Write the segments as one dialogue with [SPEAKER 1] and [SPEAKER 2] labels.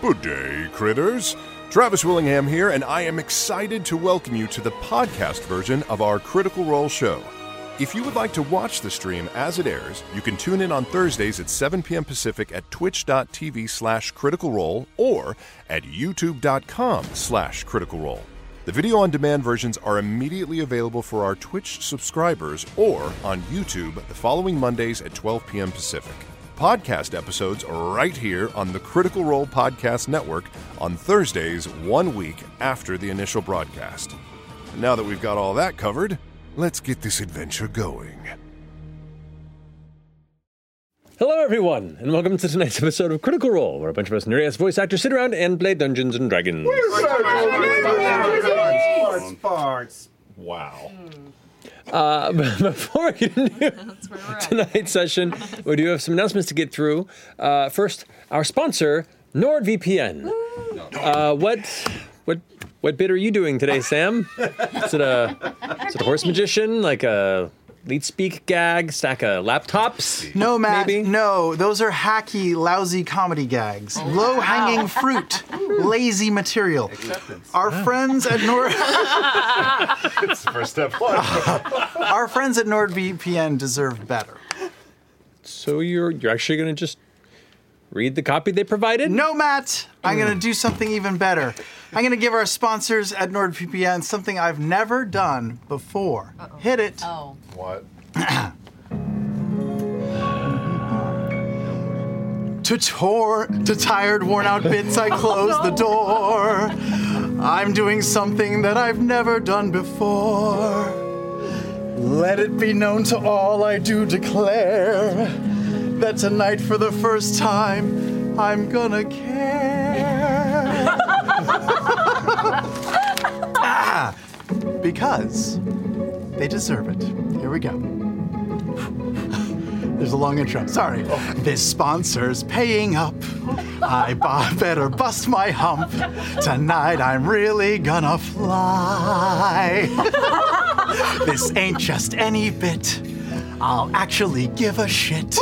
[SPEAKER 1] Good day, critters. Travis Willingham here, and I am excited to welcome you to the podcast version of our Critical Role show. If you would like to watch the stream as it airs, you can tune in on Thursdays at 7 p.m. Pacific at twitch.tv slash critical role or at youtube.com slash critical role. The video on demand versions are immediately available for our Twitch subscribers or on YouTube the following Mondays at 12 p.m. Pacific. Podcast episodes are right here on the Critical Role Podcast Network on Thursdays, one week after the initial broadcast. Now that we've got all that covered, let's get this adventure going.
[SPEAKER 2] Hello, everyone, and welcome to tonight's episode of Critical Role, where a bunch of us nerdy ass voice actors sit around and play Dungeons and Dragons.
[SPEAKER 3] Farts, farts.
[SPEAKER 4] Wow.
[SPEAKER 2] Uh, but before we continue tonight's session, we do have some announcements to get through. Uh, first, our sponsor, NordVPN. Uh, what, what, what bit are you doing today, Sam? Is it a, is it a horse magician, like a lead speak gag, stack of laptops?
[SPEAKER 3] No, Matt. No, those are hacky, lousy comedy gags. Low hanging fruit, lazy material. Our friends at Nord.
[SPEAKER 4] It's the first step one.
[SPEAKER 3] Our friends at NordVPN deserve better.
[SPEAKER 2] So you're you're actually gonna just read the copy they provided?
[SPEAKER 3] No, Matt. I'm going to do something even better. I'm going to give our sponsors at NordVPN something I've never done before. Hit it.
[SPEAKER 5] Oh.
[SPEAKER 4] What?
[SPEAKER 3] To, tor- to tired, worn out bits, I close the door. I'm doing something that I've never done before. Let it be known to all, I do declare that tonight, for the first time, I'm gonna care. Ah, because they deserve it. Here we go. There's a long intro. Sorry. This sponsor's paying up. I b- better bust my hump. Tonight I'm really gonna fly. this ain't just any bit. I'll actually give a shit.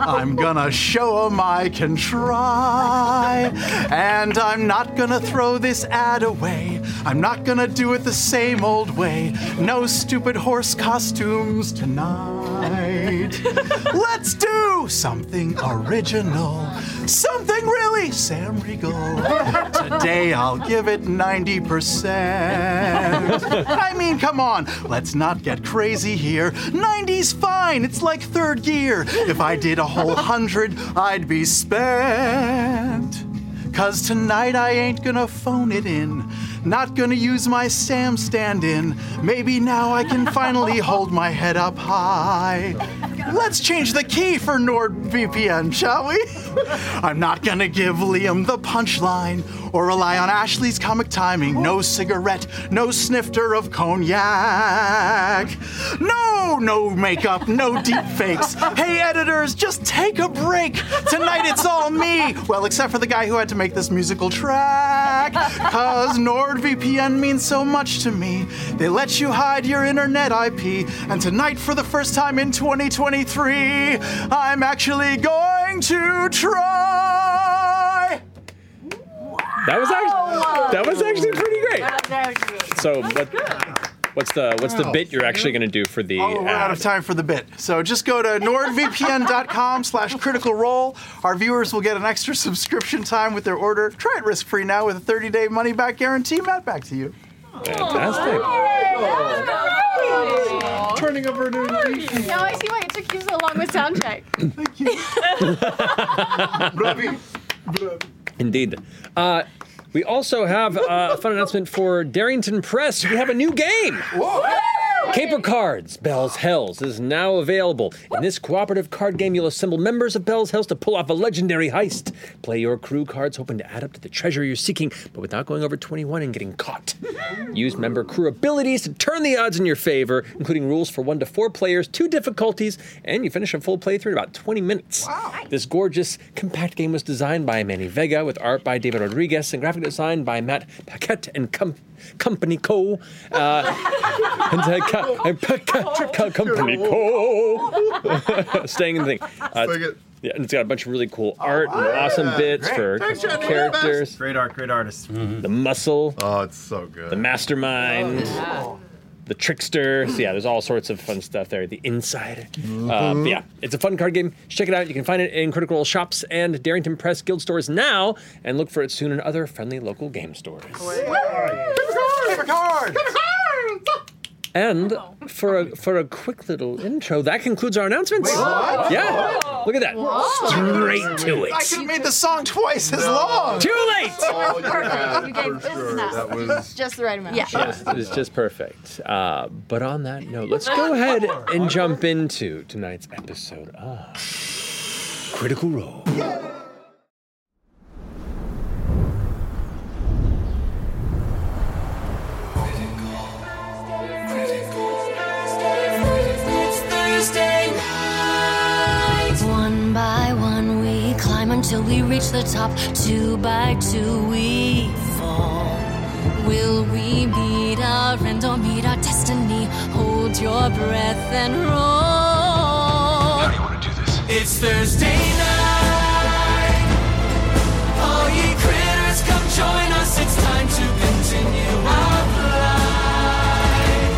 [SPEAKER 3] I'm gonna show 'em I can try. And I'm not gonna throw this ad away. I'm not gonna do it the same old way. No stupid horse costumes tonight. Let's do something original. Something really Sam Regal. Today I'll give it 90%. I mean, come on, let's not get crazy here. 90's fine, it's like third gear. If I did a whole hundred, I'd be spent. Cause tonight I ain't gonna phone it in. Not gonna use my Sam stand in. Maybe now I can finally hold my head up high. Let's change the key for NordVPN, shall we? I'm not gonna give Liam the punchline or rely on Ashley's comic timing. No cigarette, no snifter of cognac. No, Oh, no makeup, no deep fakes. Hey, editors, just take a break. Tonight it's all me. Well, except for the guy who had to make this musical track. Cause NordVPN means so much to me. They let you hide your internet IP. And tonight, for the first time in 2023, I'm actually going to try.
[SPEAKER 2] That was actually that was actually pretty great.
[SPEAKER 5] That's
[SPEAKER 2] So what, what's the what's the
[SPEAKER 3] Wow.
[SPEAKER 2] bit you're actually gonna do for the
[SPEAKER 3] Oh, we're out
[SPEAKER 2] ad?
[SPEAKER 3] of time for the bit. So just go to nordvpn.com slash critical role. Our viewers will get an extra subscription time with their order. Try it risk-free now with a 30-day money-back guarantee. Matt, back to you.
[SPEAKER 2] Fantastic.
[SPEAKER 4] Turning over a new leaf.
[SPEAKER 6] Now I see why it took you so long with sound check.
[SPEAKER 3] Thank you.
[SPEAKER 4] Bloody-
[SPEAKER 2] Indeed. Uh, we also have uh, a fun announcement for Darrington Press. We have a new game. Caper Cards, Bell's Hells, is now available. In this cooperative card game, you'll assemble members of Bell's Hells to pull off a legendary heist. Play your crew cards, hoping to add up to the treasure you're seeking, but without going over 21 and getting caught. Use member crew abilities to turn the odds in your favor, including rules for one to four players, two difficulties, and you finish a full playthrough in about 20 minutes. This gorgeous, compact game was designed by Manny Vega, with art by David Rodriguez and graphic design by Matt Paquette and Com- Company Co. Uh, and uh, co- and pa- co- co- company co. Staying in the thing. Uh,
[SPEAKER 4] Take it.
[SPEAKER 2] Yeah, and it's got a bunch of really cool art and awesome bits for
[SPEAKER 4] Oh, Thanks, Jenny. You're the best.
[SPEAKER 2] characters. Mm-hmm.
[SPEAKER 7] Great art, great artist.
[SPEAKER 2] The muscle,
[SPEAKER 4] Oh, it's so good.
[SPEAKER 2] the mastermind, the trickster. So yeah, there's all sorts of fun stuff there. The insider. Uh,
[SPEAKER 4] Mm-hmm.
[SPEAKER 2] but yeah, it's a fun card game. Check it out. You can find it in Critical Role shops and Darrington Press Guild stores now, and look for it soon in other friendly local game stores.
[SPEAKER 8] Paper card!
[SPEAKER 2] And for a for a quick little intro, that concludes our announcements.
[SPEAKER 8] what?
[SPEAKER 2] Yeah, look at that. Straight to
[SPEAKER 8] I
[SPEAKER 2] it.
[SPEAKER 8] could have made the song twice as long!
[SPEAKER 2] Too late.
[SPEAKER 4] Oh, yeah,
[SPEAKER 9] You guys-
[SPEAKER 4] for
[SPEAKER 9] this is
[SPEAKER 4] sure.
[SPEAKER 9] not-
[SPEAKER 4] That was
[SPEAKER 9] Just the right amount.
[SPEAKER 10] Yeah.
[SPEAKER 2] Yes, it was just perfect. Uh, but on that note, let's go ahead and jump into tonight's episode of Critical Role.
[SPEAKER 11] One by one we climb until we reach the top. Two by two we fall. Will we meet our end or meet our destiny? Hold your breath and roll.
[SPEAKER 12] do you want to do this?
[SPEAKER 5] It's Thursday night. All ye critters, come join us. It's time to continue our flight.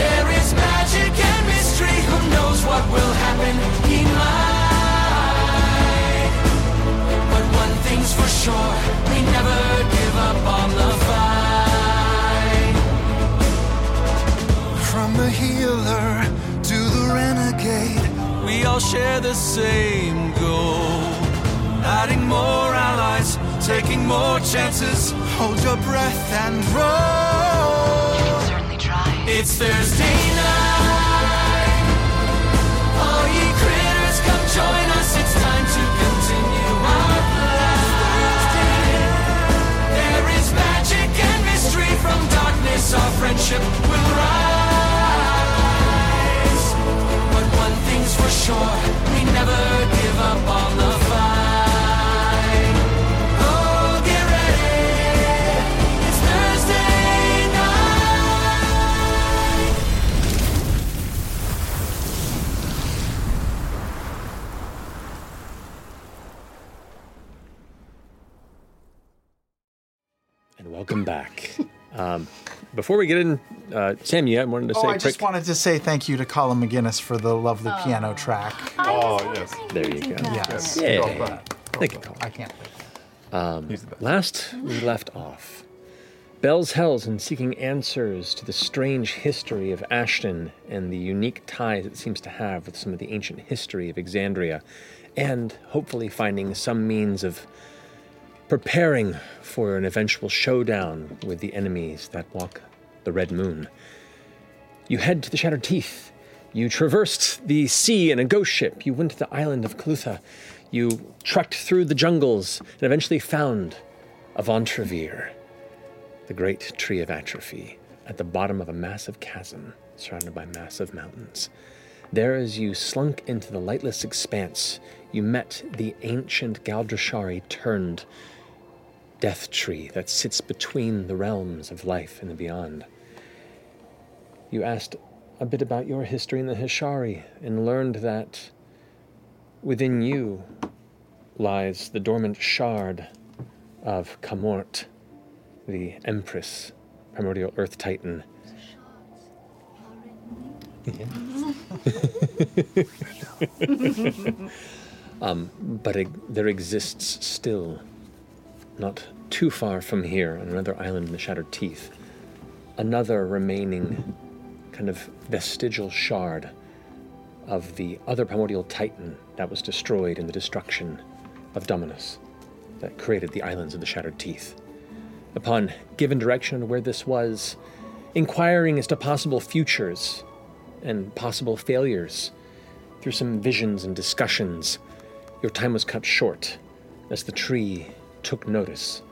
[SPEAKER 5] There is magic and mystery. Who knows what will happen? He might. But one thing's for sure: we never give up on the fight.
[SPEAKER 8] From the healer to the renegade.
[SPEAKER 5] We all share the same goal. Adding more allies, taking more chances.
[SPEAKER 8] Hold your breath and roll!
[SPEAKER 11] Certainly try.
[SPEAKER 5] It's Thursday night. All ye critters, come join us. It's time to continue our play. There is magic and mystery from darkness. Our friendship will rise. But one thing's for sure: we never give up on the fight. Oh, get ready! It's Thursday night.
[SPEAKER 2] And welcome back. Um, before we get in, uh, Sam, you had wanted to say
[SPEAKER 8] Oh,
[SPEAKER 2] a
[SPEAKER 8] I
[SPEAKER 2] quick.
[SPEAKER 8] just wanted to say thank you to Colin McGinnis for the lovely piano track.
[SPEAKER 4] oh yes.
[SPEAKER 2] there you go.
[SPEAKER 8] Yes.
[SPEAKER 2] Yeah.
[SPEAKER 4] Well done.
[SPEAKER 2] Thank you, Colin.
[SPEAKER 8] I can't wait.
[SPEAKER 2] Last we left off, Bell's Hells in seeking answers to the strange history of Ashton and the unique ties it seems to have with some of the ancient history of Exandria, and hopefully finding some means of preparing for an eventual showdown with the enemies that walk the Red Moon. You head to the Shattered Teeth. You traversed the sea in a ghost ship. You went to the island of Kalutha. You trekked through the jungles and eventually found Avantrevir, the great tree of atrophy, at the bottom of a massive chasm surrounded by massive mountains. There, as you slunk into the lightless expanse, you met the ancient Galdrashari turned death tree that sits between the realms of life and the beyond. You asked a bit about your history in the Hishari and learned that within you lies the dormant shard of Kamort, the Empress, primordial Earth Titan. um, but e- there exists still, not too far from here, on another island in the Shattered Teeth, another remaining kind of vestigial shard of the other primordial titan that was destroyed in the destruction of Dominus that created the islands of the Shattered Teeth. Upon given direction on where this was, inquiring as to possible futures and possible failures, through some visions and discussions, your time was cut short as the tree took notice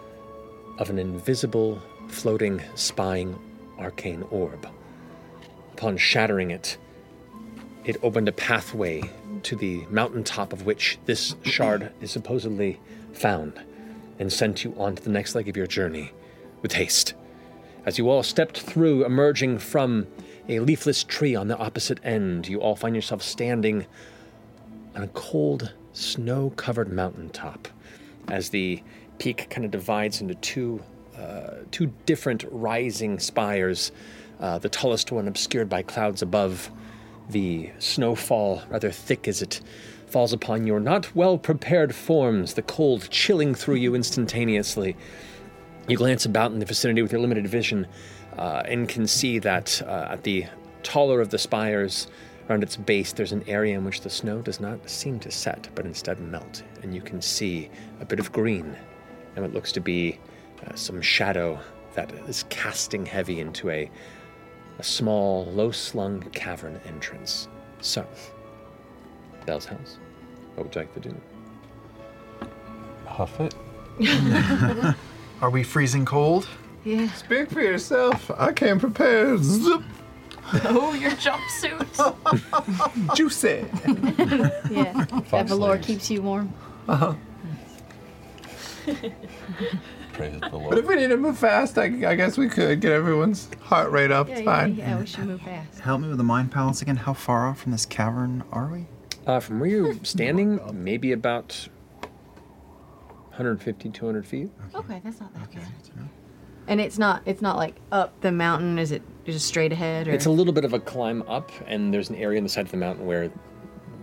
[SPEAKER 2] of an invisible, floating, spying arcane orb. Upon shattering it, it opened a pathway to the mountaintop of which this shard is supposedly found and sent you on to the next leg of your journey with haste. As you all stepped through, emerging from a leafless tree on the opposite end, you all find yourself standing on a cold, snow covered mountaintop as the peak kind of divides into two, uh, two different rising spires. Uh, the tallest one obscured by clouds above. The snowfall, rather thick as it falls upon your not well prepared forms, the cold chilling through you instantaneously. You glance about in the vicinity with your limited vision uh, and can see that uh, at the taller of the spires, around its base, there's an area in which the snow does not seem to set, but instead melt. And you can see a bit of green and what looks to be uh, some shadow that is casting heavy into a, a small, low slung cavern entrance. So, Bell's house. What would you like to do?
[SPEAKER 7] Huff it.
[SPEAKER 3] Are we freezing cold?
[SPEAKER 10] Yeah.
[SPEAKER 4] Speak for yourself. I came prepared. Zip.
[SPEAKER 10] Oh, your jumpsuits.
[SPEAKER 4] Juicy.
[SPEAKER 6] Yeah. That
[SPEAKER 7] Fox
[SPEAKER 6] velour
[SPEAKER 7] leaves.
[SPEAKER 6] keeps you warm.
[SPEAKER 4] Uh-huh.
[SPEAKER 7] Praise the
[SPEAKER 4] But if
[SPEAKER 7] Lord.
[SPEAKER 4] we need to move fast, I, I guess we could get everyone's heart rate up.
[SPEAKER 6] Yeah,
[SPEAKER 4] It's
[SPEAKER 6] yeah,
[SPEAKER 4] fine.
[SPEAKER 6] yeah. We should move fast.
[SPEAKER 3] Help me with the mind balance again. How far off from this cavern are we?
[SPEAKER 2] Uh, from where you're standing, maybe about 150, 200 feet.
[SPEAKER 6] Okay, that's not that bad. And it's not. It's not like up the mountain. Is it just straight ahead? Or
[SPEAKER 2] It's a little bit of a climb up, and there's an area on the side of the mountain where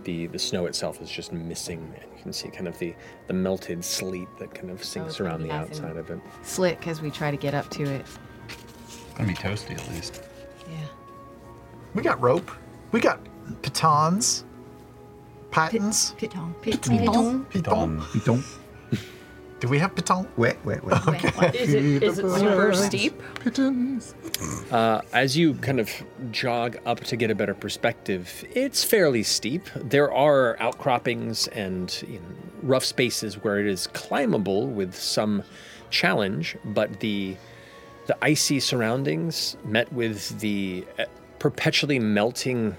[SPEAKER 2] the, the snow itself is just missing, and you can see kind of the, the melted sleet that kind of
[SPEAKER 10] Oh,
[SPEAKER 2] sinks
[SPEAKER 6] Okay,
[SPEAKER 2] around the
[SPEAKER 6] as in-
[SPEAKER 2] outside of it.
[SPEAKER 6] slick as we try to get up to it.
[SPEAKER 7] It's gonna be toasty at least.
[SPEAKER 6] Yeah.
[SPEAKER 3] We got rope. We got pitons. Patons.
[SPEAKER 6] Piton.
[SPEAKER 3] Piton.
[SPEAKER 7] Don't.
[SPEAKER 3] Do we have piton? Wait, wait, wait.
[SPEAKER 10] Is it is it super steep?
[SPEAKER 4] Pittons.
[SPEAKER 2] Uh, As you kind of jog up to get a better perspective, it's fairly steep. There are outcroppings and you know, rough spaces where it is climbable with some challenge, but the the icy surroundings met with the uh, perpetually melting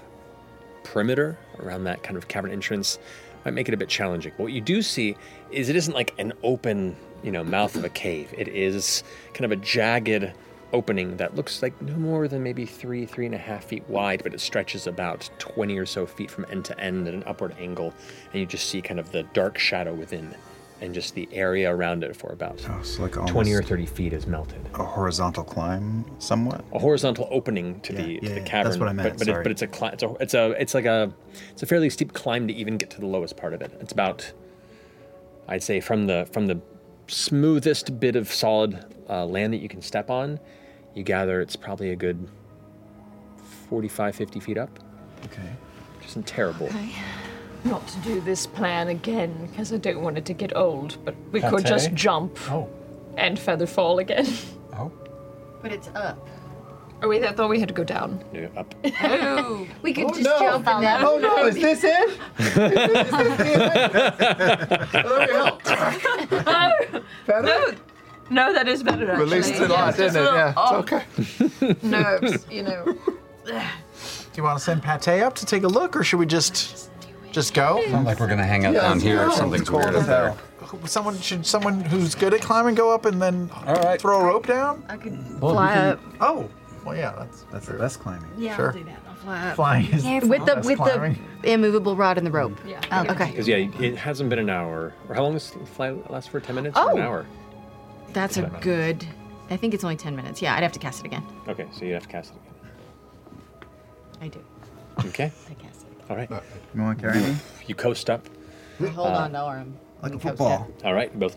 [SPEAKER 2] perimeter around that kind of cavern entrance might make it a bit challenging. But what you do see is it isn't like an open, you know, mouth of a cave. It is kind of a jagged opening that looks like no more than maybe three, three and a half feet wide, but it stretches about 20 or so feet from end to end at an upward angle. And you just see kind of the dark shadow within and just the area around it for about
[SPEAKER 3] Oh, It's like
[SPEAKER 2] 20 or 30 feet is melted Oh.
[SPEAKER 3] a horizontal climb, somewhat.
[SPEAKER 2] a horizontal opening to the
[SPEAKER 3] Yeah,
[SPEAKER 2] to
[SPEAKER 3] yeah,
[SPEAKER 2] the
[SPEAKER 3] yeah,
[SPEAKER 2] cavern.
[SPEAKER 3] that's what I meant,
[SPEAKER 2] But, but, it-
[SPEAKER 3] sorry.
[SPEAKER 2] but it's a cli- it's a it's a it's like a it's a fairly steep climb to even get to the lowest part of it. It's about I'd say from the from the smoothest bit of solid uh, land that you can step on, you gather it's probably a good 45, 50 feet up.
[SPEAKER 3] Okay.
[SPEAKER 2] Just terrible.
[SPEAKER 10] Not to do this plan again because I don't want it to get old, but we could
[SPEAKER 7] Pate?
[SPEAKER 10] just jump
[SPEAKER 7] Oh.
[SPEAKER 10] and feather fall again.
[SPEAKER 7] Oh.
[SPEAKER 6] But it's up.
[SPEAKER 10] Oh wait, I thought we had to go down.
[SPEAKER 2] You're Up.
[SPEAKER 6] We
[SPEAKER 10] Oh,
[SPEAKER 6] could just
[SPEAKER 4] Oh, no.
[SPEAKER 6] jump on that.
[SPEAKER 4] Oh no, is this it? Is this it? Let me help. Better?
[SPEAKER 10] No, that is better actually.
[SPEAKER 4] Released it a lot, didn't it? Yeah, it's okay.
[SPEAKER 10] nerves, you know.
[SPEAKER 3] Do you want to send Pate up to take a look, or should we just just go?
[SPEAKER 7] Not like we're gonna hang out down
[SPEAKER 4] it's
[SPEAKER 7] here if
[SPEAKER 4] cold.
[SPEAKER 7] something's
[SPEAKER 4] It's cold
[SPEAKER 7] weird
[SPEAKER 4] as
[SPEAKER 7] up there.
[SPEAKER 3] Someone should someone who's good at climbing go up and then
[SPEAKER 7] right.
[SPEAKER 3] throw a rope down.
[SPEAKER 6] I could
[SPEAKER 7] Well,
[SPEAKER 6] fly
[SPEAKER 7] we can-
[SPEAKER 6] up.
[SPEAKER 3] Oh, well, yeah, that's that's the best climbing.
[SPEAKER 6] Yeah,
[SPEAKER 3] sure.
[SPEAKER 6] I'll do that. I'll fly up.
[SPEAKER 3] Flying is
[SPEAKER 6] With the
[SPEAKER 3] That's
[SPEAKER 6] with
[SPEAKER 3] climbing.
[SPEAKER 6] the immovable rod and the rope.
[SPEAKER 10] Yeah.
[SPEAKER 6] Oh, okay.
[SPEAKER 2] Because yeah, it hasn't been an hour. Or how long does the flight last for? Ten minutes or
[SPEAKER 6] Oh.
[SPEAKER 2] an hour?
[SPEAKER 6] That's a good. I think it's only ten minutes. Yeah, I'd have to cast it again.
[SPEAKER 2] Okay, so you have to cast it again.
[SPEAKER 6] I do.
[SPEAKER 2] Okay.
[SPEAKER 6] I cast it.
[SPEAKER 2] All right.
[SPEAKER 3] You want to carry me?
[SPEAKER 2] You coast up. Uh,
[SPEAKER 6] I hold on to Orem.
[SPEAKER 3] Like a football.
[SPEAKER 2] All right. You both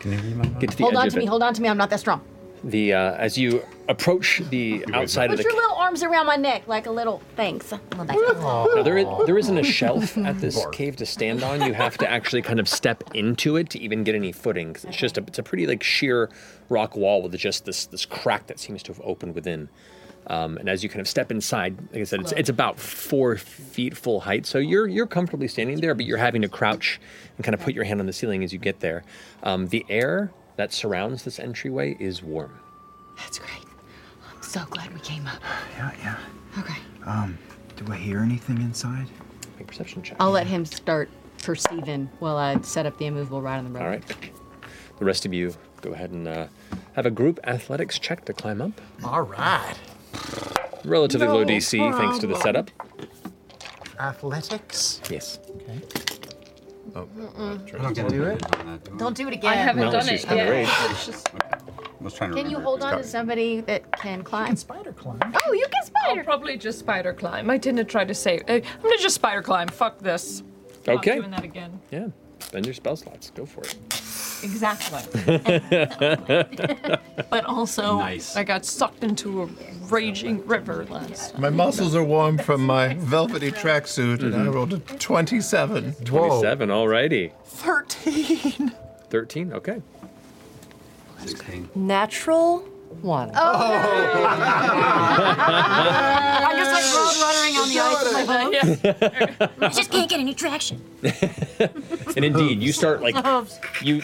[SPEAKER 7] Can you read my mind?
[SPEAKER 2] get to the
[SPEAKER 6] Hold
[SPEAKER 2] edge
[SPEAKER 6] on
[SPEAKER 2] of
[SPEAKER 6] to me.
[SPEAKER 2] it.
[SPEAKER 6] Hold on to me. I'm not that strong.
[SPEAKER 2] The uh, as you approach the outside of
[SPEAKER 6] Put
[SPEAKER 2] the
[SPEAKER 6] your little arms around my neck like a little thanks. Well, that's-
[SPEAKER 2] now there, is, there isn't a shelf at this cave to stand on. You have to actually kind of step into it to even get any footing. 'cause It's just a it's a pretty like sheer rock wall with just this this crack that seems to have opened within. Um, and as you kind of step inside, like I said, it's, it's about four feet full height. So you're you're comfortably standing there, but you're having to crouch and kind of put your hand on the ceiling as you get there. Um, the air that surrounds this entryway is warm.
[SPEAKER 6] That's great. I'm so glad we came up.
[SPEAKER 3] Yeah, yeah.
[SPEAKER 6] Okay.
[SPEAKER 3] Um, Do I hear anything inside?
[SPEAKER 2] Make a perception check.
[SPEAKER 6] I'll let him start perceiving while I set up the immovable rod on the rope.
[SPEAKER 2] All right. The rest of you go ahead and uh, have a group athletics check to climb up.
[SPEAKER 3] All right.
[SPEAKER 2] Relatively low DC thanks to the setup.
[SPEAKER 3] Athletics.
[SPEAKER 2] Yes.
[SPEAKER 7] Oh,
[SPEAKER 4] I don't get to do it.
[SPEAKER 9] Don't do it again.
[SPEAKER 10] I haven't
[SPEAKER 2] Well,
[SPEAKER 10] done
[SPEAKER 2] she's
[SPEAKER 10] it
[SPEAKER 2] kinda
[SPEAKER 10] yet.
[SPEAKER 2] raised.
[SPEAKER 10] It's just-
[SPEAKER 7] I was trying to
[SPEAKER 9] Can you
[SPEAKER 7] remember
[SPEAKER 9] hold
[SPEAKER 7] if
[SPEAKER 9] on to
[SPEAKER 7] it's got-
[SPEAKER 9] somebody that can climb?
[SPEAKER 4] Spider climb.
[SPEAKER 9] Oh, you can
[SPEAKER 10] I'll
[SPEAKER 9] spider.
[SPEAKER 10] probably just spider climb. I didn't try to save. uh, I'm gonna just spider climb. Fuck this. Not
[SPEAKER 2] Okay.
[SPEAKER 10] doing that again.
[SPEAKER 2] Yeah. Spend your spell slots. Go for it.
[SPEAKER 10] Exactly. but also,
[SPEAKER 7] Nice.
[SPEAKER 10] I got sucked into a raging river last.
[SPEAKER 4] My muscles are warm from my velvety tracksuit, and I
[SPEAKER 3] Mm-hmm.
[SPEAKER 4] rolled a 27.
[SPEAKER 8] Whoa.
[SPEAKER 2] 27, alrighty.
[SPEAKER 4] 13.
[SPEAKER 2] 13, okay.
[SPEAKER 7] 16.
[SPEAKER 12] Natural one.
[SPEAKER 9] Oh. I'm just like road runnering on the ice. with my
[SPEAKER 10] Yeah.
[SPEAKER 11] I just can't get any traction.
[SPEAKER 2] And indeed, you start like
[SPEAKER 9] hooves.
[SPEAKER 2] you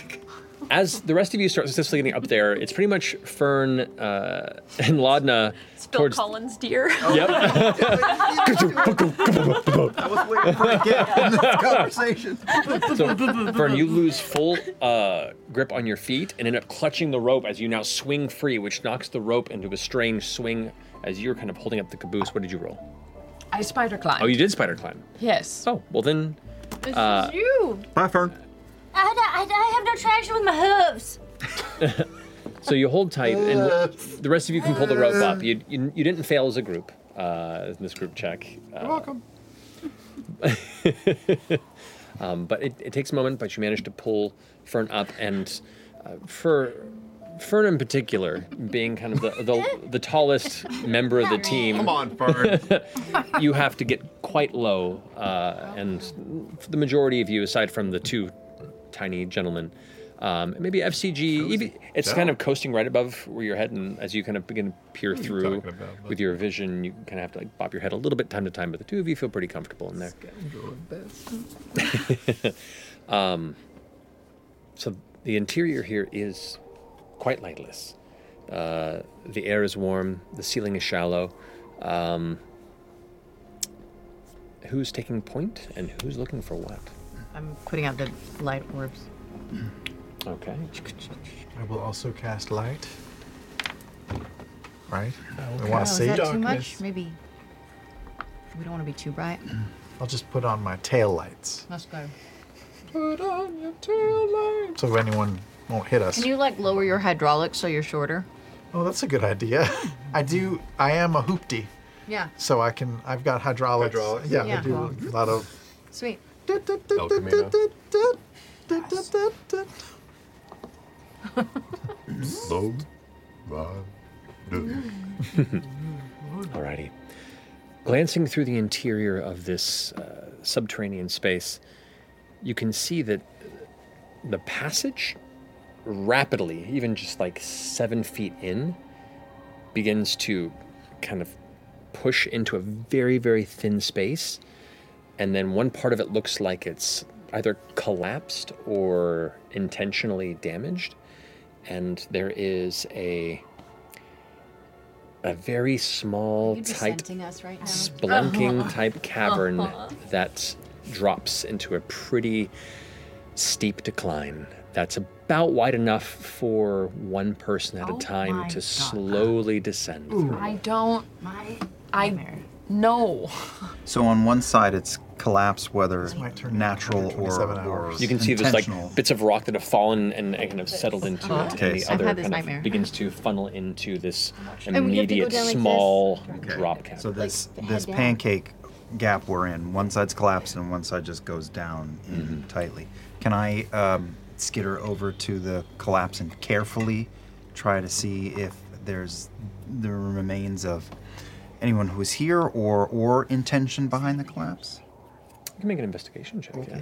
[SPEAKER 2] as the rest of you start successfully getting up there, it's pretty much Fern uh, and Laudna
[SPEAKER 10] Bill
[SPEAKER 2] towards
[SPEAKER 10] Collins, dear.
[SPEAKER 2] Yep.
[SPEAKER 8] I was waiting for a gap in this conversation.
[SPEAKER 2] So, Fern, you lose full uh, grip on your feet and end up clutching the rope as you now swing free, which knocks the rope into a strange swing as you're kind of holding up the caboose. What did you roll?
[SPEAKER 10] I spider climb.
[SPEAKER 2] Oh, you did spider climb.
[SPEAKER 10] Yes.
[SPEAKER 2] Oh, well then,
[SPEAKER 9] This is you.
[SPEAKER 7] Bye, Fern.
[SPEAKER 11] I, I, I have no traction with my hooves.
[SPEAKER 2] so you hold tight, and
[SPEAKER 7] Uh,
[SPEAKER 2] the rest of you can pull the rope up. You you, you didn't fail as a group uh, in this group check. Uh,
[SPEAKER 4] Welcome.
[SPEAKER 2] Um, but it, it takes a moment, but you manage to pull Fern up, and uh, for Fern in particular, being kind of the, the, the tallest member of the team,
[SPEAKER 4] Come on, Fern.
[SPEAKER 2] you have to get quite low, uh, and for the majority of you, aside from the two tiny gentlemen, um, maybe FCG, even, it's kind of coasting right above where your head, and as you kind of begin to peer through
[SPEAKER 4] talking about, bud?
[SPEAKER 2] with your vision, you kind of have to like bop your head a little bit time to time, but the two of you feel pretty comfortable in there. Um, So the interior here is quite lightless. Uh, the air is warm. The ceiling is shallow. Um, who's taking point and who's looking for what?
[SPEAKER 9] I'm putting out the light orbs.
[SPEAKER 2] Okay.
[SPEAKER 8] I will also cast light. Right? I
[SPEAKER 9] Oh,
[SPEAKER 8] want to
[SPEAKER 9] is
[SPEAKER 8] see.
[SPEAKER 9] that too
[SPEAKER 4] Darkness.
[SPEAKER 9] much? Maybe. We don't want to be too bright.
[SPEAKER 8] Mm. I'll just put on my tail lights
[SPEAKER 9] Let's go.
[SPEAKER 4] Put on your tail light.
[SPEAKER 8] so anyone won't hit us.
[SPEAKER 9] Can you like lower your hydraulics so you're shorter?
[SPEAKER 8] Oh, that's a good idea. I do. I am a hoopty,
[SPEAKER 9] Yeah.
[SPEAKER 8] so I can. I've got hydraulics.
[SPEAKER 4] Hydraulics.
[SPEAKER 8] Yeah,
[SPEAKER 9] Yeah.
[SPEAKER 8] I do a lot of.
[SPEAKER 9] Sweet.
[SPEAKER 13] Camino.
[SPEAKER 2] Alrighty. Glancing through the interior of this uh, subterranean space, you can see that the passage rapidly, even just like seven feet in, begins to kind of push into a very, very thin space. And then one part of it looks like it's either collapsed or intentionally damaged. And there is a a very small,
[SPEAKER 9] You'd be
[SPEAKER 2] tight
[SPEAKER 9] scenting us right now. Uh-huh.
[SPEAKER 10] Uh-huh.
[SPEAKER 2] spelunking type cavern that drops into a pretty steep decline that's about wide enough for one person at a time
[SPEAKER 9] Oh my
[SPEAKER 2] to
[SPEAKER 9] God.
[SPEAKER 2] slowly descend. through.
[SPEAKER 10] I don't
[SPEAKER 9] My
[SPEAKER 10] I know.
[SPEAKER 14] So on one side, it's collapse, whether
[SPEAKER 8] my turn.
[SPEAKER 14] natural or,
[SPEAKER 8] 27
[SPEAKER 14] or
[SPEAKER 8] hours.
[SPEAKER 2] You can see there's like
[SPEAKER 14] intentional.
[SPEAKER 2] bits of rock that have fallen and kind of settled into
[SPEAKER 9] Uh-huh.
[SPEAKER 2] it, and
[SPEAKER 14] Okay,
[SPEAKER 2] the
[SPEAKER 14] so-
[SPEAKER 2] other
[SPEAKER 9] had this
[SPEAKER 2] kind
[SPEAKER 9] nightmare.
[SPEAKER 2] of begins to funnel into this
[SPEAKER 9] And we have to go
[SPEAKER 2] immediate
[SPEAKER 9] down like this?
[SPEAKER 2] small
[SPEAKER 14] Okay.
[SPEAKER 2] drop cavern.
[SPEAKER 14] So this
[SPEAKER 9] head
[SPEAKER 14] this
[SPEAKER 9] down.
[SPEAKER 14] pancake gap we're in, one side's collapsed and one side just goes down in
[SPEAKER 2] Mm-hmm.
[SPEAKER 14] tightly. Can I um, skitter over to the collapse and carefully try to see if there's the remains of anyone who was here or or intention behind the collapse?
[SPEAKER 2] you can make an investigation check. yeah.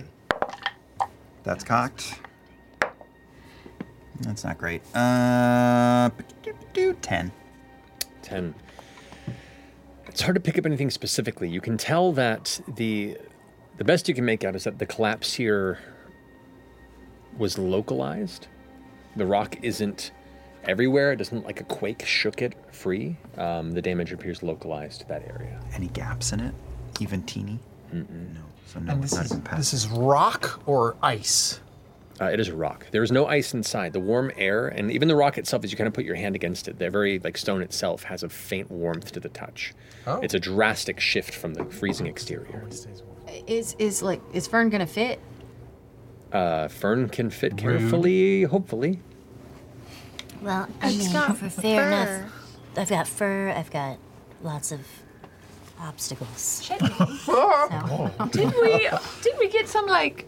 [SPEAKER 14] That's cocked. That's not great. Uh, ten.
[SPEAKER 2] 10. It's hard to pick up anything specifically. You can tell that the the best you can make out is that the collapse here was localized. The rock isn't everywhere. It doesn't like a quake shook it free. Um, the damage appears localized to that area.
[SPEAKER 14] Any gaps in it? Even teeny? No. So no,
[SPEAKER 8] And
[SPEAKER 14] it's
[SPEAKER 8] this
[SPEAKER 14] not
[SPEAKER 8] is
[SPEAKER 14] even past.
[SPEAKER 8] this is rock or ice.
[SPEAKER 2] Uh, it is a rock. There is no ice inside. The warm air and even the rock itself, as you kind of put your hand against it, the very like stone itself has a faint warmth to the touch.
[SPEAKER 8] Oh.
[SPEAKER 2] It's a drastic shift from the freezing exterior.
[SPEAKER 9] Is is like is Fern gonna fit?
[SPEAKER 2] Uh, Fern can fit carefully, hopefully.
[SPEAKER 15] Well, I
[SPEAKER 11] It's
[SPEAKER 15] mean,
[SPEAKER 11] got
[SPEAKER 15] for fair
[SPEAKER 11] fur.
[SPEAKER 15] enough. I've got fur. I've got lots of obstacles.
[SPEAKER 10] Did we did we get some like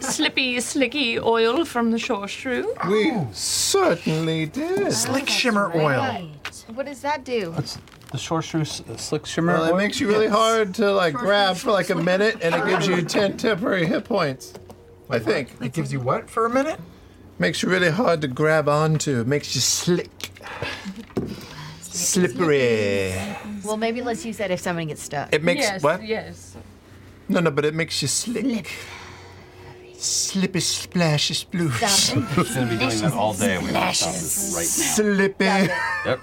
[SPEAKER 10] slippy slicky oil from the shore shrew?
[SPEAKER 4] We certainly did.
[SPEAKER 10] Slick
[SPEAKER 4] shimmer
[SPEAKER 10] What does that do?
[SPEAKER 4] The shore shrew slick
[SPEAKER 7] uh, shimmer
[SPEAKER 4] Well, it
[SPEAKER 7] oil?
[SPEAKER 4] makes you really
[SPEAKER 7] Yes.
[SPEAKER 4] hard to like
[SPEAKER 7] Shore
[SPEAKER 4] grab
[SPEAKER 7] shrew
[SPEAKER 4] for like a
[SPEAKER 7] slick-
[SPEAKER 4] minute, and it gives you ten temporary hit points. I think
[SPEAKER 14] it gives you what for a minute?
[SPEAKER 4] Makes you really hard to grab onto. It makes you slick, slippery.
[SPEAKER 9] Well, maybe let's use that if someone gets stuck.
[SPEAKER 4] It makes
[SPEAKER 9] yes,
[SPEAKER 4] what?
[SPEAKER 9] Yes.
[SPEAKER 4] No, no, but it makes you slick. Slippy splashes blues.
[SPEAKER 9] Stop it.
[SPEAKER 7] She's gonna be doing that all day. We gotta stop this right
[SPEAKER 4] Slippy.
[SPEAKER 7] now. Yep.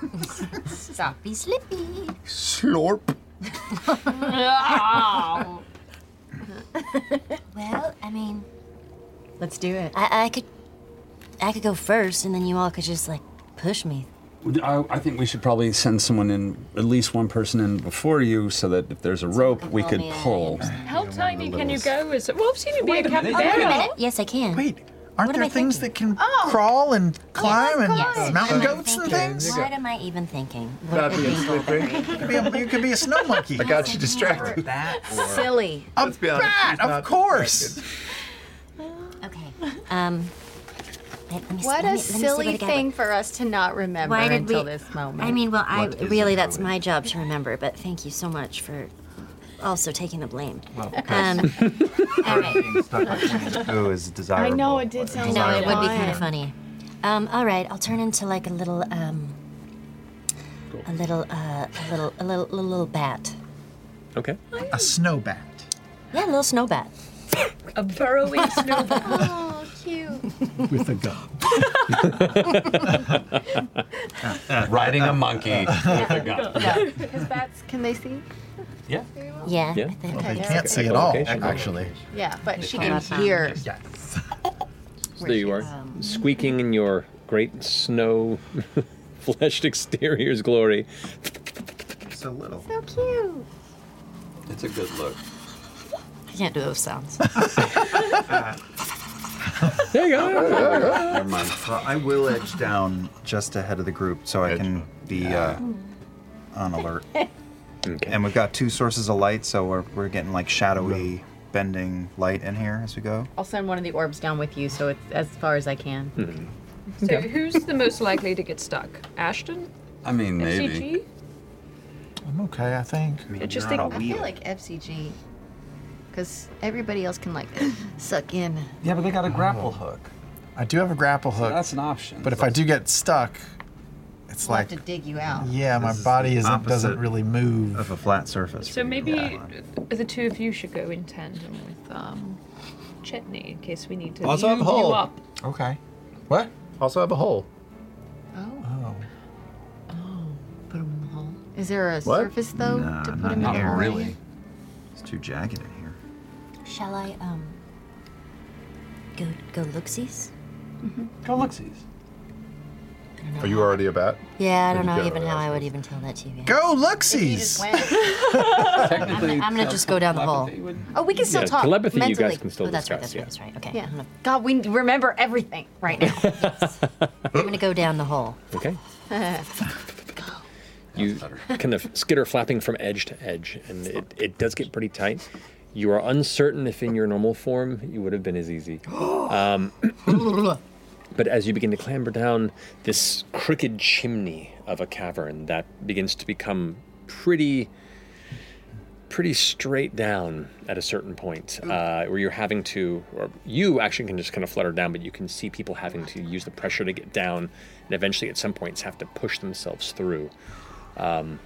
[SPEAKER 15] Sloppy slippy.
[SPEAKER 4] Slorp.
[SPEAKER 15] well, I mean,
[SPEAKER 9] let's do it.
[SPEAKER 15] I, I could, I could go first, and then you all could just like push me.
[SPEAKER 7] I, I think we should probably send someone in, at least one person in before you, so that if there's a rope, we could pull.
[SPEAKER 10] How tiny can you
[SPEAKER 7] little-
[SPEAKER 10] go? Is it? Well, I've seen you be
[SPEAKER 7] Wait
[SPEAKER 10] a
[SPEAKER 7] a minute.
[SPEAKER 15] Wait a
[SPEAKER 10] capybara.
[SPEAKER 15] minute. Yes, I can. Wait,
[SPEAKER 14] Aren't
[SPEAKER 15] What am
[SPEAKER 14] there
[SPEAKER 15] I
[SPEAKER 14] things that can
[SPEAKER 9] Oh!
[SPEAKER 14] crawl and climb and mountain
[SPEAKER 15] What am I
[SPEAKER 14] goats and
[SPEAKER 15] thinking?
[SPEAKER 14] things?
[SPEAKER 15] What am I even thinking?
[SPEAKER 14] That'd be a slippery. You could be a- you could be a snow monkey. I got you distracted.
[SPEAKER 9] Silly.
[SPEAKER 14] Let's be honest, bat, of course.
[SPEAKER 15] Um, let, let me,
[SPEAKER 9] What a
[SPEAKER 15] let me- let me see what I
[SPEAKER 9] silly
[SPEAKER 15] got.
[SPEAKER 9] thing for us to not remember
[SPEAKER 15] Why did
[SPEAKER 9] until
[SPEAKER 15] we-
[SPEAKER 9] this moment.
[SPEAKER 15] I mean, well, I really that's my job to remember, but thank you so much for also taking the blame. Um, all right.
[SPEAKER 14] Ooh, is desirable.
[SPEAKER 15] it
[SPEAKER 14] did
[SPEAKER 15] I
[SPEAKER 14] sound
[SPEAKER 15] know it would be
[SPEAKER 14] like
[SPEAKER 15] kind
[SPEAKER 14] it.
[SPEAKER 15] of funny. Um, all right, I'll turn into like a little, um, a little, uh, a little, a little, little, little bat.
[SPEAKER 2] Okay.
[SPEAKER 14] A snow bat.
[SPEAKER 15] Yeah, a little snow bat.
[SPEAKER 10] A burrowing snowball. oh,
[SPEAKER 9] cute.
[SPEAKER 14] With a gun.
[SPEAKER 7] Riding a monkey with a gun.
[SPEAKER 9] Yeah. Because bats, can they see?
[SPEAKER 7] Yeah.
[SPEAKER 15] Yeah.
[SPEAKER 7] Yeah.
[SPEAKER 15] Well,
[SPEAKER 9] they
[SPEAKER 14] can't see at all, actually.
[SPEAKER 9] Yeah, but she can
[SPEAKER 2] can't see.
[SPEAKER 9] hear.
[SPEAKER 2] So there you are, squeaking in your great snow fleshed exterior's glory.
[SPEAKER 14] So little.
[SPEAKER 9] So cute.
[SPEAKER 7] It's a good look.
[SPEAKER 15] I can't do those sounds.
[SPEAKER 2] there you go.
[SPEAKER 14] Never mind. Well, I will edge down just ahead of the group so I can be uh, on alert. And we've got two sources of light, so we're, we're getting like shadowy, bending light in here as we go.
[SPEAKER 9] I'll send one of the orbs down with you, so it's as far as I can.
[SPEAKER 15] Hmm.
[SPEAKER 14] Hmm.
[SPEAKER 10] So who's the most likely to get stuck? Ashton?
[SPEAKER 7] I mean, maybe.
[SPEAKER 10] FCG?
[SPEAKER 14] I'm okay, I think. I
[SPEAKER 10] mean, Just you're on think-
[SPEAKER 9] I
[SPEAKER 10] a wheel.
[SPEAKER 9] feel like FCG, because everybody else can like suck in.
[SPEAKER 7] Yeah, but they got a grapple hook.
[SPEAKER 3] I do have a grapple hook.
[SPEAKER 7] that's an option.
[SPEAKER 3] But if I do get stuck, it's
[SPEAKER 9] We'll
[SPEAKER 3] like,
[SPEAKER 9] have to dig you out.
[SPEAKER 3] yeah, my body isn't, doesn't really move.
[SPEAKER 14] Of a flat surface.
[SPEAKER 10] So maybe the two of you should go in tandem with um, Chetney in case we need to
[SPEAKER 4] Also
[SPEAKER 10] lube
[SPEAKER 4] have a hole.
[SPEAKER 10] you up.
[SPEAKER 3] Okay.
[SPEAKER 4] What? Also have a hole.
[SPEAKER 9] Oh. Oh. Put them in the hole. Is there a
[SPEAKER 14] What?
[SPEAKER 9] surface though to put them in?
[SPEAKER 14] It's too jagged in here.
[SPEAKER 15] Shall I um go go looksies?
[SPEAKER 7] Go looksies.
[SPEAKER 4] Are you already a bat?
[SPEAKER 15] Yeah, I
[SPEAKER 4] Or
[SPEAKER 15] don't
[SPEAKER 4] you
[SPEAKER 15] know
[SPEAKER 4] can't
[SPEAKER 15] even
[SPEAKER 4] really
[SPEAKER 15] how I would even tell that to you.
[SPEAKER 14] Go
[SPEAKER 15] looksies. I'm, gonna- I'm gonna just go down the hole.
[SPEAKER 9] Oh, we can still
[SPEAKER 15] Yeah,
[SPEAKER 9] talk.
[SPEAKER 15] telepathy you guys
[SPEAKER 9] mentally.
[SPEAKER 15] can still
[SPEAKER 9] oh, that's
[SPEAKER 15] discuss,
[SPEAKER 9] right. That's
[SPEAKER 15] right. That's right. Okay.
[SPEAKER 9] Yeah. God, we remember everything right now.
[SPEAKER 15] I'm gonna go down the hole.
[SPEAKER 2] Okay. You kind of skitter flapping from edge to edge, and it, it does get pretty tight. You are uncertain if in your normal form you would have been as easy. Um, but as you begin to clamber down this crooked chimney of a cavern that begins to become pretty pretty straight down at a certain point uh, where you're having to or you actually can just kind of flutter down but you can see people having to use the pressure to get down and eventually at some points have to push themselves through um,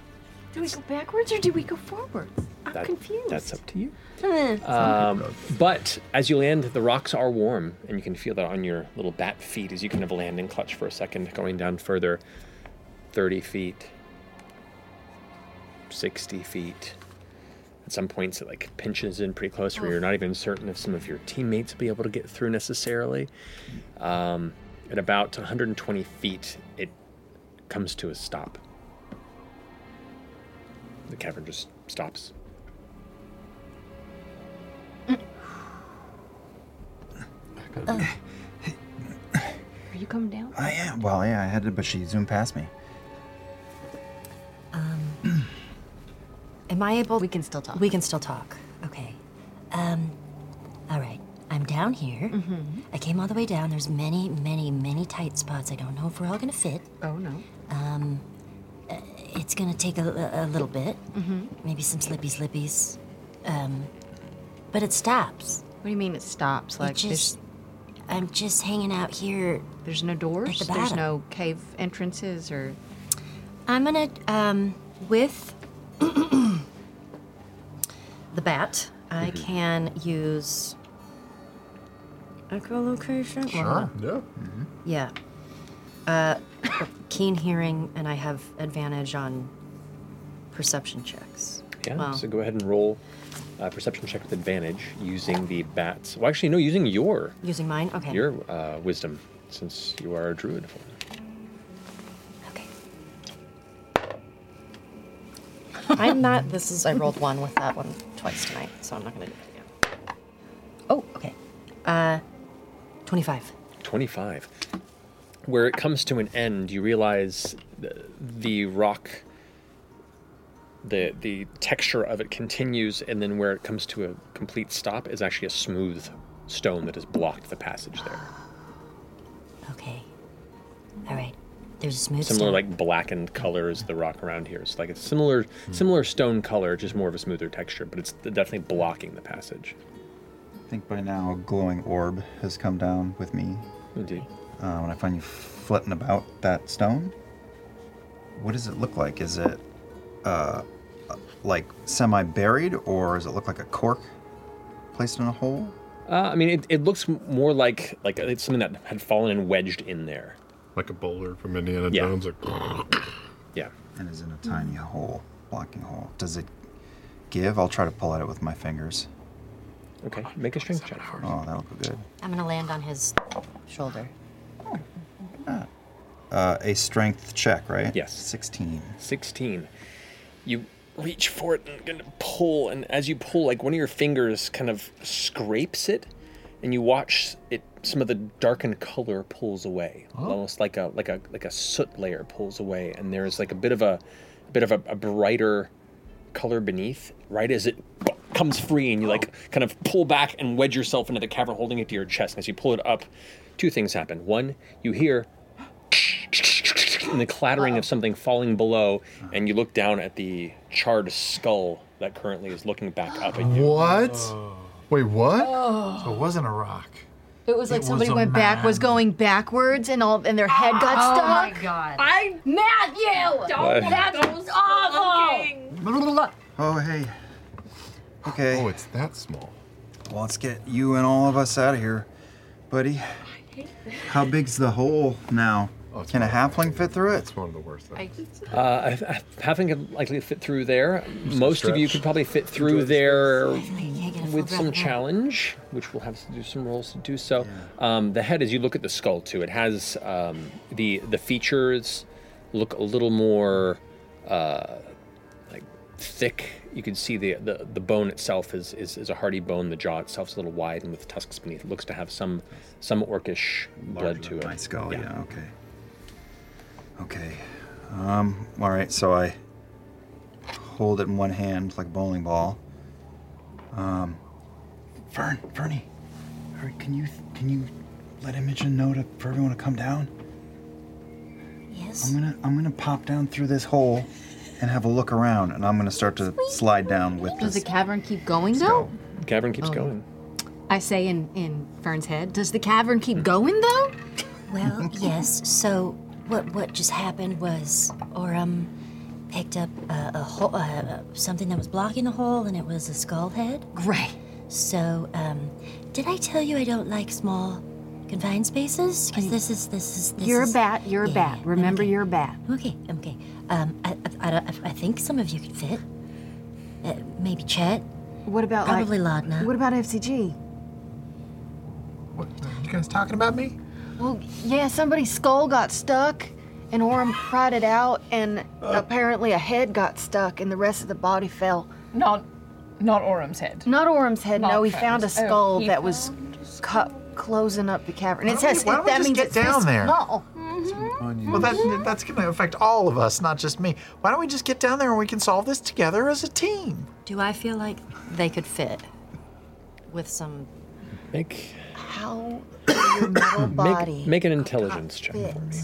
[SPEAKER 9] Do we go backwards or do we go forwards? I'm
[SPEAKER 2] That-
[SPEAKER 9] confused.
[SPEAKER 2] that's up to you
[SPEAKER 9] Hmm.
[SPEAKER 2] um, but as you land the rocks are warm and you can feel that on your little bat feet as you kind of land and clutch for a second going down further 30 feet 60 feet At some points, it like pinches in pretty close where you're not even certain if some of your teammates will be able to get through necessarily. Um, at about 120 feet, it comes to a stop. The cavern just stops.
[SPEAKER 9] Are you coming down?
[SPEAKER 14] I am. Well, yeah, I had to, but she zoomed past me.
[SPEAKER 15] Um, am I able? We can still talk. We can still talk. Okay. Um, all right. I'm down here.
[SPEAKER 9] Mm-hmm.
[SPEAKER 15] I came all the way down. There's many, many, many tight spots. I don't know if we're all gonna fit.
[SPEAKER 9] Oh no.
[SPEAKER 15] Um, uh, it's gonna take a, a little bit.
[SPEAKER 9] Mm-hmm.
[SPEAKER 15] Maybe some slippy slippies. Um, but it stops.
[SPEAKER 9] What do you mean it stops? Like
[SPEAKER 15] just- I'm just hanging out here.
[SPEAKER 9] There's no doors.
[SPEAKER 15] At the
[SPEAKER 9] There's
[SPEAKER 15] bottom.
[SPEAKER 9] no cave entrances or.
[SPEAKER 15] I'm gonna um with the bat. I
[SPEAKER 9] Mhm.
[SPEAKER 15] can use echolocation.
[SPEAKER 5] Sure.
[SPEAKER 13] Yeah.
[SPEAKER 15] Yeah. Uh, keen hearing, and I have advantage on perception checks.
[SPEAKER 2] Yeah.
[SPEAKER 15] Wow.
[SPEAKER 2] So go ahead and roll uh, perception check with advantage using the bats. Well, actually, no, using your
[SPEAKER 15] Using mine. Okay.
[SPEAKER 2] your uh, wisdom since you are a druid. For
[SPEAKER 12] I'm not. This is. I rolled one with that one twice tonight, so I'm not gonna do it again.
[SPEAKER 15] Oh, okay. Uh, twenty-five.
[SPEAKER 2] 25. Where it comes to an end, you realize th- the rock, the the texture of it continues, and then where it comes to a complete stop is actually a smooth stone that has blocked the passage there.
[SPEAKER 15] Okay. All right. There's a smooth.
[SPEAKER 2] similar,
[SPEAKER 15] stone.
[SPEAKER 2] like blackened color is the rock around here. It's like a similar similar stone color, just more of a smoother texture, but it's definitely blocking the passage.
[SPEAKER 14] I think by now a glowing orb has come down with me.
[SPEAKER 2] Indeed.
[SPEAKER 14] Uh, when I find you flitting about that stone, what does it look like? Is it uh, like semi buried, or does it look like a cork placed in a hole?
[SPEAKER 2] Uh, I mean, it, it looks m- more like like it's something that had fallen and wedged in there.
[SPEAKER 13] Like a boulder from Indiana
[SPEAKER 2] Yeah.
[SPEAKER 13] Jones. Like,
[SPEAKER 2] yeah.
[SPEAKER 14] And is in a tiny hole, blocking hole. Does it give? I'll try to pull at it with my fingers.
[SPEAKER 2] Okay, make a strength check first.
[SPEAKER 14] Oh, that'll go good.
[SPEAKER 15] I'm gonna land on his shoulder.
[SPEAKER 14] Uh, a strength check, right?
[SPEAKER 2] Yes.
[SPEAKER 14] 16.
[SPEAKER 2] 16. You reach for it and kind of pull, and as you pull, like one of your fingers kind of scrapes it, and you watch it. Some of the darkened color pulls away, almost like a like a like a soot layer pulls away, and there is like a bit of a, bit of a, a brighter color beneath. Right as it comes free, and you like kind of pull back and wedge yourself into the cavern, holding it to your chest. And as you pull it up, two things happen. One, you hear and the clattering of something falling below, and you look down at the charred skull that currently is looking back up at you.
[SPEAKER 3] What? Wait, what?
[SPEAKER 9] Oh.
[SPEAKER 3] So it wasn't a rock.
[SPEAKER 9] It was
[SPEAKER 3] like
[SPEAKER 9] like
[SPEAKER 3] It was somebody
[SPEAKER 9] somebody
[SPEAKER 3] a
[SPEAKER 9] went back, was
[SPEAKER 3] man.
[SPEAKER 9] going backwards, and all, and their head got
[SPEAKER 5] Oh
[SPEAKER 9] stuck.
[SPEAKER 5] my
[SPEAKER 9] god! I Matthew.
[SPEAKER 5] Don't
[SPEAKER 9] What?
[SPEAKER 5] let
[SPEAKER 9] That's
[SPEAKER 5] those
[SPEAKER 9] awful.
[SPEAKER 14] Oh, hey. Okay. Oh,
[SPEAKER 13] it's that small.
[SPEAKER 14] Well, let's get you and all of us out of here, buddy. How big's the hole now?
[SPEAKER 13] Oh,
[SPEAKER 14] Can a halfling fit through it? It's
[SPEAKER 13] one of the worst
[SPEAKER 2] Uh, I- I- having it likely fit through there, most of you could probably fit through there with some challenge, which we'll have to do some rolls to do so. Um, the head, as you look at the skull too, it has um, the the features look a little more uh, like thick. You can see the, the the bone itself is, is is a hardy bone. The jaw itself is a little wide, and with tusks beneath, it looks to have some some orcish blood to it.
[SPEAKER 14] My skull, yeah. okay. Okay. Um, all right, so I hold it in one hand like a bowling ball. Um, Fern, Fernie, Fern, can you can you let Imogen know to, for everyone to come down?
[SPEAKER 15] Yes.
[SPEAKER 14] I'm gonna I'm gonna pop down through this hole and have a look around, and I'm gonna start to slide down with
[SPEAKER 9] Does
[SPEAKER 14] this.
[SPEAKER 9] the cavern keep going though?
[SPEAKER 2] Cavern keeps
[SPEAKER 9] Oh.
[SPEAKER 2] going.
[SPEAKER 9] I say in in Fern's head. Does the cavern keep going though?
[SPEAKER 15] Well,
[SPEAKER 9] Mm-hmm.
[SPEAKER 15] yes. So what what just happened was Orum picked up a, a hole, uh, uh, something that was blocking the hole, and it was a skull head.
[SPEAKER 9] Great.
[SPEAKER 15] So, um, did I tell you I don't like small confined spaces? Because this is this is this
[SPEAKER 9] You're a
[SPEAKER 15] is-
[SPEAKER 9] bat. You're a
[SPEAKER 15] Yeah,
[SPEAKER 9] bat. Remember, you're a bat.
[SPEAKER 15] Okay, okay. Um, I, I, I, don't- I think some of you could fit. Uh, maybe Chet.
[SPEAKER 9] What about like-
[SPEAKER 15] probably Laudna?
[SPEAKER 9] What about FCG?
[SPEAKER 3] You guys talking about me?
[SPEAKER 9] Well, yeah, somebody's skull got stuck, and Orem pried it out, and
[SPEAKER 3] Uh.
[SPEAKER 9] apparently a head got stuck, and the rest of the body fell.
[SPEAKER 10] Not, not Orem's head.
[SPEAKER 9] Not Orem's head.
[SPEAKER 10] Not
[SPEAKER 9] no, he
[SPEAKER 10] Fern's.
[SPEAKER 9] found
[SPEAKER 10] Oh,
[SPEAKER 9] a skull
[SPEAKER 10] he
[SPEAKER 9] that was cut closing up the cavern.
[SPEAKER 3] Why
[SPEAKER 9] It
[SPEAKER 3] don't we-
[SPEAKER 9] says
[SPEAKER 3] why
[SPEAKER 9] it,
[SPEAKER 3] don't we
[SPEAKER 9] that
[SPEAKER 3] just
[SPEAKER 9] means
[SPEAKER 3] get
[SPEAKER 9] it's
[SPEAKER 3] down
[SPEAKER 9] this
[SPEAKER 3] there?
[SPEAKER 9] small.
[SPEAKER 3] Mm-hmm. Well, that, that's going to affect all of us, not just me. Why don't we just get down there and we can solve this together as a team?
[SPEAKER 12] Do I feel like they could fit with some?
[SPEAKER 2] Make
[SPEAKER 9] How your metal body?
[SPEAKER 2] Hmm, Make, make an intelligence check.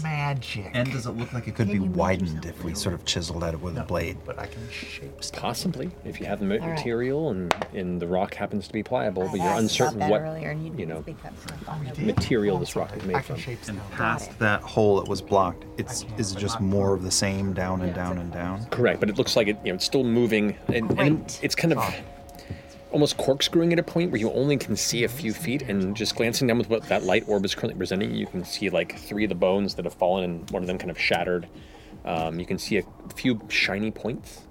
[SPEAKER 3] Magic.
[SPEAKER 14] And does it look like it could be widened if we sort of chiseled at it with a blade?
[SPEAKER 3] But I can shape
[SPEAKER 14] stuff.
[SPEAKER 2] Possibly, if you have the
[SPEAKER 14] All
[SPEAKER 2] ma-
[SPEAKER 14] right.
[SPEAKER 2] material and, and the rock happens to be pliable, but you're
[SPEAKER 14] asked
[SPEAKER 2] uncertain
[SPEAKER 14] about that
[SPEAKER 2] what
[SPEAKER 14] earlier,
[SPEAKER 2] you, know Oh,
[SPEAKER 14] did?
[SPEAKER 2] material this rock is made from.
[SPEAKER 14] And past that hole it was blocked, it's is it just more of the same down and down and down?
[SPEAKER 2] Correct, but it looks like it, you know, it's still moving, and, and it's kind of almost corkscrewing at a point where you only can see a few feet, and just glancing down with what that light orb is currently presenting, you can see like three of the bones that have fallen, and one of them kind of shattered. Um, you can see a few shiny points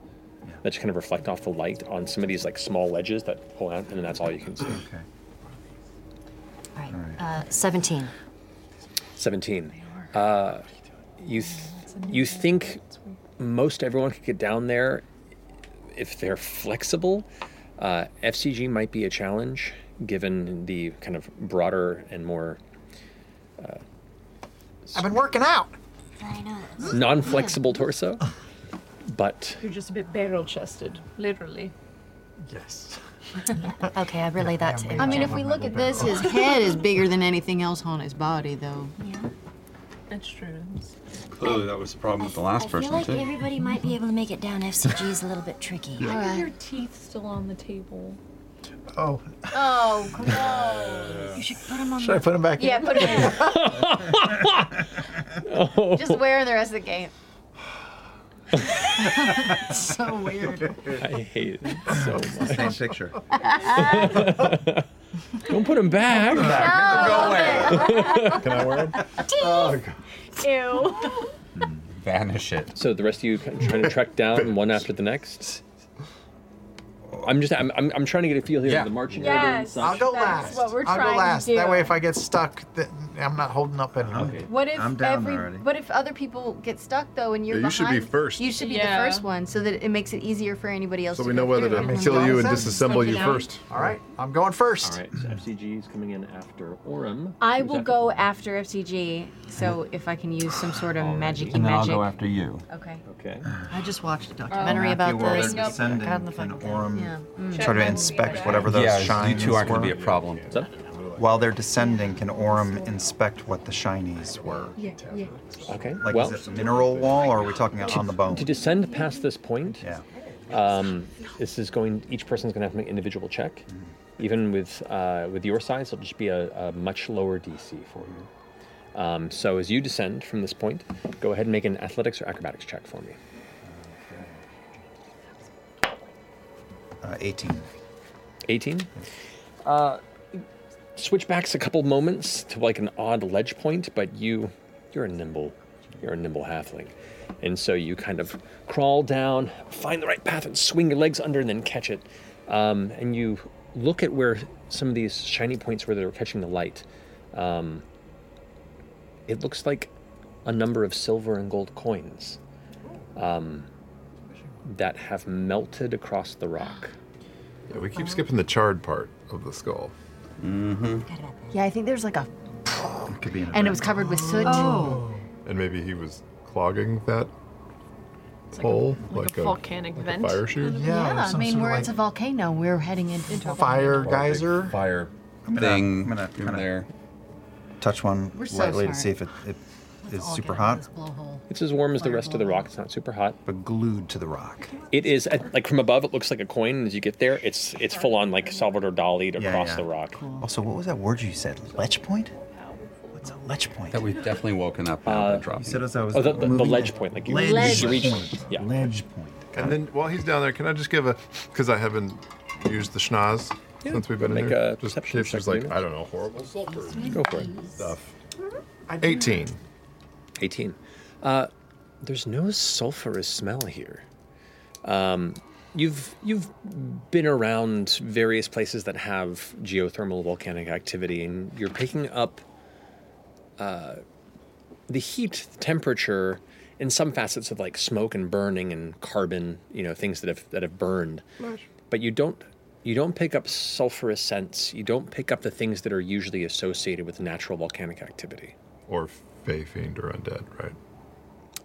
[SPEAKER 2] that just kind of reflect off the light on some of these like small ledges that pull out, and that's all you can see. Okay.
[SPEAKER 15] Uh, 17.
[SPEAKER 2] 17. Uh, you, th- you think most everyone could get down there if they're flexible. Uh, FCG might be a challenge given the kind of broader and more uh,
[SPEAKER 3] I've been working out.
[SPEAKER 2] non flexible torso. But
[SPEAKER 10] You're just a bit barrel chested, literally.
[SPEAKER 3] Yes.
[SPEAKER 15] okay, I relay that to him.
[SPEAKER 16] I mean, if we look at this, his head is bigger than anything else on his body, though. Yeah,
[SPEAKER 10] that's true.
[SPEAKER 7] Clearly, that was the problem with the last
[SPEAKER 15] I feel
[SPEAKER 7] person,
[SPEAKER 15] like
[SPEAKER 7] too.
[SPEAKER 15] everybody might be able to make it down. FCG is a little bit tricky.
[SPEAKER 10] Why are your teeth still on the table?
[SPEAKER 3] Oh.
[SPEAKER 16] Oh, come
[SPEAKER 3] on.
[SPEAKER 16] You should
[SPEAKER 15] put him
[SPEAKER 16] on.
[SPEAKER 3] Should I put him back in?
[SPEAKER 16] Yeah, put him
[SPEAKER 9] in.
[SPEAKER 2] Oh.
[SPEAKER 9] Just wear the rest of the game.
[SPEAKER 16] so weird.
[SPEAKER 2] I hate it so much.
[SPEAKER 14] Same picture.
[SPEAKER 2] Don't put him back.
[SPEAKER 7] Can I wear it?
[SPEAKER 3] Oh,
[SPEAKER 10] Ew.
[SPEAKER 7] Vanish it.
[SPEAKER 2] So the rest of you kind of trying to track down one after the next. I'm just I'm, I'm, I'm trying to get a feel here of the marching order and
[SPEAKER 10] Yes,
[SPEAKER 2] stuff.
[SPEAKER 3] I'll go
[SPEAKER 10] that's
[SPEAKER 3] last.
[SPEAKER 10] what we're
[SPEAKER 3] I'll
[SPEAKER 10] trying
[SPEAKER 3] go
[SPEAKER 10] to
[SPEAKER 3] last. That
[SPEAKER 10] do.
[SPEAKER 3] way, if I get stuck, th- I'm not holding up anyone.
[SPEAKER 9] What if every? What if other people get stuck though, and you're
[SPEAKER 3] Yeah, you
[SPEAKER 9] behind?
[SPEAKER 3] should be first.
[SPEAKER 9] You should be
[SPEAKER 16] Yeah.
[SPEAKER 9] the first one, so that it makes it easier for anybody else.
[SPEAKER 13] So
[SPEAKER 9] to
[SPEAKER 13] we
[SPEAKER 9] go
[SPEAKER 13] know whether
[SPEAKER 9] through
[SPEAKER 13] to
[SPEAKER 9] it.
[SPEAKER 13] kill you and disassemble you first.
[SPEAKER 3] All right, I'm going first.
[SPEAKER 2] All right, so FCG is coming in after Orem.
[SPEAKER 16] I
[SPEAKER 2] Who's
[SPEAKER 16] will
[SPEAKER 2] after-
[SPEAKER 16] go after FCG, so if I can use some sort of magic magic.
[SPEAKER 7] And then I'll go after you.
[SPEAKER 16] Okay.
[SPEAKER 2] Okay.
[SPEAKER 16] I just watched
[SPEAKER 9] Oh.
[SPEAKER 16] a
[SPEAKER 12] documentary about this. God in the fucking
[SPEAKER 14] Orem
[SPEAKER 16] Mm.
[SPEAKER 14] Try to inspect whatever those
[SPEAKER 7] Yeah, you
[SPEAKER 14] shines
[SPEAKER 7] two aren't gonna
[SPEAKER 14] were.
[SPEAKER 7] be a problem.
[SPEAKER 14] While they're descending, can Orem inspect what the shinies were?
[SPEAKER 16] Yeah, yeah.
[SPEAKER 2] Okay.
[SPEAKER 14] Like,
[SPEAKER 2] well,
[SPEAKER 14] is it mineral wall, or are we talking on the bone?
[SPEAKER 2] to descend past this point, um, this is going. Each person's going to have to make an individual check.
[SPEAKER 14] Mm-hmm.
[SPEAKER 2] Even with uh, with your size, it'll just be a, a much lower DC for you. Um, so as you descend from this point, go ahead and make an athletics or acrobatics check for me.
[SPEAKER 14] Uh, 18.
[SPEAKER 2] 18. Uh, switchbacks a couple moments to like an odd ledge point, but you you're a nimble you're a nimble halfling, and so you kind of crawl down, find the right path, and swing your legs under, and then catch it. Um, and you look at where some of these shiny points where they're catching the light. Um, it looks like a number of silver and gold coins um, that have melted across the rock.
[SPEAKER 13] Yeah, we keep skipping the charred part of the skull. Mm-hmm.
[SPEAKER 9] Yeah, I think there's like a,
[SPEAKER 13] Could be
[SPEAKER 9] and it was covered with
[SPEAKER 6] Oh.
[SPEAKER 9] soot.
[SPEAKER 13] And maybe he was clogging that hole, like, a,
[SPEAKER 9] volcanic
[SPEAKER 13] like a fire chute.
[SPEAKER 9] Yeah, I mean, we're it's a volcano. We're heading in- into a volcano.
[SPEAKER 3] geyser.
[SPEAKER 7] Fire
[SPEAKER 14] thing I'm gonna,
[SPEAKER 7] in there.
[SPEAKER 14] Touch one
[SPEAKER 9] We're so
[SPEAKER 14] lightly to
[SPEAKER 9] smart.
[SPEAKER 14] see if it, it is super hot.
[SPEAKER 2] It's as warm as the rest of the rock. It's not super hot.
[SPEAKER 14] But glued to the rock.
[SPEAKER 2] It is at, like from above. It looks like a coin. and As you get there, it's it's full on like Salvador Dali'd across
[SPEAKER 14] yeah.
[SPEAKER 2] the rock.
[SPEAKER 14] Also, what was that word you said? Ledge point? What's a ledge point? That
[SPEAKER 7] we've definitely woken up now. that drop.
[SPEAKER 14] Uh, You said as I was
[SPEAKER 2] Oh, the, the, the
[SPEAKER 14] moving
[SPEAKER 2] ledge
[SPEAKER 14] it.
[SPEAKER 2] point. Like you,
[SPEAKER 14] Ledge
[SPEAKER 2] you reach.
[SPEAKER 14] point.
[SPEAKER 2] Yeah.
[SPEAKER 14] Ledge point.
[SPEAKER 13] And then while he's down there, can I just give a because I haven't used the schnoz since we've been in
[SPEAKER 2] Make
[SPEAKER 13] here.
[SPEAKER 2] a
[SPEAKER 13] just
[SPEAKER 2] perception
[SPEAKER 13] in case
[SPEAKER 2] check,
[SPEAKER 13] there's like
[SPEAKER 2] David.
[SPEAKER 13] I don't know horrible sulfur
[SPEAKER 2] Go for it.
[SPEAKER 13] stuff. 18.
[SPEAKER 2] 18. Uh, there's no sulfurous smell here. Um, you've you've been around various places that have geothermal volcanic activity, and you're picking up uh, the heat, the temperature, in some facets of like smoke and burning and carbon, you know, things that have that have burned. But you don't you don't pick up sulfurous scents. You don't pick up the things that are usually associated with natural volcanic activity.
[SPEAKER 4] Or Fey, Fiend, or Undead, right?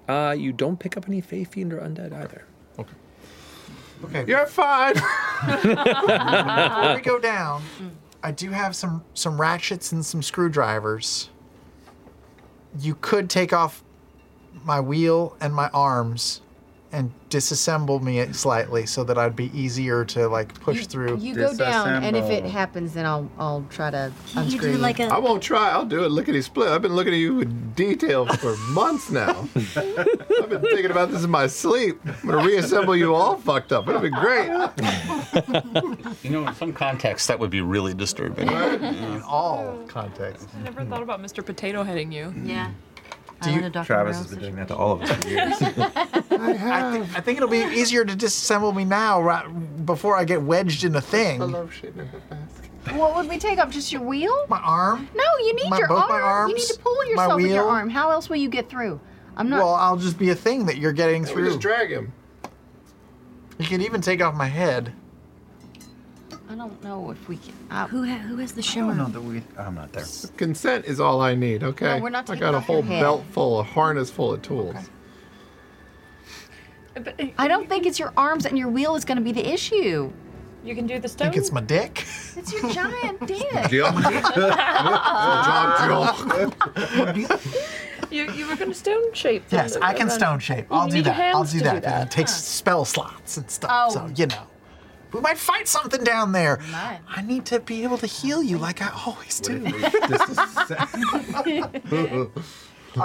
[SPEAKER 2] Uh, you don't pick up any Fey, Fiend, or Undead either.
[SPEAKER 3] Okay. You're fine. Before we
[SPEAKER 2] Mm.
[SPEAKER 3] go down, I do have some some ratchets and some screwdrivers. You could take off my wheel and my arms and disassemble me slightly so that I'd be easier to like push through.
[SPEAKER 6] You go down, and if it happens, then I'll I'll try to unscrew.
[SPEAKER 4] I I won't try. I'll do it. Lickety split. I've been looking at you with detail for months now. I've been thinking about this in my sleep. I'm gonna reassemble you all fucked up. It'll be great.
[SPEAKER 7] You know, in some contexts, that would be really disturbing.
[SPEAKER 3] In all contexts.
[SPEAKER 10] I never thought about Mr. Potato heading you.
[SPEAKER 12] Yeah.
[SPEAKER 3] Do you-
[SPEAKER 14] Travis has been doing that to all of us for years.
[SPEAKER 3] I, thi- I think it'll be easier to disassemble me now right, before I get wedged in a thing.
[SPEAKER 6] What would we take off? Just your wheel?
[SPEAKER 3] My arm?
[SPEAKER 6] No, you need
[SPEAKER 3] My-
[SPEAKER 6] your
[SPEAKER 3] both
[SPEAKER 6] arm.
[SPEAKER 3] my
[SPEAKER 6] you need
[SPEAKER 3] arms,
[SPEAKER 6] to pull
[SPEAKER 3] my
[SPEAKER 6] yourself with your
[SPEAKER 3] wheel.
[SPEAKER 6] arm. How else will you get through? I'm not.
[SPEAKER 3] Well, I'll just be a thing that you're getting
[SPEAKER 4] we
[SPEAKER 3] through.
[SPEAKER 4] just drag him.
[SPEAKER 3] You can even take off my head.
[SPEAKER 6] I don't know if we can.
[SPEAKER 17] who, ha- who has the
[SPEAKER 6] Oh,
[SPEAKER 14] I
[SPEAKER 17] shimmer?
[SPEAKER 14] don't know that we. I'm not there.
[SPEAKER 4] Consent is all I need. Okay.
[SPEAKER 17] No, we're not
[SPEAKER 4] I
[SPEAKER 17] taking
[SPEAKER 4] got a
[SPEAKER 17] off your
[SPEAKER 4] whole
[SPEAKER 17] head.
[SPEAKER 4] belt full, a harness full of tools.
[SPEAKER 10] uh,
[SPEAKER 6] I don't think it's your arms and your wheel is going to be the issue.
[SPEAKER 10] You can do the
[SPEAKER 3] I think it's my dick.
[SPEAKER 6] It's your giant dick.
[SPEAKER 10] you, you were going to stone shape. them,
[SPEAKER 3] Yes, I can
[SPEAKER 10] then.
[SPEAKER 3] stone shape.
[SPEAKER 10] You
[SPEAKER 3] I'll do
[SPEAKER 10] need your
[SPEAKER 3] that. I'll
[SPEAKER 10] hands
[SPEAKER 3] do
[SPEAKER 10] to
[SPEAKER 3] that. And it takes spell slots and stuff.
[SPEAKER 10] Oh.
[SPEAKER 3] So, you know. We might fight something down there. I need to be able to heal you like I always do.
[SPEAKER 4] All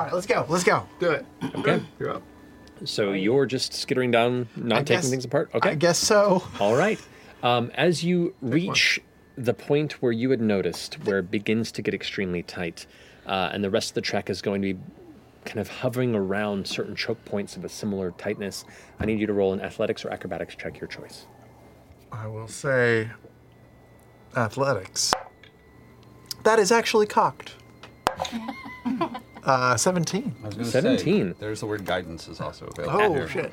[SPEAKER 3] right, let's go. Let's go.
[SPEAKER 4] Do it.
[SPEAKER 2] Okay.
[SPEAKER 4] You're up.
[SPEAKER 2] So you're just skittering down, not
[SPEAKER 3] I
[SPEAKER 2] taking
[SPEAKER 3] guess-
[SPEAKER 2] things apart? Okay. I
[SPEAKER 3] guess so.
[SPEAKER 2] All right. Um, as you reach the point where you had noticed, where it begins to get extremely tight, uh, and the rest of the track is going to be kind of hovering around certain choke points of a similar tightness, I need you to roll an athletics or acrobatics check, your choice.
[SPEAKER 3] I will say athletics. That is actually cocked. uh, 17.
[SPEAKER 7] I was gonna say, there's the word guidance is also available.
[SPEAKER 3] Oh,
[SPEAKER 7] here.
[SPEAKER 3] shit.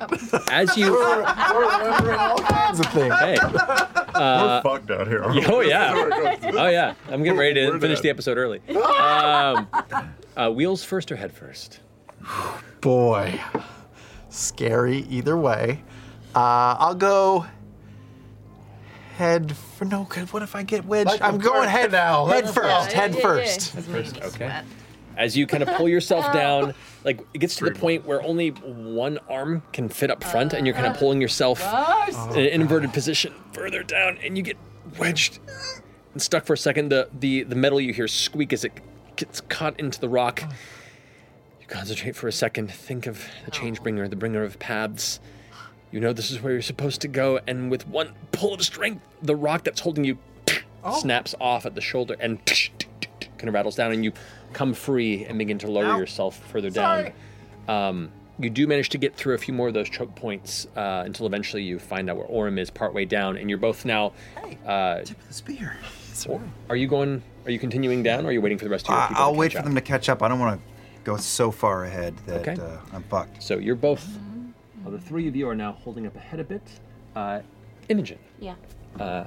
[SPEAKER 2] As you.
[SPEAKER 3] That's a thing.
[SPEAKER 2] Hey.
[SPEAKER 4] We're fucked out here.
[SPEAKER 2] Yeah, Uh, oh yeah. oh yeah. I'm getting ready to finish the episode early. Um, uh, wheels first or head first?
[SPEAKER 3] Boy, scary either way. Uh, I'll go head for no good. What if I get wedged?
[SPEAKER 2] Like
[SPEAKER 3] I'm
[SPEAKER 2] the
[SPEAKER 3] going
[SPEAKER 2] first
[SPEAKER 3] head
[SPEAKER 2] now.
[SPEAKER 3] Head
[SPEAKER 2] Let's
[SPEAKER 3] first.
[SPEAKER 2] go.
[SPEAKER 3] Head
[SPEAKER 2] Yeah, yeah, yeah.
[SPEAKER 3] first.
[SPEAKER 2] Head first, okay. As you kind of pull yourself down, like it gets to the point where only one arm can fit up front, and you're
[SPEAKER 3] Uh,
[SPEAKER 2] kind of pulling yourself
[SPEAKER 18] Gross.
[SPEAKER 2] in an inverted position further down, and you get wedged and stuck for a second. The the the metal you hear squeak as it gets caught into the rock. You concentrate for a second. Think of the change bringer, the bringer of paths. You know this is where you're supposed to go, and with one pull of strength, the rock that's holding you snaps off at the shoulder and kind of rattles down, and you come free and begin to lower yourself further down. Um, you do manage to get through a few more of those choke points uh, until eventually you find out where Orem is partway down, and you're both now. Uh, tip
[SPEAKER 14] of the spear.
[SPEAKER 2] Are you going? Are you continuing down, or are you waiting for the rest of your
[SPEAKER 14] I-
[SPEAKER 2] people?
[SPEAKER 14] I'll
[SPEAKER 2] to
[SPEAKER 14] wait
[SPEAKER 2] catch
[SPEAKER 14] for
[SPEAKER 2] up?
[SPEAKER 14] them to catch up. I don't want to go so far ahead that
[SPEAKER 2] Okay.
[SPEAKER 14] uh, I'm fucked.
[SPEAKER 2] So you're both. Well, the three of you are now holding up ahead a bit. Uh, Imogen,
[SPEAKER 10] Yeah.
[SPEAKER 2] uh,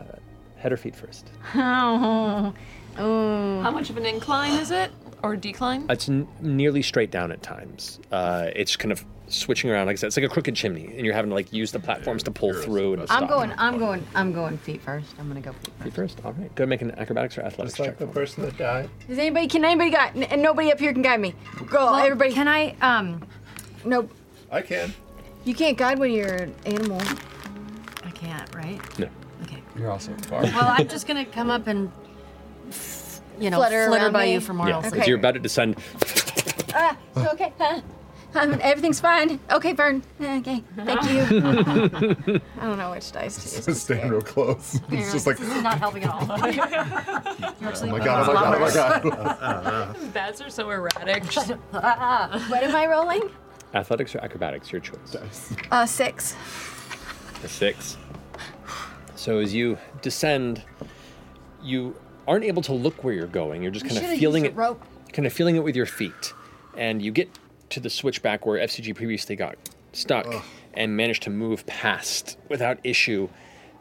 [SPEAKER 2] head or feet first?
[SPEAKER 10] Oh. How much of an incline is it? Or decline?
[SPEAKER 2] It's n- nearly straight down at times. Uh, it's kind of switching around. Like I said, it's like a crooked chimney, and you're having to like use the platforms to pull through. And
[SPEAKER 12] I'm
[SPEAKER 2] stop.
[SPEAKER 12] going. I'm going. I'm going feet first. I'm gonna go feet first.
[SPEAKER 2] Feet first. All right. Go and make an acrobatics or athletics check.
[SPEAKER 4] the person that died.
[SPEAKER 6] Does anybody? Can anybody guide? And nobody up here can guide me. Go, everybody. Can I? Um. Nope.
[SPEAKER 4] I can.
[SPEAKER 6] You can't guide when you're an animal.
[SPEAKER 12] I can't, right?
[SPEAKER 2] No.
[SPEAKER 12] Okay.
[SPEAKER 7] You're also far.
[SPEAKER 12] Well, I'm just gonna come up and, you know,
[SPEAKER 6] Flutter
[SPEAKER 12] flutter,
[SPEAKER 6] around
[SPEAKER 12] by
[SPEAKER 6] me.
[SPEAKER 12] you from
[SPEAKER 2] Yeah.
[SPEAKER 12] Oral's.
[SPEAKER 2] As you're about to descend,
[SPEAKER 6] Ah, it's okay. Huh? Um, everything's fine. Okay, Vern. Okay, thank you. I don't know which dice to use.
[SPEAKER 4] Stand real close. It's just like,
[SPEAKER 12] This is not helping at all.
[SPEAKER 4] oh my god, oh my god, oh my god.
[SPEAKER 10] Those bats are so erratic.
[SPEAKER 6] what am I rolling?
[SPEAKER 2] athletics or acrobatics, your choice.
[SPEAKER 6] Uh, six.
[SPEAKER 2] A six. So as you descend, you aren't able to look where you're going. You're just
[SPEAKER 6] We
[SPEAKER 2] kind of
[SPEAKER 6] should've
[SPEAKER 2] feeling
[SPEAKER 6] used
[SPEAKER 2] it,
[SPEAKER 6] a rope.
[SPEAKER 2] kind of feeling it with your feet, and you get to the switchback where FCG previously got stuck and managed to move past without issue.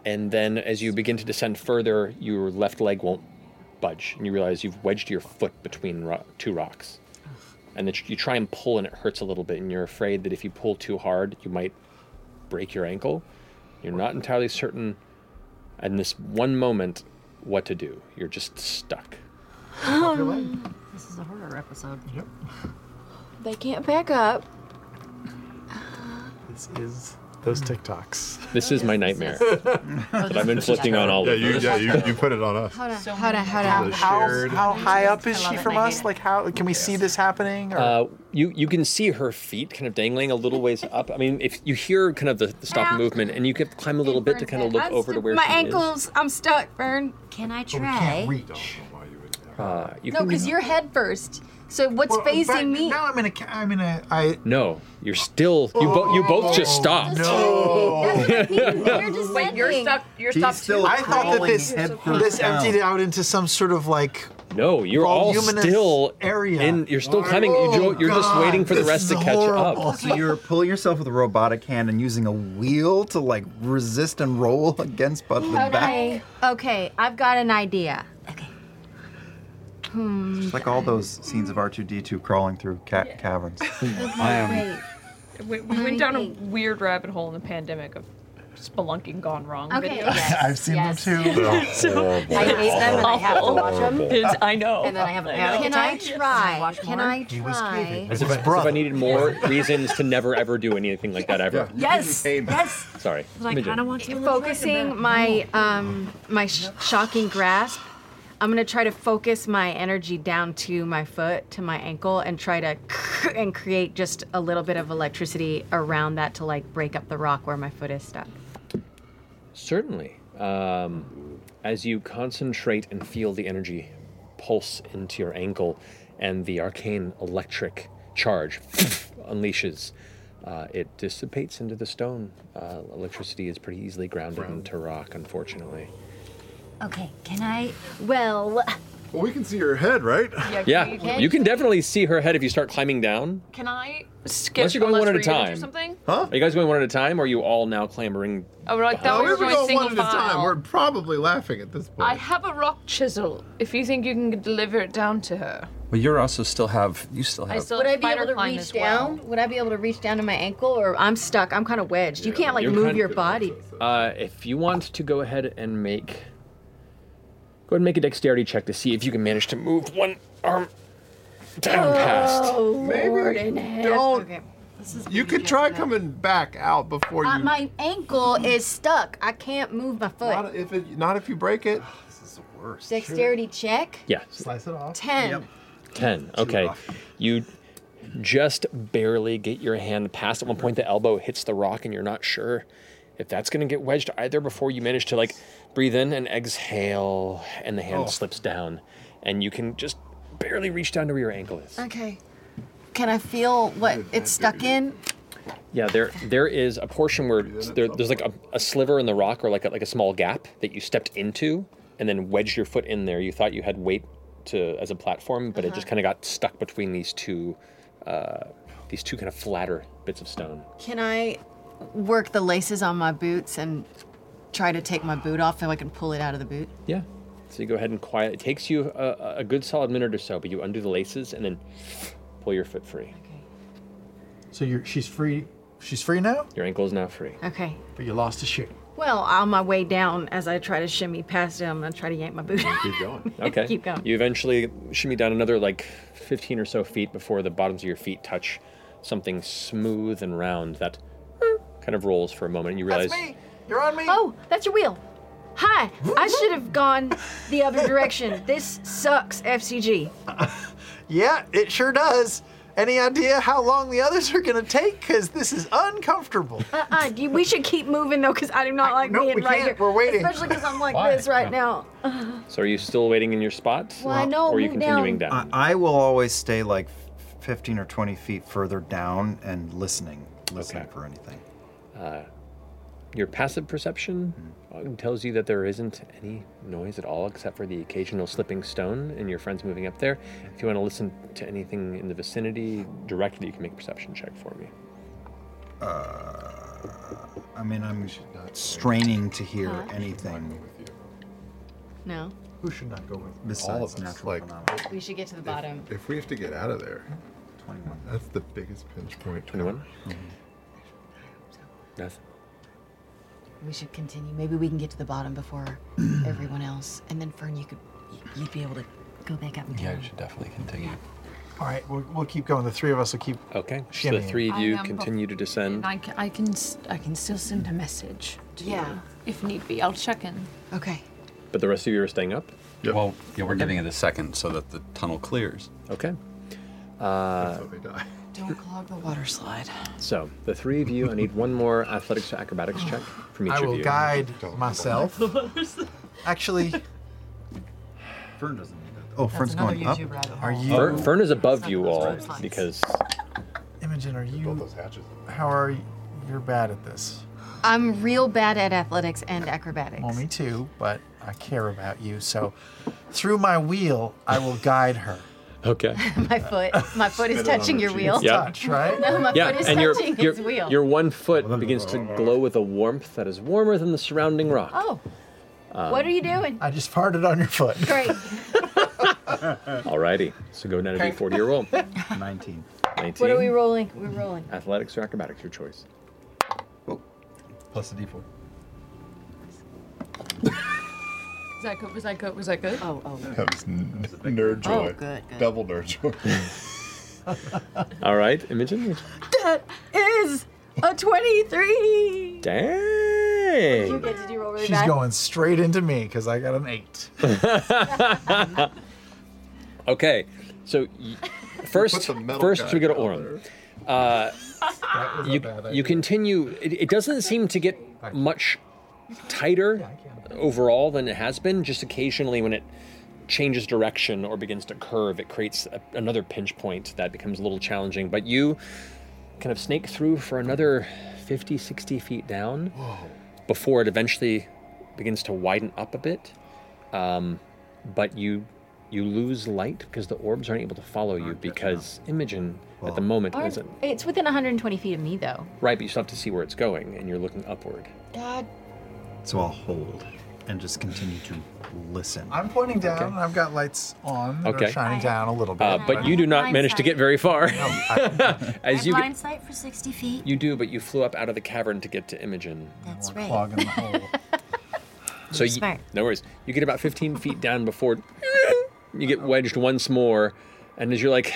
[SPEAKER 2] and then as you begin to descend further, your left leg won't budge, and you realize you've wedged your foot between ro- two rocks. And that you try and pull, and it hurts a little bit, and you're afraid that if you pull too hard, you might break your ankle. You're not entirely certain, in this one moment, what to do. You're just stuck.
[SPEAKER 12] this is a horror episode. Yep.
[SPEAKER 6] They can't back up.
[SPEAKER 3] This is those TikToks.
[SPEAKER 2] This is my nightmare
[SPEAKER 4] Oh,
[SPEAKER 2] that I'm inflicting on all
[SPEAKER 4] yeah,
[SPEAKER 2] of
[SPEAKER 4] you,
[SPEAKER 2] us.
[SPEAKER 4] yeah, you, you put it on us.
[SPEAKER 6] Hold on,
[SPEAKER 3] hold on, hold on. How, how high up is she from us? Like, how can we see this happening? Or?
[SPEAKER 2] Uh, you you can see her feet kind of dangling a little ways up. I mean, if you hear kind of the, the stop movement, and you can climb a little bit to kind of look over to where
[SPEAKER 5] my
[SPEAKER 2] she
[SPEAKER 5] ankles. I'm stuck, Vern. Can I try?
[SPEAKER 2] is. Uh, you
[SPEAKER 5] no,
[SPEAKER 2] can-
[SPEAKER 5] because you're head first. So what's
[SPEAKER 3] Well, but
[SPEAKER 5] facing me?
[SPEAKER 3] Now I'm in a. ca- I'm in a. I.
[SPEAKER 2] No, you're still. You both. You both just stopped.
[SPEAKER 3] No.
[SPEAKER 5] Wait, you're stuck.
[SPEAKER 10] Oh. You're
[SPEAKER 2] He's stuck still too.
[SPEAKER 3] I thought that
[SPEAKER 2] crawling
[SPEAKER 3] this
[SPEAKER 2] head
[SPEAKER 3] this
[SPEAKER 2] first down.
[SPEAKER 3] emptied out into some sort of like.
[SPEAKER 2] No, you're all
[SPEAKER 3] voluminous
[SPEAKER 2] still
[SPEAKER 3] area. Oh,
[SPEAKER 2] in- you're still climbing. You jo- you're just waiting for the rest to catch up.
[SPEAKER 14] So you're pulling yourself with a robotic hand and using a wheel to like resist and roll against but the back.
[SPEAKER 5] Okay. Okay. I've got an idea. Okay. Hmm.
[SPEAKER 14] It's like all those scenes of R2D2 crawling through cat caverns. I am.
[SPEAKER 10] We, we went down a weird rabbit hole in the pandemic of spelunking gone wrong.
[SPEAKER 5] Okay,
[SPEAKER 10] videos.
[SPEAKER 5] yes,
[SPEAKER 3] I've seen
[SPEAKER 5] yes.
[SPEAKER 3] them too.
[SPEAKER 10] They're horrible.
[SPEAKER 5] I hate them and I have to
[SPEAKER 10] Awful.
[SPEAKER 5] watch them.
[SPEAKER 10] It's- I know.
[SPEAKER 5] And then I have a panic
[SPEAKER 10] Can
[SPEAKER 5] attack.
[SPEAKER 10] I
[SPEAKER 5] Can I try? Can
[SPEAKER 10] more?
[SPEAKER 5] I try?
[SPEAKER 2] As if, I, as if I needed more reasons to never ever do anything like that ever.
[SPEAKER 5] Yes. Yes.
[SPEAKER 2] Sorry. Midget.
[SPEAKER 6] Focusing my um my sh- shocking grasp. I'm gonna try to focus my energy down to my foot, to my ankle, and try to and create just a little bit of electricity around that to like break up the rock where my foot is stuck.
[SPEAKER 2] Certainly. Um, as you concentrate and feel the energy pulse into your ankle, and the arcane electric charge unleashes, uh, it dissipates into the stone. Uh, electricity is pretty easily grounded into rock, unfortunately.
[SPEAKER 5] Okay. Can I? Well.
[SPEAKER 4] Well, we can see your head, right?
[SPEAKER 2] Yeah,
[SPEAKER 10] you can-
[SPEAKER 2] you can definitely see her head if you start climbing down.
[SPEAKER 10] Can I skip?
[SPEAKER 2] Unless you're going one at a
[SPEAKER 10] unless we're gonna do
[SPEAKER 2] time.
[SPEAKER 10] Something?
[SPEAKER 2] Huh? Are you guys going one at a time, or are you all now clambering?
[SPEAKER 10] Oh, we're like that.
[SPEAKER 2] No,
[SPEAKER 10] way
[SPEAKER 2] we
[SPEAKER 10] we're
[SPEAKER 2] were
[SPEAKER 10] going
[SPEAKER 4] going
[SPEAKER 10] single
[SPEAKER 4] one at a time.
[SPEAKER 10] file.
[SPEAKER 4] We're probably laughing at this point.
[SPEAKER 10] I have a rock chisel. If you think you can deliver it down to her,
[SPEAKER 7] Well, you're also still have you still have.
[SPEAKER 10] still
[SPEAKER 6] Would I be
[SPEAKER 10] spider
[SPEAKER 6] able to
[SPEAKER 10] climb
[SPEAKER 6] reach
[SPEAKER 10] as well.
[SPEAKER 6] down? Would I be able to reach down to my ankle, or I'm stuck? I'm kind of wedged. You can't like
[SPEAKER 2] You're
[SPEAKER 6] move
[SPEAKER 2] kinda-
[SPEAKER 6] your body.
[SPEAKER 2] Uh, if you want to go ahead and make, go ahead and make a dexterity check to see if you can manage to move one arm down past.
[SPEAKER 4] Maybe
[SPEAKER 6] Lord in heaven.
[SPEAKER 4] don't.
[SPEAKER 6] Okay.
[SPEAKER 4] You could try coming back out before
[SPEAKER 6] Uh,
[SPEAKER 4] you.
[SPEAKER 6] my ankle is stuck. I can't move my foot.
[SPEAKER 4] Not if it, not if you break it.
[SPEAKER 6] Dexterity check.
[SPEAKER 2] Yeah,
[SPEAKER 4] Slice it off.
[SPEAKER 6] Ten.
[SPEAKER 2] ten. Okay, you just barely get your hand past. At one point, the elbow hits the rock, and you're not sure if that's going to get wedged either. Before you manage to like breathe in and exhale, and the hand
[SPEAKER 6] Oh.
[SPEAKER 2] slips down, and you can just barely reach down to where your ankle is.
[SPEAKER 6] Okay. Can I feel what it's stuck in?
[SPEAKER 2] Yeah, there there is a portion where there, there's like a, a sliver in the rock or like a, like a small gap that you stepped into and then wedged your foot in there. You thought you had weight to as a platform, but it
[SPEAKER 6] Uh-huh.
[SPEAKER 2] just kind of got stuck between these two uh, these two kind of flatter bits of stone.
[SPEAKER 6] Can I work the laces on my boots and try to take my boot off so I can pull it out of the boot?
[SPEAKER 2] Yeah. So you go ahead and quiet. It takes you a, a good solid minute or so, but you undo the laces and then pull your foot free.
[SPEAKER 3] So you're. She's free. She's free now.
[SPEAKER 2] Your ankle is now free.
[SPEAKER 6] Okay.
[SPEAKER 3] But you lost a shoe.
[SPEAKER 6] Well, on my way down, as I try to shimmy past it, I'm gonna try to yank my boot.
[SPEAKER 2] Keep going. Okay.
[SPEAKER 6] Keep going.
[SPEAKER 2] You eventually shimmy down another like 15 or so feet before the bottoms of your feet touch something smooth and round that eh, kind of rolls for a moment, and you realize
[SPEAKER 3] You're on me.
[SPEAKER 6] Oh, that's your wheel. Hi. I should have gone the other direction. This sucks, FCG.
[SPEAKER 3] Yeah, it sure does. Any idea how long the others are gonna take? Cause this is uncomfortable.
[SPEAKER 5] Uh,
[SPEAKER 9] Uh,
[SPEAKER 6] Uh-uh. you- We should keep moving though, because I do not like
[SPEAKER 3] no,
[SPEAKER 6] being
[SPEAKER 3] we
[SPEAKER 6] right
[SPEAKER 3] can't.
[SPEAKER 6] here.
[SPEAKER 3] We're waiting.
[SPEAKER 6] Especially because I'm like
[SPEAKER 14] Why?
[SPEAKER 6] this right now.
[SPEAKER 2] So are you still waiting in your spot?
[SPEAKER 6] Well, I know,
[SPEAKER 2] Or are you
[SPEAKER 6] move
[SPEAKER 2] continuing down?
[SPEAKER 14] I, I will always stay like 15 or 20 feet further down and listening, listening for anything.
[SPEAKER 2] Uh, your passive perception uh, tells you that there isn't any noise at all except for the occasional slipping stone and your friends moving up there. If you want to listen to anything in the vicinity directly, you can make a perception check for me.
[SPEAKER 14] Uh, I mean, I'm straining to hear anything.
[SPEAKER 9] No.
[SPEAKER 1] Who should not go with
[SPEAKER 14] Besides
[SPEAKER 1] all of us?
[SPEAKER 14] natural
[SPEAKER 1] like,
[SPEAKER 9] We should get to the bottom.
[SPEAKER 1] if we have to get out of there, 21. That's the biggest pinch point.
[SPEAKER 2] 21?
[SPEAKER 19] We should continue. Maybe we can get to the bottom before everyone else, and then Fern, you could, you'd be able to go back up.
[SPEAKER 7] Yeah, you should definitely continue.
[SPEAKER 3] All right, we'll, we'll keep going. The three of us will keep.
[SPEAKER 2] Okay. So the
[SPEAKER 3] Shimmying.
[SPEAKER 2] three of
[SPEAKER 10] I
[SPEAKER 2] you
[SPEAKER 10] am
[SPEAKER 2] continue to descend.
[SPEAKER 10] And I can, I can, s- I can still send a message. To
[SPEAKER 19] Yeah.
[SPEAKER 10] You, if need be, I'll check in.
[SPEAKER 19] Okay.
[SPEAKER 2] But the rest of you are staying up?
[SPEAKER 7] Well, yeah, we're giving it a second so that the tunnel clears.
[SPEAKER 2] Okay. Uh,
[SPEAKER 19] Don't clog the water slide.
[SPEAKER 2] so, the three of you, I need one more athletics or acrobatics check from each
[SPEAKER 3] I
[SPEAKER 2] of you.
[SPEAKER 3] will guide myself. Actually,
[SPEAKER 14] Fern doesn't need that. Oh, Fern's
[SPEAKER 3] another
[SPEAKER 14] going up.
[SPEAKER 3] YouTube rabbit
[SPEAKER 14] Are you?
[SPEAKER 2] Fern, Fern is above you all because
[SPEAKER 3] Imogen, are you? How are you? You're bad at this.
[SPEAKER 9] I'm real bad at athletics and acrobatics.
[SPEAKER 3] Well, me too, but I care about you. So, through my wheel, I will guide her.
[SPEAKER 2] Okay.
[SPEAKER 9] my foot, my foot is
[SPEAKER 3] Spit it on
[SPEAKER 9] touching
[SPEAKER 3] her
[SPEAKER 9] your
[SPEAKER 3] cheek.
[SPEAKER 9] wheel.
[SPEAKER 2] Yeah.
[SPEAKER 3] Touch, right?
[SPEAKER 9] No, my
[SPEAKER 2] yeah,
[SPEAKER 9] foot is
[SPEAKER 2] and your,
[SPEAKER 9] touching
[SPEAKER 2] your,
[SPEAKER 9] his wheel.
[SPEAKER 2] your one foot begins to glow with a warmth that is warmer than the surrounding rock.
[SPEAKER 9] oh,
[SPEAKER 2] Um,
[SPEAKER 9] what are you doing?
[SPEAKER 3] I just farted on your foot.
[SPEAKER 9] Great.
[SPEAKER 2] Alrighty. So go down to
[SPEAKER 9] Okay.
[SPEAKER 2] D40 or roll.
[SPEAKER 14] 19.
[SPEAKER 2] 19.
[SPEAKER 9] What are we rolling? We're rolling.
[SPEAKER 2] Athletics or acrobatics, your choice.
[SPEAKER 14] Oh, Plus the d4.
[SPEAKER 10] Was that good? Was that good? Was that good?
[SPEAKER 19] Oh, oh.
[SPEAKER 1] That was n- nerd joy.
[SPEAKER 10] Oh, good, good.
[SPEAKER 1] Double nerd joy.
[SPEAKER 2] All right, Imogen.
[SPEAKER 9] That is a 23.
[SPEAKER 2] Dang.
[SPEAKER 9] You get to do roll really
[SPEAKER 3] She's
[SPEAKER 9] bad.
[SPEAKER 3] going straight into me because I got an eight.
[SPEAKER 2] okay, so y- first,
[SPEAKER 3] metal
[SPEAKER 2] first
[SPEAKER 3] guy
[SPEAKER 2] we go to Orem. Uh, you you continue. It, it doesn't seem to get much tighter overall than it has been. Just occasionally, when it changes direction or begins to curve, it creates a, another pinch point that becomes a little challenging. But you kind of snake through for another 50, 60 feet down before it eventually begins to widen up a bit. Um, but you you lose light because the orbs aren't able to follow you because Imogen at the moment
[SPEAKER 9] Aren't-
[SPEAKER 2] isn't.
[SPEAKER 9] It's within 120 feet of me, though.
[SPEAKER 2] Right, but you still have to see where it's going and you're looking upward.
[SPEAKER 9] God.
[SPEAKER 14] So I'll hold and just continue to listen.
[SPEAKER 3] I'm pointing down. and I've got lights on. that are
[SPEAKER 2] Okay.
[SPEAKER 3] shining down a little bit.
[SPEAKER 2] Uh, but you do not
[SPEAKER 15] blind
[SPEAKER 2] manage to
[SPEAKER 15] sight.
[SPEAKER 2] get very far. As you
[SPEAKER 15] blind
[SPEAKER 2] get,
[SPEAKER 15] sight for 60 feet.
[SPEAKER 2] you do, but you flew up out of the cavern to get to Imogen.
[SPEAKER 15] That's right.
[SPEAKER 2] So you, no worries. You get about 15 feet down before you get wedged once more, and as you're like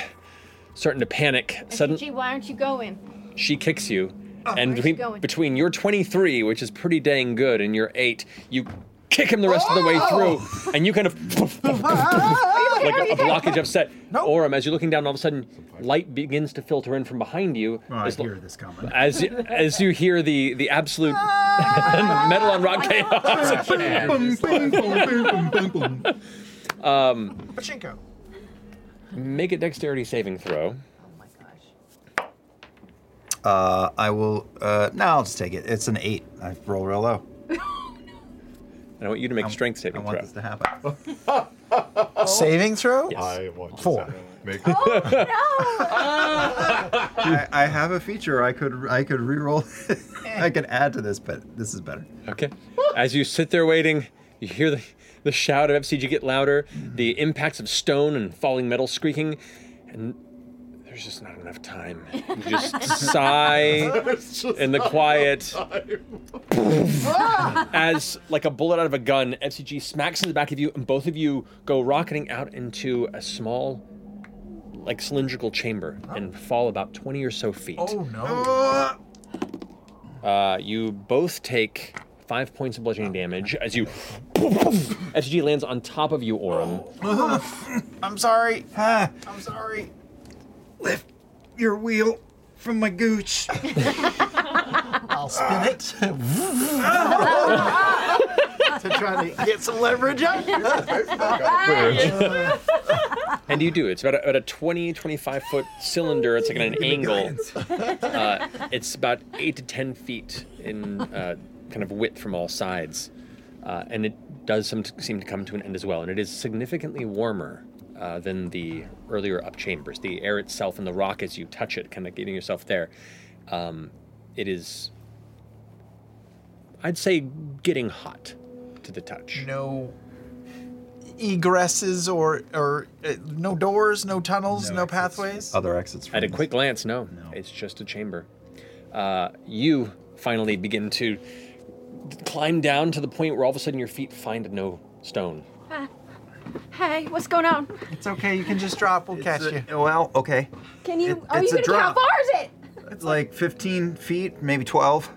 [SPEAKER 2] starting to panic, suddenly
[SPEAKER 9] Gee, why aren't you going?
[SPEAKER 2] she kicks you,
[SPEAKER 9] Oh,
[SPEAKER 2] and
[SPEAKER 9] where's she
[SPEAKER 2] between,
[SPEAKER 9] going?
[SPEAKER 2] between your 23, which is pretty dang good, and your eight, you kick him the rest of the way
[SPEAKER 9] Oh!
[SPEAKER 2] through, and you kind of like a, a blockage of set. Orem, as you're looking down, all of a sudden, light begins to filter in from behind you.
[SPEAKER 14] Oh, I
[SPEAKER 2] as,
[SPEAKER 14] hear this coming.
[SPEAKER 2] as you, as you hear the the absolute metal on rock chaos. um,
[SPEAKER 3] Pachinko.
[SPEAKER 2] make a dexterity saving throw.
[SPEAKER 14] Uh, I will. Uh, no, I'll just take it. It's an eight. I roll real low.
[SPEAKER 2] And I want you to make a strength saving throw.
[SPEAKER 14] This to happen.
[SPEAKER 3] Saving throw?
[SPEAKER 1] I want
[SPEAKER 3] Four.
[SPEAKER 6] Oh,
[SPEAKER 14] I, I have a feature. I could I could re-roll. I could add to this, but this is better.
[SPEAKER 2] Okay. As you sit there waiting, you hear the, the shout of FCG get louder, the impacts of stone and falling metal squeaking, and there's just not enough time. You just sigh in the quiet. as like a bullet out of a gun, FCG smacks in the back of you, and both of you go rocketing out into a small, like cylindrical chamber and fall about 20 or so feet.
[SPEAKER 3] Oh no.
[SPEAKER 2] Uh, you both take five points of bludgeoning damage as you. SG lands on top of you, Orim.
[SPEAKER 3] I'm sorry.
[SPEAKER 14] Ah,
[SPEAKER 3] I'm sorry.
[SPEAKER 14] your wheel from my gooch.
[SPEAKER 3] I'll spin it to try to get some leverage up.
[SPEAKER 2] and you do. It's about a, about a 20, 25 foot cylinder. It's like at an angle. Uh, it's about eight to 10 feet in uh, kind of width from all sides. Uh, and it does some seem to come to an end as well. And it is significantly warmer uh, than the earlier up chambers. The air itself and the rock as you touch it, kind of getting yourself there. Um, it is I'd say getting hot to the touch.
[SPEAKER 3] No egresses or or uh, no doors, no tunnels, no, pathways.
[SPEAKER 14] Other exits.
[SPEAKER 2] At a quick glance, no. It's just a chamber. Uh, you finally begin to climb down to the point where all of a sudden your feet find no stone.
[SPEAKER 9] Uh, Hey, what's going on?
[SPEAKER 3] It's okay. You can just drop. We'll catch you.
[SPEAKER 14] Well, okay.
[SPEAKER 9] Can you?
[SPEAKER 14] It-
[SPEAKER 9] are you
[SPEAKER 14] it's a
[SPEAKER 9] gonna count? How
[SPEAKER 14] drop.
[SPEAKER 9] far is it?
[SPEAKER 14] It's like 15 feet, maybe 12.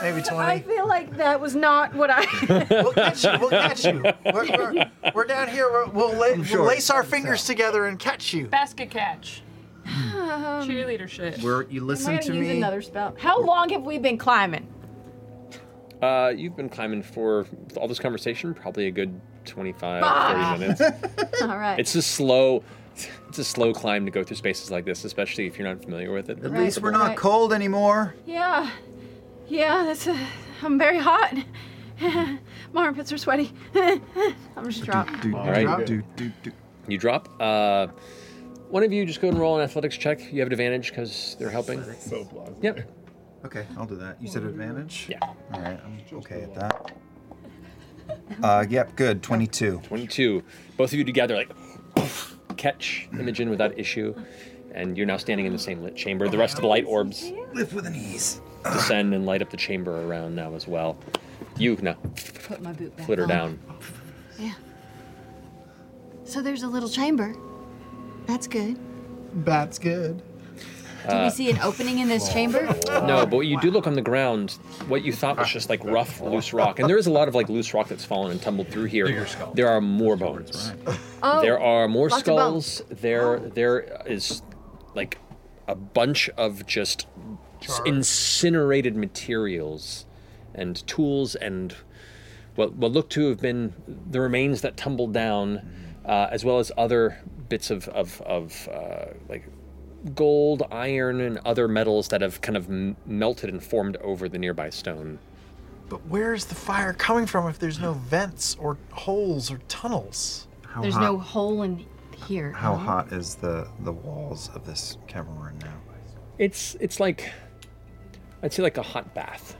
[SPEAKER 3] Maybe
[SPEAKER 9] I feel like that was not what I.
[SPEAKER 3] we'll catch you. We'll catch you. We're, we're, we're down here. We're, we'll, la-
[SPEAKER 14] sure.
[SPEAKER 3] we'll lace our fingers together and catch you.
[SPEAKER 10] Basket catch. Cheerleader shit.
[SPEAKER 14] Where you
[SPEAKER 9] Am Um, I gonna use another spell? How long have we been climbing?
[SPEAKER 2] Uh, you've been climbing for with all this conversation, probably a good 25,
[SPEAKER 9] Bah!
[SPEAKER 14] Ah!
[SPEAKER 2] 30 minutes.
[SPEAKER 9] All right.
[SPEAKER 2] It's a slow, it's a slow climb to go through spaces like this, especially if you're not familiar with it.
[SPEAKER 14] At least we're not cold anymore.
[SPEAKER 9] Yeah, yeah. That's. Uh, I'm very hot. My armpits are sweaty. I'm just dropping.
[SPEAKER 2] All right. You drop. Uh, one of you just go and roll an athletics check. You have an advantage because they're helping. Yep.
[SPEAKER 14] Okay, I'll do that. You said advantage?
[SPEAKER 2] Yeah.
[SPEAKER 14] All right, I'm okay at that. Uh, yep, good. 22.
[SPEAKER 2] 22. Both of you together, like, catch Imogen without issue, and you're now standing in the same lit chamber. The rest of the light orbs
[SPEAKER 14] lift with an
[SPEAKER 2] E.
[SPEAKER 14] ease.
[SPEAKER 2] descend and light up the chamber around now as well. You now
[SPEAKER 19] Put my boot back.
[SPEAKER 2] flitter
[SPEAKER 19] on.
[SPEAKER 2] down.
[SPEAKER 19] Yeah. So there's a little chamber. That's good.
[SPEAKER 3] That's good.
[SPEAKER 19] Do
[SPEAKER 2] Uh,
[SPEAKER 19] we see an opening in this chamber?
[SPEAKER 2] No, but what you do look on the ground, what you thought was just like rough, loose rock, and there is a lot of like loose rock that's fallen and tumbled through here. There are more bones.
[SPEAKER 5] Oh,
[SPEAKER 2] there are more
[SPEAKER 5] lots of bones. Oh.
[SPEAKER 2] skulls. There, there is like a bunch of just s- incinerated materials and tools and what what look to have been the remains that tumbled down, uh, as well as other bits of of, of uh, like gold, iron, and other metals that have kind of m- melted and formed over the nearby stone.
[SPEAKER 3] But where is the fire coming from if there's no vents or holes or tunnels?
[SPEAKER 9] There's no hole in here.
[SPEAKER 14] How
[SPEAKER 9] no?
[SPEAKER 2] Mm-hmm.
[SPEAKER 5] Mm-hmm.
[SPEAKER 14] hot is the the walls of this cavern we're in now?
[SPEAKER 2] It's it's like I'd say like a hot bath,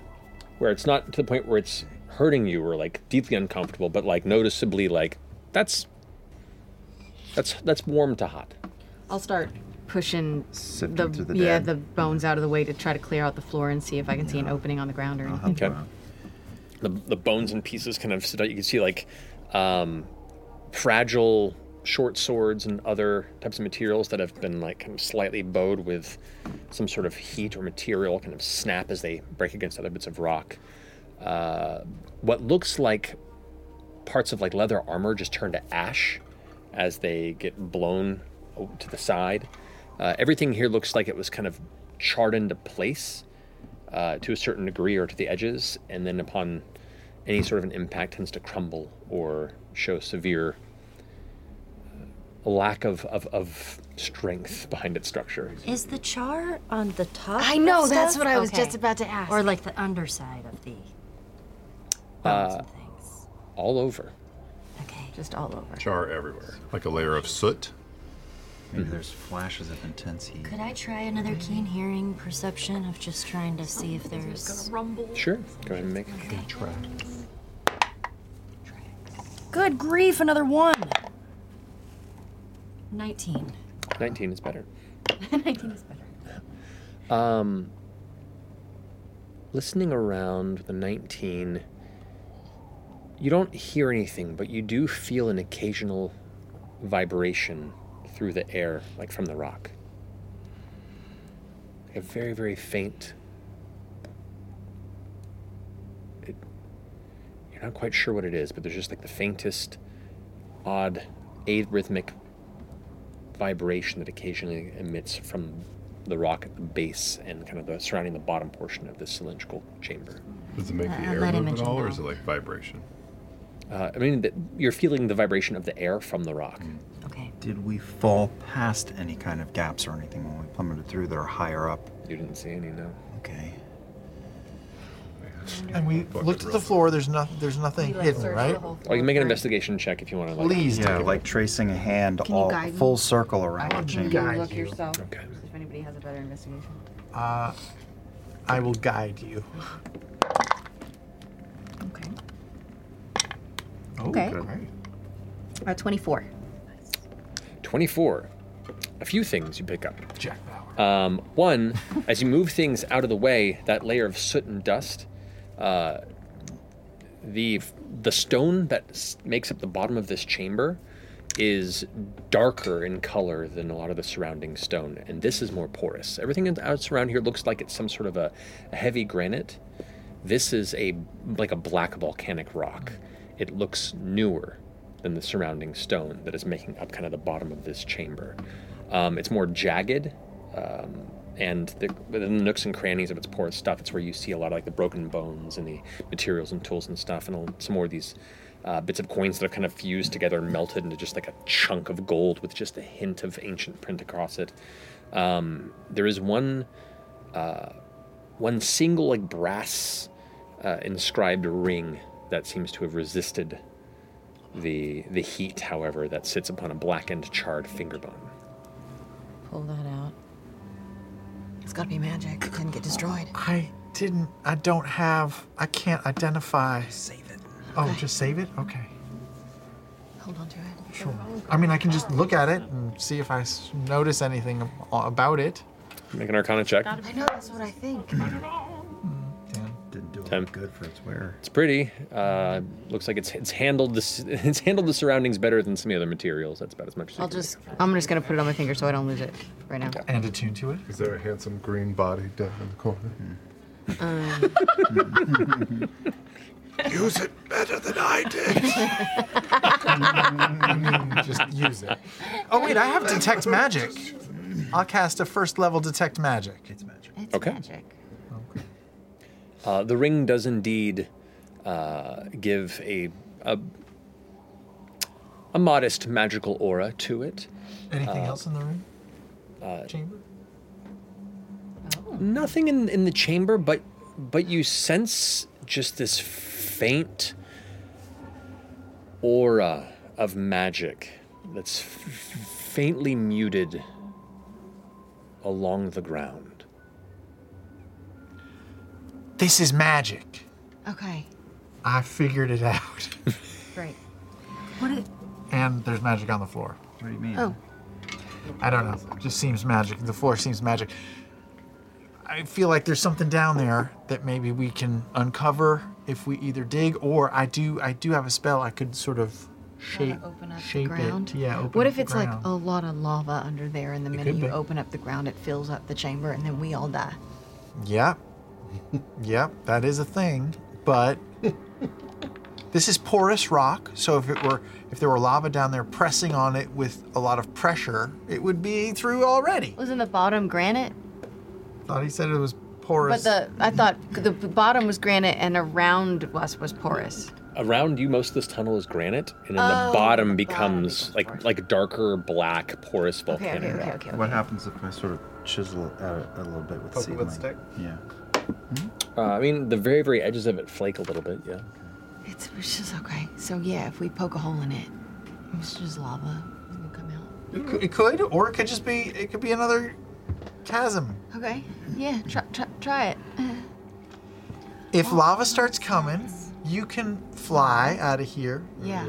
[SPEAKER 2] where it's not to the point where it's hurting you or like deeply uncomfortable, but like noticeably like that's that's that's warm to hot.
[SPEAKER 9] I'll start pushing the,
[SPEAKER 2] through the
[SPEAKER 9] yeah
[SPEAKER 2] dead.
[SPEAKER 9] the bones out of the way to try to clear out the floor and see if I can see an opening on the ground or anything.
[SPEAKER 2] Uh-huh.
[SPEAKER 6] Uh-huh.
[SPEAKER 2] Okay. The, the bones and pieces kind of sit out. You can see like um, fragile short swords and other types of materials that have been like kind of slightly bowed with some sort of heat or material kind of snap as they break against other bits of rock. Uh, what looks like parts of like leather armor just turn to ash as they get blown o- to the side. Uh, everything here looks like it was kind of charred into place uh, to a certain degree or to the edges, and then upon any sort of an impact tends to crumble or show severe uh, lack of, of, of strength behind its structure.
[SPEAKER 15] Is the char on the top?
[SPEAKER 19] I
[SPEAKER 15] of
[SPEAKER 19] know, that's
[SPEAKER 15] stuff?
[SPEAKER 19] what I was just about to ask.
[SPEAKER 15] Or like the underside of the.
[SPEAKER 2] Uh, all over.
[SPEAKER 15] Okay. Just all over.
[SPEAKER 1] Char everywhere, like a layer of soot.
[SPEAKER 14] Maybe there's flashes of intense heat.
[SPEAKER 15] Could I try another keen hearing perception of just trying to see if there's.
[SPEAKER 19] rumble.
[SPEAKER 2] Sure. Go ahead and make a
[SPEAKER 14] try.
[SPEAKER 15] Good grief, another one! 19.
[SPEAKER 2] 19 is better.
[SPEAKER 15] 19 is better.
[SPEAKER 2] Um, listening around with the 19, you don't hear anything, but you do feel an occasional vibration through the air, like from the rock. Like a very, very faint. It, you're not quite sure what it is, but there's just like the faintest, odd, arrhythmic vibration that occasionally emits from the rock at the base and kind of the surrounding the bottom portion of this cylindrical chamber.
[SPEAKER 1] Does it make the
[SPEAKER 15] Uh,
[SPEAKER 1] air move at
[SPEAKER 15] let Imogen
[SPEAKER 1] all, or
[SPEAKER 15] go.
[SPEAKER 1] is it like vibration?
[SPEAKER 2] Uh, I mean, the, you're feeling the vibration of the air from the rock.
[SPEAKER 1] Mm.
[SPEAKER 15] Okay.
[SPEAKER 14] Did we fall past any kind of gaps or anything when we plummeted through that are higher up?
[SPEAKER 2] You didn't see any, no.
[SPEAKER 14] Okay.
[SPEAKER 3] And we looked at the floor. There's nothing. There's nothing hidden, right?
[SPEAKER 2] Well, you can make an investigation check if you want to. Like,
[SPEAKER 3] Please
[SPEAKER 14] Yeah, like tracing a hand
[SPEAKER 3] Can you
[SPEAKER 14] all
[SPEAKER 3] guide me?
[SPEAKER 14] full circle around the
[SPEAKER 9] Can
[SPEAKER 14] chamber.
[SPEAKER 9] you look yourself? If anybody has a better investigation.
[SPEAKER 3] Uh, I will guide you. Oh,
[SPEAKER 1] Oh,
[SPEAKER 6] okay. Uh, 24.
[SPEAKER 2] 24. A few things you pick up. Um, one, as you move things out of the way, that layer of soot and dust, uh, the the stone that s- makes up the bottom of this chamber is darker in color than a lot of the surrounding stone, and this is more porous. Everything that's out around here looks like it's some sort of a, a heavy granite. This is a like a black volcanic rock. It looks newer than the surrounding stone that is making up kind of the bottom of this chamber. Um, it's more jagged, um, and the, within the nooks and crannies of its porous stuff, it's where you see a lot of like the broken bones and the materials and tools and stuff, and all- some more of these uh, bits of coins that are kind of fused together and melted into just like a chunk of gold with just a hint of ancient print across it. Um, there is one, uh, one single like brass uh, inscribed ring that seems to have resisted the the heat, however, that sits upon a blackened, charred finger bone.
[SPEAKER 19] Pull that out. It's got to be magic. It didn't get destroyed.
[SPEAKER 3] I didn't. I don't have. I can't identify. Save it. Oh, just save it? Okay.
[SPEAKER 19] Hold on to it.
[SPEAKER 3] Sure. I mean, I can just look at it and see if I s- notice anything ab- about it.
[SPEAKER 2] Make an Arcana check.
[SPEAKER 19] I know that's what I think.
[SPEAKER 14] Didn't do
[SPEAKER 2] Ten.
[SPEAKER 14] good for its wearer.
[SPEAKER 2] It's pretty. Uh, looks like it's it's handled the s- it's handled the surroundings better than some of the other materials. That's about as much. as you
[SPEAKER 16] I'll
[SPEAKER 2] can
[SPEAKER 16] just. I'm just gonna put it on my finger so I don't lose it right now.
[SPEAKER 3] And attune to it.
[SPEAKER 1] Is there a handsome green body down in the
[SPEAKER 15] Hmm.
[SPEAKER 1] corner?
[SPEAKER 16] Um,
[SPEAKER 1] Use it better than I
[SPEAKER 3] did. just use it. Oh wait, I have detect magic. I'll cast a first level detect magic. It's magic.
[SPEAKER 2] It's Okay. magic. Uh, the ring does indeed uh, give a, a a modest magical aura to it.
[SPEAKER 3] Anything
[SPEAKER 2] Uh,
[SPEAKER 3] else in the room?
[SPEAKER 2] Uh,
[SPEAKER 3] Chamber?
[SPEAKER 2] Nothing in, in the chamber, but but you sense just this faint aura of magic that's f- faintly muted along the ground.
[SPEAKER 3] This is magic.
[SPEAKER 19] Okay.
[SPEAKER 3] I figured it out.
[SPEAKER 19] Great.
[SPEAKER 15] What? It,
[SPEAKER 3] And there's magic on the floor.
[SPEAKER 14] What do you mean?
[SPEAKER 15] Oh.
[SPEAKER 3] I don't know. It just seems magic. The floor seems magic. I feel like there's something down there that maybe we can uncover if we either dig or I do I do have a spell I could sort of shape
[SPEAKER 19] open up the
[SPEAKER 3] shape
[SPEAKER 19] ground?
[SPEAKER 3] it. Yeah, open
[SPEAKER 19] what
[SPEAKER 3] up
[SPEAKER 19] if
[SPEAKER 3] the
[SPEAKER 19] it's like
[SPEAKER 3] ground.
[SPEAKER 19] a lot of lava under there, and the minute
[SPEAKER 3] could
[SPEAKER 19] you
[SPEAKER 3] be.
[SPEAKER 19] open up the ground, it fills up the chamber, and then we all die?
[SPEAKER 3] Yeah. yeah, that is a thing, but this is porous rock, so if it were if there were lava down there pressing on it with a lot of pressure, it would be through already.
[SPEAKER 16] Wasn't the bottom granite?
[SPEAKER 3] Thought he said it was porous.
[SPEAKER 16] But the I thought the bottom was granite and around us was porous.
[SPEAKER 2] around you most of this tunnel is granite and then
[SPEAKER 16] Oh,
[SPEAKER 2] the bottom becomes like like darker black porous
[SPEAKER 14] Okay,
[SPEAKER 2] volcanic
[SPEAKER 14] okay, okay,
[SPEAKER 2] rock.
[SPEAKER 14] okay, What happens if I sort of chisel it out a little bit with
[SPEAKER 2] Poke it with a stick?
[SPEAKER 14] seedling? Yeah.
[SPEAKER 2] uh, i mean the very very edges of it flake a little bit yeah
[SPEAKER 19] It's, it's just okay. So yeah, if we poke a hole in it, it's just lava. It's gonna come out.
[SPEAKER 3] It cou- it could, or it could just be it could be another chasm.
[SPEAKER 19] Okay. Yeah. Try try, try it.
[SPEAKER 3] If
[SPEAKER 19] Oh,
[SPEAKER 3] lava starts coming, you can fly out of here.
[SPEAKER 19] Yeah.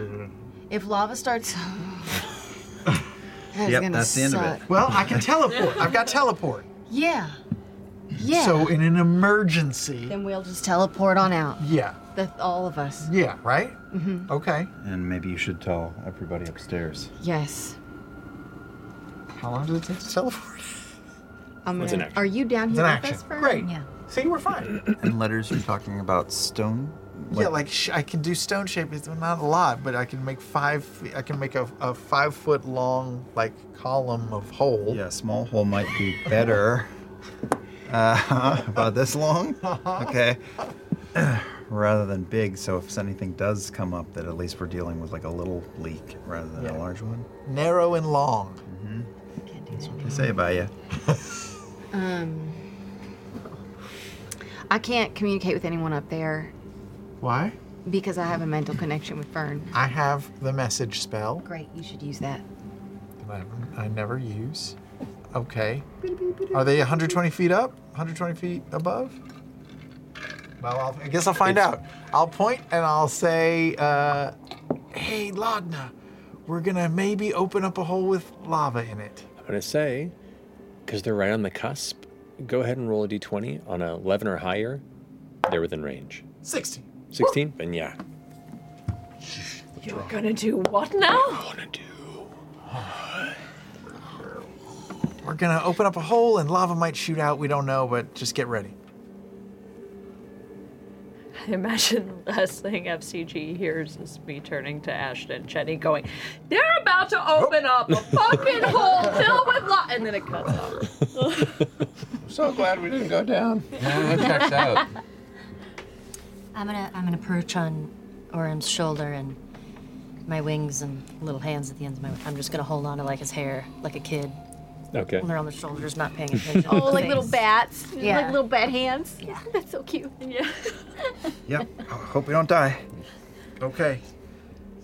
[SPEAKER 19] If lava starts. That's gonna suck.
[SPEAKER 3] Well, I can teleport. I've got teleport.
[SPEAKER 19] Yeah. Yeah.
[SPEAKER 3] So in an emergency,
[SPEAKER 19] then we'll just teleport on out.
[SPEAKER 3] yeah,
[SPEAKER 19] The, all of us.
[SPEAKER 3] yeah, right?
[SPEAKER 19] Mm-hmm.
[SPEAKER 3] Okay.
[SPEAKER 14] And maybe you should tell everybody upstairs.
[SPEAKER 19] Yes.
[SPEAKER 3] How long does it take to teleport?
[SPEAKER 19] I'm
[SPEAKER 14] It's
[SPEAKER 19] gonna-
[SPEAKER 14] an action.
[SPEAKER 19] Are you down
[SPEAKER 14] It's
[SPEAKER 19] here
[SPEAKER 14] an
[SPEAKER 19] with
[SPEAKER 14] action.
[SPEAKER 19] us for?
[SPEAKER 3] Great.
[SPEAKER 19] Yeah.
[SPEAKER 3] See, we're fine.
[SPEAKER 14] and letters you're talking about stone?
[SPEAKER 3] yeah, like sh- I can do stone shape. It's not a lot, but I can make five. fe- I can make a, a five foot long like column of hole.
[SPEAKER 14] Yeah, small hole might be better. Uh, about this long?
[SPEAKER 3] Uh-huh.
[SPEAKER 14] Okay. rather than big, so if anything does come up, that at least we're dealing with like a little leak rather than
[SPEAKER 3] Yeah.
[SPEAKER 14] a large one.
[SPEAKER 3] Narrow and long.
[SPEAKER 14] That's what they say about you.
[SPEAKER 19] Um. I can't communicate with anyone up there
[SPEAKER 3] Why?
[SPEAKER 19] because I have a mental connection with Fern.
[SPEAKER 3] I have the message spell.
[SPEAKER 19] Great. You should use that.
[SPEAKER 3] that I, haven't- I never use. Okay. Are they 120 feet up? 120 feet above? Well, I'll, I guess I'll find out. I'll point and I'll say, uh, hey, Lagna, we're gonna maybe open up a hole with lava in it.
[SPEAKER 2] I'm going to say, because they're right on the cusp, go ahead and roll a d20 on a 11 or higher. They're within range.
[SPEAKER 3] 16.
[SPEAKER 2] 16? Then yeah.
[SPEAKER 10] You're gonna do what now?
[SPEAKER 3] We're gonna open up a hole and lava might shoot out. We don't know, but just get ready.
[SPEAKER 10] I imagine the last thing FCG hears is me turning to Ashton and Chetty going, They're about to open up a fucking hole filled with lot. And then it cuts off.
[SPEAKER 1] I'm so glad we didn't go down.
[SPEAKER 15] Yeah, that checks out. I'm gonna I'm gonna perch on Orim's shoulder and my wings and little hands at the ends of my. I'm just gonna hold on to like his hair, like a kid.
[SPEAKER 2] Okay.
[SPEAKER 15] When they're on their shoulders, not paying attention.
[SPEAKER 9] Oh, like little bats.
[SPEAKER 15] Yeah.
[SPEAKER 9] Like little bat hands. Yeah. That's so cute. Yeah.
[SPEAKER 14] Yep. I hope we don't die.
[SPEAKER 3] Okay.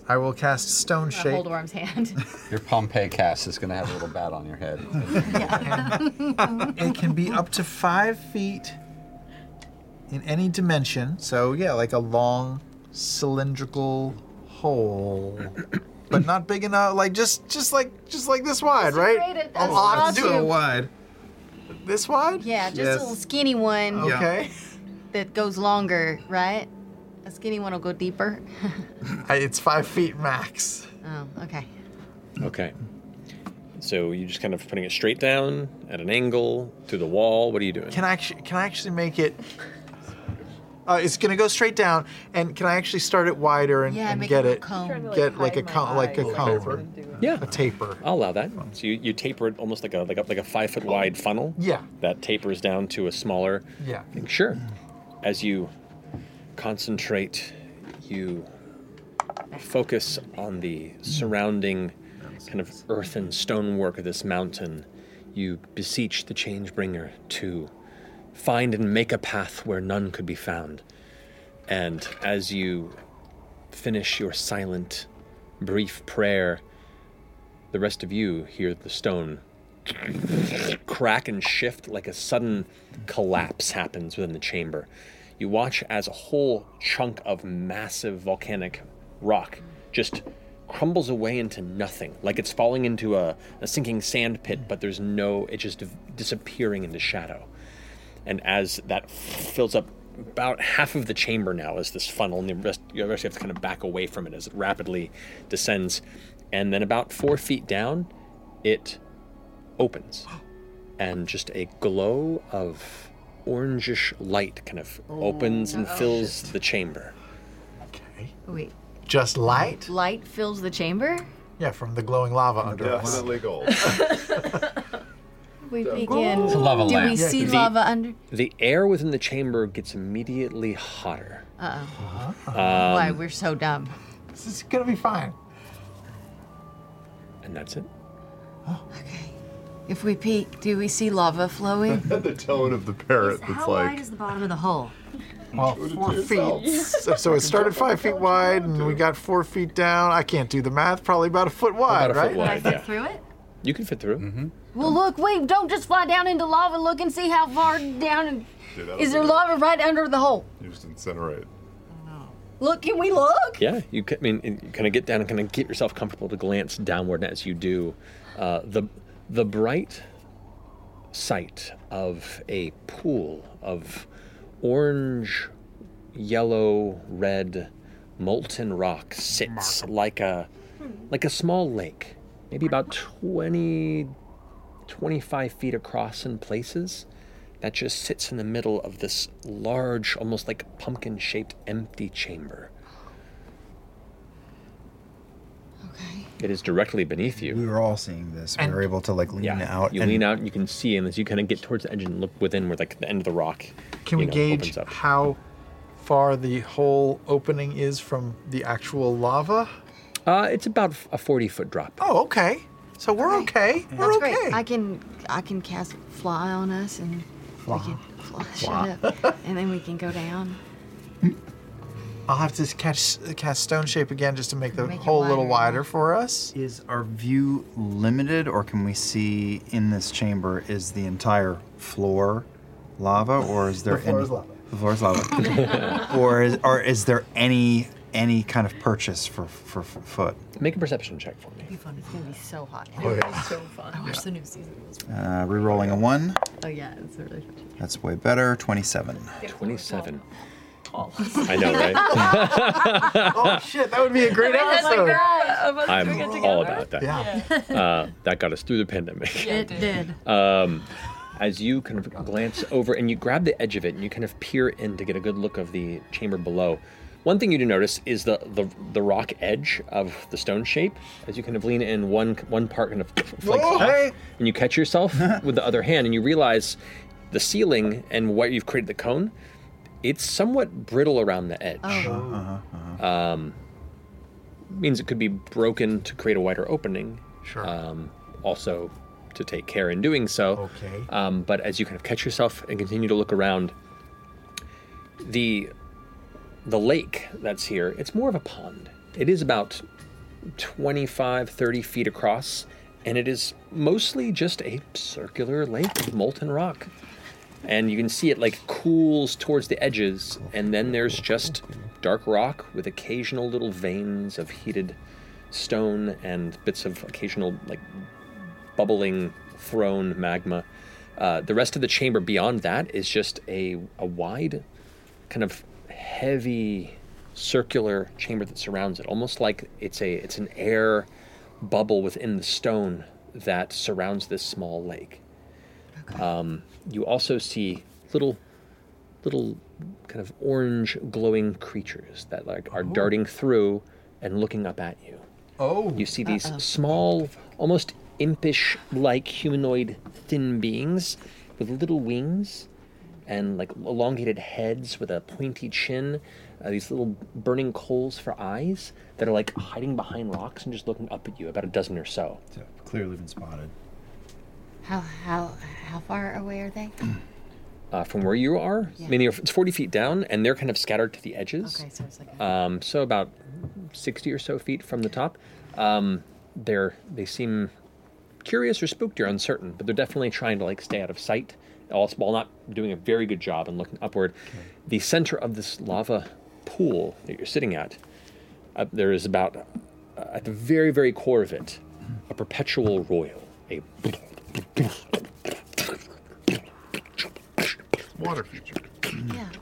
[SPEAKER 3] I will cast Stone
[SPEAKER 6] I
[SPEAKER 3] Shape.
[SPEAKER 6] Hold Orm's hand.
[SPEAKER 7] Your Pompeii cast is going to have a little bat on your head.
[SPEAKER 3] it can be up to five feet in any dimension. So yeah, like a long cylindrical hole, but not big enough. Like just, just like, just like this wide,
[SPEAKER 6] create
[SPEAKER 3] right?
[SPEAKER 6] it
[SPEAKER 14] Oh,
[SPEAKER 6] as
[SPEAKER 3] I'll I'll have
[SPEAKER 6] a
[SPEAKER 3] to do it
[SPEAKER 6] statue.
[SPEAKER 3] wide. This wide?
[SPEAKER 6] Yeah, just
[SPEAKER 3] Yes.
[SPEAKER 6] a little skinny one.
[SPEAKER 3] Yeah. Okay.
[SPEAKER 6] That goes longer, right? A skinny one will go deeper.
[SPEAKER 3] I, it's five feet max.
[SPEAKER 6] oh, okay.
[SPEAKER 2] Okay. So you're just kind of putting it straight down at an angle through the wall. What are you doing?
[SPEAKER 3] Can I actually, can I actually make it? Uh, it's gonna go straight down, and can I actually start it wider and,
[SPEAKER 6] Yeah,
[SPEAKER 3] and
[SPEAKER 6] make
[SPEAKER 3] get
[SPEAKER 6] it a
[SPEAKER 3] it,
[SPEAKER 6] cone. Trying to, like,
[SPEAKER 3] get like a
[SPEAKER 6] hide my
[SPEAKER 3] cone, like a
[SPEAKER 2] eyes.
[SPEAKER 3] cone,
[SPEAKER 2] yeah,
[SPEAKER 3] a taper.
[SPEAKER 2] I'll allow that. So you, you taper it almost like a like a, like a five foot wide funnel.
[SPEAKER 3] Yeah.
[SPEAKER 2] That tapers down to a smaller.
[SPEAKER 3] Yeah.
[SPEAKER 2] thing. Sure. As you concentrate, you focus on the surrounding kind of earth and stonework of this mountain. You beseech the Changebringer to find and make a path where none could be found. And as you finish your silent, brief prayer, the rest of you hear the stone crack and shift like a sudden collapse happens within the chamber. You watch as a whole chunk of massive volcanic rock just crumbles away into nothing, like it's falling into a, a sinking sand pit, but there's no, it's just disappearing into shadow. And as that fills up about half of the chamber now is this funnel, and the rest you actually have to kind of back away from it as it rapidly descends. And then about four feet down, it opens, and just a glow of orangish light kind of opens and
[SPEAKER 9] uh-oh.
[SPEAKER 2] fills the chamber.
[SPEAKER 9] Wait.
[SPEAKER 3] Just light?
[SPEAKER 9] Light fills the chamber?
[SPEAKER 3] Yeah, from the glowing lava under us.
[SPEAKER 1] Definitely gold.
[SPEAKER 9] We
[SPEAKER 1] Don't-
[SPEAKER 9] begin.
[SPEAKER 2] It's a lava
[SPEAKER 9] Do we
[SPEAKER 2] lamp.
[SPEAKER 9] see
[SPEAKER 2] The-
[SPEAKER 9] lava under?
[SPEAKER 2] The air within the chamber gets immediately hotter.
[SPEAKER 6] Uh oh.
[SPEAKER 3] Uh-huh.
[SPEAKER 2] Um,
[SPEAKER 6] Why we're so dumb.
[SPEAKER 3] This is gonna be fine.
[SPEAKER 2] and that's it.
[SPEAKER 19] If we peek, do we see lava flowing?
[SPEAKER 1] the tone of the parrot that's like,
[SPEAKER 15] is the bottom of the hole?
[SPEAKER 3] Well, four feet. So, so it started five feet wide, and we got four feet down. I can't do the math. Probably about a foot wide,
[SPEAKER 2] a foot
[SPEAKER 3] right?
[SPEAKER 2] wide, Can I fit yeah.
[SPEAKER 15] Through it?
[SPEAKER 2] You can fit through. Mm-hmm.
[SPEAKER 15] Well, look, wait, don't just fly down into lava. Look and see how far down. And
[SPEAKER 1] Dude, that'll
[SPEAKER 15] is there
[SPEAKER 1] be-
[SPEAKER 15] lava right under the hole?
[SPEAKER 1] You just incinerate.
[SPEAKER 15] Look, can we look?
[SPEAKER 2] Yeah, you can, I mean, you kind of get down and kind of get yourself comfortable to glance downward. And as you do, uh, the the bright sight of a pool of orange, yellow, red, molten rock sits like a like a small lake, maybe about 20, 25 feet across in places. That just sits in the middle of this large, almost like pumpkin-shaped empty chamber. It is directly beneath you.
[SPEAKER 14] We were all seeing this. We were able to like lean out.
[SPEAKER 2] You
[SPEAKER 14] and
[SPEAKER 2] lean out and you can see, and as you kind of get towards the edge and look within, where like the end of the rock.
[SPEAKER 3] Can we
[SPEAKER 2] you know,
[SPEAKER 3] gauge
[SPEAKER 2] Opens up.
[SPEAKER 3] how far the whole opening is from the actual lava?
[SPEAKER 2] Uh, it's about a forty-foot drop.
[SPEAKER 3] Oh, okay. So we're okay. We're
[SPEAKER 10] That's
[SPEAKER 3] okay.
[SPEAKER 10] great. I can I can cast fly on us and
[SPEAKER 3] Fly.
[SPEAKER 10] we can fly,
[SPEAKER 3] Fly.
[SPEAKER 10] shut up, and then we can go down.
[SPEAKER 3] I'll have to catch, cast Stone Shape again just to make the
[SPEAKER 10] Make it
[SPEAKER 3] hole a little
[SPEAKER 14] wider.
[SPEAKER 3] wider for us.
[SPEAKER 14] Is our view limited, or can we see in this chamber is the entire floor lava, or is there
[SPEAKER 3] The floor
[SPEAKER 14] any?
[SPEAKER 3] is lava.
[SPEAKER 14] The floor is lava. or is, or is there any any kind of purchase for for, for foot.
[SPEAKER 2] Make a perception check for me.
[SPEAKER 19] It's gonna be so hot.
[SPEAKER 14] Oh, yeah.
[SPEAKER 19] It's so fun. I watched the new season. It was-
[SPEAKER 14] Uh, rerolling a one.
[SPEAKER 19] Oh yeah, it's really fun.
[SPEAKER 14] That's way better. Twenty-seven.
[SPEAKER 2] 27.
[SPEAKER 14] I
[SPEAKER 2] know, right?
[SPEAKER 3] oh shit, that would be a great episode.
[SPEAKER 2] I'm all about that.
[SPEAKER 3] Yeah.
[SPEAKER 2] Uh, that got us through the pandemic.
[SPEAKER 3] Yeah, it It did.
[SPEAKER 2] Um, as you kind of glance over and you grab the edge of it and you kind of peer in to get a good look of the chamber below, one thing you do notice is the, the, the rock edge of the stone shape. As you kind of lean in, one one part kind of flakes
[SPEAKER 5] Whoa,
[SPEAKER 2] off, and you catch yourself with the other hand, and you realize the ceiling and what you've created the cone, it's somewhat brittle around the edge.
[SPEAKER 3] Oh.
[SPEAKER 6] uh-huh,
[SPEAKER 2] Um, means it could be broken to create a wider opening. Sure. Um, also, to take care in doing so.
[SPEAKER 3] Okay.
[SPEAKER 2] Um, but as you kind of catch yourself and continue to look around, the the lake that's here, it's more of a pond. It is about 25, 30 feet across, and it is mostly just a circular lake of molten rock. And you can see it like cools towards the edges, and then there's just dark rock with occasional little veins of heated stone and bits of occasional like bubbling thrown magma. Uh, the rest of the chamber beyond that is just a, a wide, kind of heavy, circular chamber that surrounds it, almost like it's a it's an air bubble within the stone that surrounds this small lake. Um, you also see little little kind of orange glowing creatures that like
[SPEAKER 14] Oh.
[SPEAKER 2] are darting through and looking up at you.
[SPEAKER 3] Oh.
[SPEAKER 2] You see these
[SPEAKER 3] Uh-oh.
[SPEAKER 2] small, almost impish like humanoid thin beings with little wings and like elongated heads with a pointy chin, uh, these little burning coals for eyes that are like hiding behind rocks and just looking up at you, about a dozen or so.
[SPEAKER 14] Clearly been spotted.
[SPEAKER 6] How how how far away are they?
[SPEAKER 2] Uh, from where you are, I mean, you're- it's 40 feet down and they're kind of scattered to the edges.
[SPEAKER 6] Okay, so it's like
[SPEAKER 2] um, so about 60 or so feet from the top. Um, they're they seem curious or spooked or uncertain, but they're definitely trying to like stay out of sight, also while not doing a very good job and looking upward. The center of this lava pool that you're sitting at, uh, there is about uh, at the very very core of it, a perpetual royal, a
[SPEAKER 1] Water feature.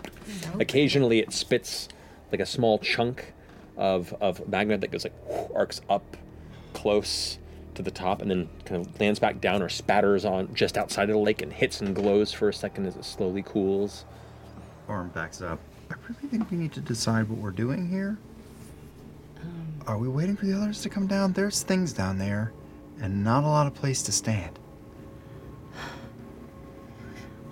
[SPEAKER 2] Occasionally, it spits like a small chunk of, of magma that goes like whoosh, arcs up close to the top and then kind of lands back down or spatters on just outside of the lake and hits and glows for a second as it slowly cools.
[SPEAKER 14] Orm backs up. I think we need to decide what we're doing here. Are we waiting for the others to come down? There's things down there, and not a lot of place to stand.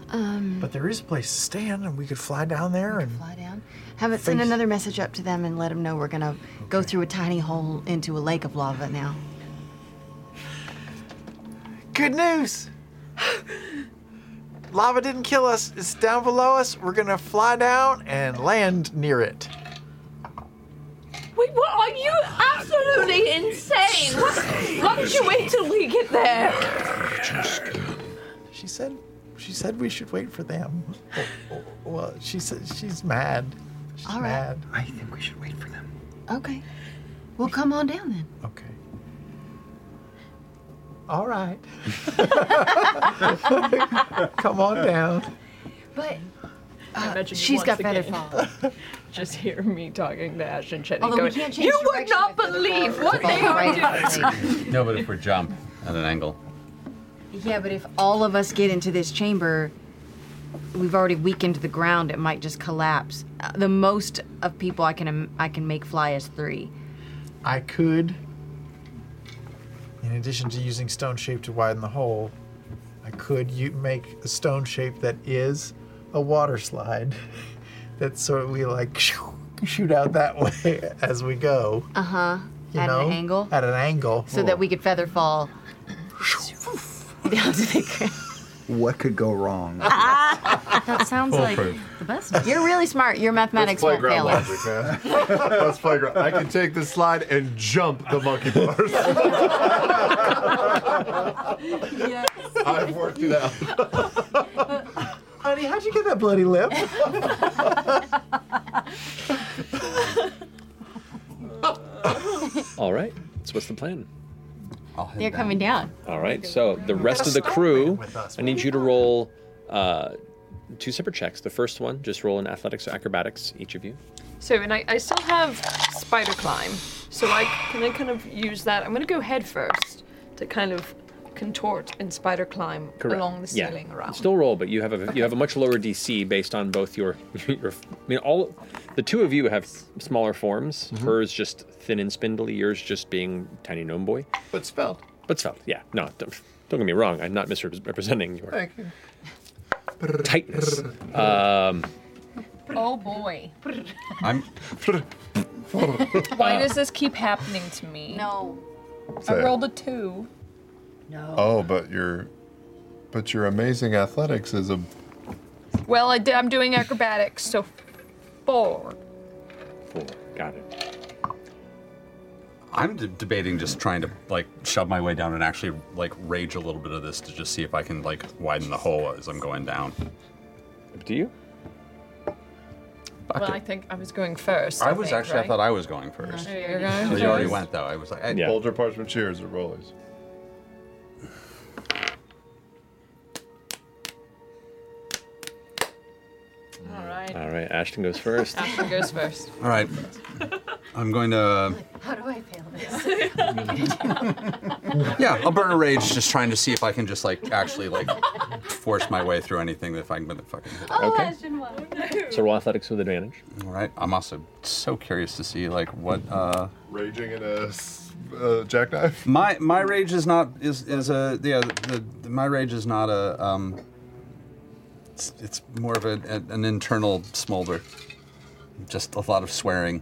[SPEAKER 6] um.
[SPEAKER 3] But there is a place to stand, and we could fly down there and
[SPEAKER 6] fly down. Have it send
[SPEAKER 3] Face-
[SPEAKER 6] another message up to them and let them know we're gonna go through a tiny hole into a lake of lava now.
[SPEAKER 3] Good news! Lava didn't kill us. It's down below us. We're gonna fly down and land near it.
[SPEAKER 10] Wait, what? Are you absolutely insane? What? Why don't you wait till we get there?
[SPEAKER 3] She said, she said we should wait for them. Well, she said she's mad. She's
[SPEAKER 6] All right.
[SPEAKER 3] mad.
[SPEAKER 14] I think we should wait for them.
[SPEAKER 6] Okay. Well, come on down then.
[SPEAKER 3] Okay. All right. Come on down.
[SPEAKER 6] But uh,
[SPEAKER 10] Imagine
[SPEAKER 6] she's
[SPEAKER 10] once
[SPEAKER 6] got feather
[SPEAKER 10] again-
[SPEAKER 6] fall.
[SPEAKER 10] Just hear me talking to Ash and Chetty
[SPEAKER 6] Although we
[SPEAKER 10] going,
[SPEAKER 6] can't change
[SPEAKER 10] You would not believe what they are doing.
[SPEAKER 7] No, but if we jump at an angle.
[SPEAKER 9] Yeah, but if all of us get into this chamber,
[SPEAKER 6] we've already weakened the ground. It might just collapse. Uh, The most of people I can im- I can make fly is three.
[SPEAKER 3] I could, in addition to using stone shape to widen the hole, I could you make a stone shape that is a water slide. That's sort of we like shoot out that way as we go.
[SPEAKER 6] Uh huh.
[SPEAKER 3] you
[SPEAKER 6] At
[SPEAKER 3] know,
[SPEAKER 6] an angle,
[SPEAKER 3] At an angle.
[SPEAKER 6] so that we could feather fall. down to the ground.
[SPEAKER 14] What could go wrong?
[SPEAKER 6] that sounds like
[SPEAKER 1] Foolproof.
[SPEAKER 6] the best. You're really smart. Your mathematics
[SPEAKER 1] That's
[SPEAKER 6] won't
[SPEAKER 1] playground
[SPEAKER 6] fail us.
[SPEAKER 1] logic, man. That's playground. I can take this slide and jump the monkey bars. I've worked it out.
[SPEAKER 3] Honey, how'd you get that bloody lip?
[SPEAKER 2] right. So what's the plan?
[SPEAKER 10] They're coming down.
[SPEAKER 2] All right. So the rest of the crew, I need you to roll uh, two separate checks. The first one, just roll in athletics or acrobatics, each of you.
[SPEAKER 10] So, and I, I still have spider climb. So I can I kind of use that. I'm going to go head first to kind of contort and spider climb along the
[SPEAKER 2] Yeah.
[SPEAKER 10] ceiling around.
[SPEAKER 2] Still roll, but you have a you have a much lower DC based on both your your. I mean, all the two of you have smaller forms.
[SPEAKER 1] Mm-hmm.
[SPEAKER 2] Hers just thin and spindly. Yours just being tiny gnome boy.
[SPEAKER 1] But spelled.
[SPEAKER 2] But spelled. Yeah. No. Don't, don't get me wrong. I'm not misrepresenting your
[SPEAKER 1] Thank you.
[SPEAKER 7] Mm.
[SPEAKER 2] tightness. Um,
[SPEAKER 10] Oh boy.
[SPEAKER 7] I'm.
[SPEAKER 10] Why does this keep happening to me?
[SPEAKER 6] No.
[SPEAKER 1] Say it.
[SPEAKER 10] a two. No.
[SPEAKER 1] Oh, but your, but your amazing athletics is a
[SPEAKER 10] Well, I did, I'm doing acrobatics, so four.
[SPEAKER 2] Four. Got it.
[SPEAKER 7] I'm d- debating just trying to like shove my way down and actually like rage a little bit of this to just see if I can like widen the hole as I'm going down.
[SPEAKER 2] Do you?
[SPEAKER 10] well, I think I was going first.
[SPEAKER 7] I was
[SPEAKER 10] think,
[SPEAKER 7] actually. I
[SPEAKER 10] right?
[SPEAKER 7] thought I was going first.
[SPEAKER 10] Yeah, you're going
[SPEAKER 7] So you already
[SPEAKER 10] first.
[SPEAKER 7] went though. I was like, I,
[SPEAKER 1] yeah. Boulder parchment shears or rollies.
[SPEAKER 10] All right.
[SPEAKER 2] All right. Ashton goes first.
[SPEAKER 10] Ashton goes first.
[SPEAKER 7] All right. I'm going to.
[SPEAKER 10] How do I fail this?
[SPEAKER 7] Yeah, I'll burn a rage just trying to see if I can just like actually like force my way through anything that if I can fucking.
[SPEAKER 3] Oh,
[SPEAKER 5] Oh,
[SPEAKER 2] okay. So roll athletics with advantage.
[SPEAKER 7] All right. I'm also so curious to see like what. uh
[SPEAKER 1] Raging in a s- uh, jackknife.
[SPEAKER 7] My my rage is not is is a yeah the, the, my rage is not a um. It's, it's more of a, a- an internal smolder, just a lot of swearing.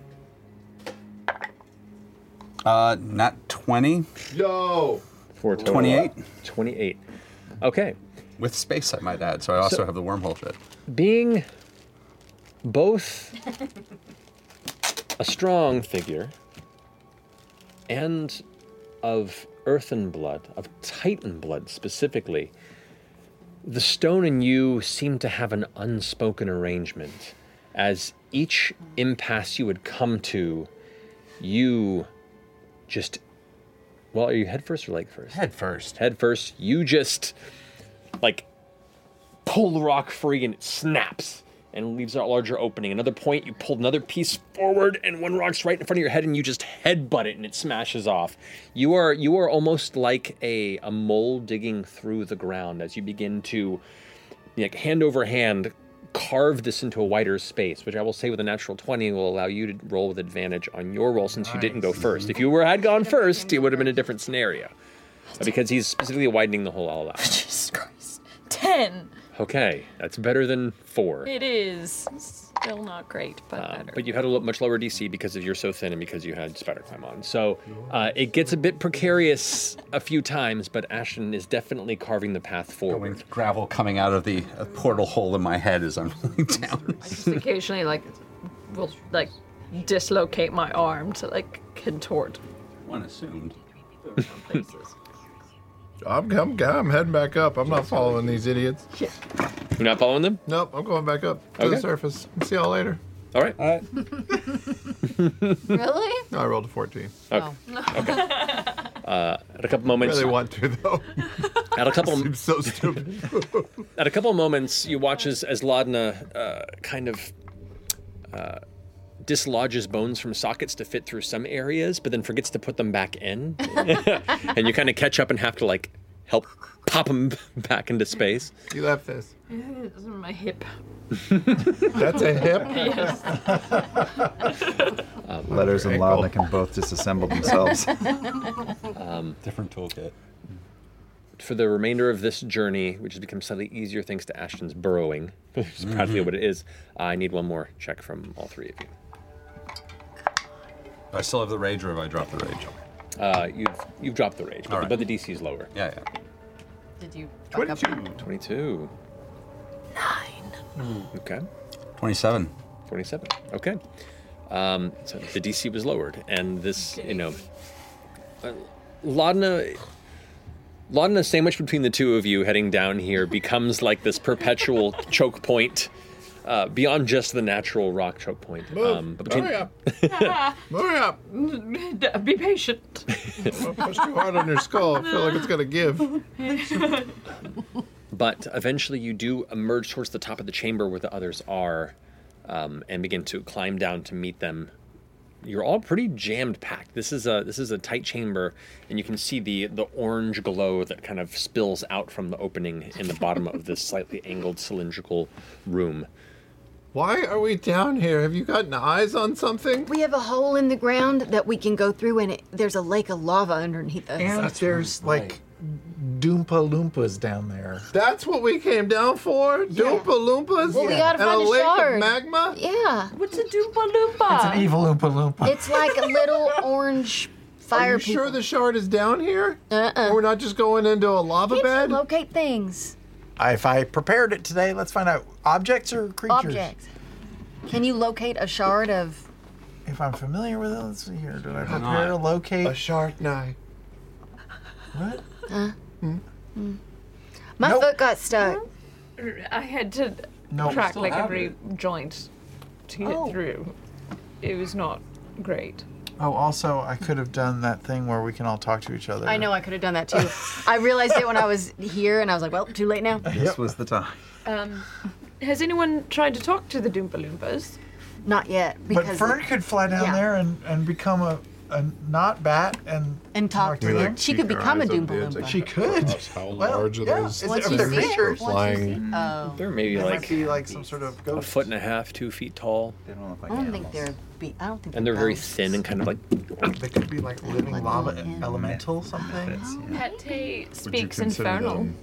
[SPEAKER 7] Uh, not twenty.
[SPEAKER 1] Yo.
[SPEAKER 2] Four total.
[SPEAKER 7] Twenty-eight.
[SPEAKER 2] Twenty-eight. Okay.
[SPEAKER 7] With space, I might add. So I also
[SPEAKER 2] So-
[SPEAKER 7] have the wormhole shit.
[SPEAKER 2] being both a strong figure and of earthen blood, of Titan blood specifically, the stone and you seem to have an unspoken arrangement. As each impasse you would come to, you just. Well, are you head first or leg first? Head
[SPEAKER 7] first.
[SPEAKER 2] Head first. You just, like, pull the rock free and it snaps and leaves a larger opening. Another point, you pulled another piece forward and one rock's right in front of your head and you just headbutt it and it smashes off. You are you are almost like a, a mole digging through the ground as you begin to like hand over hand carve this into a wider space, which I will say with a natural 20 will allow you to roll with advantage on your roll since you didn't go first. If you were had gone first, it would have been a different scenario. But because he's specifically widening the hole all out. Jesus Christ.
[SPEAKER 10] Ten.
[SPEAKER 2] Okay, that's better than four.
[SPEAKER 10] It is still not great, but
[SPEAKER 2] Um, but you had a lo- much lower DC because of you're so thin and because you had spider climb on. So uh, it gets a bit precarious a few times, but Ashton is definitely carving the path forward.
[SPEAKER 7] Gravel coming out of the uh, portal hole in my head as I'm rolling down.
[SPEAKER 10] just occasionally like will like dislocate my arm to like contort.
[SPEAKER 7] One assumed.
[SPEAKER 1] I'm, I'm I'm heading back up. I'm not following these idiots.
[SPEAKER 2] You're not following them?
[SPEAKER 1] Nope. I'm going back up to
[SPEAKER 2] Okay.
[SPEAKER 1] the surface. See y'all later.
[SPEAKER 2] All right.
[SPEAKER 7] All right.
[SPEAKER 10] really?
[SPEAKER 1] No, I rolled a 14.
[SPEAKER 2] Okay. Uh, at a couple moments.
[SPEAKER 1] Really want to though.
[SPEAKER 2] At a couple. so stupid. at a couple moments, you watch as as Laudna uh, kind of. Uh, dislodges bones from sockets to fit through some areas but then forgets to put them back in and you kind of catch up and have to like help pop them back into space
[SPEAKER 1] You left this
[SPEAKER 10] It's in my hip.
[SPEAKER 1] That's a hip?
[SPEAKER 10] Yes.
[SPEAKER 14] Letters and Loudna can both disassemble themselves.
[SPEAKER 2] um,
[SPEAKER 7] different toolkit
[SPEAKER 2] for the remainder of this journey, which has become slightly easier thanks to Ashton's burrowing, which is practically
[SPEAKER 7] Mhm.
[SPEAKER 2] what it is. I need one more check from all three of you.
[SPEAKER 7] Do I still have the rage, or have I dropped the rage?
[SPEAKER 2] Uh, you've you've dropped the rage, but,
[SPEAKER 7] All
[SPEAKER 2] the,
[SPEAKER 7] right.
[SPEAKER 2] but the DC is lower.
[SPEAKER 7] Yeah, yeah.
[SPEAKER 19] Did you?
[SPEAKER 2] Twenty-two. Twenty-two. Nine. Okay.
[SPEAKER 7] Twenty-seven.
[SPEAKER 2] Twenty-seven. Okay. Um, so the DC was lowered, and this, you know, uh, Laudna Laudna sandwich between the two of you heading down here becomes like this perpetual choke point uh, beyond just the natural rock choke point. um,
[SPEAKER 10] Move.
[SPEAKER 2] but
[SPEAKER 10] Hurry up.
[SPEAKER 7] Oh,
[SPEAKER 1] Hurry up.
[SPEAKER 10] Be patient.
[SPEAKER 1] Push too hard on your skull. I feel like it's gonna give.
[SPEAKER 2] but eventually you do emerge towards the top of the chamber where the others are um, and begin to climb down to meet them you're all pretty jammed packed this is a this is a tight chamber and you can see the the orange glow that kind of spills out from the opening in the bottom of this slightly angled cylindrical room
[SPEAKER 1] Why are we down here? Have you gotten eyes on something?
[SPEAKER 6] We have a hole in the ground that we can go through, and it, there's a lake of lava underneath us.
[SPEAKER 3] And there's like Doompa Loompas down there.
[SPEAKER 1] That's what we came down for? Doompa Loompas?
[SPEAKER 6] Well, we gotta
[SPEAKER 1] and
[SPEAKER 6] find
[SPEAKER 1] a
[SPEAKER 6] a
[SPEAKER 1] lake
[SPEAKER 6] shard.
[SPEAKER 1] of magma?
[SPEAKER 6] Yeah.
[SPEAKER 10] What's a Doompa Loompa?
[SPEAKER 3] It's an evil Oompa Loompa.
[SPEAKER 6] It's like a little orange fire.
[SPEAKER 1] Are you sure the shard is down here? Uh-uh. We're not just going into a lava bed?
[SPEAKER 6] locate things.
[SPEAKER 3] If I prepared it today, let's find out objects or creatures.
[SPEAKER 6] Objects. Can you locate a shard of?
[SPEAKER 3] If I'm familiar with it, let's see here. Did I prepare a locate? A
[SPEAKER 1] shark knife.
[SPEAKER 3] What?
[SPEAKER 6] Huh? Mm. My foot got stuck.
[SPEAKER 10] I had to
[SPEAKER 6] No, we
[SPEAKER 10] crack
[SPEAKER 6] still
[SPEAKER 10] like
[SPEAKER 6] have
[SPEAKER 10] every joint to get
[SPEAKER 6] Oh.
[SPEAKER 10] through. It was not great.
[SPEAKER 3] Oh, also, I could have done that thing where we can all talk to each other.
[SPEAKER 6] I know I could have done that too. I realized it when I was here, and I was like, "Well, too late now."
[SPEAKER 14] This was the time.
[SPEAKER 10] Um, has anyone tried to talk to the Doompa Loompas?
[SPEAKER 6] Not yet.
[SPEAKER 3] But Fern could fly down
[SPEAKER 10] Yeah.
[SPEAKER 3] there and, and become a, a not bat and
[SPEAKER 6] and talk
[SPEAKER 10] to them. She could become a Doompa Loompa.
[SPEAKER 3] She could.
[SPEAKER 1] How
[SPEAKER 3] Well,
[SPEAKER 1] large are
[SPEAKER 3] yeah.
[SPEAKER 1] those?
[SPEAKER 3] Is Once it- are you there see it, creatures? once you see-
[SPEAKER 1] Flying.
[SPEAKER 6] Oh.
[SPEAKER 2] they're maybe
[SPEAKER 3] They might
[SPEAKER 2] like,
[SPEAKER 3] be like some sort of Oh.
[SPEAKER 2] a
[SPEAKER 3] ghost.
[SPEAKER 2] foot and a half two feet tall
[SPEAKER 14] they don't look
[SPEAKER 6] I don't think they're. Be- I don't think.
[SPEAKER 2] and they're very thin and kind of like
[SPEAKER 3] they could be like living lava elemental something.
[SPEAKER 10] Pate
[SPEAKER 1] Would you
[SPEAKER 10] speaks
[SPEAKER 1] consider
[SPEAKER 10] infernal.
[SPEAKER 1] them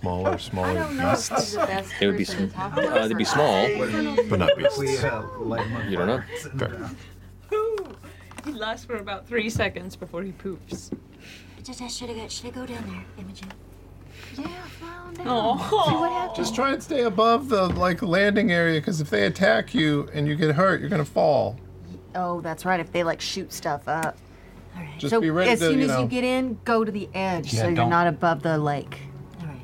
[SPEAKER 1] Smaller, smaller beasts.
[SPEAKER 2] It would be sm- uh, they'd be small,
[SPEAKER 1] but not beasts.
[SPEAKER 14] We have
[SPEAKER 2] you don't know.
[SPEAKER 14] uh,
[SPEAKER 10] He lasts for about three seconds before he poops.
[SPEAKER 15] Just, I should have got, should I go down there, Imogen?
[SPEAKER 10] Oh.
[SPEAKER 1] Just try and stay above the like landing area because if they attack you and you get hurt, you're gonna fall.
[SPEAKER 6] Oh, that's right. If they like shoot stuff up. All right.
[SPEAKER 1] Just
[SPEAKER 6] so
[SPEAKER 1] be ready
[SPEAKER 6] as
[SPEAKER 1] to,
[SPEAKER 6] soon
[SPEAKER 1] you
[SPEAKER 6] as
[SPEAKER 1] know.
[SPEAKER 6] you get in, go to the edge
[SPEAKER 1] Yeah,
[SPEAKER 6] so you're
[SPEAKER 1] don't-
[SPEAKER 6] not above the lake. All right.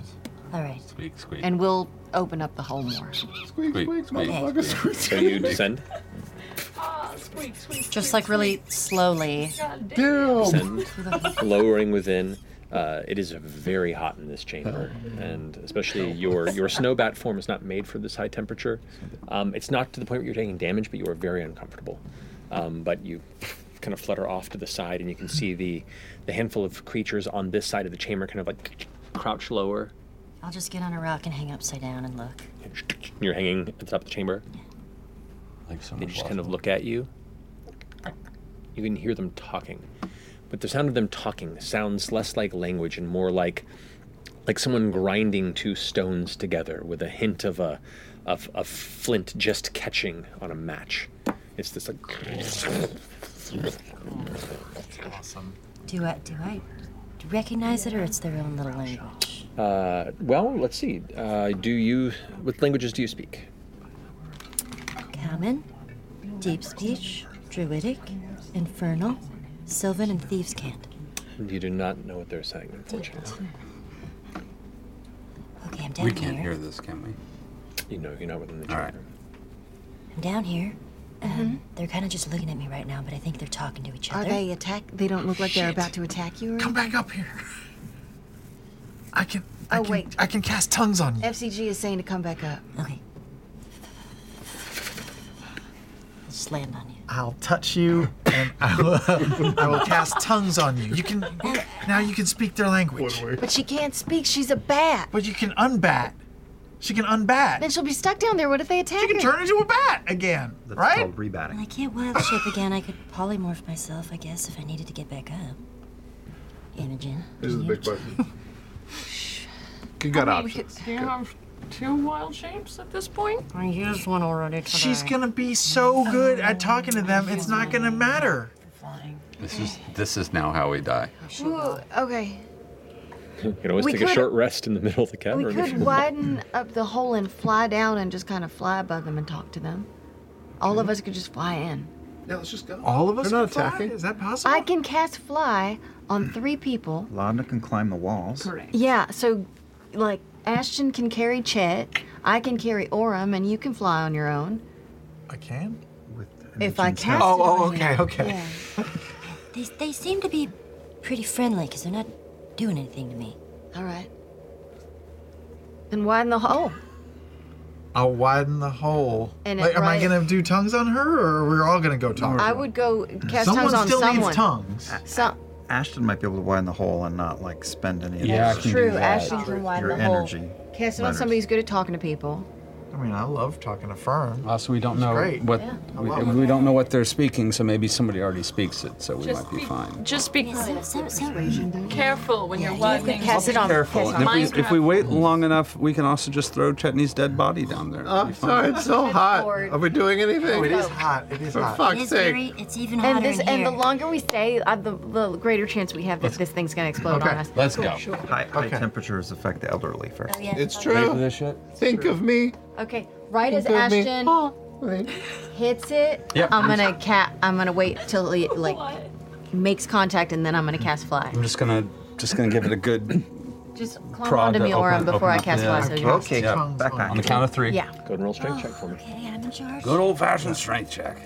[SPEAKER 15] All right.
[SPEAKER 6] Squeak,
[SPEAKER 2] squeak.
[SPEAKER 6] And we'll open up the hole more. Squeak,
[SPEAKER 15] squeak, squeak,
[SPEAKER 6] Okay.
[SPEAKER 15] squeak,
[SPEAKER 2] So you descend.
[SPEAKER 15] Just like really slowly.
[SPEAKER 2] descend, lowering within. Uh, it is very hot in this chamber, and especially your your snowbat form is not made for this high temperature. Um, it's not to the point where you're taking damage, but you are very uncomfortable. Um, but you kind of flutter off to the side, and you can see the the handful of creatures on this side of the chamber kind of like crouch lower.
[SPEAKER 15] I'll just get on a rock and hang upside down and look.
[SPEAKER 2] You're hanging at the top of the chamber. Like so they just kind of look at you. You can hear them talking, but the sound of them talking sounds less like language and more like like someone grinding two stones together with a hint of a of a flint just catching on a match. It's this like
[SPEAKER 3] awesome.
[SPEAKER 15] Do I do I recognize it or it's their own little language?
[SPEAKER 2] Uh, well, let's see. Uh, do you what languages do you speak?
[SPEAKER 15] Common, deep speech, druidic, infernal, sylvan, and thieves' cant.
[SPEAKER 2] You do not know what they're saying, unfortunately.
[SPEAKER 15] Okay, I'm down here.
[SPEAKER 7] this, can we?
[SPEAKER 2] You know, you're not within the chamber.
[SPEAKER 15] I'm down here. Um, They're kind of just looking at me right now, but I think they're talking to each
[SPEAKER 6] Mm-hmm. Are
[SPEAKER 15] other.
[SPEAKER 6] they attack? They don't look like they're about to attack you. Or Come
[SPEAKER 3] back up here. I can. I
[SPEAKER 6] oh
[SPEAKER 3] can,
[SPEAKER 6] wait.
[SPEAKER 3] I can cast tongues on you.
[SPEAKER 6] FCG is saying to come back up.
[SPEAKER 15] Okay. Just land on you.
[SPEAKER 3] I'll touch you, and I will, I will cast tongues on you. You can now you can speak their language.
[SPEAKER 6] But she can't speak. She's a bat.
[SPEAKER 3] But you can unbat. She can unbat.
[SPEAKER 6] Then she'll be stuck down there. What if they attack her? She
[SPEAKER 3] can turn into a bat again.
[SPEAKER 14] That's
[SPEAKER 3] right?
[SPEAKER 14] called rebatting.
[SPEAKER 15] Well, I can't wild shape again. I could polymorph myself, I guess, if I needed to get back up. Imogen.
[SPEAKER 1] This is the big question. You got options.
[SPEAKER 10] Do you have two wild shapes at this point?
[SPEAKER 15] I used one already.
[SPEAKER 3] She's gonna be so good at talking to them. It's not gonna matter.
[SPEAKER 7] This is this is now how we die.
[SPEAKER 6] Ooh, okay.
[SPEAKER 2] You can always
[SPEAKER 6] We
[SPEAKER 2] take a
[SPEAKER 6] could-
[SPEAKER 2] short rest in the middle of the
[SPEAKER 6] We
[SPEAKER 2] cavern. if you
[SPEAKER 6] could
[SPEAKER 2] want.
[SPEAKER 6] widen up the hole and fly down and just kind of fly above them and talk to them. All of us could just fly in.
[SPEAKER 1] Yeah, let's just go.
[SPEAKER 3] All of us
[SPEAKER 1] They're not
[SPEAKER 3] can fly?
[SPEAKER 1] attacking.
[SPEAKER 3] Is that possible?
[SPEAKER 6] I can cast fly on three people.
[SPEAKER 14] Londa can climb the walls.
[SPEAKER 6] Yeah, so like Ashton can carry Chet, I can carry Oram, and you can fly on your own.
[SPEAKER 3] I can.
[SPEAKER 6] If I cast
[SPEAKER 3] Oh,
[SPEAKER 6] it
[SPEAKER 3] oh,
[SPEAKER 6] on
[SPEAKER 3] okay,
[SPEAKER 6] him.
[SPEAKER 3] okay.
[SPEAKER 15] They, they seem to be pretty friendly because they're not doing anything to me.
[SPEAKER 6] All right. Then widen the hole.
[SPEAKER 3] I'll widen the hole.
[SPEAKER 6] And it
[SPEAKER 3] like, am I
[SPEAKER 6] right-
[SPEAKER 3] gonna do tongues on her, or we're all gonna go tongues?
[SPEAKER 6] I would go cast
[SPEAKER 3] Someone
[SPEAKER 6] tongues on
[SPEAKER 3] still needs
[SPEAKER 6] someone.
[SPEAKER 3] tongues.
[SPEAKER 6] So,
[SPEAKER 14] Ashton might be able to widen the hole and not like spend any. of
[SPEAKER 3] Yeah,
[SPEAKER 14] your-
[SPEAKER 6] true. Ashton can widen
[SPEAKER 14] your
[SPEAKER 6] the hole.
[SPEAKER 14] energy.
[SPEAKER 6] Cast it on
[SPEAKER 14] Leonard.
[SPEAKER 6] somebody who's good at talking to people.
[SPEAKER 3] I mean, I love talking to Fern.
[SPEAKER 7] Also, we don't
[SPEAKER 3] It's
[SPEAKER 7] know
[SPEAKER 3] great.
[SPEAKER 7] what
[SPEAKER 3] Yeah, I
[SPEAKER 7] we,
[SPEAKER 3] love it.
[SPEAKER 7] we don't know what they're speaking. So maybe somebody already speaks it. So we
[SPEAKER 10] Just
[SPEAKER 7] might be,
[SPEAKER 10] be-
[SPEAKER 7] fine.
[SPEAKER 10] Just be careful when you're
[SPEAKER 6] have to
[SPEAKER 10] widening.
[SPEAKER 6] cast it on-
[SPEAKER 7] Careful.
[SPEAKER 6] cast it
[SPEAKER 7] And
[SPEAKER 6] on
[SPEAKER 7] if we, if we wait long enough, we can also just throw Chetney's dead body down there.
[SPEAKER 1] Oh, sorry, it's so hot. Are we doing anything?
[SPEAKER 7] Oh, it is
[SPEAKER 3] hot. It is
[SPEAKER 7] For hot.
[SPEAKER 1] fuck's
[SPEAKER 6] It is
[SPEAKER 1] sake.
[SPEAKER 6] very-
[SPEAKER 15] It's even
[SPEAKER 6] and
[SPEAKER 15] hotter
[SPEAKER 6] this,
[SPEAKER 15] in
[SPEAKER 6] and the
[SPEAKER 15] here.
[SPEAKER 6] longer we stay, uh, the, the greater chance we have that this thing's gonna explode on us.
[SPEAKER 14] High, high temperatures affect the elderly first.
[SPEAKER 6] Oh, yeah. It's true. Ready for
[SPEAKER 7] this shit?
[SPEAKER 1] Think of me.
[SPEAKER 6] Okay, right as
[SPEAKER 1] Think of me.
[SPEAKER 6] Ashton hits it,
[SPEAKER 3] Yep.
[SPEAKER 6] I'm gonna cat. I'm gonna wait till he like makes contact, and then I'm gonna cast fly.
[SPEAKER 7] I'm just gonna just gonna give it a good
[SPEAKER 6] Just climb
[SPEAKER 7] prod
[SPEAKER 6] onto
[SPEAKER 7] to
[SPEAKER 6] me,
[SPEAKER 7] open-
[SPEAKER 6] Oram,
[SPEAKER 7] open
[SPEAKER 6] before I
[SPEAKER 7] up.
[SPEAKER 6] cast fly.
[SPEAKER 7] Yeah.
[SPEAKER 6] So you
[SPEAKER 7] Okay,
[SPEAKER 6] don't-
[SPEAKER 7] yeah. back on the count of three.
[SPEAKER 6] Yeah.
[SPEAKER 2] Go ahead and roll strength check for me.
[SPEAKER 15] Okay, I'm in charge.
[SPEAKER 7] Good old fashioned strength check.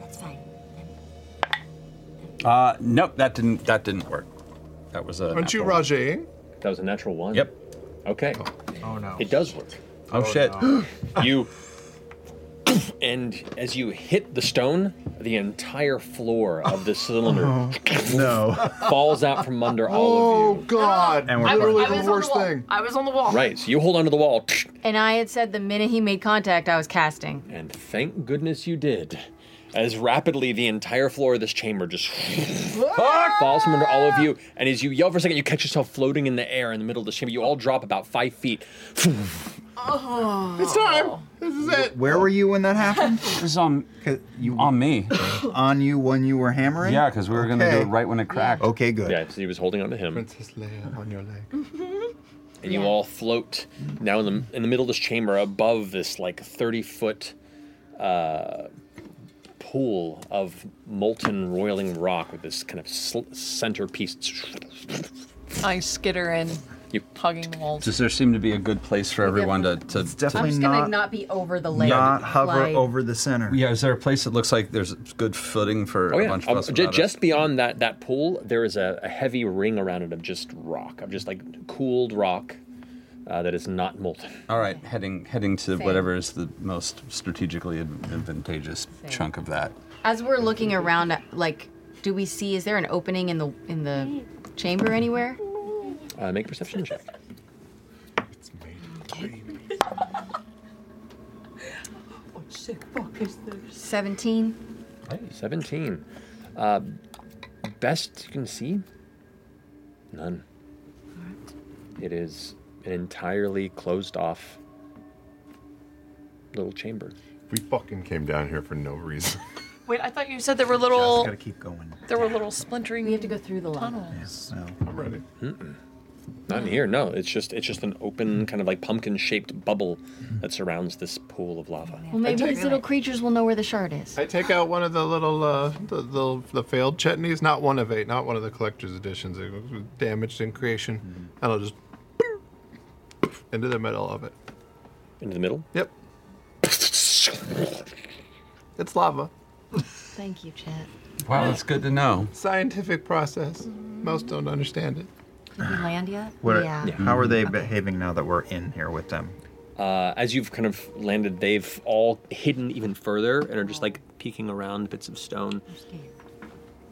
[SPEAKER 15] That's fine.
[SPEAKER 7] Uh, nope, that didn't that didn't work. That was a.
[SPEAKER 2] Aren't you
[SPEAKER 7] natural-
[SPEAKER 2] That was a natural one.
[SPEAKER 7] Yep.
[SPEAKER 2] Okay.
[SPEAKER 3] Oh no.
[SPEAKER 2] It does work.
[SPEAKER 7] Oh, Oh, shit. no.
[SPEAKER 2] you and as you hit the stone, the entire floor of the cylinder
[SPEAKER 14] no.
[SPEAKER 2] falls out from under all
[SPEAKER 1] Oh God!
[SPEAKER 2] And we're
[SPEAKER 1] That's really
[SPEAKER 2] I was on
[SPEAKER 1] the
[SPEAKER 2] the
[SPEAKER 1] worst thing.
[SPEAKER 6] I was on the
[SPEAKER 2] of
[SPEAKER 6] wall.
[SPEAKER 2] you. Right, so you hold onto the wall,
[SPEAKER 6] And I had said the minute he made contact, I was casting.
[SPEAKER 2] and thank goodness you did. As rapidly, the entire floor of this chamber just falls from under all of you. And as you yell for a second, you catch yourself floating in the air in the middle of the chamber. You all drop about five feet.
[SPEAKER 5] Oh.
[SPEAKER 1] It's time. This is it.
[SPEAKER 14] Where were you when that happened?
[SPEAKER 7] it was on
[SPEAKER 14] you,
[SPEAKER 7] on me.
[SPEAKER 14] on you when you were hammering.
[SPEAKER 7] Yeah, because we were gonna do
[SPEAKER 14] Okay.
[SPEAKER 7] it right when it cracked.
[SPEAKER 14] Okay, good.
[SPEAKER 2] Yeah, so he was holding onto him.
[SPEAKER 1] Princess Leia on your leg.
[SPEAKER 2] and you all float now in the in the middle of this chamber above this like 30 foot uh, pool of molten roiling rock with this kind of sl- centerpiece
[SPEAKER 10] I skitter in, hugging the walls.
[SPEAKER 7] Does there seem to be a good place for everyone to to? It's
[SPEAKER 14] definitely
[SPEAKER 6] not be over the
[SPEAKER 7] not
[SPEAKER 14] hover over the center.
[SPEAKER 7] Yeah, is there a place that looks like there's good footing for
[SPEAKER 2] Oh
[SPEAKER 7] a
[SPEAKER 2] yeah,
[SPEAKER 7] bunch of
[SPEAKER 2] Uh,
[SPEAKER 7] us?
[SPEAKER 2] ju-
[SPEAKER 7] without
[SPEAKER 2] just beyond that that pool, there is a, a heavy ring around it of just rock, of just like cooled rock uh, that is not molten.
[SPEAKER 7] it? All right, heading heading to
[SPEAKER 6] Same.
[SPEAKER 7] whatever is the most strategically ad- advantageous
[SPEAKER 6] Same.
[SPEAKER 7] chunk of that.
[SPEAKER 6] As we're looking around, like, do we see? Is there an opening in the in the chamber anywhere?
[SPEAKER 2] Uh, make a perception check.
[SPEAKER 6] Oh,
[SPEAKER 10] What sick fuck is this?
[SPEAKER 6] Seventeen.
[SPEAKER 2] 17. Uh, best you can see? None. It is an entirely closed off little chamber.
[SPEAKER 13] We fucking came down here for no reason.
[SPEAKER 10] Wait, I thought you said there were little.
[SPEAKER 14] keep going.
[SPEAKER 10] There were little splintering. We have to go through the tunnel.
[SPEAKER 13] I'm ready.
[SPEAKER 2] Mm-mm. Not in here. No, it's just it's just an open kind of like pumpkin shaped bubble that surrounds this pool of lava.
[SPEAKER 6] Well, maybe these little creatures will know where the shard is.
[SPEAKER 1] I take out one of the little, uh, the, the, the failed chutneys, not one of eight, not one of the collector's editions. It was damaged in creation. And I'll just into the middle of it.
[SPEAKER 2] Into the middle?
[SPEAKER 1] Yep. it's lava.
[SPEAKER 6] Thank you, Chet.
[SPEAKER 7] Wow, that's good to know.
[SPEAKER 1] Scientific process. Most don't understand it.
[SPEAKER 6] Did we land yet?
[SPEAKER 14] What-
[SPEAKER 6] yeah.
[SPEAKER 14] How are they behaving now that we're in here with them?
[SPEAKER 2] Mm-hmm. Uh, as you've kind of landed, they've all hidden even further and are just like peeking around bits of stone.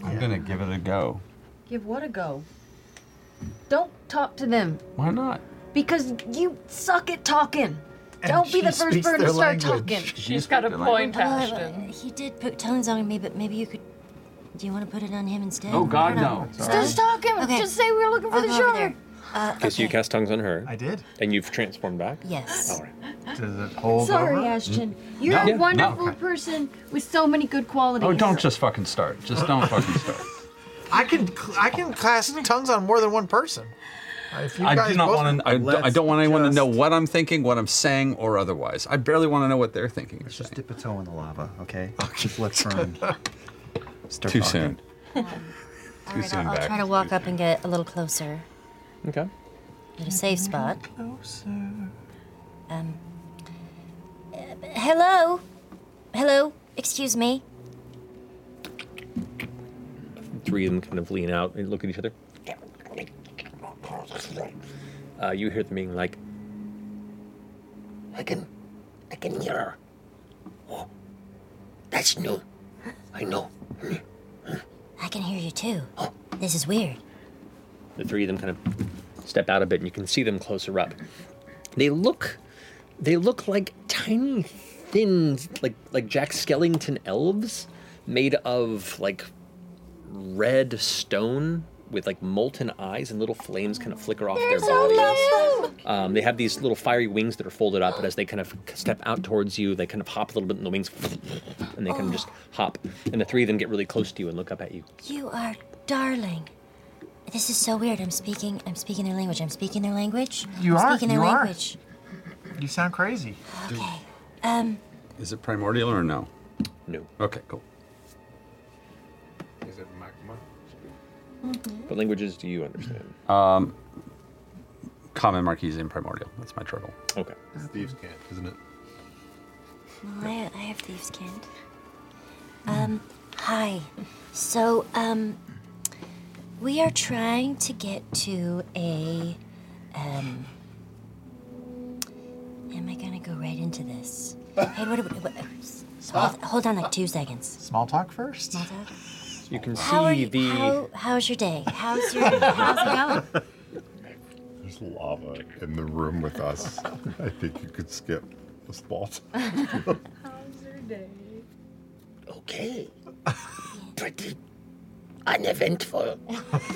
[SPEAKER 7] I'm gonna give it a go.
[SPEAKER 6] Give what a go. Don't talk to them
[SPEAKER 7] Why not?
[SPEAKER 6] because you suck at talking.
[SPEAKER 15] And
[SPEAKER 6] Don't be
[SPEAKER 15] she
[SPEAKER 6] the first
[SPEAKER 15] speaks
[SPEAKER 6] bird to
[SPEAKER 15] their
[SPEAKER 6] start
[SPEAKER 15] language.
[SPEAKER 6] talking.
[SPEAKER 15] She's
[SPEAKER 10] got a point,
[SPEAKER 15] Well, uh,
[SPEAKER 10] Ashton.
[SPEAKER 15] he did put tones on me, but maybe you could. Do you want to put it on him instead?
[SPEAKER 7] Oh, God,
[SPEAKER 15] I don't know.
[SPEAKER 7] no. It's Sorry.
[SPEAKER 6] just talking. Just say we're looking for
[SPEAKER 15] I'll
[SPEAKER 6] the
[SPEAKER 15] go over
[SPEAKER 6] shard.
[SPEAKER 15] there. Uh,
[SPEAKER 2] Okay, so you cast tongues on her. I
[SPEAKER 3] did.
[SPEAKER 2] And you've transformed back?
[SPEAKER 15] Yes.
[SPEAKER 2] All right.
[SPEAKER 14] Does it hold
[SPEAKER 6] Sorry, Ashton. You're
[SPEAKER 7] Mm-hmm. No,
[SPEAKER 6] a
[SPEAKER 7] no,
[SPEAKER 6] wonderful
[SPEAKER 7] okay.
[SPEAKER 6] person with so many good qualities.
[SPEAKER 7] Oh, don't just fucking start. Just don't fucking start.
[SPEAKER 3] I can cl- I can cast tongues on more than one person. Uh, If you
[SPEAKER 7] I
[SPEAKER 3] guys
[SPEAKER 7] do not
[SPEAKER 3] both-
[SPEAKER 7] want to. I, don't- I don't want anyone to know what I'm thinking, what I'm saying, or otherwise. I barely want to know what they're thinking. Let's just
[SPEAKER 14] dip a toe in the lava, okay? Just let burn. Start
[SPEAKER 7] Too
[SPEAKER 14] talking.
[SPEAKER 7] soon.
[SPEAKER 15] All right, I'll, I'll try to walk up and get a little closer.
[SPEAKER 2] Okay.
[SPEAKER 15] at a safe spot.
[SPEAKER 5] Closer.
[SPEAKER 15] Um, uh, hello? Hello? Excuse me?
[SPEAKER 2] Mm-hmm. Three of them kind of lean out and look at each other. Uh, you hear them being like,
[SPEAKER 20] I can, I can hear her. Oh, that's new. I know.
[SPEAKER 15] I can hear you too. This is weird.
[SPEAKER 2] the three of them kind of step out a bit and you can see them closer up they look they look like tiny thin like like jack skellington elves made of like red stone with like molten eyes and little flames kind of flicker off their bodies um, they have these little fiery wings that are folded up but as they kind of step out towards you they kind of hop a little bit and the wings and they kind of just hop and the three of them get really close to you and look up at you
[SPEAKER 15] You are darling. This is so weird. I'm speaking. I'm speaking their language. I'm speaking their language.
[SPEAKER 3] You
[SPEAKER 15] I'm
[SPEAKER 3] are,
[SPEAKER 15] Speaking their
[SPEAKER 3] you are.
[SPEAKER 15] language.
[SPEAKER 3] You sound crazy.
[SPEAKER 15] Okay. Um.
[SPEAKER 7] Is it primordial or no?
[SPEAKER 2] No.
[SPEAKER 7] Okay, cool.
[SPEAKER 1] Is it magma?
[SPEAKER 2] what languages do you understand
[SPEAKER 7] Um, common Marquesian primordial. That's my trouble.
[SPEAKER 2] Okay.
[SPEAKER 1] It's thieves can't, isn't it?
[SPEAKER 15] Well, I, I have thieves' kind. Um. Hi. So um. We are trying to get to a. Um. Am I gonna go right into this? hey, what? what, what so hold, hold on, like two seconds.
[SPEAKER 3] Small talk first.
[SPEAKER 15] Small talk.
[SPEAKER 2] you can
[SPEAKER 15] How are
[SPEAKER 2] see
[SPEAKER 15] you,
[SPEAKER 2] the
[SPEAKER 15] how, how's your day? How's your how's it going?
[SPEAKER 1] There's lava in the room with us. I think you could skip the spot.
[SPEAKER 20] Okay. Pretty uneventful.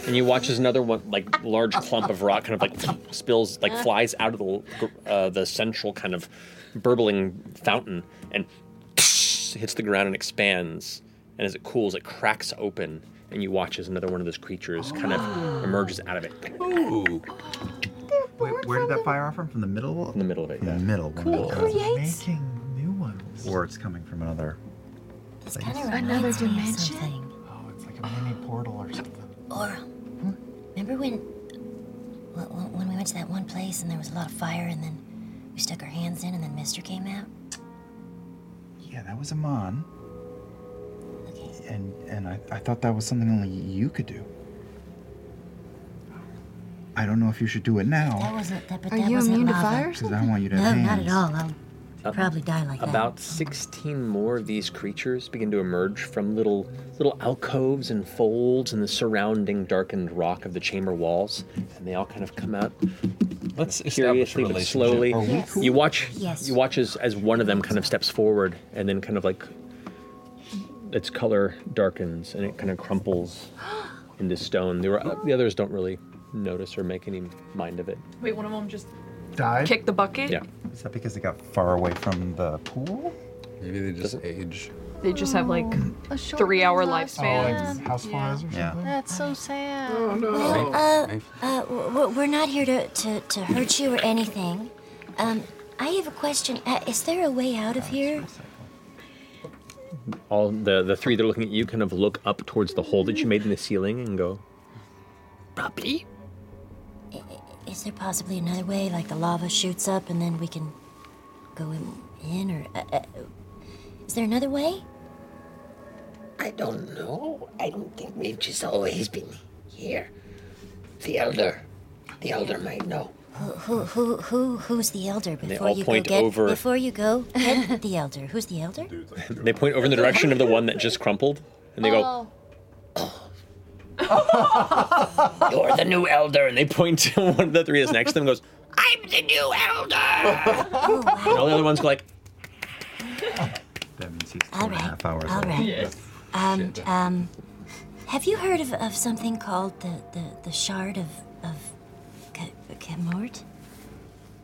[SPEAKER 2] and you watch as another one like large clump of rock kind of like spills like flies out of the uh, the central kind of burbling fountain and hits the ground and expands and as it cools it cracks open and you watch as another one of those creatures kind of emerges out of it
[SPEAKER 7] Ooh.
[SPEAKER 14] Wait, where did that fire off from? From the middle? In
[SPEAKER 2] the middle of it.
[SPEAKER 14] The middle.
[SPEAKER 15] Cool. Creates
[SPEAKER 3] making new ones.
[SPEAKER 14] Or it's coming from another.
[SPEAKER 15] This
[SPEAKER 14] place.
[SPEAKER 15] kind of
[SPEAKER 3] Another
[SPEAKER 15] reminds me of
[SPEAKER 3] dimension?
[SPEAKER 15] something.
[SPEAKER 3] Like a mini portal or something.
[SPEAKER 15] Or remember when when- when when we went to that one place and there was a lot of fire and then we stuck our hands in and then Mister came out.
[SPEAKER 14] Yeah, that was a mon. And and I, I thought that was something only you could do. I don't know if you should do it
[SPEAKER 15] That
[SPEAKER 14] now.
[SPEAKER 15] wasn't that, but
[SPEAKER 16] Are
[SPEAKER 15] that
[SPEAKER 16] you
[SPEAKER 15] wasn't
[SPEAKER 16] immune to
[SPEAKER 15] lava.
[SPEAKER 16] fire or
[SPEAKER 14] 'Cause I want you to
[SPEAKER 15] no,
[SPEAKER 14] have
[SPEAKER 15] not at
[SPEAKER 14] hands.
[SPEAKER 15] all. I'll
[SPEAKER 2] Up-
[SPEAKER 15] probably die like that.
[SPEAKER 2] about 16 more of these creatures begin to emerge from little little alcoves and folds in the surrounding darkened rock of the chamber walls and they all kind of come out let's curiously but
[SPEAKER 7] relationship.
[SPEAKER 2] slowly
[SPEAKER 7] Are we Yes. cool?
[SPEAKER 2] you watch
[SPEAKER 7] Yes.
[SPEAKER 2] you watch as, as one of them kind of steps forward and then kind of like its color darkens and it kind of crumples into stone the, the others don't really notice or make any mind of it
[SPEAKER 10] Wait, one of them just
[SPEAKER 14] Died?
[SPEAKER 10] kicked the bucket.
[SPEAKER 2] yeah
[SPEAKER 14] Is that because they got far away from the pool?
[SPEAKER 7] Maybe they just age.
[SPEAKER 10] They just have like
[SPEAKER 19] A
[SPEAKER 10] three hour lifespan.
[SPEAKER 3] house flies or
[SPEAKER 14] Yeah.
[SPEAKER 19] That's so sad.
[SPEAKER 10] Oh, no.
[SPEAKER 15] Well, uh, uh, w- w- we're not here to, to, to hurt you or anything. Um, I have a question. Uh, is there a way out of here?
[SPEAKER 2] all the the three that are looking at you kind of look up towards the hole that you made in the ceiling and go
[SPEAKER 15] Probably. Is there possibly another way, like the lava shoots up and then we can go in, in or uh, uh, is there another way?
[SPEAKER 20] I don't know. I don't think we've just always been here. The elder, the elder might know.
[SPEAKER 15] Who, who, who, who who's the elder
[SPEAKER 2] they
[SPEAKER 15] before
[SPEAKER 2] all
[SPEAKER 15] you
[SPEAKER 2] point
[SPEAKER 15] go get
[SPEAKER 2] over-
[SPEAKER 15] before you go get the elder? Who's the elder?
[SPEAKER 2] They point over in the direction of the one that just crumpled, and they
[SPEAKER 15] Oh.
[SPEAKER 2] go, "You're the new elder," and they point to one of the three that's next to them. and Goes,
[SPEAKER 5] I'm the new elder!
[SPEAKER 15] Oh,
[SPEAKER 2] and all the other ones go like,
[SPEAKER 14] That means he's
[SPEAKER 15] All right.
[SPEAKER 14] half hours
[SPEAKER 15] All
[SPEAKER 14] old.
[SPEAKER 15] right. Um, um, have you heard of, of something called the, the, the Shard of of Ca- Camort?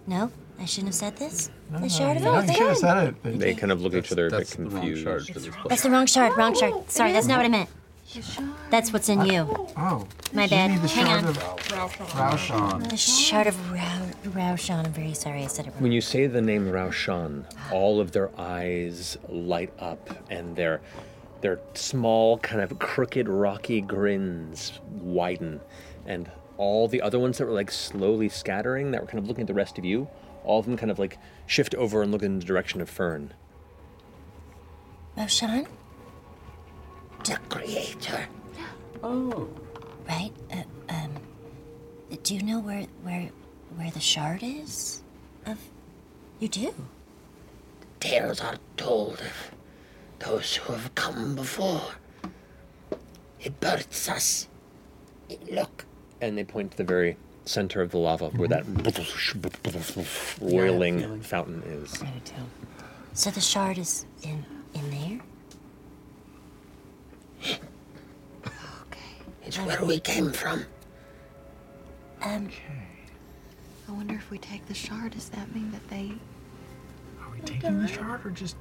[SPEAKER 15] No, I shouldn't have said this. the Shard of
[SPEAKER 3] no, you should have
[SPEAKER 15] Elfin.
[SPEAKER 3] said it.
[SPEAKER 2] They kind of look at each other a bit confused.
[SPEAKER 15] That's the wrong shard. Wrong shard. Sorry, that's not what I meant. That's what's in you.
[SPEAKER 3] Oh.
[SPEAKER 15] My
[SPEAKER 3] you
[SPEAKER 15] bad.
[SPEAKER 3] need the
[SPEAKER 15] Hang
[SPEAKER 3] shard
[SPEAKER 15] on.
[SPEAKER 3] of Rauschon.
[SPEAKER 15] The shard of Rau- Raushan. I'm very sorry I said it wrong.
[SPEAKER 2] When you say the name Raushan, all of their eyes light up, and their their small, kind of crooked, rocky grins widen, and all the other ones that were like slowly scattering, that were kind of looking at the rest of you, all of them kind of like shift over and look in the direction of Fern.
[SPEAKER 15] Roshan?
[SPEAKER 5] The creator.
[SPEAKER 15] Oh. Right? Uh, um, do you know where where where the shard is? Of you do.
[SPEAKER 5] Tales are told of those who have come before. It births us. It look,
[SPEAKER 2] And they point to the very center of the lava where that roiling fountain is.
[SPEAKER 15] So the shard is in in there.
[SPEAKER 5] it's where we came from.
[SPEAKER 15] Um,
[SPEAKER 4] I wonder if we take the shard, does that mean that they?
[SPEAKER 3] Are we taking the shard or just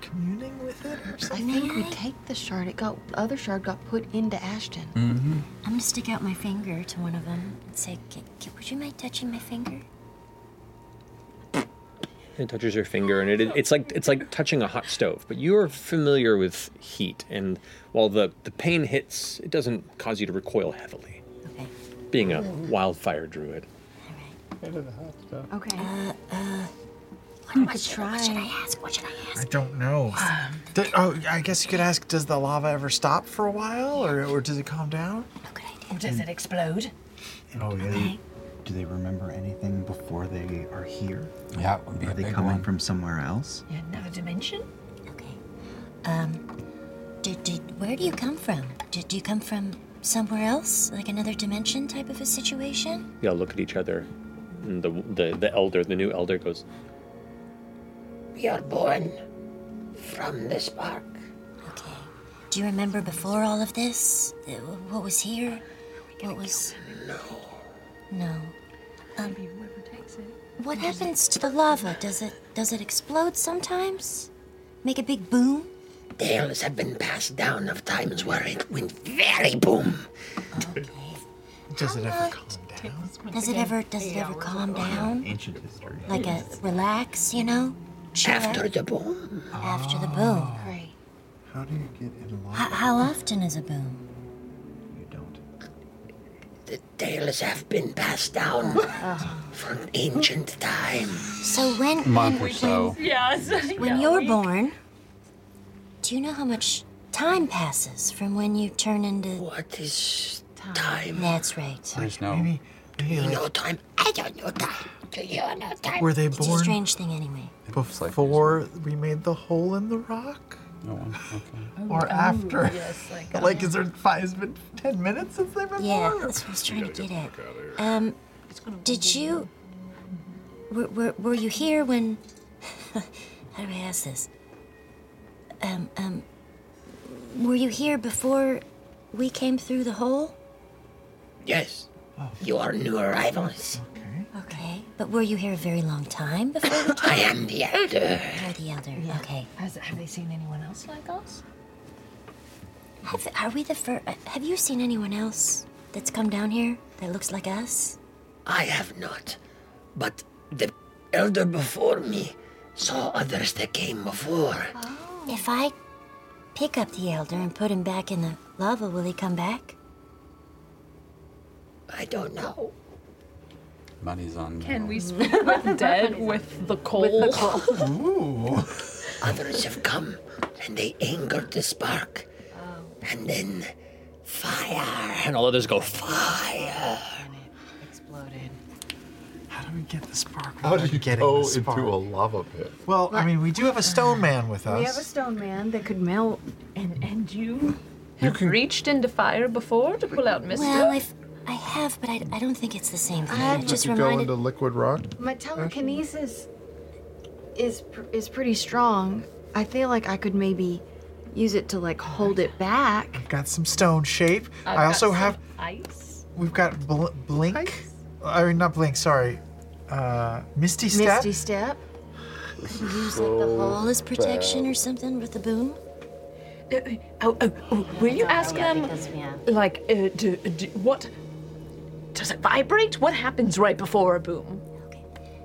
[SPEAKER 3] communing with it or
[SPEAKER 4] I
[SPEAKER 3] something?
[SPEAKER 4] think we take the shard. It got the other shard got put into Ashton.
[SPEAKER 3] Mm-hmm.
[SPEAKER 15] I'm gonna stick out my finger to one of them and say, "K- k- "Would you mind touching my finger?"
[SPEAKER 2] It touches your finger, and it, it's like it's like touching a hot stove. But you are familiar with heat, and while the the pain hits, it doesn't cause you to recoil heavily.
[SPEAKER 15] Okay.
[SPEAKER 2] Being a wildfire druid.
[SPEAKER 15] Okay. Uh, uh, what,
[SPEAKER 3] Hmm.
[SPEAKER 15] what should, what should I ask? What should I ask?
[SPEAKER 3] I don't know. Do- oh, I guess you could ask, does the lava ever stop for a while or, or does it calm down?
[SPEAKER 15] Or does it explode?
[SPEAKER 14] Oh yeah. Do they remember anything before they are here?
[SPEAKER 21] Yeah, it would be
[SPEAKER 14] Are
[SPEAKER 21] a
[SPEAKER 14] they
[SPEAKER 21] big
[SPEAKER 14] coming
[SPEAKER 21] one.
[SPEAKER 14] from somewhere else?
[SPEAKER 15] Yeah, another dimension. Okay. Um, did, did, where do you come from? Did, do you come from somewhere else, like another dimension type of a situation?
[SPEAKER 2] They all look at each other, and the the, the elder, the new elder, goes,
[SPEAKER 5] We are born from this bark.
[SPEAKER 15] Do you remember before all of this? Uh, What was here? What was?
[SPEAKER 5] No.
[SPEAKER 15] No. Um, what happens to the lava? Does it does it explode sometimes? Make a big boom?
[SPEAKER 5] Tales have been passed down of times where it went very boom.
[SPEAKER 3] Does it
[SPEAKER 15] ever
[SPEAKER 3] calm
[SPEAKER 15] down? Does it ever does it ever calm down?
[SPEAKER 14] Ancient history.
[SPEAKER 15] Like a relax, you know? Chill out?
[SPEAKER 5] After the boom.
[SPEAKER 15] After the boom.
[SPEAKER 4] Great.
[SPEAKER 14] How do you get in a
[SPEAKER 15] How, how often is a boom?
[SPEAKER 5] Tales have been passed down from ancient time.
[SPEAKER 15] So when
[SPEAKER 5] Month
[SPEAKER 15] when,
[SPEAKER 5] or so.
[SPEAKER 15] when-
[SPEAKER 5] Yes.
[SPEAKER 15] When
[SPEAKER 5] Yeah,
[SPEAKER 15] you're
[SPEAKER 5] week.
[SPEAKER 15] born, do you know how much time passes from when you turn into What
[SPEAKER 5] is time?
[SPEAKER 15] That's right.
[SPEAKER 7] There's no.
[SPEAKER 5] You know time. I don't know time. Do you know time?
[SPEAKER 3] Were they
[SPEAKER 15] It's a
[SPEAKER 3] born?
[SPEAKER 15] strange thing anyway.
[SPEAKER 3] Before we made the hole in the rock? Or after? like, is there five, has been ten minutes since they've been
[SPEAKER 15] uh, Yeah,
[SPEAKER 3] born?
[SPEAKER 15] that's what I was trying to get at. Um, did you? Were, were, were you here when? how do I ask this? Um, um, were you here before we came through the hole?
[SPEAKER 5] Yes. You are new arrivals.
[SPEAKER 15] Okay, but were you here a very long time before? We
[SPEAKER 5] I am the elder.
[SPEAKER 15] You're the elder. Okay.
[SPEAKER 4] Has, have they seen anyone else like us?
[SPEAKER 15] Have, are we the first? Have you seen anyone else that's come down here that looks like us?
[SPEAKER 5] I have not. But the elder before me saw others that came before.
[SPEAKER 15] If I pick up the elder and put him back in the lava, will he come back?
[SPEAKER 5] I don't know.
[SPEAKER 7] Money's on.
[SPEAKER 10] Can we speak with dead with the coal?
[SPEAKER 7] Ooh.
[SPEAKER 5] Oh. Others have come and they angered the spark. And then fire.
[SPEAKER 2] and all others go fire.
[SPEAKER 5] Fire.
[SPEAKER 4] Exploded.
[SPEAKER 3] How do we get the spark?
[SPEAKER 1] How do
[SPEAKER 3] without
[SPEAKER 1] you
[SPEAKER 3] getting
[SPEAKER 1] go
[SPEAKER 3] the spark?
[SPEAKER 1] into a lava pit?
[SPEAKER 3] Well, I mean, we do have a stone man with us.
[SPEAKER 10] We have a stone man that could melt, and and you have reached into fire before to pull out mischief.
[SPEAKER 15] Well, I've, I have, but I, I don't think it's the same thing. I,
[SPEAKER 1] Could
[SPEAKER 15] Uh, just
[SPEAKER 1] you
[SPEAKER 15] reminded.
[SPEAKER 1] go into liquid rock?
[SPEAKER 6] My telekinesis is pr- is pretty strong. I feel like I could maybe use it to like hold it back.
[SPEAKER 3] I've got some stone shape.
[SPEAKER 6] I've
[SPEAKER 3] I
[SPEAKER 6] got
[SPEAKER 3] also
[SPEAKER 6] some
[SPEAKER 3] have.
[SPEAKER 10] Ice.
[SPEAKER 3] We've got bl- blink. I mean, not blink. Sorry. Uh, misty step.
[SPEAKER 6] Misty step.
[SPEAKER 15] Could we use like the hole as protection or something with the boom?
[SPEAKER 10] Oh, oh, oh, will you ask them, like, uh, do, do, what? Does it vibrate? What happens right before a boom?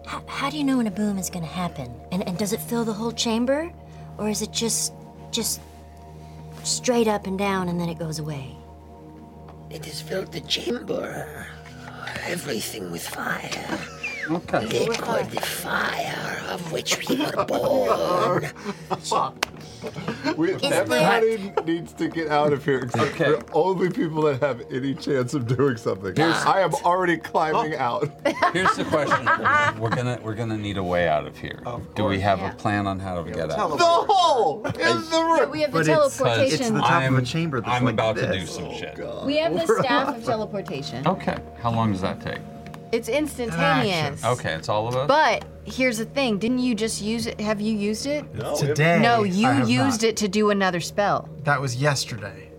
[SPEAKER 15] How, how do you know when a boom is going to happen? And, and does it fill the whole chamber, or is it just just straight up and down and then it goes away?
[SPEAKER 5] It has filled the chamber.
[SPEAKER 20] everything with fire.
[SPEAKER 5] Okay.
[SPEAKER 20] They call the fire of which we were born.
[SPEAKER 1] We,
[SPEAKER 20] Is
[SPEAKER 1] everybody needs to get out of here. Except for only people that have any chance of doing something.
[SPEAKER 7] Here's-
[SPEAKER 1] I am already climbing out.
[SPEAKER 7] Here's the question: We're gonna we're gonna need a way out of here. Do we have a plan on how to get out?
[SPEAKER 5] The
[SPEAKER 1] hole
[SPEAKER 5] in the room.
[SPEAKER 22] we have the
[SPEAKER 7] uh,
[SPEAKER 22] teleportation.
[SPEAKER 7] of a chamber. I'm about to do some
[SPEAKER 14] Oh,
[SPEAKER 7] shit.
[SPEAKER 22] we have the staff of teleportation.
[SPEAKER 7] Okay. How long does that take?
[SPEAKER 22] It's instantaneous.
[SPEAKER 7] Okay, it's all of us.
[SPEAKER 22] But here's the thing: didn't you just use it? Have you used it?
[SPEAKER 7] No.
[SPEAKER 3] Today,
[SPEAKER 22] No,
[SPEAKER 3] I
[SPEAKER 22] you
[SPEAKER 3] have
[SPEAKER 22] used
[SPEAKER 3] not.
[SPEAKER 22] it to do another spell.
[SPEAKER 3] That was yesterday.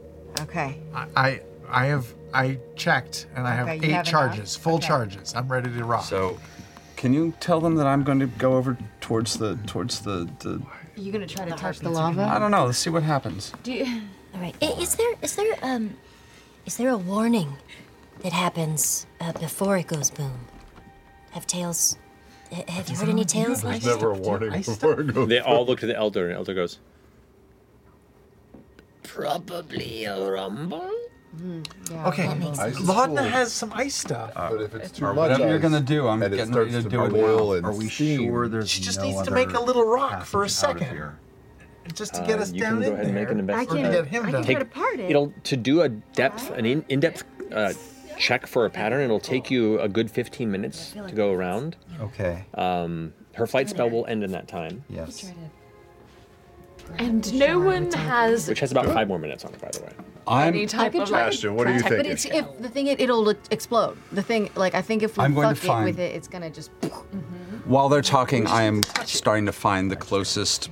[SPEAKER 22] Okay.
[SPEAKER 3] I, I, I have, I checked, and I have
[SPEAKER 22] Okay, you
[SPEAKER 3] eight
[SPEAKER 22] have enough?
[SPEAKER 3] charges, full
[SPEAKER 22] Okay.
[SPEAKER 3] charges. I'm ready to rock.
[SPEAKER 7] So, can you tell them that I'm going to go over towards the towards the, the
[SPEAKER 22] Are you gonna try to touch
[SPEAKER 12] the lava?
[SPEAKER 7] I don't know. Let's see what happens.
[SPEAKER 22] Do you?
[SPEAKER 15] All right. I- Is there is there um is there a warning that happens uh, before it goes boom? Have tales? ha- Have you heard any tales like
[SPEAKER 1] There's never a warning before it goes.
[SPEAKER 2] They all look to the elder, and elder goes,
[SPEAKER 20] Probably a rumble?
[SPEAKER 3] Okay, Laudna has some ice stuff.
[SPEAKER 1] But if it's too
[SPEAKER 7] Or
[SPEAKER 1] much,
[SPEAKER 7] Uh, whatever you're
[SPEAKER 1] ice,
[SPEAKER 7] gonna do, I'm
[SPEAKER 1] and it
[SPEAKER 7] getting
[SPEAKER 1] starts
[SPEAKER 7] ready to do it
[SPEAKER 1] boil
[SPEAKER 7] now.
[SPEAKER 1] and
[SPEAKER 7] Are we
[SPEAKER 1] steam.
[SPEAKER 7] sure there's
[SPEAKER 3] She just needs to make a little rock for a second, just to get
[SPEAKER 2] Uh,
[SPEAKER 3] us
[SPEAKER 2] you
[SPEAKER 3] down
[SPEAKER 2] can go
[SPEAKER 3] in
[SPEAKER 2] ahead and
[SPEAKER 3] there.
[SPEAKER 2] make an investigation.
[SPEAKER 3] Or to get him down.
[SPEAKER 2] Take- It'll to do a depth, an in, in-depth uh, check for a pattern. It'll take you a good 15 minutes to go around.
[SPEAKER 14] Okay.
[SPEAKER 2] Um, her flight spell will end in that time.
[SPEAKER 14] Yes.
[SPEAKER 10] And no one has.
[SPEAKER 2] Which has about five more minutes on it, by the way.
[SPEAKER 7] I'm
[SPEAKER 10] Any type of
[SPEAKER 22] But it's if the thing it'll explode. The thing like I think if we
[SPEAKER 7] I'm going to
[SPEAKER 22] fuck it with
[SPEAKER 7] find-
[SPEAKER 22] it, it's gonna just.
[SPEAKER 7] While they're talking, I am starting to find the closest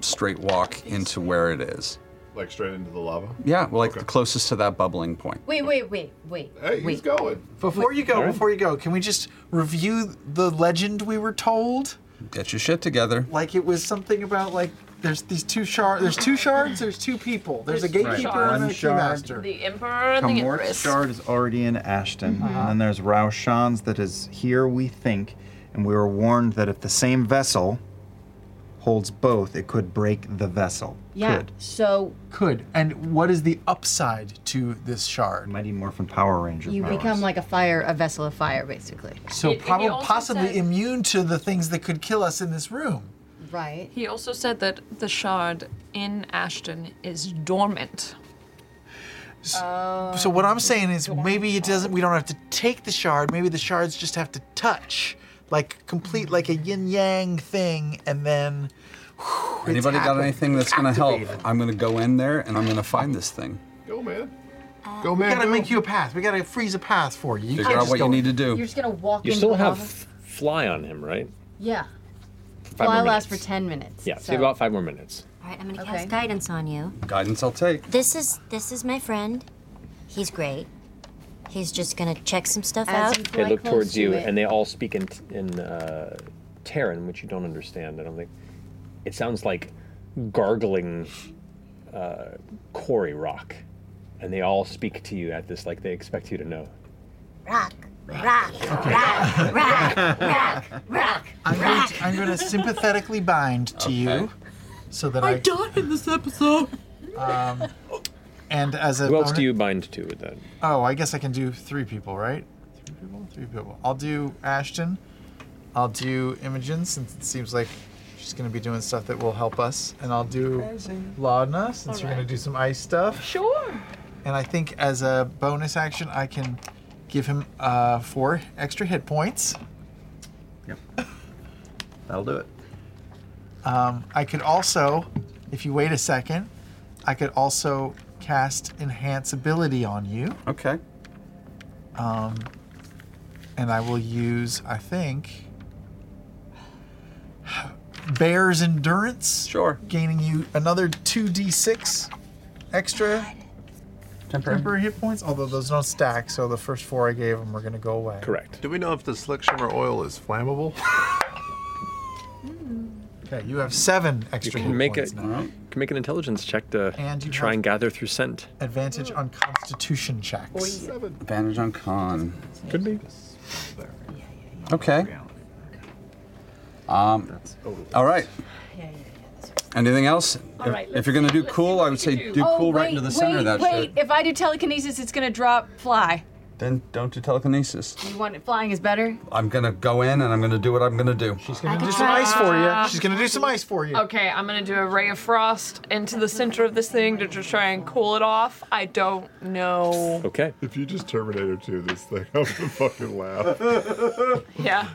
[SPEAKER 7] straight walk into where it is.
[SPEAKER 1] Like straight into the lava.
[SPEAKER 7] Yeah, well, like the closest to that bubbling point.
[SPEAKER 22] Wait, wait, wait, wait.
[SPEAKER 1] Hey, he's going.
[SPEAKER 3] Before you go, before you go, can we just review the legend we were told?
[SPEAKER 7] Get your shit together.
[SPEAKER 3] Like it was something about like there's these two shards. There's two shards. There's two people. There's a gatekeeper
[SPEAKER 14] One
[SPEAKER 3] and a
[SPEAKER 14] shard.
[SPEAKER 3] keymaster.
[SPEAKER 10] The emperor and the
[SPEAKER 14] Kamort's
[SPEAKER 10] empress.
[SPEAKER 14] shard is already in Ashton,
[SPEAKER 10] Mhm.
[SPEAKER 14] and then there's Raushan's that is here, we think, and we were warned that if the same vessel holds both, it could break the vessel. Could.
[SPEAKER 22] So
[SPEAKER 3] could. And what is the upside to this shard?
[SPEAKER 14] Mighty Morphin Power Ranger.
[SPEAKER 22] You become like a fire, a vessel of fire, basically.
[SPEAKER 3] So probably possibly immune to the things that could kill us in this room.
[SPEAKER 22] Right.
[SPEAKER 10] He also said that the shard in Ashton is dormant.
[SPEAKER 3] So what I'm saying is maybe it doesn't. We don't have to take the shard. Maybe the shards just have to touch, like complete
[SPEAKER 5] Hmm.
[SPEAKER 3] like a yin yang thing, and then. whew, it's
[SPEAKER 7] Anybody got
[SPEAKER 3] happened.
[SPEAKER 7] anything that's gonna help?
[SPEAKER 3] Activated.
[SPEAKER 7] I'm gonna go in there and I'm gonna find this thing.
[SPEAKER 1] Go, man.
[SPEAKER 3] Go, man. Uh, We gotta make you a path. We gotta freeze a path for you. you
[SPEAKER 7] Figure
[SPEAKER 3] can't
[SPEAKER 7] out
[SPEAKER 3] just
[SPEAKER 7] what you
[SPEAKER 3] go-
[SPEAKER 7] need to do.
[SPEAKER 22] You're just gonna walk
[SPEAKER 2] You
[SPEAKER 22] into
[SPEAKER 2] still
[SPEAKER 22] the
[SPEAKER 2] have
[SPEAKER 22] lava?
[SPEAKER 2] f- fly on him, right?
[SPEAKER 22] Yeah.
[SPEAKER 2] Five
[SPEAKER 22] Fly
[SPEAKER 2] more
[SPEAKER 22] lasts for ten minutes.
[SPEAKER 2] Yeah, so
[SPEAKER 22] so-
[SPEAKER 2] you have about five more minutes.
[SPEAKER 15] All right. I'm gonna cast guidance on you.
[SPEAKER 7] Guidance I'll take.
[SPEAKER 15] This is this is my friend. He's great. He's just gonna check some stuff
[SPEAKER 22] As
[SPEAKER 15] out.
[SPEAKER 22] you
[SPEAKER 2] They look towards you, and they all speak in in uh, Terran, which you don't understand. I don't think it sounds like gargling uh, quarry rock, and they all speak to you at this like they expect you to know.
[SPEAKER 15] Rock, rock, rock, rock, rock.
[SPEAKER 3] I'm going, to, I'm going to sympathetically bind to you, so that I,
[SPEAKER 5] died in this episode.
[SPEAKER 3] Um, and as a
[SPEAKER 2] Who else
[SPEAKER 3] bonus-
[SPEAKER 2] do you bind to with that?
[SPEAKER 3] Oh, I guess I can do three people, right? Three people, three people. I'll do Ashton. I'll do Imogen, since it seems like she's going to be doing stuff that will help us, and I'll do Laudna, since we're going to do some ice stuff.
[SPEAKER 10] Sure.
[SPEAKER 3] And I think as a bonus action, I can give him uh, four extra hit points.
[SPEAKER 14] That'll do it.
[SPEAKER 3] Um, I could also, if you wait a second, I could also cast Enhance Ability on you.
[SPEAKER 7] Okay.
[SPEAKER 3] Um, and I will use, I think, Bear's Endurance. Sure. Gaining you another 2d6 extra temporary. hit points, although those don't stack, so the first four I gave them are going to go away.
[SPEAKER 2] Correct.
[SPEAKER 1] Do we know if the slick shimmer oil is flammable?
[SPEAKER 3] Okay, you have seven extra
[SPEAKER 2] you can
[SPEAKER 3] hit
[SPEAKER 2] make
[SPEAKER 3] points
[SPEAKER 2] it.
[SPEAKER 3] now.
[SPEAKER 2] Can make an intelligence check to
[SPEAKER 3] And you
[SPEAKER 2] try
[SPEAKER 3] have-
[SPEAKER 2] and gather through scent.
[SPEAKER 3] Advantage on Constitution checks.
[SPEAKER 7] Advantage on con.
[SPEAKER 2] Could be.
[SPEAKER 7] Okay. Um, all right. Anything else?
[SPEAKER 9] All
[SPEAKER 7] If-
[SPEAKER 9] right,
[SPEAKER 7] if, you're gonna do cool, I would say do
[SPEAKER 9] Oh,
[SPEAKER 7] cool right
[SPEAKER 9] wait,
[SPEAKER 7] into the center
[SPEAKER 9] wait,
[SPEAKER 7] of that
[SPEAKER 9] wait.
[SPEAKER 7] shit.
[SPEAKER 9] If I do telekinesis, it's gonna drop fly.
[SPEAKER 7] Then don't do telekinesis.
[SPEAKER 9] You want it flying is better?
[SPEAKER 7] I'm gonna go in and I'm gonna do what I'm gonna do. She's
[SPEAKER 10] gonna I do could some try- ice for you. She's
[SPEAKER 3] gonna do some ice for you.
[SPEAKER 10] Okay, I'm gonna do a ray of frost into the center of this thing to just try and cool it off. I don't know.
[SPEAKER 2] Okay.
[SPEAKER 1] If you just Terminator 2 this thing, I'm gonna fucking laugh.
[SPEAKER 10] Yeah.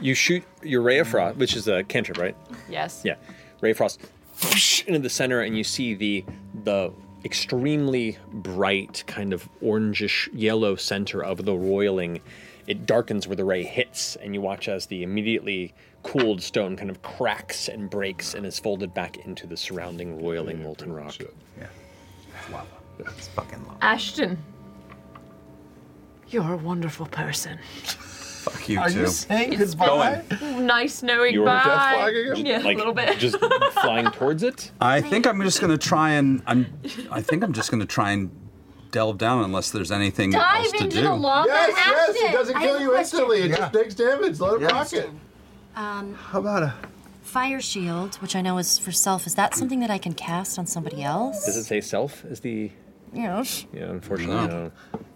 [SPEAKER 2] You shoot your ray of frost, which is a cantrip, right?
[SPEAKER 10] Yes.
[SPEAKER 2] Yeah, ray of frost whoosh, into the center, and you see the the extremely bright, kind of orangish yellow center of the roiling. It darkens where the ray hits, and you watch as the immediately cooled stone kind of cracks and breaks and is folded back into the surrounding roiling molten rock.
[SPEAKER 14] Yeah, lava. It's fucking lava.
[SPEAKER 10] Ashton, you're a wonderful person.
[SPEAKER 7] Fuck you
[SPEAKER 10] Are
[SPEAKER 7] too.
[SPEAKER 10] you saying
[SPEAKER 7] It's
[SPEAKER 10] goodbye? Nice knowing
[SPEAKER 7] You were
[SPEAKER 10] bye.
[SPEAKER 7] death flagging him?
[SPEAKER 10] Yeah,
[SPEAKER 7] Like,
[SPEAKER 10] a little bit.
[SPEAKER 2] just flying towards it.
[SPEAKER 7] I think I'm just gonna try and I'm. I think I'm just gonna try and delve down unless there's anything
[SPEAKER 5] Dive
[SPEAKER 7] else to
[SPEAKER 5] into
[SPEAKER 7] do.
[SPEAKER 5] the lava
[SPEAKER 1] Yes,
[SPEAKER 5] and
[SPEAKER 1] yes,
[SPEAKER 5] ask
[SPEAKER 1] it doesn't
[SPEAKER 5] I
[SPEAKER 1] kill
[SPEAKER 5] have a
[SPEAKER 1] you
[SPEAKER 5] question.
[SPEAKER 1] instantly, it just takes damage. Let it rock it.
[SPEAKER 15] Um,
[SPEAKER 14] How about a
[SPEAKER 15] fire shield, which I know is for self, is that something that I can cast on somebody else?
[SPEAKER 2] Does it say self? Is the
[SPEAKER 15] Yes.
[SPEAKER 2] yeah? Unfortunately,
[SPEAKER 7] No.
[SPEAKER 2] no.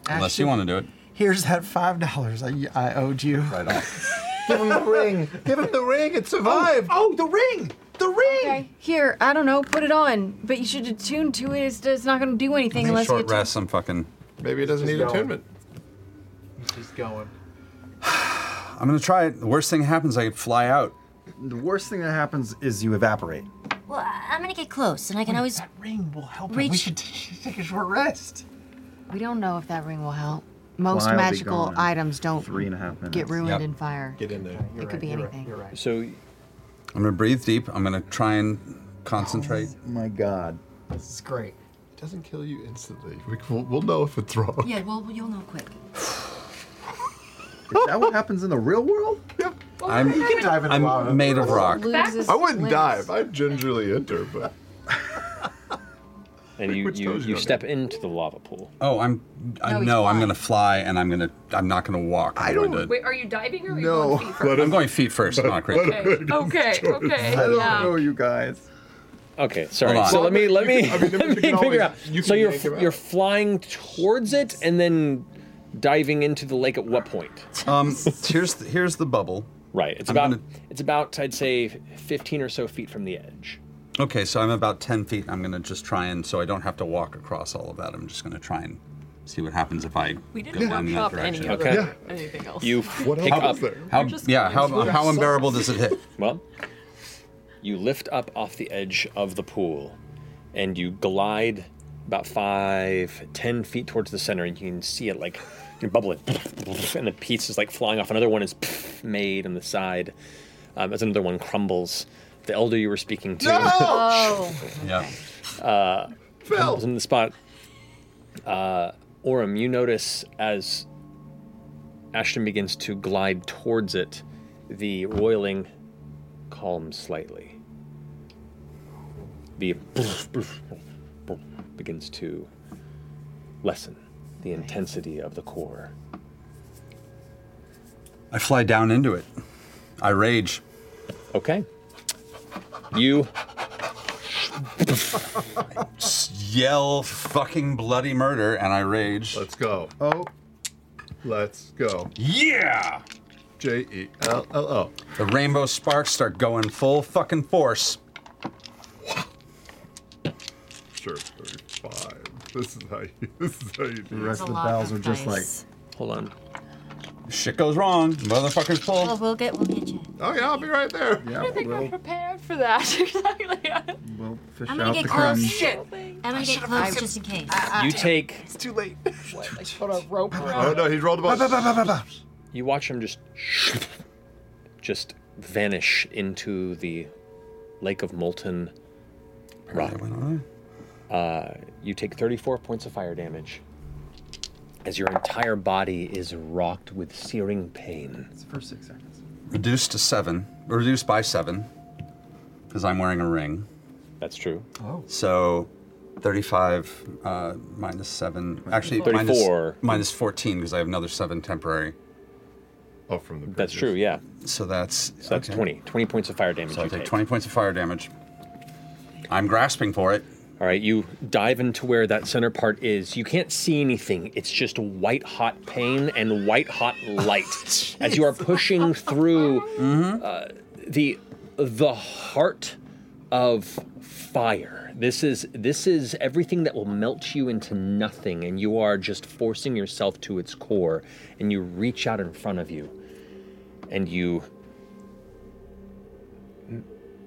[SPEAKER 7] Unless you want to do it.
[SPEAKER 3] Here's that five dollars I, I owed you. Right
[SPEAKER 7] on.
[SPEAKER 3] Give him the ring. Give him the ring. It survived. Oh, the ring. The ring.
[SPEAKER 9] Okay. Here, I don't know, put it on. But you should attune to it. It's, it's not going to do anything unless you
[SPEAKER 7] Short rest. I'm fucking.
[SPEAKER 1] Maybe it doesn't
[SPEAKER 3] Just
[SPEAKER 1] need
[SPEAKER 3] go.
[SPEAKER 1] attunement.
[SPEAKER 3] Just going.
[SPEAKER 7] I'm gonna try it. The worst thing happens, I fly out.
[SPEAKER 14] The worst thing that happens is you evaporate.
[SPEAKER 15] Well, I- I'm gonna get close, and I can
[SPEAKER 14] Wait,
[SPEAKER 15] always.
[SPEAKER 14] that
[SPEAKER 3] ring will help.
[SPEAKER 15] Reach.
[SPEAKER 3] We should take a short rest.
[SPEAKER 16] We don't know if that ring will help. Most
[SPEAKER 2] Fly will be
[SPEAKER 16] magical
[SPEAKER 2] gone in
[SPEAKER 16] items don't
[SPEAKER 2] three and a half
[SPEAKER 16] get
[SPEAKER 2] minutes.
[SPEAKER 16] ruined
[SPEAKER 7] Yep.
[SPEAKER 16] in fire.
[SPEAKER 1] Get in there.
[SPEAKER 16] it could be anything.
[SPEAKER 2] So
[SPEAKER 7] I'm gonna breathe deep. I'm gonna try and concentrate.
[SPEAKER 14] my god.
[SPEAKER 3] This is great.
[SPEAKER 1] It doesn't kill you instantly. We, will we'll know if it's wrong.
[SPEAKER 15] Yeah, well, you'll know quick.
[SPEAKER 14] Is that what happens in the real world?
[SPEAKER 7] I'm,
[SPEAKER 1] You can dive in
[SPEAKER 7] I'm
[SPEAKER 1] lava.
[SPEAKER 7] made of rock.
[SPEAKER 1] I wouldn't dive. I'd gingerly enter, but
[SPEAKER 2] and you you, you step into the lava pool.
[SPEAKER 7] Oh, I'm. I
[SPEAKER 10] No,
[SPEAKER 7] no,
[SPEAKER 10] he's
[SPEAKER 7] I'm
[SPEAKER 10] flying.
[SPEAKER 7] gonna fly, and I'm gonna. I'm not gonna walk. I'm I am going to
[SPEAKER 10] Wait, are you diving or are you going feet first?
[SPEAKER 7] I'm going feet first. Come on, Chris.
[SPEAKER 10] Okay. Okay. Okay. yeah.
[SPEAKER 14] you guys.
[SPEAKER 2] Okay, sorry.
[SPEAKER 7] Hold on.
[SPEAKER 2] So let me let me,
[SPEAKER 1] I mean,
[SPEAKER 2] let
[SPEAKER 1] you
[SPEAKER 2] me
[SPEAKER 1] can
[SPEAKER 2] figure
[SPEAKER 1] always-
[SPEAKER 2] out.
[SPEAKER 1] you
[SPEAKER 2] so
[SPEAKER 1] can
[SPEAKER 2] you're
[SPEAKER 1] yank him out.
[SPEAKER 2] you're flying towards it and then diving into the lake at what point?
[SPEAKER 7] Um, here's the, here's the bubble.
[SPEAKER 2] Right. It's
[SPEAKER 7] I'm
[SPEAKER 2] about
[SPEAKER 7] gonna-
[SPEAKER 2] it's about I'd say 15 or so feet from the edge.
[SPEAKER 7] Okay, so I'm about 10 feet. I'm going to just try and, so I don't have to walk across all of that. I'm just going to try and see what happens if I
[SPEAKER 10] We
[SPEAKER 7] go in
[SPEAKER 10] didn't work
[SPEAKER 7] that
[SPEAKER 10] up any
[SPEAKER 7] direction.
[SPEAKER 10] other,
[SPEAKER 2] Okay.
[SPEAKER 10] anything else.
[SPEAKER 2] You pick
[SPEAKER 7] How-
[SPEAKER 2] up.
[SPEAKER 7] How, yeah, how, how unbearable does it hit?
[SPEAKER 2] Well, you lift up off the edge of the pool and you glide about five, ten feet towards the center, and you can see it like you're bubbling, and the piece is like flying off. Another one is made on the side um, as another one crumbles. The elder you were speaking to.
[SPEAKER 5] No!
[SPEAKER 7] yeah.
[SPEAKER 2] Uh, was in the spot. Uh, Orem, you notice as Ashton begins to glide towards it, the roiling calms slightly. The begins to lessen the intensity of the core.
[SPEAKER 7] I fly down into it. I rage.
[SPEAKER 2] Okay. You
[SPEAKER 7] yell fucking bloody murder and I rage.
[SPEAKER 1] Let's go.
[SPEAKER 14] Oh.
[SPEAKER 1] Let's go.
[SPEAKER 7] Yeah!
[SPEAKER 1] J E L L O.
[SPEAKER 7] The rainbow sparks start going full fucking force.
[SPEAKER 1] Sure, 35. This is how you, this is how you do it.
[SPEAKER 14] The rest of the bells are just like.
[SPEAKER 2] Hold on.
[SPEAKER 7] Shit goes wrong. Motherfuckers pull.
[SPEAKER 15] Well, we'll get we'll get you.
[SPEAKER 1] Oh yeah, I'll be right there.
[SPEAKER 14] Yeah,
[SPEAKER 10] I think I'm prepared for that. exactly.
[SPEAKER 14] We'll fish
[SPEAKER 15] I'm gonna get close. I'm gonna get
[SPEAKER 10] should've
[SPEAKER 15] close
[SPEAKER 10] fucking-
[SPEAKER 15] just in case.
[SPEAKER 2] you take
[SPEAKER 3] It's too late.
[SPEAKER 10] Like, put a rope
[SPEAKER 1] Oh
[SPEAKER 10] around.
[SPEAKER 1] no, he's rolled about.
[SPEAKER 2] You watch him just just vanish into the lake of molten rock. Uh, you take 34 points of fire damage as your entire body is rocked with searing pain.
[SPEAKER 14] It's for six seconds.
[SPEAKER 7] Reduced to seven. Reduced by seven. Because I'm wearing a ring.
[SPEAKER 2] That's true.
[SPEAKER 14] Oh.
[SPEAKER 7] So 35 uh, minus 7. Actually, minus-
[SPEAKER 2] 34.
[SPEAKER 7] minus 14 because I have another 7 temporary.
[SPEAKER 1] Oh, from the
[SPEAKER 2] That's true, yeah.
[SPEAKER 7] So that's.
[SPEAKER 2] So that's
[SPEAKER 7] okay.
[SPEAKER 2] 20. 20 points of fire damage.
[SPEAKER 7] So I
[SPEAKER 2] you
[SPEAKER 7] take
[SPEAKER 2] take.
[SPEAKER 7] 20 points of fire damage. I'm grasping for it.
[SPEAKER 2] All right, you dive into where that center part is. You can't see anything. It's just white hot pain and white hot light. As you are pushing through uh, the the heart of fire. This is this is everything that will melt you into nothing and you are just forcing yourself to its core and you reach out in front of you and you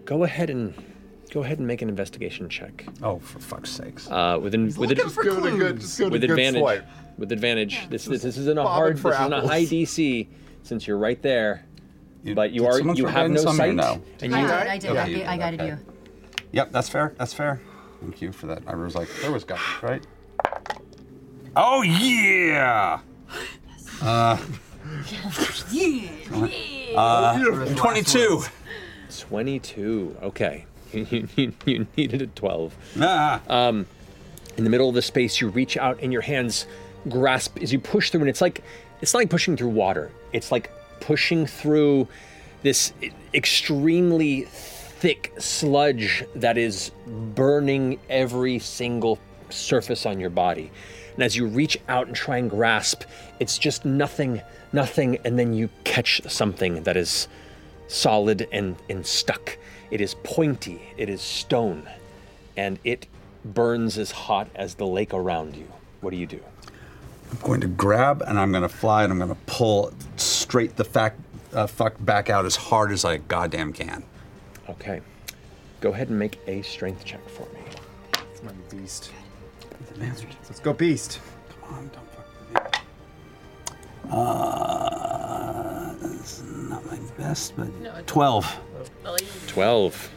[SPEAKER 2] go ahead and go ahead and make an investigation check.
[SPEAKER 7] Oh, for fuck's sakes!
[SPEAKER 2] Uh, with an,
[SPEAKER 7] He's
[SPEAKER 2] with,
[SPEAKER 7] looking for Just go to good- just go to
[SPEAKER 2] with
[SPEAKER 7] good
[SPEAKER 2] advantage.
[SPEAKER 7] swipe.
[SPEAKER 2] With advantage. This, this this isn't a
[SPEAKER 7] bobbing
[SPEAKER 2] hard.
[SPEAKER 7] for
[SPEAKER 2] This isn't a
[SPEAKER 7] apples.
[SPEAKER 2] high DC since you're right there. but you
[SPEAKER 7] did
[SPEAKER 2] are
[SPEAKER 7] someone
[SPEAKER 2] you
[SPEAKER 7] throw
[SPEAKER 2] have no
[SPEAKER 7] guidance on me or
[SPEAKER 2] sight.
[SPEAKER 7] no?
[SPEAKER 2] And
[SPEAKER 22] I
[SPEAKER 2] you,
[SPEAKER 22] did, I did, I,
[SPEAKER 7] Okay.
[SPEAKER 22] did I guided
[SPEAKER 7] Okay.
[SPEAKER 22] you.
[SPEAKER 7] Yep, that's fair. That's fair. Thank you for that. I was like, there was guys, right? Oh yeah. Uh,
[SPEAKER 5] Yeah.
[SPEAKER 2] Uh, 22. 22. Okay. You, you, you needed a 12. Um, in the middle of the space, you reach out and your hands grasp as you push through, and it's like it's not like pushing through water. It's like pushing through this extremely thick sludge that is burning every single surface on your body. And as you reach out and try and grasp, it's just nothing, nothing, and then you catch something that is solid and, and stuck. It is pointy, it is stone, and it burns as hot as the lake around you. What do you do?
[SPEAKER 7] I'm going to grab and I'm going to fly and I'm going to pull straight the fac uh, fuck back out as hard as I goddamn can.
[SPEAKER 2] Okay. Go ahead and make a strength check for me.
[SPEAKER 14] It's my beast.
[SPEAKER 7] Let's go, beast. Come on, don't fuck with me. Uh, that's not my best, but twelve.
[SPEAKER 2] 12.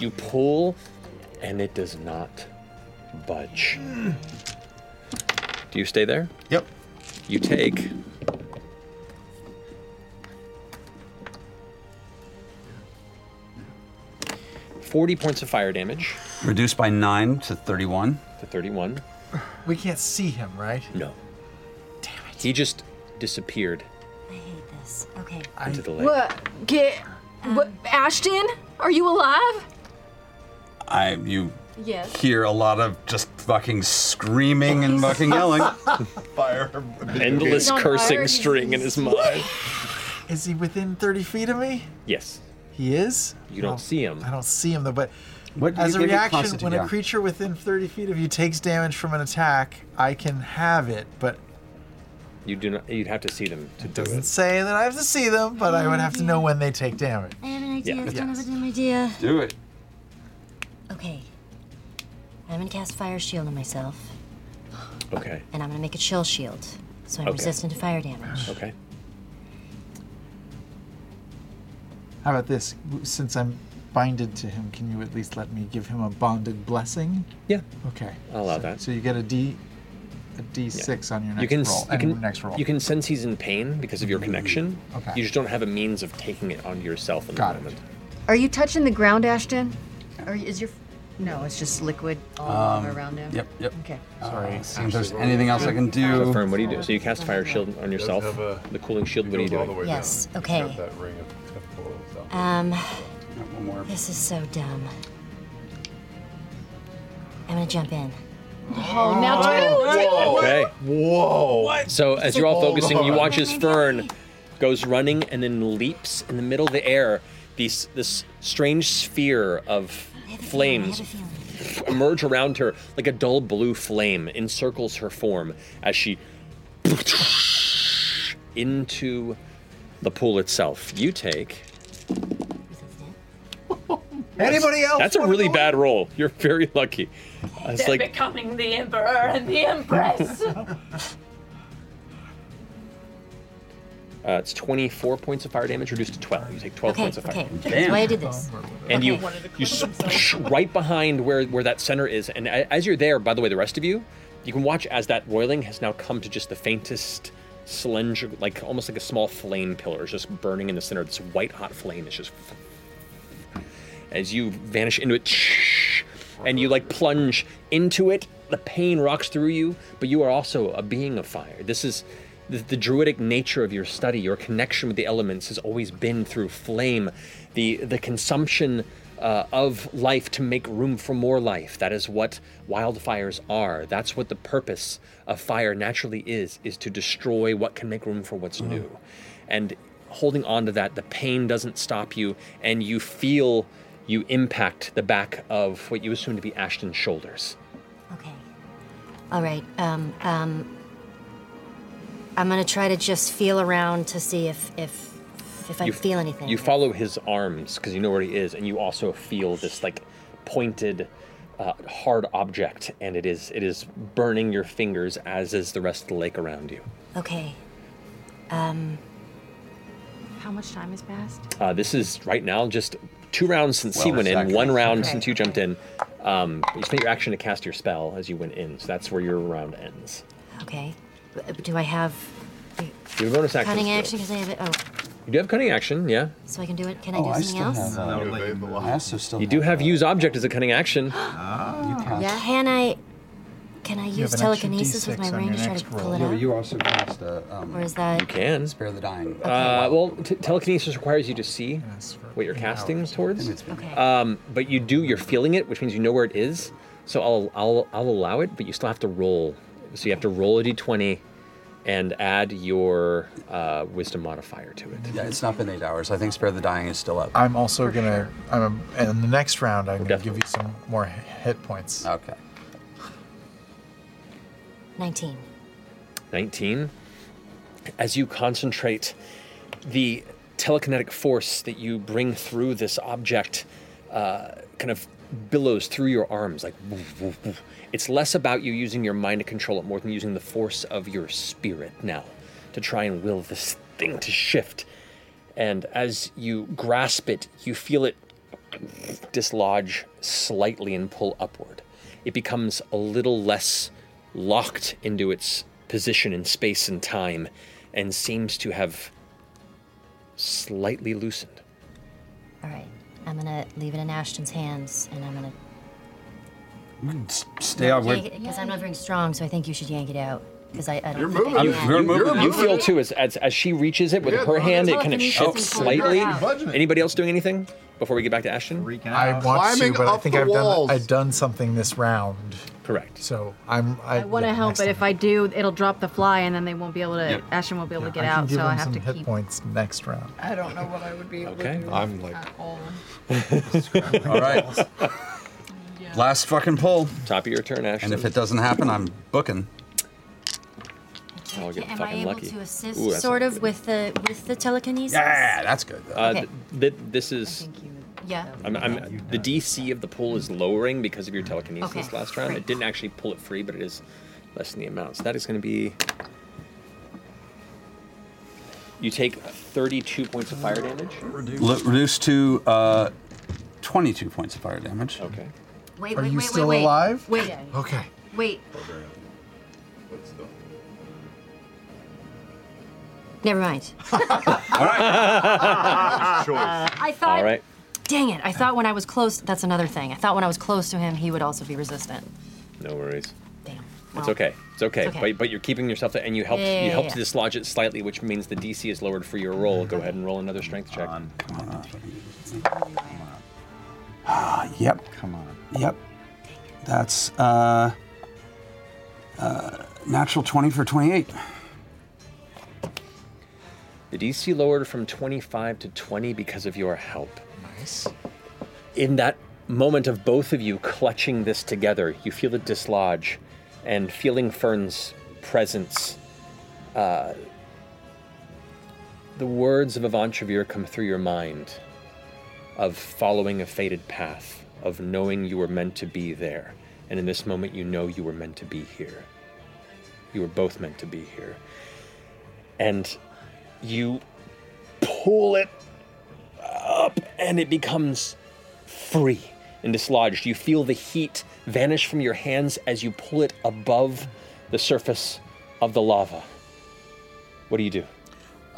[SPEAKER 2] You pull, and it does not budge. Do you stay there?
[SPEAKER 7] Yep.
[SPEAKER 2] You take. Forty points of fire damage
[SPEAKER 7] Reduced by nine to thirty-one.
[SPEAKER 2] to thirty-one.
[SPEAKER 3] We can't see him, right?
[SPEAKER 2] No. He just disappeared
[SPEAKER 15] I hate this. Okay.
[SPEAKER 2] into the lake.
[SPEAKER 6] What? Get. What? Ashton? Are you alive?
[SPEAKER 7] I you
[SPEAKER 6] Yes.
[SPEAKER 7] hear a lot of just fucking screaming and fucking yelling.
[SPEAKER 2] Fire. Endless
[SPEAKER 3] He's on
[SPEAKER 2] cursing
[SPEAKER 3] fire.
[SPEAKER 2] string in his mind.
[SPEAKER 3] Is he within 30 feet of me?
[SPEAKER 2] Yes.
[SPEAKER 3] He is?
[SPEAKER 2] You don't
[SPEAKER 3] Oh,
[SPEAKER 2] see him.
[SPEAKER 3] I don't see him, though, but
[SPEAKER 2] What-
[SPEAKER 3] as
[SPEAKER 2] you
[SPEAKER 3] a
[SPEAKER 2] give it
[SPEAKER 3] reaction,
[SPEAKER 2] constitute-
[SPEAKER 3] when
[SPEAKER 2] yeah.
[SPEAKER 3] a creature within 30 feet of you takes damage from an attack, I can have it, but
[SPEAKER 2] You do not. You'd have to see them to do
[SPEAKER 3] doesn't
[SPEAKER 2] it.
[SPEAKER 3] say that I have to see them, but I would have to know when they take damage.
[SPEAKER 15] I have an idea.
[SPEAKER 3] Yeah.
[SPEAKER 15] I don't have a damn idea.
[SPEAKER 7] Do it.
[SPEAKER 15] Okay. I'm gonna cast fire shield on myself,
[SPEAKER 2] Okay.
[SPEAKER 15] and I'm gonna make a chill shield, so I'm
[SPEAKER 2] Okay.
[SPEAKER 15] resistant to fire damage.
[SPEAKER 2] Okay.
[SPEAKER 3] How about this? W- Since I'm binded to him, can you at least let me give him a bonded blessing?
[SPEAKER 2] Yeah.
[SPEAKER 3] Okay.
[SPEAKER 2] I'll allow
[SPEAKER 3] so,
[SPEAKER 2] that.
[SPEAKER 3] So you get a D, a D6 on your next
[SPEAKER 2] you can, s-
[SPEAKER 3] roll.
[SPEAKER 2] You
[SPEAKER 3] and
[SPEAKER 2] can,
[SPEAKER 3] your next roll. Mm-hmm.
[SPEAKER 2] You can sense he's in pain because of your connection.
[SPEAKER 3] Okay.
[SPEAKER 2] You just don't have a means of taking it onto yourself in
[SPEAKER 3] Got
[SPEAKER 2] the moment.
[SPEAKER 6] Are you touching the ground, Ashton?
[SPEAKER 19] Or is your. No, it's just liquid all
[SPEAKER 7] Um,
[SPEAKER 19] over around him.
[SPEAKER 7] Yep, yep.
[SPEAKER 19] Okay.
[SPEAKER 7] Sorry. see if there's anything else I can do.
[SPEAKER 2] So, Fern, what do you do? So you cast fire shield on yourself. the cooling shield. What are you
[SPEAKER 1] all the
[SPEAKER 2] doing?
[SPEAKER 1] way
[SPEAKER 15] Yes, down. okay. Got
[SPEAKER 1] that ring of temple
[SPEAKER 15] Um,
[SPEAKER 7] One more.
[SPEAKER 15] this is so dumb. I'm gonna jump in.
[SPEAKER 5] Oh, now two.
[SPEAKER 2] Okay.
[SPEAKER 1] Whoa.
[SPEAKER 2] So as you're all
[SPEAKER 5] Hold
[SPEAKER 2] focusing, you
[SPEAKER 5] on.
[SPEAKER 2] watch
[SPEAKER 15] Oh
[SPEAKER 2] as Fern goes running and then leaps in the middle of the air. These this strange sphere of flames emerge around her like a dull blue flame encircles her form as she into the pool itself. You take.
[SPEAKER 3] Anybody else?
[SPEAKER 2] That's a really bad roll. You're very lucky. I was
[SPEAKER 10] They're
[SPEAKER 2] like,
[SPEAKER 10] becoming the emperor and the empress.
[SPEAKER 2] uh, it's 24 points of fire damage reduced to 12. You take 12
[SPEAKER 15] Okay,
[SPEAKER 2] points of fire.
[SPEAKER 15] okay. That's why I did this.
[SPEAKER 2] and you,
[SPEAKER 15] Okay.
[SPEAKER 2] you swish right behind where, where that center is. And a- as you're there, by the way, the rest of you, you can watch as that roiling has now come to just the faintest slender, like almost like a small flame pillar is just burning in the center. This white hot flame is just. As you vanish into it, and you like plunge into it, the pain rocks through you, but you are also a being of fire. This is the, the druidic nature of your study, your connection with the elements has always been through flame. The the consumption uh, of life to make room for more life. That is what wildfires are. That's what the purpose of fire naturally is: is to destroy what can make room for what's new. And holding on to that, the pain doesn't stop you, and you feel you impact the back of what you assume to be Ashton's shoulders.
[SPEAKER 15] All right. Um, um, I'm gonna try to just feel around to see if if if I
[SPEAKER 2] You f-
[SPEAKER 15] feel anything.
[SPEAKER 2] You follow his arms because you know where he is, and you also feel this like pointed, uh, hard object, and it is it is burning your fingers as is the rest of the lake around you.
[SPEAKER 15] okay. Um.
[SPEAKER 9] How much time has passed?
[SPEAKER 2] Uh, this is right now just two rounds since he
[SPEAKER 9] Well,
[SPEAKER 2] went in,
[SPEAKER 9] exactly.
[SPEAKER 2] one round
[SPEAKER 9] Okay.
[SPEAKER 2] since you jumped in. Um, you spent your action to cast your spell as you went in, so that's where your round ends.
[SPEAKER 15] Okay. B- Do I have
[SPEAKER 2] You have a bonus action.
[SPEAKER 15] cunning
[SPEAKER 2] still.
[SPEAKER 15] action? Because I have it. Oh,
[SPEAKER 2] You do have cunning action, yeah.
[SPEAKER 15] so I can do it.
[SPEAKER 7] Oh,
[SPEAKER 15] Can I do something else?
[SPEAKER 7] I also still Ah.
[SPEAKER 2] you do have use object as a cunning action.
[SPEAKER 15] Yeah. Can I? Can I use telekinesis with my ring to try to pull it
[SPEAKER 7] Yeah, but
[SPEAKER 15] out?
[SPEAKER 7] you also cast a. Um,
[SPEAKER 15] Or is that- You
[SPEAKER 2] can
[SPEAKER 7] spare the dying.
[SPEAKER 2] Uh, well, t- telekinesis requires you to see what you're casting towards.
[SPEAKER 15] Okay.
[SPEAKER 2] Um, but you do, you're feeling it, which means you know where it is. So I'll, I'll, I'll allow it, but you still have to roll. So you have to roll a d20 and add your uh, wisdom modifier to it.
[SPEAKER 7] Yeah, it's not been eight hours. I think spare the dying is still up.
[SPEAKER 3] I'm also gonna. I'm and in the next round. I'm gonna give you some more h- hit points.
[SPEAKER 7] Okay.
[SPEAKER 15] Nineteen.
[SPEAKER 2] 19. As you concentrate, the telekinetic force that you bring through this object uh, kind of billows through your arms like woof, woof, woof. it's less about you using your mind to control it more than using the force of your spirit now to try and will this thing to shift and as you grasp it you feel it dislodge slightly and pull upward. It becomes a little less locked into its position in space and time and seems to have slightly loosened.
[SPEAKER 15] All right. I'm gonna leave it in Ashton's hands, and I'm gonna
[SPEAKER 7] Stay on. We're,
[SPEAKER 15] because I'm not very strong, so I think you should yank it out. Because I, I don't
[SPEAKER 7] You're
[SPEAKER 15] think I
[SPEAKER 7] moving.
[SPEAKER 15] can.
[SPEAKER 7] You're moving.
[SPEAKER 2] You feel too as, as, as she reaches it with
[SPEAKER 15] Yeah,
[SPEAKER 2] her hand, it
[SPEAKER 15] that's
[SPEAKER 2] kind of
[SPEAKER 15] telekinesis
[SPEAKER 2] shifts
[SPEAKER 15] and pulling her
[SPEAKER 2] slightly.
[SPEAKER 15] out.
[SPEAKER 2] Anybody else doing anything before we get back to Ashton?
[SPEAKER 3] I want
[SPEAKER 2] Climbing
[SPEAKER 3] to, but I
[SPEAKER 2] up
[SPEAKER 3] think
[SPEAKER 2] the
[SPEAKER 3] I've
[SPEAKER 2] walls.
[SPEAKER 3] done. I've done something this round.
[SPEAKER 2] Correct.
[SPEAKER 3] So I'm. I,
[SPEAKER 9] I want to help, but if I do, it'll drop the fly, and then they won't be able to.
[SPEAKER 3] Yep.
[SPEAKER 9] Ashton won't be able to get
[SPEAKER 3] I can
[SPEAKER 9] out,
[SPEAKER 3] give
[SPEAKER 9] so
[SPEAKER 3] him
[SPEAKER 9] I have
[SPEAKER 3] some
[SPEAKER 9] to
[SPEAKER 3] hit
[SPEAKER 9] keep.
[SPEAKER 3] points next round.
[SPEAKER 16] I don't know what I would be able
[SPEAKER 7] Okay.
[SPEAKER 16] to do.
[SPEAKER 7] I'm like-
[SPEAKER 16] at all.
[SPEAKER 7] all right. Last fucking pull.
[SPEAKER 2] Top of your turn, Ashton.
[SPEAKER 7] And if it doesn't happen, I'm booking.
[SPEAKER 2] I'll get
[SPEAKER 15] Am I
[SPEAKER 2] fucking
[SPEAKER 15] able
[SPEAKER 2] lucky.
[SPEAKER 15] to assist,
[SPEAKER 2] Ooh, that's
[SPEAKER 15] sort
[SPEAKER 2] not
[SPEAKER 15] of, with the with the telekinesis?
[SPEAKER 7] Yeah, that's good. though.
[SPEAKER 2] Uh,
[SPEAKER 15] Okay.
[SPEAKER 2] th- th- this is.
[SPEAKER 15] Yeah.
[SPEAKER 2] I'm, I'm, the DC of the pool is lowering because of your telekinesis
[SPEAKER 15] Okay,
[SPEAKER 2] last round.
[SPEAKER 15] great.
[SPEAKER 2] It didn't actually pull it free, but it is less than the amount. So that is going to be. You take 32 points of fire damage.
[SPEAKER 7] L- reduced to uh, 22 points of fire damage.
[SPEAKER 2] Okay.
[SPEAKER 15] Wait,
[SPEAKER 3] Are
[SPEAKER 15] wait,
[SPEAKER 3] you
[SPEAKER 15] wait,
[SPEAKER 3] still
[SPEAKER 15] wait, wait.
[SPEAKER 3] alive?
[SPEAKER 15] Wait,
[SPEAKER 3] Okay.
[SPEAKER 15] wait. Never mind. Uh, I thought.
[SPEAKER 2] All right.
[SPEAKER 15] Dang it! I thought when I was close. That's another thing. I thought when I was close to him, he would also be resistant.
[SPEAKER 2] No worries.
[SPEAKER 15] Damn.
[SPEAKER 2] It's
[SPEAKER 15] Wow.
[SPEAKER 2] okay. It's okay.
[SPEAKER 15] It's okay.
[SPEAKER 2] But, but you're keeping yourself there, and you helped
[SPEAKER 15] Yeah, yeah,
[SPEAKER 2] you
[SPEAKER 15] yeah,
[SPEAKER 2] helped
[SPEAKER 15] yeah.
[SPEAKER 2] dislodge it slightly, which means the DC is lowered for your roll. Go ahead and roll another strength check.
[SPEAKER 7] Uh, yep. Come on. Yep. That's uh, uh, natural 20 for 28.
[SPEAKER 2] The DC lowered from 25 to 20 because of your help. Nice. In that moment of both of you clutching this together, you feel it dislodge and feeling Fern's presence. Uh, the words of Ivan Trevor come through your mind of following a fated path, of knowing you were meant to be there. And in this moment, you know you were meant to be here. You were both meant to be here. And you pull it up and it becomes free and dislodged. You feel the heat vanish from your hands as you pull it above the surface of the lava. What do you do?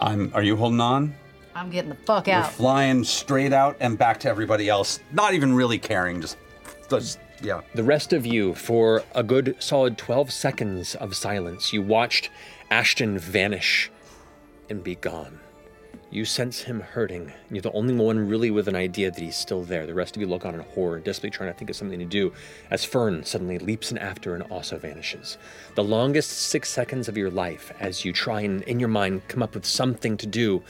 [SPEAKER 7] I'm, are you holding on?
[SPEAKER 16] I'm getting the fuck
[SPEAKER 7] We're
[SPEAKER 16] out.
[SPEAKER 7] flying straight out and back to everybody else. Not even really caring. Just, just yeah.
[SPEAKER 2] The rest of you, for a good solid 12 seconds of silence, you watched Ashton vanish and be gone. You sense him hurting. and You're the only one really with an idea that he's still there. The rest of you look on in horror, desperately trying to think of something to do, as Fern suddenly leaps in after and also vanishes. The longest six seconds of your life as you try and, in your mind, come up with something to do.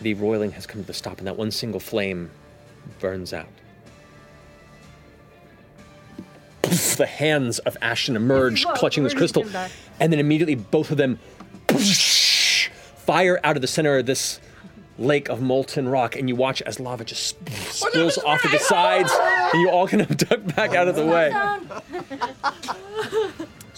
[SPEAKER 2] The roiling has come to a stop, and that one single flame burns out. The hands of Ashton emerge,
[SPEAKER 5] Whoa,
[SPEAKER 2] clutching this
[SPEAKER 5] where did
[SPEAKER 2] crystal,
[SPEAKER 5] he come back?
[SPEAKER 2] and then immediately both of them fire out of the center of this lake of molten rock, and you watch as lava just spills off to the sides, and you all kind of duck back out of the way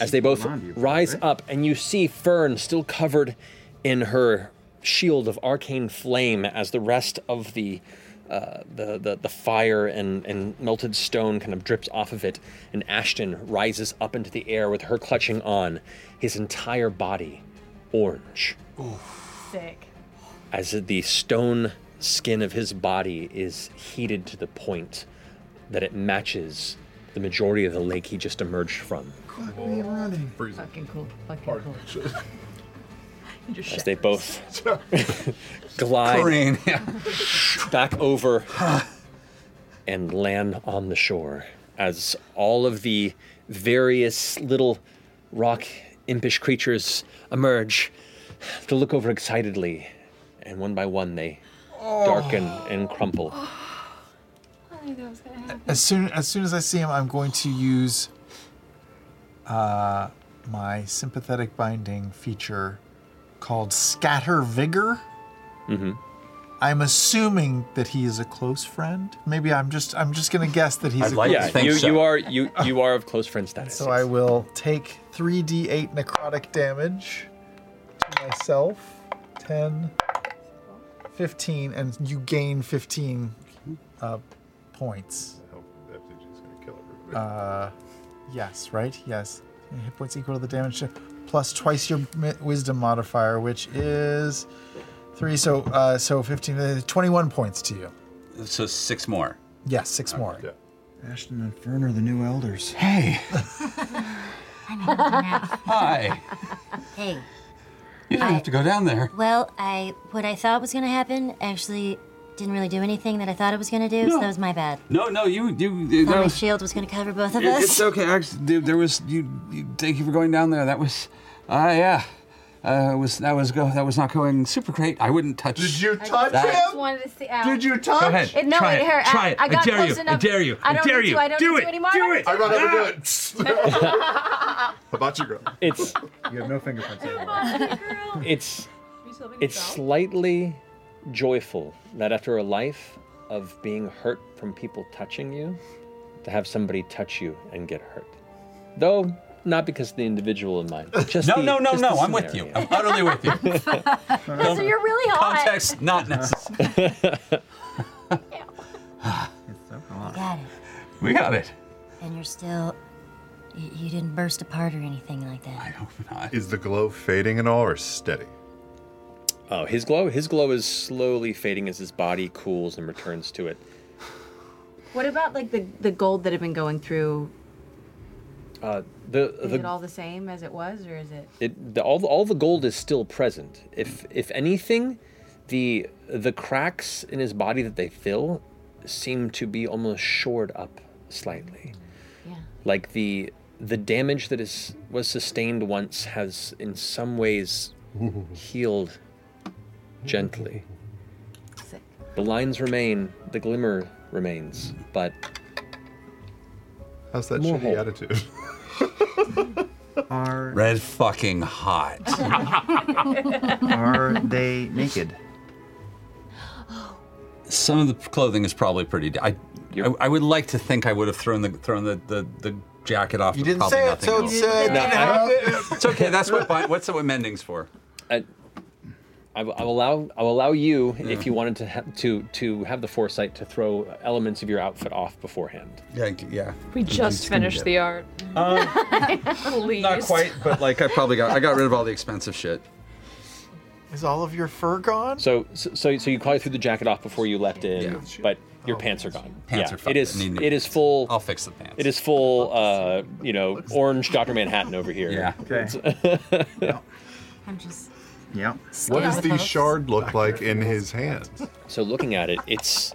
[SPEAKER 2] as they both rise up, and you see Fern still covered in her shield of arcane flame, as the rest of the uh, the, the the fire and and melted stone kind of drips off of it, and Ashton rises up into the air with her clutching on his entire body, orange,
[SPEAKER 6] Sick.
[SPEAKER 2] as the stone skin of his body is heated to the point that it matches the majority of the lake he just emerged from.
[SPEAKER 3] Fuck me running.
[SPEAKER 10] Fucking cool. Fucking cool. You just
[SPEAKER 2] as
[SPEAKER 10] shit
[SPEAKER 2] they both glide
[SPEAKER 5] Careen,
[SPEAKER 2] back over and land on the shore as all of the various little rock impish creatures emerge to look over excitedly and one by one they darken and crumple
[SPEAKER 3] As soon as soon as I see him, I'm going to use uh, my sympathetic binding feature called Scatter Vigor.
[SPEAKER 2] mm-hmm.
[SPEAKER 3] I'm assuming that he is a close friend. Maybe I'm just I'm just gonna guess that he's. a close
[SPEAKER 2] yeah,
[SPEAKER 3] friend.
[SPEAKER 2] you, you are you you are of close friend status
[SPEAKER 3] So I will take 3d8 necrotic damage to myself 10, 15, and you gain 15 uh, points. Uh, yes, right? Yes. And Hit points equal to the damage to- plus twice your mi- wisdom modifier, which is three. So, uh, so 15, uh, 21 points to you.
[SPEAKER 7] So six more.
[SPEAKER 3] Yes, six more.
[SPEAKER 14] Ashton and Fern are the new elders.
[SPEAKER 7] Hey. Hi.
[SPEAKER 15] Hey.
[SPEAKER 7] You don't have to go down there.
[SPEAKER 15] Well, I what I thought was gonna happen actually didn't really do anything that I thought it was gonna do, so
[SPEAKER 7] No.
[SPEAKER 15] that was my bad.
[SPEAKER 7] No, no, you, you.
[SPEAKER 15] I
[SPEAKER 7] that
[SPEAKER 15] thought my
[SPEAKER 7] was-
[SPEAKER 15] shield was gonna cover both of
[SPEAKER 7] It-
[SPEAKER 15] us.
[SPEAKER 7] It's okay. Actually, dude, there was you, you. Thank you for going down there. That was, ah, yeah. Uh, it was that was go that was not going super great. I wouldn't touch. Did you
[SPEAKER 9] I just wanted to see. Ow.
[SPEAKER 7] Did you touch? Go ahead.
[SPEAKER 9] It, no,
[SPEAKER 7] Try
[SPEAKER 9] it,
[SPEAKER 7] it.
[SPEAKER 9] hurt.
[SPEAKER 7] Try
[SPEAKER 9] I,
[SPEAKER 7] it.
[SPEAKER 9] I
[SPEAKER 7] I
[SPEAKER 9] got
[SPEAKER 7] dare
[SPEAKER 9] close
[SPEAKER 7] you. I
[SPEAKER 9] enough.
[SPEAKER 7] dare you.
[SPEAKER 9] I
[SPEAKER 7] I
[SPEAKER 9] don't
[SPEAKER 7] dare
[SPEAKER 9] need
[SPEAKER 7] you.
[SPEAKER 9] to. I don't
[SPEAKER 7] Do
[SPEAKER 9] need
[SPEAKER 7] it.
[SPEAKER 9] to anymore.
[SPEAKER 7] Do
[SPEAKER 9] I don't need to.
[SPEAKER 1] it. Hibachi girl.
[SPEAKER 2] It's
[SPEAKER 14] you have no fingerprints
[SPEAKER 2] it's it's slightly joyful that after a life of being hurt from people touching you to have somebody touch you and get hurt though not because of the individual in mind but just
[SPEAKER 7] No,
[SPEAKER 2] the-
[SPEAKER 7] no, no,
[SPEAKER 2] just the
[SPEAKER 7] no, I'm with you.
[SPEAKER 2] scenario.
[SPEAKER 7] I'm utterly with you.
[SPEAKER 9] So you're really hot.
[SPEAKER 7] Context not necessary.
[SPEAKER 15] Got it.
[SPEAKER 7] we got it.
[SPEAKER 15] And you're still you, you didn't burst apart or anything like that. I
[SPEAKER 7] hope
[SPEAKER 1] Is the glow fading and all or steady?
[SPEAKER 2] oh his glow his glow is slowly fading as his body cools and returns to it
[SPEAKER 6] What about like the the gold that had been going through?
[SPEAKER 2] uh, the,
[SPEAKER 6] Is
[SPEAKER 2] the
[SPEAKER 6] it all the same as it was, or is it?
[SPEAKER 2] It the, all the, all the gold is still present. If if anything, the the cracks in his body that they fill seem to be almost shored up slightly.
[SPEAKER 5] Yeah.
[SPEAKER 2] Like the the damage that is was sustained once has in some ways healed gently. The lines remain, the glimmer remains, but
[SPEAKER 1] How's that
[SPEAKER 2] More
[SPEAKER 1] shitty
[SPEAKER 2] hope.
[SPEAKER 1] attitude?
[SPEAKER 14] Are
[SPEAKER 7] Red fucking hot.
[SPEAKER 14] are they naked?
[SPEAKER 7] Some of the clothing is probably pretty. d- I, I, I would like to think I would have thrown the thrown the, the, the jacket off. You
[SPEAKER 3] didn't say it, so it's, uh,
[SPEAKER 7] no,
[SPEAKER 3] didn't
[SPEAKER 7] I- it's okay. That's what bi- what's what mending's for.
[SPEAKER 2] I, I will I'll allow I'll allow you
[SPEAKER 7] Yeah.
[SPEAKER 2] if you wanted to ha- to to have the foresight to throw elements of your outfit off beforehand.
[SPEAKER 7] Yeah, yeah.
[SPEAKER 10] We just finished the art. Please.
[SPEAKER 7] Not quite, but like I probably got I got rid of all the expensive shit.
[SPEAKER 3] Is all of your fur gone?
[SPEAKER 2] So so so so you probably threw the jacket off before you left in, but your pants are gone.
[SPEAKER 7] Pants
[SPEAKER 2] yeah,
[SPEAKER 7] are fucked.
[SPEAKER 2] It is
[SPEAKER 7] I need new
[SPEAKER 2] it is full. I'll
[SPEAKER 7] fix the pants.
[SPEAKER 2] It is full. Uh, you know, orange Doctor Manhattan over here.
[SPEAKER 7] Yeah.
[SPEAKER 2] Okay.
[SPEAKER 15] I'm just
[SPEAKER 14] Yeah.
[SPEAKER 1] What does the shard look like in his hand?
[SPEAKER 2] So looking at it, it's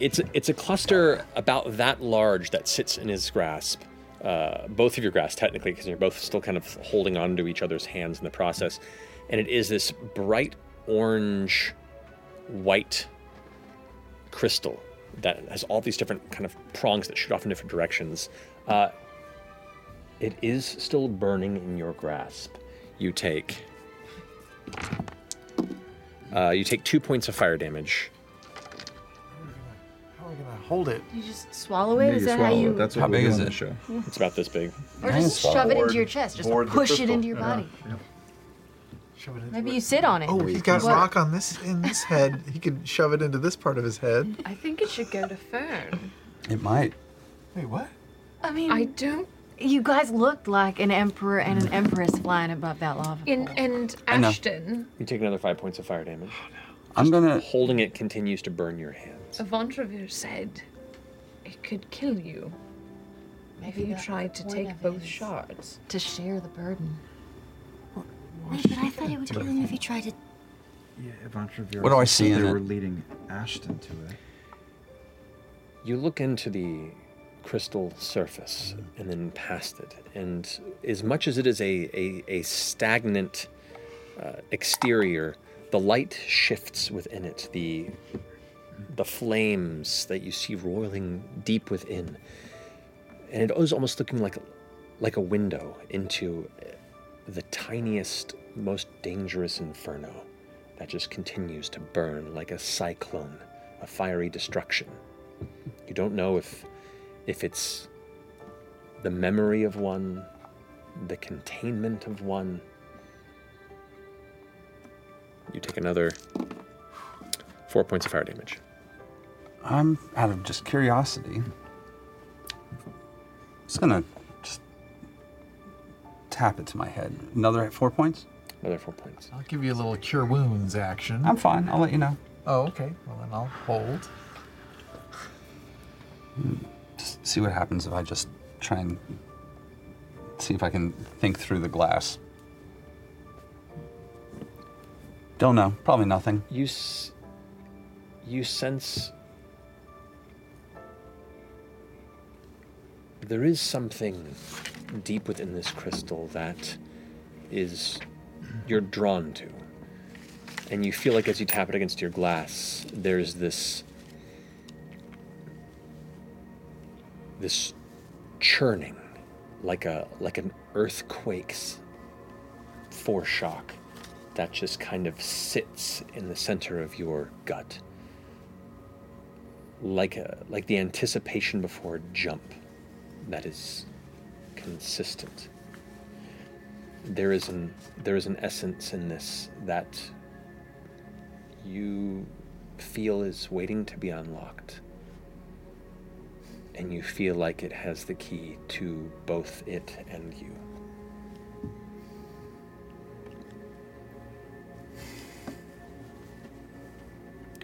[SPEAKER 2] it's it's a cluster about that large that sits in his grasp, uh, both of your grasp technically, because you're both still kind of holding on to each other's hands in the process, and it is this bright orange, white crystal that has all these different kind of prongs that shoot off in different directions. Uh, it is still burning in your grasp. You take. Uh, you take two points of fire damage.
[SPEAKER 3] How are we gonna hold it?
[SPEAKER 22] You just swallow it? Is that how you.
[SPEAKER 2] how big is it?
[SPEAKER 7] Show.
[SPEAKER 2] It's about this big.
[SPEAKER 22] Or just shove it into your chest. Just
[SPEAKER 2] board the
[SPEAKER 22] push it
[SPEAKER 2] crystal.
[SPEAKER 22] into your
[SPEAKER 2] Yeah.
[SPEAKER 22] body. Maybe you sit on it.
[SPEAKER 3] Oh, he's got
[SPEAKER 22] What?
[SPEAKER 3] rock on this in this head. He could shove it into this part of his head.
[SPEAKER 10] I think it should go to Fern.
[SPEAKER 7] It might.
[SPEAKER 3] Wait, what?
[SPEAKER 9] I mean,
[SPEAKER 10] I don't.
[SPEAKER 9] You guys looked like an emperor and an empress flying above that lava.
[SPEAKER 10] And, and
[SPEAKER 2] I know.
[SPEAKER 10] Ashton,
[SPEAKER 2] You take another five points of fire damage.
[SPEAKER 7] I'm gonna.
[SPEAKER 2] Holding it continues to burn your hand.
[SPEAKER 10] Avantravir said it could kill you. if you tried to take both shards.
[SPEAKER 22] To share the burden.
[SPEAKER 15] Wait, but I thought it would kill him if he tried to.
[SPEAKER 14] Yeah, Evantra
[SPEAKER 7] What do I see
[SPEAKER 14] They
[SPEAKER 7] in it?
[SPEAKER 14] were leading Ashton to it.
[SPEAKER 2] You look into the crystal surface and then past it, and as much as it is a, a, a stagnant uh, exterior, the light shifts within it. The the flames that you see roiling deep within, and it is almost looking like like a window into the tiniest, most dangerous inferno that just continues to burn like a cyclone, a fiery destruction. You don't know if if it's the memory of one, the containment of one. You take another four points of fire damage.
[SPEAKER 7] I'm out of just curiosity. Just gonna just tap it to my head. Another four points.
[SPEAKER 2] Another four points.
[SPEAKER 3] I'll give you a little cure wounds action.
[SPEAKER 7] I'm fine. I'll let you know.
[SPEAKER 3] Oh, okay. Well, then I'll hold.
[SPEAKER 7] Just see what happens if I just try and see if I can think through the glass. Don't know. Probably nothing.
[SPEAKER 2] You s- you sense there is something deep within this crystal that is you're drawn to. And you feel like as you tap it against your glass, there's this this churning like a like an earthquake's foreshock that just kind of sits in the center of your gut like a like the anticipation before a jump that is consistent there is an there is an essence in this that you feel is waiting to be unlocked and you feel like it has the key to both it and you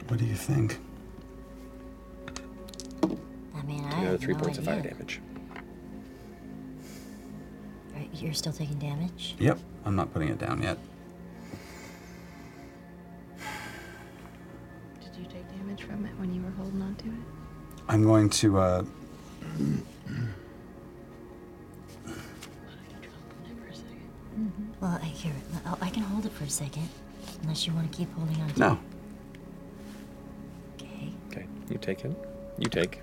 [SPEAKER 7] What do you think?
[SPEAKER 15] I mean, I.
[SPEAKER 2] Another
[SPEAKER 15] have
[SPEAKER 2] three
[SPEAKER 15] no
[SPEAKER 2] points
[SPEAKER 15] idea.
[SPEAKER 2] of fire damage
[SPEAKER 15] Right, You're still taking damage?
[SPEAKER 7] Yep. I'm not putting it down yet.
[SPEAKER 22] Did you take damage from it when you were holding on to it?
[SPEAKER 7] I'm going to. Uh,
[SPEAKER 15] Mm-hmm. Well, I hear it. I'll- I can hold it for a second. Unless you want to keep holding on to
[SPEAKER 7] no.
[SPEAKER 2] Okay, you take it. You take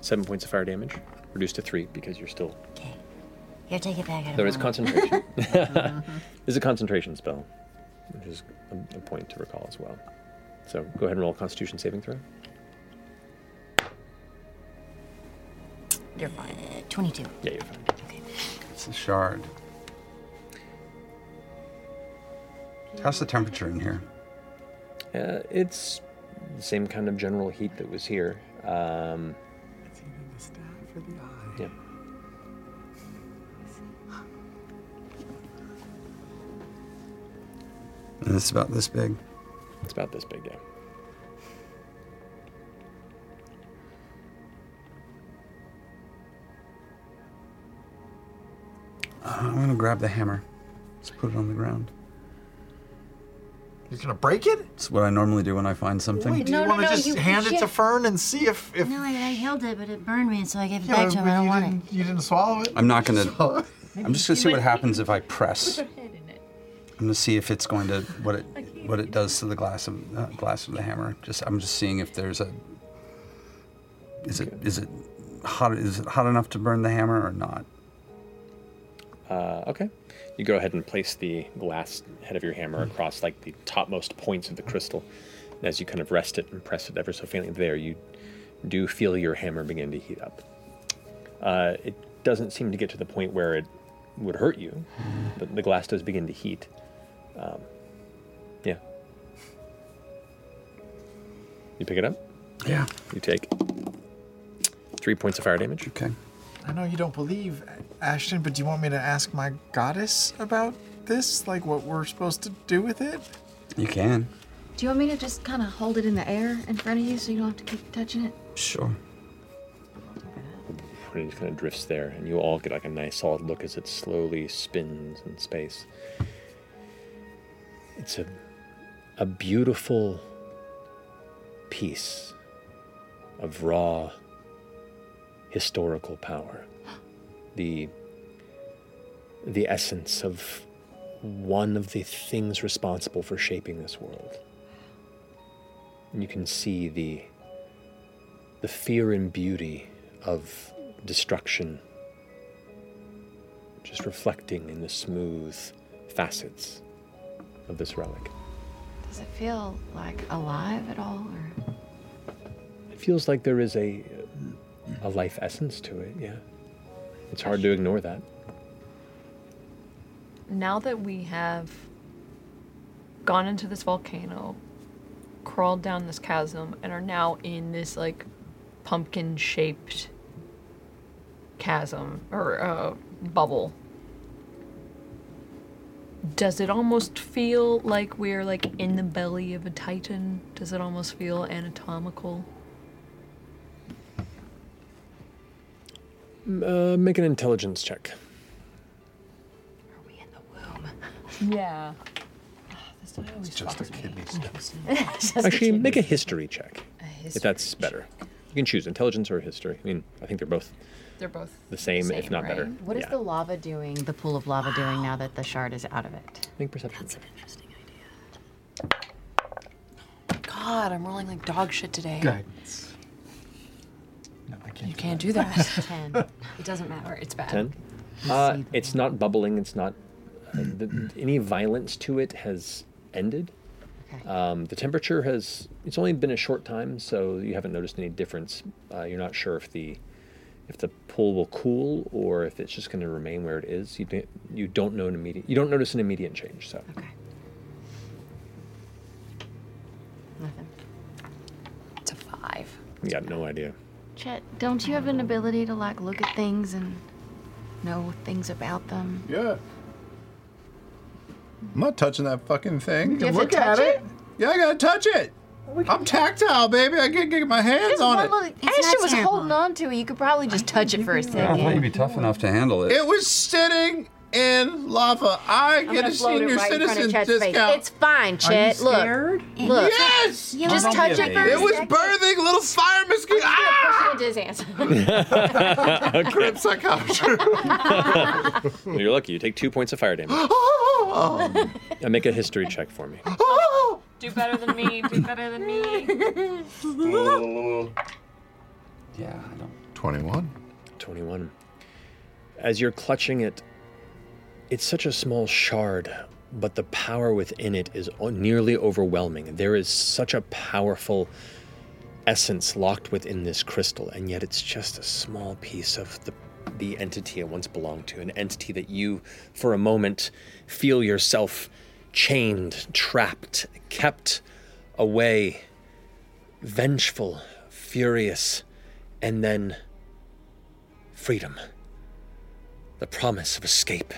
[SPEAKER 2] seven points of fire damage, reduced to three because you're still.
[SPEAKER 15] it. Here, take it back. I don't
[SPEAKER 2] There is
[SPEAKER 15] want it.
[SPEAKER 2] concentration. this is a concentration spell, which is a, a point to recall as well. So go ahead and roll a Constitution saving throw.
[SPEAKER 15] You're fine. 22.
[SPEAKER 2] Yeah, you're fine.
[SPEAKER 7] It's a shard. How's the temperature in here?
[SPEAKER 2] Uh, it's the same kind of general heat that was here. Um, yeah.
[SPEAKER 7] And it's about this big.
[SPEAKER 2] It's about this big, yeah.
[SPEAKER 7] Uh, I'm gonna grab the hammer. Let's put it on the ground.
[SPEAKER 3] You're gonna break it?
[SPEAKER 7] It's what I normally do when I find something.
[SPEAKER 3] Wait, do
[SPEAKER 15] No,
[SPEAKER 3] you
[SPEAKER 15] no,
[SPEAKER 3] want to
[SPEAKER 15] no,
[SPEAKER 3] just
[SPEAKER 15] you-
[SPEAKER 3] hand
[SPEAKER 15] you
[SPEAKER 3] it to
[SPEAKER 15] should-
[SPEAKER 3] Fern and see if if
[SPEAKER 15] No, I, I held it, but it burned me, so I gave it
[SPEAKER 3] Yeah,
[SPEAKER 15] back to him. I
[SPEAKER 3] but
[SPEAKER 15] don't
[SPEAKER 3] you
[SPEAKER 15] want it.
[SPEAKER 3] you didn't swallow it?
[SPEAKER 7] I'm not gonna. I'm just gonna see what happens if I press. I'm gonna see if it's going to what it what it does to the glass of uh, glass of the hammer. Just I'm just seeing if there's a. Is it is it hot is it hot enough to burn the hammer or not?
[SPEAKER 2] Uh, okay. You go ahead and place the glass head of your
[SPEAKER 7] Hmm.
[SPEAKER 2] hammer across like the topmost points of the crystal. And as you kind of rest it and press it ever so faintly there, you do feel your hammer begin to heat up. Uh, it doesn't seem to get to the point where it would hurt you,
[SPEAKER 7] Hmm.
[SPEAKER 2] but the glass does begin to heat. Um, yeah. You pick it up?
[SPEAKER 7] Yeah.
[SPEAKER 2] You take three points of fire damage.
[SPEAKER 7] Okay.
[SPEAKER 3] I know you don't believe Ashton, but do you want me to ask my goddess about this? Like what we're supposed to do with it?
[SPEAKER 7] You can.
[SPEAKER 9] Do you want me to just kind of hold it in the air in front of you so you don't have to keep touching it?
[SPEAKER 7] Sure.
[SPEAKER 2] And it just kind of drifts there, and you all get like a nice solid look as it slowly spins in space. It's a, a beautiful piece of raw historical power. The, the essence of one of the things responsible for shaping this world. And you can see the the fear and beauty of destruction just reflecting in the smooth facets of this relic.
[SPEAKER 9] Does it feel like alive at all? Or
[SPEAKER 2] It feels like there is a a life essence to it, yeah. It's hard to ignore that.
[SPEAKER 10] Now that we have gone into this volcano, crawled down this chasm, and are now in this like pumpkin shaped chasm or uh, bubble, does it almost feel like we're like in the belly of a titan? Does it almost feel anatomical?
[SPEAKER 2] Uh, make an intelligence check.
[SPEAKER 10] Yeah.
[SPEAKER 5] It's
[SPEAKER 2] just a kidney
[SPEAKER 5] stone.
[SPEAKER 2] Actually, make a history check. if
[SPEAKER 5] history
[SPEAKER 2] that's better. You can choose intelligence or history. I mean, I think they're both
[SPEAKER 10] They're both
[SPEAKER 2] the same, if not better.
[SPEAKER 22] What is
[SPEAKER 2] Yeah.
[SPEAKER 22] the lava doing, the pool of lava doing now that the shard is out of it?
[SPEAKER 2] Make perception. That's
[SPEAKER 22] an interesting idea. God, I'm rolling like dog shit today.
[SPEAKER 3] Guidance.
[SPEAKER 22] No, I can't. You can't do that. Ten.
[SPEAKER 19] It doesn't matter. It's bad.
[SPEAKER 2] Ten. Uh, it's not bubbling. It's not uh, the, any violence to it has ended. Um, the temperature has. It's only been a short time, so you haven't noticed any difference. Uh, you're not sure if the if the pool will cool or if it's just going to remain where it is. You don't, you don't know an immediate. You don't notice an immediate change. So. Okay.
[SPEAKER 22] Nothing.
[SPEAKER 9] it's a five.
[SPEAKER 2] You got no idea.
[SPEAKER 9] Chet, don't you have an ability to like look at things and know things about them?
[SPEAKER 1] Yeah. I'm not touching that fucking thing.
[SPEAKER 9] You have to
[SPEAKER 1] look
[SPEAKER 9] touch
[SPEAKER 1] at it. Yeah, I gotta touch it. I'm tactile, baby. I can get my hands
[SPEAKER 9] Just
[SPEAKER 1] on
[SPEAKER 9] one
[SPEAKER 1] it.
[SPEAKER 9] little- Ashton was holding on to it. You could probably just touch it for a
[SPEAKER 7] I don't think you'd
[SPEAKER 9] second.
[SPEAKER 7] be tough enough to handle it.
[SPEAKER 1] It was sitting in lava. I
[SPEAKER 9] I'm
[SPEAKER 1] get
[SPEAKER 9] gonna
[SPEAKER 1] a
[SPEAKER 9] float it
[SPEAKER 1] senior
[SPEAKER 9] right in front of
[SPEAKER 1] citizen
[SPEAKER 9] Chet's face.
[SPEAKER 1] discount.
[SPEAKER 9] It's fine, Chet. Look. Look.
[SPEAKER 1] Yes.
[SPEAKER 9] You Just don't touch be it for a
[SPEAKER 1] It was
[SPEAKER 9] second.
[SPEAKER 1] birthing little fire mosquito. Ah! Crip psychiatry.
[SPEAKER 2] Well, You're lucky. You take two points of fire damage.
[SPEAKER 10] Oh.
[SPEAKER 3] Um,
[SPEAKER 2] And make a history check for me.
[SPEAKER 10] Do better than me. Do better than me.
[SPEAKER 7] Yeah, I don't.
[SPEAKER 2] 21. 21. As you're clutching it, it's such a small shard, but the power within it is o- nearly overwhelming. There is such a powerful essence locked within this crystal, and yet it's just a small piece of the the entity it once belonged to, an entity that you, for a moment, feel yourself chained, trapped, kept away, vengeful, furious, and then freedom. The promise of escape.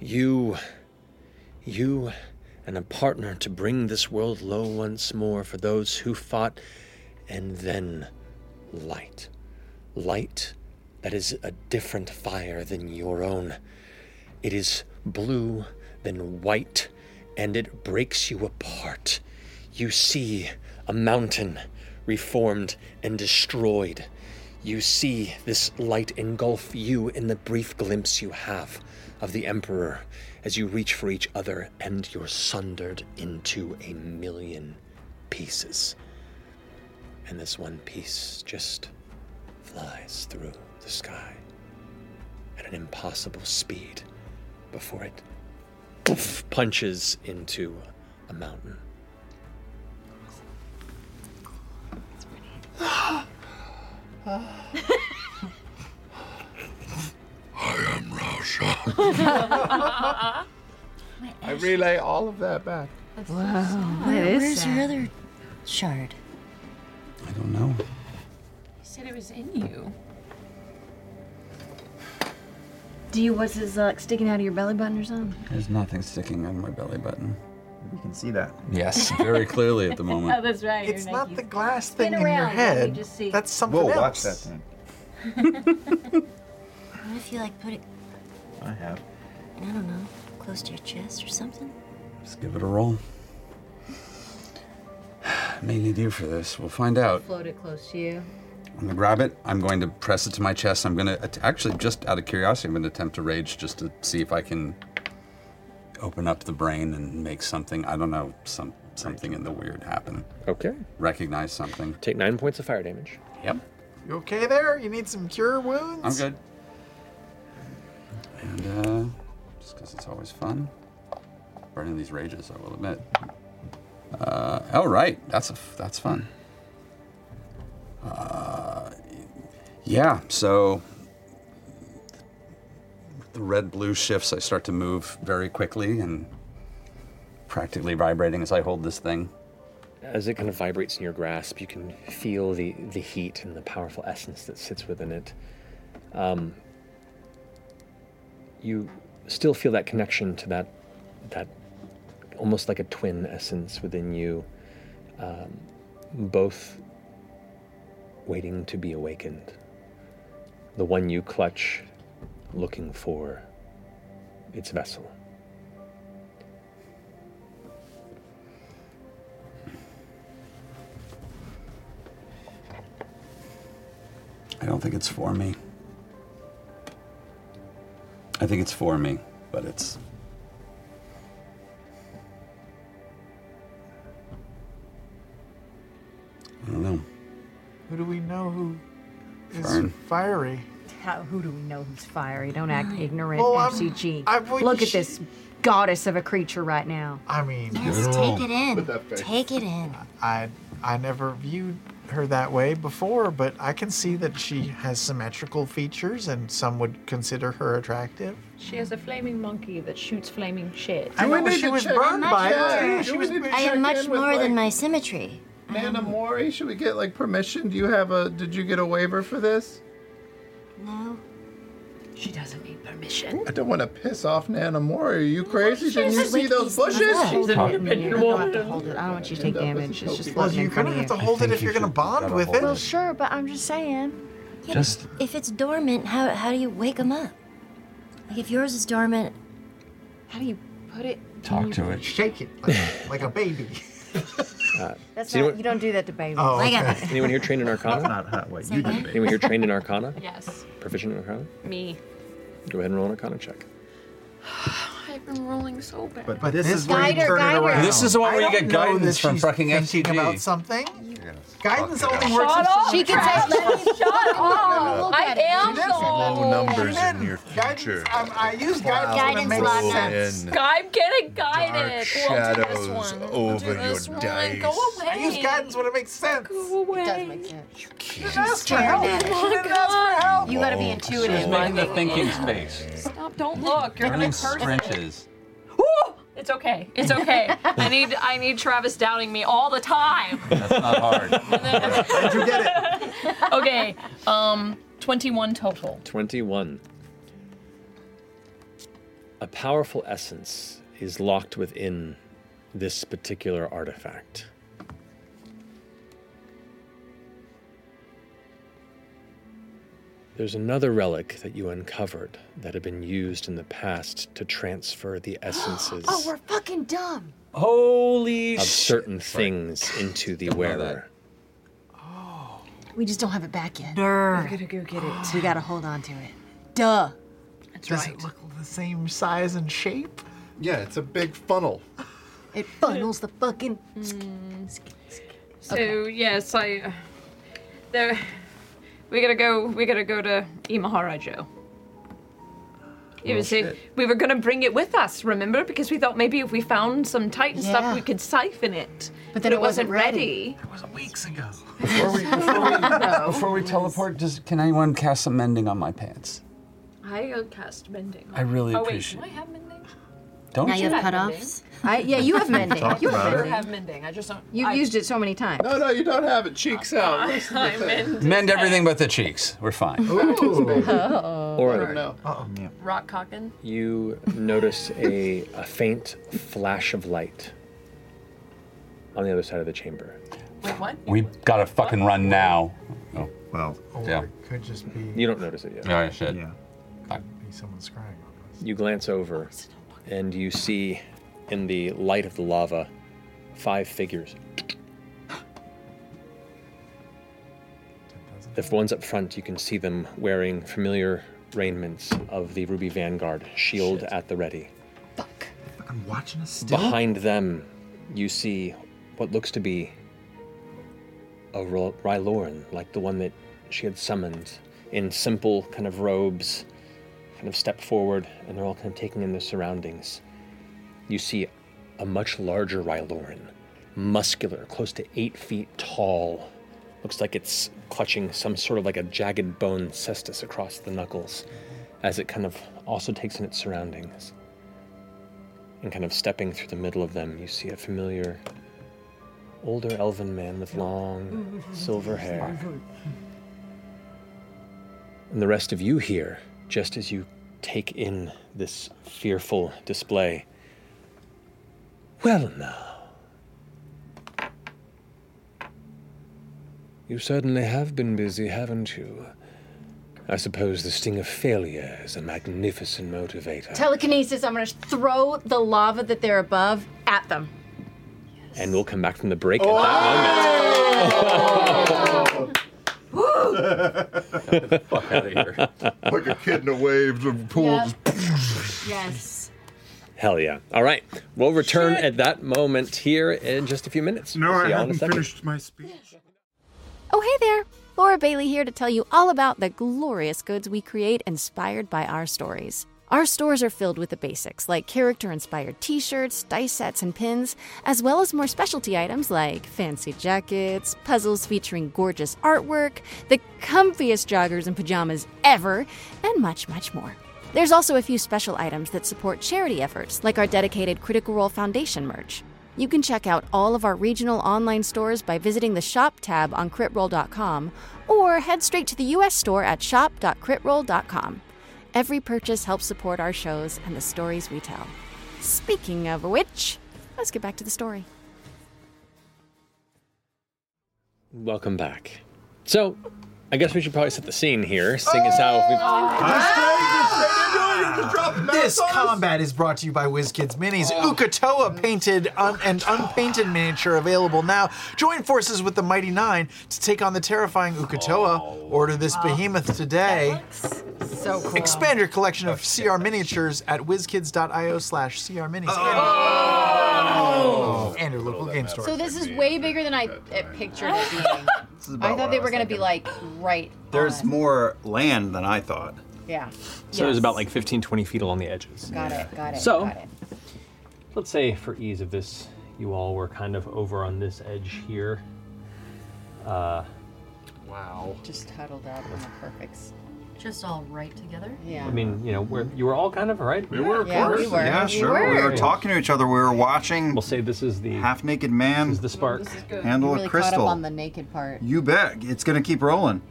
[SPEAKER 2] You, you, and a partner to bring this world low once more for those who fought, and then light. Light that is a different fire than your own. It is blue, then white, and it breaks you apart. You see a mountain reformed and destroyed. You see this light engulf you in the brief glimpse you have of the Emperor as you reach for each other and you're sundered into a million pieces. And this one piece just flies through the sky at an impossible speed before it poof, punches into a mountain.
[SPEAKER 1] I relay all of that back.
[SPEAKER 15] Wow.
[SPEAKER 1] That is
[SPEAKER 15] where's
[SPEAKER 1] sad.
[SPEAKER 15] your other shard?
[SPEAKER 7] I don't know.
[SPEAKER 10] said it was in you.
[SPEAKER 6] Do you, what's his, like, sticking out of your belly button or something?
[SPEAKER 7] There's nothing sticking on my belly button.
[SPEAKER 14] You can see that.
[SPEAKER 7] Yes, very clearly at the moment.
[SPEAKER 10] that's right.
[SPEAKER 3] It's not the glass thing
[SPEAKER 10] Spin
[SPEAKER 3] in your
[SPEAKER 10] around, let me
[SPEAKER 3] head.
[SPEAKER 10] just see.
[SPEAKER 3] That's something
[SPEAKER 14] Whoa,
[SPEAKER 3] else.
[SPEAKER 14] watch that then.
[SPEAKER 15] What if you like put it,
[SPEAKER 14] I have.
[SPEAKER 15] I don't know, close to your chest or something?
[SPEAKER 7] Let's give it a roll. May need you for this. We'll find out.
[SPEAKER 16] Float it close to you.
[SPEAKER 7] I'm gonna grab it. I'm going to press it to my chest. I'm gonna att- actually, just out of curiosity, I'm gonna attempt to rage just to see if I can open up the brain and make something. I don't know, some something in the weird happen.
[SPEAKER 2] Okay.
[SPEAKER 7] Recognize something.
[SPEAKER 2] Take nine points of fire damage.
[SPEAKER 7] Yep.
[SPEAKER 3] You okay there? You need some cure wounds?
[SPEAKER 7] I'm good. And uh, just because it's always fun, burning these rages, I will admit. Uh, all right, that's a f- that's fun. Uh, yeah, so the red blue shifts. I start to move very quickly and practically vibrating as I hold this thing.
[SPEAKER 2] As it kind of vibrates in your grasp, you can feel the, the heat and the powerful essence that sits within it. Um, you still feel that connection to that, that almost like a twin essence within you, um, both waiting to be awakened. The one you clutch, looking for its vessel.
[SPEAKER 7] I don't think it's for me. I think it's for me, but it's. I don't know.
[SPEAKER 3] Who do we know who is
[SPEAKER 7] Fern.
[SPEAKER 3] fiery?
[SPEAKER 6] How, who do we know who's fiery? Don't act ignorant,
[SPEAKER 3] Well, I'm-
[SPEAKER 6] MCG.
[SPEAKER 3] I would-
[SPEAKER 6] Look at this goddess of a creature right now.
[SPEAKER 3] I mean,
[SPEAKER 6] Yes, take it in. Put
[SPEAKER 3] that face.
[SPEAKER 15] Take it in.
[SPEAKER 3] I I never viewed her that way before, but I can see that she has symmetrical features, and some would consider her attractive.
[SPEAKER 10] She has a flaming monkey that shoots flaming shit.
[SPEAKER 3] I know she was burned by it.
[SPEAKER 15] more.
[SPEAKER 3] too. She was
[SPEAKER 15] I am much more than my symmetry.
[SPEAKER 1] Nana Mori, should we get like permission? Do you have a? Did you get a waiver for this?
[SPEAKER 15] No.
[SPEAKER 10] She doesn't need permission.
[SPEAKER 1] I don't want to piss off Nana Mori. Are you crazy? Didn't you
[SPEAKER 10] she's-
[SPEAKER 1] see those bushes?
[SPEAKER 10] She's an independent woman.
[SPEAKER 6] Hold it. I don't want you to take damage. It's just
[SPEAKER 3] Well,
[SPEAKER 6] floating in
[SPEAKER 3] you're
[SPEAKER 6] front
[SPEAKER 3] gonna
[SPEAKER 6] of
[SPEAKER 3] have
[SPEAKER 6] you.
[SPEAKER 3] to hold it if you're gonna bond with it.
[SPEAKER 15] Well,
[SPEAKER 6] sure, but I'm just saying.
[SPEAKER 7] Just
[SPEAKER 15] If it's dormant, how, how do you wake them up? Like if yours is dormant,
[SPEAKER 6] how do you put it?
[SPEAKER 7] talk to it.
[SPEAKER 3] Shake it like, like a baby.
[SPEAKER 2] Uh,
[SPEAKER 6] That's
[SPEAKER 2] so you know
[SPEAKER 6] not,
[SPEAKER 2] what-
[SPEAKER 6] you don't do that to babies.
[SPEAKER 2] Oh, Anyone here trained in Arcana? That's not what
[SPEAKER 6] you do, babe.
[SPEAKER 2] Anyone here trained in Arcana?
[SPEAKER 10] Yes.
[SPEAKER 2] Proficient in Arcana?
[SPEAKER 10] Me.
[SPEAKER 2] Go ahead and roll an Arcana check.
[SPEAKER 10] I've been rolling so bad.
[SPEAKER 14] But,
[SPEAKER 2] but
[SPEAKER 14] this
[SPEAKER 2] this-
[SPEAKER 14] is where
[SPEAKER 3] Guide
[SPEAKER 14] you
[SPEAKER 3] her,
[SPEAKER 14] turn
[SPEAKER 3] guide
[SPEAKER 14] it
[SPEAKER 3] her.
[SPEAKER 14] around.
[SPEAKER 7] This is the one where you
[SPEAKER 3] I
[SPEAKER 7] get
[SPEAKER 3] don't know
[SPEAKER 7] guidance
[SPEAKER 3] that
[SPEAKER 7] from
[SPEAKER 3] she's
[SPEAKER 7] fucking
[SPEAKER 3] thinking
[SPEAKER 7] FTD.
[SPEAKER 3] about something. Guidance only
[SPEAKER 5] Shut
[SPEAKER 3] works if
[SPEAKER 5] up,
[SPEAKER 3] someone
[SPEAKER 5] she can
[SPEAKER 3] tries
[SPEAKER 5] take-
[SPEAKER 3] to-
[SPEAKER 5] let me shut
[SPEAKER 10] Oh,
[SPEAKER 5] up. I am
[SPEAKER 3] She did.
[SPEAKER 5] low.
[SPEAKER 13] numbers in your future.
[SPEAKER 3] Um, I use
[SPEAKER 13] Clouds
[SPEAKER 3] guidance when it
[SPEAKER 13] roll
[SPEAKER 3] makes sense.
[SPEAKER 13] in.
[SPEAKER 10] I'm getting guided.
[SPEAKER 13] Dark
[SPEAKER 10] We'll do this
[SPEAKER 13] shadows
[SPEAKER 10] one.
[SPEAKER 13] over
[SPEAKER 10] we'll do this
[SPEAKER 13] your
[SPEAKER 10] one.
[SPEAKER 13] dice.
[SPEAKER 10] Go away.
[SPEAKER 3] I use guidance when it makes sense.
[SPEAKER 10] Go away. It does
[SPEAKER 3] make
[SPEAKER 10] sense. Oh, You
[SPEAKER 3] can't ask for help.
[SPEAKER 10] Turn it.
[SPEAKER 3] You didn't ask for help.
[SPEAKER 10] You gotta be intuitive.
[SPEAKER 7] Oh. She's making the thinking space.
[SPEAKER 10] Stop. Don't look. You're
[SPEAKER 7] Burning
[SPEAKER 10] gonna curse. it.
[SPEAKER 7] scrunches.
[SPEAKER 10] Ooh, It's okay. It's okay. I need I need Travis downing me all the time.
[SPEAKER 7] That's not hard.
[SPEAKER 10] Okay. Um, 21 total.
[SPEAKER 2] 21. A powerful essence is locked within this particular artifact. There's another relic that you uncovered that had been used in the past to transfer the essences
[SPEAKER 23] Oh, we're fucking dumb.
[SPEAKER 2] Holy of certain things into the wearer.
[SPEAKER 24] We just don't have it back yet.
[SPEAKER 12] Durr.
[SPEAKER 24] We're gonna go get it.
[SPEAKER 12] We gotta hold on to it.
[SPEAKER 24] Duh.
[SPEAKER 3] That's Does it look the same size and shape?
[SPEAKER 4] Yeah, it's a big funnel.
[SPEAKER 12] It funnels the fucking.
[SPEAKER 10] Hmm. So yes, I. Uh, there, we gotta go. We gotta go to Imahara Joe. You
[SPEAKER 25] Oh,
[SPEAKER 10] see,
[SPEAKER 25] shit.
[SPEAKER 10] we were gonna bring it with us, remember? Because we thought maybe if we found some Titan
[SPEAKER 25] Yeah.
[SPEAKER 10] stuff, we could siphon it.
[SPEAKER 25] But then it wasn't ready.
[SPEAKER 10] It wasn't weeks ago.
[SPEAKER 7] Before we, before we teleport, does, can anyone cast some mending on my pants?
[SPEAKER 10] I uh, cast mending.
[SPEAKER 7] I really
[SPEAKER 10] oh,
[SPEAKER 7] appreciate-
[SPEAKER 10] Wait, do I have mending?
[SPEAKER 7] Don't
[SPEAKER 10] Now
[SPEAKER 7] you?
[SPEAKER 10] you have
[SPEAKER 12] cutoffs?
[SPEAKER 23] I, yeah, you have mending.
[SPEAKER 7] Talk
[SPEAKER 23] You have
[SPEAKER 7] about it.
[SPEAKER 23] mending.
[SPEAKER 10] have mending. I just don't.
[SPEAKER 23] You've used it so many times.
[SPEAKER 4] No, no, you don't have it. Cheeks out. That's the
[SPEAKER 10] I
[SPEAKER 4] thing.
[SPEAKER 10] mend.
[SPEAKER 7] Mend everything but the cheeks. We're fine. Oh,
[SPEAKER 2] Or
[SPEAKER 10] Rock cocking.
[SPEAKER 2] you notice a, a faint flash of light on the other side of the chamber.
[SPEAKER 10] Wait, what?
[SPEAKER 7] We gotta fucking run now. Oh.
[SPEAKER 14] Well, oh
[SPEAKER 7] yeah. Oh,
[SPEAKER 3] Could just be
[SPEAKER 2] You don't notice it yet.
[SPEAKER 7] Yeah, I should.
[SPEAKER 14] Yeah.
[SPEAKER 3] be someone scrying on
[SPEAKER 2] You glance over and you see in the light of the lava five figures. The ones up front, you can see them wearing familiar raiments of the Ruby Vanguard, shield at the ready.
[SPEAKER 14] I'm watching us still.
[SPEAKER 2] Behind them, you see what looks to be a Ro- Rylorn, like the one that she had summoned, in simple kind of robes, kind of step forward, and they're all kind of taking in their surroundings. You see a much larger Rylorn, muscular, close to eight feet tall. Looks like it's clutching some sort of like a jagged bone cestus across the knuckles as it kind of also takes in its surroundings. And kind of stepping through the middle of them, you see a familiar older elven man with long silver hair. And the rest of you here, just as you take in this fearful display. Well, now. You certainly have been busy, haven't you? I suppose the sting of failure is a magnificent motivator.
[SPEAKER 23] Telekinesis, I'm gonna throw the lava that they're above at them.
[SPEAKER 2] and we'll come back from the break at
[SPEAKER 6] Oh,
[SPEAKER 2] that moment.
[SPEAKER 4] Fuck out of here. like a kid in a wave of pool.
[SPEAKER 12] Yes.
[SPEAKER 2] Hell yeah. All right. We'll return at that moment here in just a few minutes.
[SPEAKER 1] No,
[SPEAKER 2] We'll
[SPEAKER 1] I
[SPEAKER 2] see y'all in a
[SPEAKER 1] haven't
[SPEAKER 2] second.
[SPEAKER 1] finished my speech.
[SPEAKER 6] Oh, hey there! Laura Bailey here to tell you all about the glorious goods we create inspired by our stories. Our stores are filled with the basics, like character inspired t shirts, dice sets, and pins, as well as more specialty items like fancy jackets, puzzles featuring gorgeous artwork, the comfiest joggers and pajamas ever, and much, much more. There's also a few special items that support charity efforts, like our dedicated Critical Role Foundation merch. You can check out all of our regional online stores by visiting the Shop tab on critroll.com or head straight to the US store at shop.critroll.com. Every purchase helps support our shows and the stories we tell. Speaking of which, let's get back to the story.
[SPEAKER 2] Welcome back. So, I guess we should probably set the scene here, seeing as how we've.
[SPEAKER 3] Ah. This combat is brought to you by WizKids Minis. Ukatoa painted un- and unpainted miniature available now. Join forces with the Mighty Nine to take on the terrifying Ukatoa. Order this behemoth today.
[SPEAKER 24] So cool.
[SPEAKER 3] Expand your collection of CR miniatures at whizkids.io slash CR minis. And your local game store.
[SPEAKER 12] So this is way bigger than I it pictured it being.
[SPEAKER 14] This is about
[SPEAKER 12] I
[SPEAKER 14] what
[SPEAKER 12] thought they
[SPEAKER 14] I
[SPEAKER 12] were
[SPEAKER 14] was
[SPEAKER 12] gonna be like right.
[SPEAKER 14] There's more land than I thought.
[SPEAKER 12] Yeah.
[SPEAKER 2] So, there's about like 15, 20 feet along the edges.
[SPEAKER 12] Got it. Got it.
[SPEAKER 2] So,
[SPEAKER 12] got it.
[SPEAKER 2] let's say for ease of this, you all were kind of over on this edge here. Uh, wow.
[SPEAKER 24] Just huddled up in the perfect. s-
[SPEAKER 12] Just all right together.
[SPEAKER 2] I
[SPEAKER 12] Yeah.
[SPEAKER 2] mean, you know, we're, you were all kind of right. We were,
[SPEAKER 12] of Yeah, we course. were.
[SPEAKER 14] Yeah,
[SPEAKER 2] We
[SPEAKER 14] sure. We were.
[SPEAKER 2] were.
[SPEAKER 14] talking to each other. We were watching. We'll
[SPEAKER 2] say this is the
[SPEAKER 14] half naked man. This is
[SPEAKER 2] the spark.
[SPEAKER 14] Handle
[SPEAKER 12] really
[SPEAKER 14] a
[SPEAKER 12] caught
[SPEAKER 14] crystal.
[SPEAKER 12] up on the naked part.
[SPEAKER 14] you bet. It's gonna keep rolling.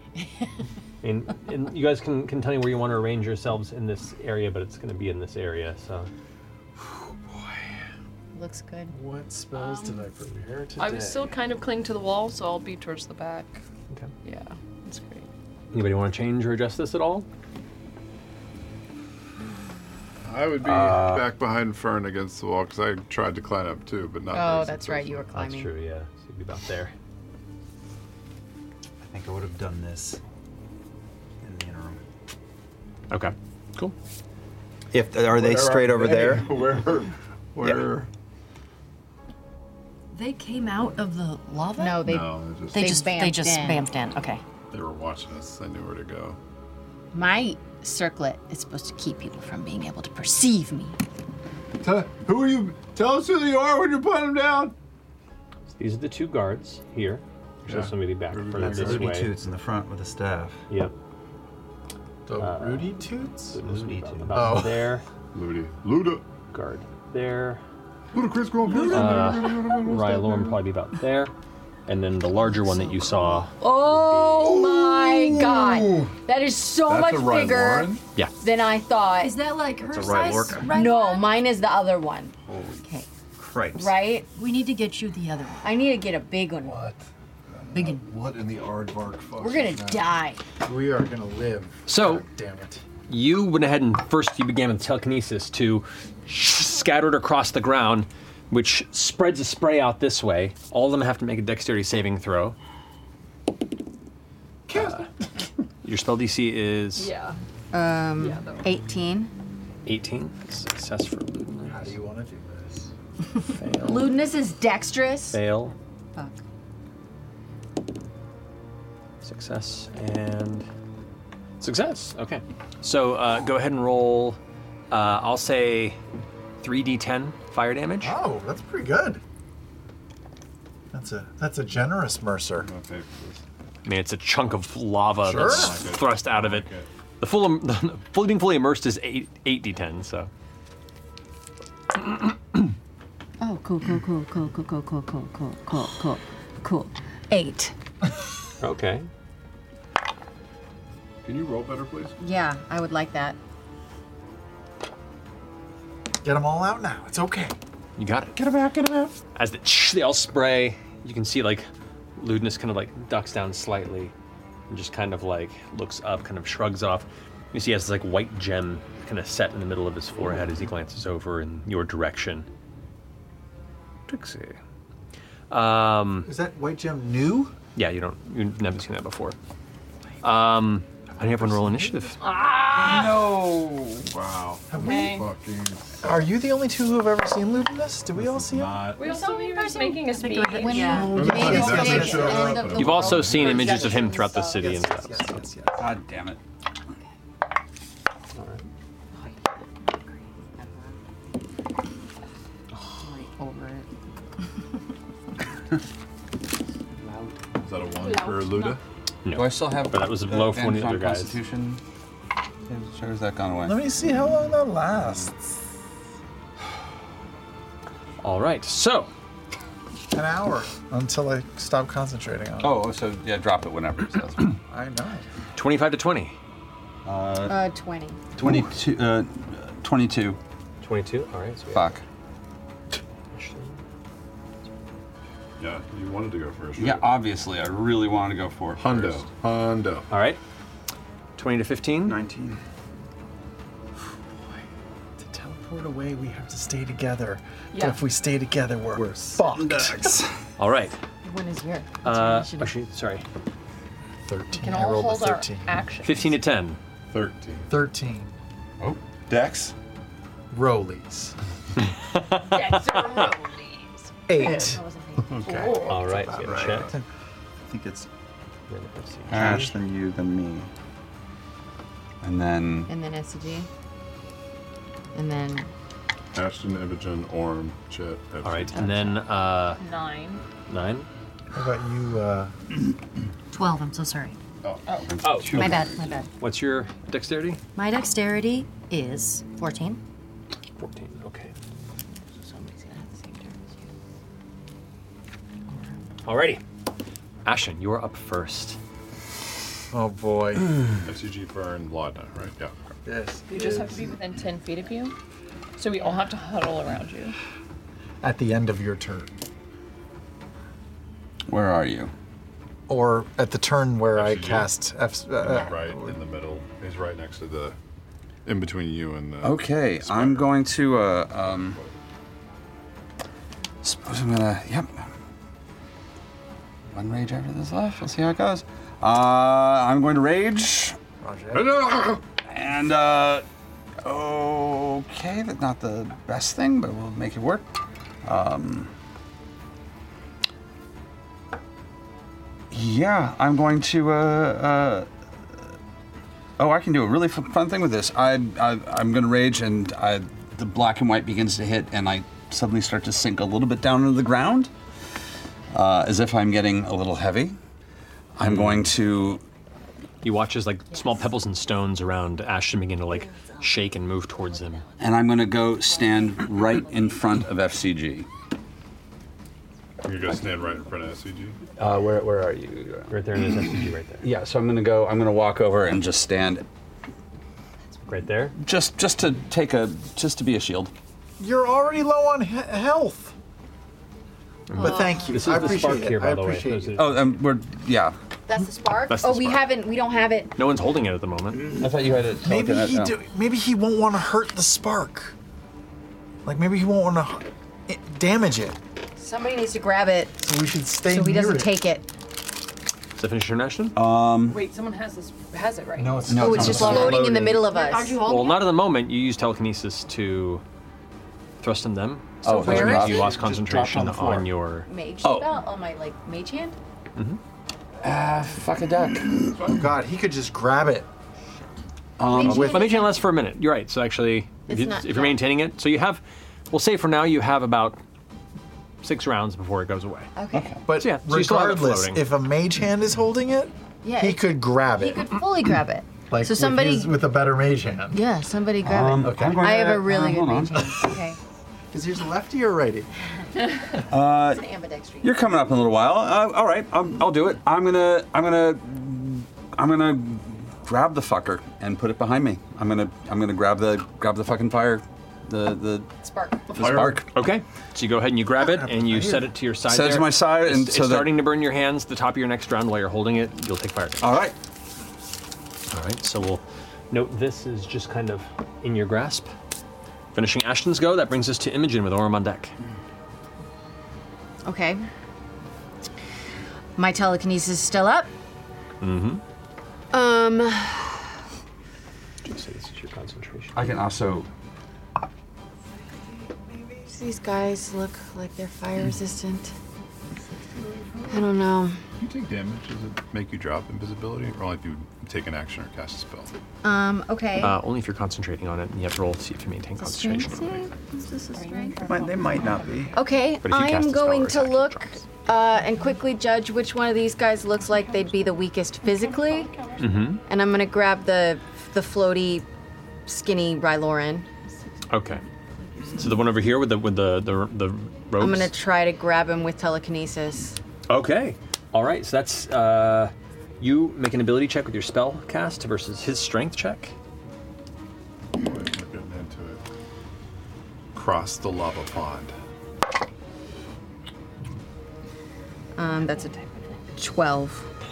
[SPEAKER 2] And, and you guys can, can tell me where you want to arrange yourselves in this area, but it's going to be in this area. So
[SPEAKER 12] Looks good.
[SPEAKER 26] What spells did I prepare today?
[SPEAKER 10] I was still kind of clinging to the wall, so I'll be towards the back.
[SPEAKER 2] Okay.
[SPEAKER 10] Yeah, that's great.
[SPEAKER 2] Anybody want to change or adjust this at all?
[SPEAKER 1] I would be
[SPEAKER 2] Uh,
[SPEAKER 1] back behind Fern against the wall because I tried to climb up too, but not.
[SPEAKER 16] Oh,
[SPEAKER 1] as a
[SPEAKER 16] that's right,
[SPEAKER 1] person.
[SPEAKER 16] you were climbing.
[SPEAKER 2] True, yeah. So you'd be about there.
[SPEAKER 14] I think I would have done this in the interim.
[SPEAKER 2] Okay. Cool.
[SPEAKER 14] If are they
[SPEAKER 1] Where
[SPEAKER 14] straight over there?
[SPEAKER 1] Where? Where?
[SPEAKER 22] They came out of the lava.
[SPEAKER 12] No,
[SPEAKER 1] they- No, they just-
[SPEAKER 12] they
[SPEAKER 1] they
[SPEAKER 12] just
[SPEAKER 22] bamped
[SPEAKER 12] they just
[SPEAKER 22] in.
[SPEAKER 12] bamped in. Okay.
[SPEAKER 1] They were watching us. They knew where to go.
[SPEAKER 22] My circlet is supposed to keep people from being able to perceive me.
[SPEAKER 1] Tell, who are you? Tell us who you are when you're putting them down.
[SPEAKER 2] So these are the two guards here. So
[SPEAKER 14] Yeah.
[SPEAKER 2] somebody back further
[SPEAKER 14] That's
[SPEAKER 2] this
[SPEAKER 14] Rudy
[SPEAKER 2] way.
[SPEAKER 14] Toots in the front with a staff.
[SPEAKER 2] Yep. Uh,
[SPEAKER 1] The Rudy Toots?
[SPEAKER 14] Rudy Toots.
[SPEAKER 2] About
[SPEAKER 14] Oh.
[SPEAKER 2] there.
[SPEAKER 1] Ludi. Luda.
[SPEAKER 2] Guard there.
[SPEAKER 1] Ludacris going first.
[SPEAKER 2] Uh, Rylorm probably be about there. And then the larger one that you saw.
[SPEAKER 6] Oh my god. That is so
[SPEAKER 2] That's a
[SPEAKER 6] much
[SPEAKER 2] Rhyloran?
[SPEAKER 6] bigger
[SPEAKER 2] Yeah.
[SPEAKER 6] than I thought. Is that like
[SPEAKER 2] That's her a size Rylorca.
[SPEAKER 6] No, mine is the other one.
[SPEAKER 22] Okay.
[SPEAKER 14] Cripes.
[SPEAKER 6] Right?
[SPEAKER 22] We need to get you the other one.
[SPEAKER 6] I need to get a big one. What?
[SPEAKER 22] Big one.
[SPEAKER 3] What in the aardvark fuck?
[SPEAKER 6] We're gonna die.
[SPEAKER 3] We are gonna live.
[SPEAKER 2] So,
[SPEAKER 3] Damn it.
[SPEAKER 2] you went ahead and first you began with telekinesis to scatter it across the ground, which spreads a spray out this way. All of them have to make a dexterity saving throw. Uh, your spell DC is
[SPEAKER 10] Yeah.
[SPEAKER 6] Um,
[SPEAKER 10] Yeah,
[SPEAKER 6] 18.
[SPEAKER 2] 18. Success for Ludinus. How do
[SPEAKER 3] you want to do this?
[SPEAKER 6] Lewdness is dexterous.
[SPEAKER 2] Fail.
[SPEAKER 6] Fuck.
[SPEAKER 2] Success and success. Okay. So uh, go ahead and roll. Uh, I'll say 3d10 fire damage.
[SPEAKER 3] Oh, that's pretty good. That's a that's a generous Mercer.
[SPEAKER 2] I mean, it's a chunk of lava
[SPEAKER 3] Sure.
[SPEAKER 2] that's
[SPEAKER 3] I like it.
[SPEAKER 2] thrust out of it. The full, im- fully being fully immersed is eight eight d10. So
[SPEAKER 22] Oh, cool, cool, cool, cool, cool, cool, cool, cool, cool, cool, cool, cool. Eight.
[SPEAKER 2] okay.
[SPEAKER 1] Can you roll better, please?
[SPEAKER 6] Yeah, I would like that.
[SPEAKER 3] Get them all out now. It's okay.
[SPEAKER 2] You got it.
[SPEAKER 3] Get them out. Get them out.
[SPEAKER 2] As the, they all spray, you can see like lewdness kind of like ducks down slightly and just kind of like looks up, kind of shrugs off. You see, he has this like white gem kind of set in the middle of his forehead as he glances over in your direction. Trixie. Um,
[SPEAKER 3] Is that white gem new?
[SPEAKER 2] yeah, you don't, you've never seen that before. Um, I don't have one roll initiative.
[SPEAKER 3] Ah! No.
[SPEAKER 1] Wow.
[SPEAKER 3] Okay. Are you the only two who have ever seen Ludinus? Did we all see him?
[SPEAKER 10] We also knew he was making a speech.
[SPEAKER 2] You've also seen images of him throughout the city and stuff.
[SPEAKER 7] God damn it.
[SPEAKER 22] Over it.
[SPEAKER 1] Is that a one for Luda?
[SPEAKER 2] No.
[SPEAKER 7] Do I still have?
[SPEAKER 2] But that was low for one of the other guys.
[SPEAKER 7] Constitution. Sure, has that gone away?
[SPEAKER 3] Let me see how long that lasts.
[SPEAKER 2] All right, so
[SPEAKER 3] An hour until I stop concentrating on it.
[SPEAKER 7] Oh, so yeah, drop it whenever. So that's fine.
[SPEAKER 3] I know.
[SPEAKER 2] 25 to 20.
[SPEAKER 7] Uh,
[SPEAKER 6] Uh, 20.
[SPEAKER 7] 22. Uh, 22.
[SPEAKER 2] 22? All right.
[SPEAKER 7] Fuck.
[SPEAKER 1] Yeah, you wanted to go first.
[SPEAKER 7] Yeah, obviously. I really wanted to go for it.
[SPEAKER 1] Hundo.
[SPEAKER 7] first.
[SPEAKER 1] Hundo.
[SPEAKER 2] All right. 20 to 15?
[SPEAKER 7] 19.
[SPEAKER 3] To teleport away, we have to stay together.
[SPEAKER 2] Yeah.
[SPEAKER 3] If we stay together, we're, fucked.
[SPEAKER 2] All right.
[SPEAKER 16] When is your?
[SPEAKER 2] Uh, actually, sorry.
[SPEAKER 3] 13.
[SPEAKER 16] Can all hold our action.
[SPEAKER 2] 15 to 10.
[SPEAKER 1] 13.
[SPEAKER 3] 13.
[SPEAKER 1] Oh, Dex?
[SPEAKER 3] Rollies.
[SPEAKER 14] Eight.
[SPEAKER 3] Okay.
[SPEAKER 2] All right. Get checked.
[SPEAKER 7] I think it's
[SPEAKER 14] Ash, Ah,
[SPEAKER 7] Ash, then you, then me. And then.
[SPEAKER 16] And then SCG. And then
[SPEAKER 1] Ashton, Imogen, Orm, Chet. All
[SPEAKER 2] right, and then uh,
[SPEAKER 16] nine.
[SPEAKER 2] nine.
[SPEAKER 3] How about you? Uh...
[SPEAKER 15] 12, I'm so sorry.
[SPEAKER 1] Oh.
[SPEAKER 2] Oh,
[SPEAKER 15] My bad, my bad.
[SPEAKER 2] What's your dexterity?
[SPEAKER 15] My dexterity is 14.
[SPEAKER 2] 14. Okay. Alrighty. Ashton, you are up first.
[SPEAKER 3] Oh boy.
[SPEAKER 1] SCG Fern, Laudna, right? Yeah.
[SPEAKER 3] Yes.
[SPEAKER 10] You just have to be within 10 feet of you. So we all have to huddle around you.
[SPEAKER 3] At the end of your turn.
[SPEAKER 7] Where are you?
[SPEAKER 3] or at the turn where I cast F. Uh,
[SPEAKER 1] right in the middle. He's right next to the, in between you and uh, the.
[SPEAKER 7] Okay, I'm going to. Uh, um, suppose I'm gonna. Yep. One rage after this left. We'll see how it goes. Uh, I'm going to rage. Roger. And uh, okay, that's not the best thing, but we'll make it work. Um, yeah, I'm going to. Uh, uh, oh, I can do a really f- fun thing with this. I, I I'm going to rage, and I, the black and white begins to hit, and I suddenly start to sink a little bit down into the ground, uh, as if I'm getting a little heavy. I'm going to.
[SPEAKER 2] He watches like small pebbles and stones around Ashton begin to like shake and move towards him.
[SPEAKER 7] and I'm going to go stand right in front of FCG.
[SPEAKER 1] You're gonna stand right in front of SCG.
[SPEAKER 7] Uh, where, where are you?
[SPEAKER 2] Right there, there's FCG right there.
[SPEAKER 7] Yeah, so I'm going to go. I'm going to walk over and just stand.
[SPEAKER 2] Right there.
[SPEAKER 7] Just just to take a just to be a shield.
[SPEAKER 3] You're already low on he- health. But thank you.
[SPEAKER 7] This is
[SPEAKER 3] I
[SPEAKER 7] the
[SPEAKER 3] appreciate
[SPEAKER 7] spark
[SPEAKER 3] it.
[SPEAKER 7] here, by
[SPEAKER 3] I
[SPEAKER 7] the way.
[SPEAKER 3] appreciate it.
[SPEAKER 7] Oh, um, we're yeah.
[SPEAKER 6] That's the spark.
[SPEAKER 2] That's the
[SPEAKER 6] oh, we haven't. We don't have it.
[SPEAKER 2] No one's holding it at the moment.
[SPEAKER 7] I thought you had it.
[SPEAKER 3] Maybe he do, maybe he won't want to hurt the spark. Like maybe he won't want to damage it.
[SPEAKER 6] Somebody needs to grab it
[SPEAKER 3] So we should stay
[SPEAKER 6] so he
[SPEAKER 3] near
[SPEAKER 6] doesn't
[SPEAKER 3] it.
[SPEAKER 6] take it.
[SPEAKER 2] Is that finished your Ashton?
[SPEAKER 7] Um.
[SPEAKER 10] Wait, someone has this has it right.
[SPEAKER 2] No, it's
[SPEAKER 6] oh, it's just floating in the middle of us.
[SPEAKER 10] Aren't you
[SPEAKER 2] Well, not at the moment. You use telekinesis to thrust in them.
[SPEAKER 6] So
[SPEAKER 2] which
[SPEAKER 6] where
[SPEAKER 2] means
[SPEAKER 6] is
[SPEAKER 2] you
[SPEAKER 6] it?
[SPEAKER 2] lost
[SPEAKER 6] Just dropped on
[SPEAKER 2] concentration
[SPEAKER 6] the
[SPEAKER 2] on,
[SPEAKER 6] floor.
[SPEAKER 2] your.
[SPEAKER 6] Mage
[SPEAKER 2] Oh.
[SPEAKER 6] spell on my like mage hand.
[SPEAKER 7] Ah, fuck a duck.
[SPEAKER 3] Oh God, he could just grab it.
[SPEAKER 2] Um,
[SPEAKER 3] Mage
[SPEAKER 2] with
[SPEAKER 3] hand
[SPEAKER 2] my mage hand lasts for a minute. You're right. So actually, if,
[SPEAKER 3] It's
[SPEAKER 2] you,
[SPEAKER 3] not-
[SPEAKER 2] if you're maintaining it, so you have, we'll say for now you have about six rounds before it goes away.
[SPEAKER 3] Okay. But
[SPEAKER 2] So, yeah, so you still have it
[SPEAKER 3] regardless,
[SPEAKER 2] floating.
[SPEAKER 3] if a mage hand is holding it,
[SPEAKER 6] Yeah,
[SPEAKER 3] he
[SPEAKER 6] it-
[SPEAKER 3] could grab
[SPEAKER 6] He
[SPEAKER 3] it.
[SPEAKER 6] could fully grab it.
[SPEAKER 3] Like
[SPEAKER 6] so
[SPEAKER 3] with
[SPEAKER 6] somebody.
[SPEAKER 3] his- with a better mage hand.
[SPEAKER 6] yeah, somebody grab
[SPEAKER 3] Um,
[SPEAKER 6] it.
[SPEAKER 3] okay.
[SPEAKER 6] I have a
[SPEAKER 3] Uh,
[SPEAKER 6] really good
[SPEAKER 3] hold on.
[SPEAKER 6] mage hand. Okay.
[SPEAKER 3] Is yours lefty or righty?
[SPEAKER 7] Uh,
[SPEAKER 6] ambidextrous.
[SPEAKER 7] you're coming up in a little while. Uh, all right, I'll, I'll do it. I'm gonna, I'm gonna, I'm gonna grab the fucker and put it behind me. I'm gonna, I'm gonna grab the, grab the fucking fire, the, the
[SPEAKER 6] spark,
[SPEAKER 7] the spark.
[SPEAKER 2] Okay. So you go ahead and you grab it and you set it to your side.
[SPEAKER 7] Set it to
[SPEAKER 2] there.
[SPEAKER 7] my side,
[SPEAKER 2] It's-
[SPEAKER 7] and
[SPEAKER 2] it's
[SPEAKER 7] so that-
[SPEAKER 2] starting to burn your hands. The top of your next round while you're holding it, you'll take fire.
[SPEAKER 7] All right.
[SPEAKER 2] All right. So we'll note this is just kind of in your grasp. Finishing Ashton's go. That brings us to Imogen with Orm on deck.
[SPEAKER 6] Okay. My telekinesis is still up.
[SPEAKER 2] Mm-hmm.
[SPEAKER 6] Um.
[SPEAKER 2] So this is your concentration.
[SPEAKER 7] I can also.
[SPEAKER 27] These guys look like they're fire resistant. I don't know.
[SPEAKER 1] You take damage. Does it make you drop invisibility, or only if you take an action or cast a spell?
[SPEAKER 6] Um. Okay.
[SPEAKER 2] Uh, only if you're concentrating on it, and you have to roll to see if you maintain concentration.
[SPEAKER 6] Is this a strength?
[SPEAKER 28] Might- they might not be.
[SPEAKER 6] Okay,
[SPEAKER 2] But if you
[SPEAKER 6] I
[SPEAKER 2] cast
[SPEAKER 6] am
[SPEAKER 2] a spell or
[SPEAKER 6] going to look uh, and quickly judge which one of these guys looks like they'd be the weakest physically,
[SPEAKER 2] Mm-hmm.
[SPEAKER 6] and I'm gonna grab the the floaty, skinny Ryloran.
[SPEAKER 2] Okay. So the one over here with the with the the the ropes.
[SPEAKER 6] I'm gonna try to grab him with telekinesis.
[SPEAKER 2] Okay. All right. So that's uh, you make an ability check with your spell cast versus his strength check.
[SPEAKER 1] Getting into it. Cross the lava pond.
[SPEAKER 6] Um, that's a 12.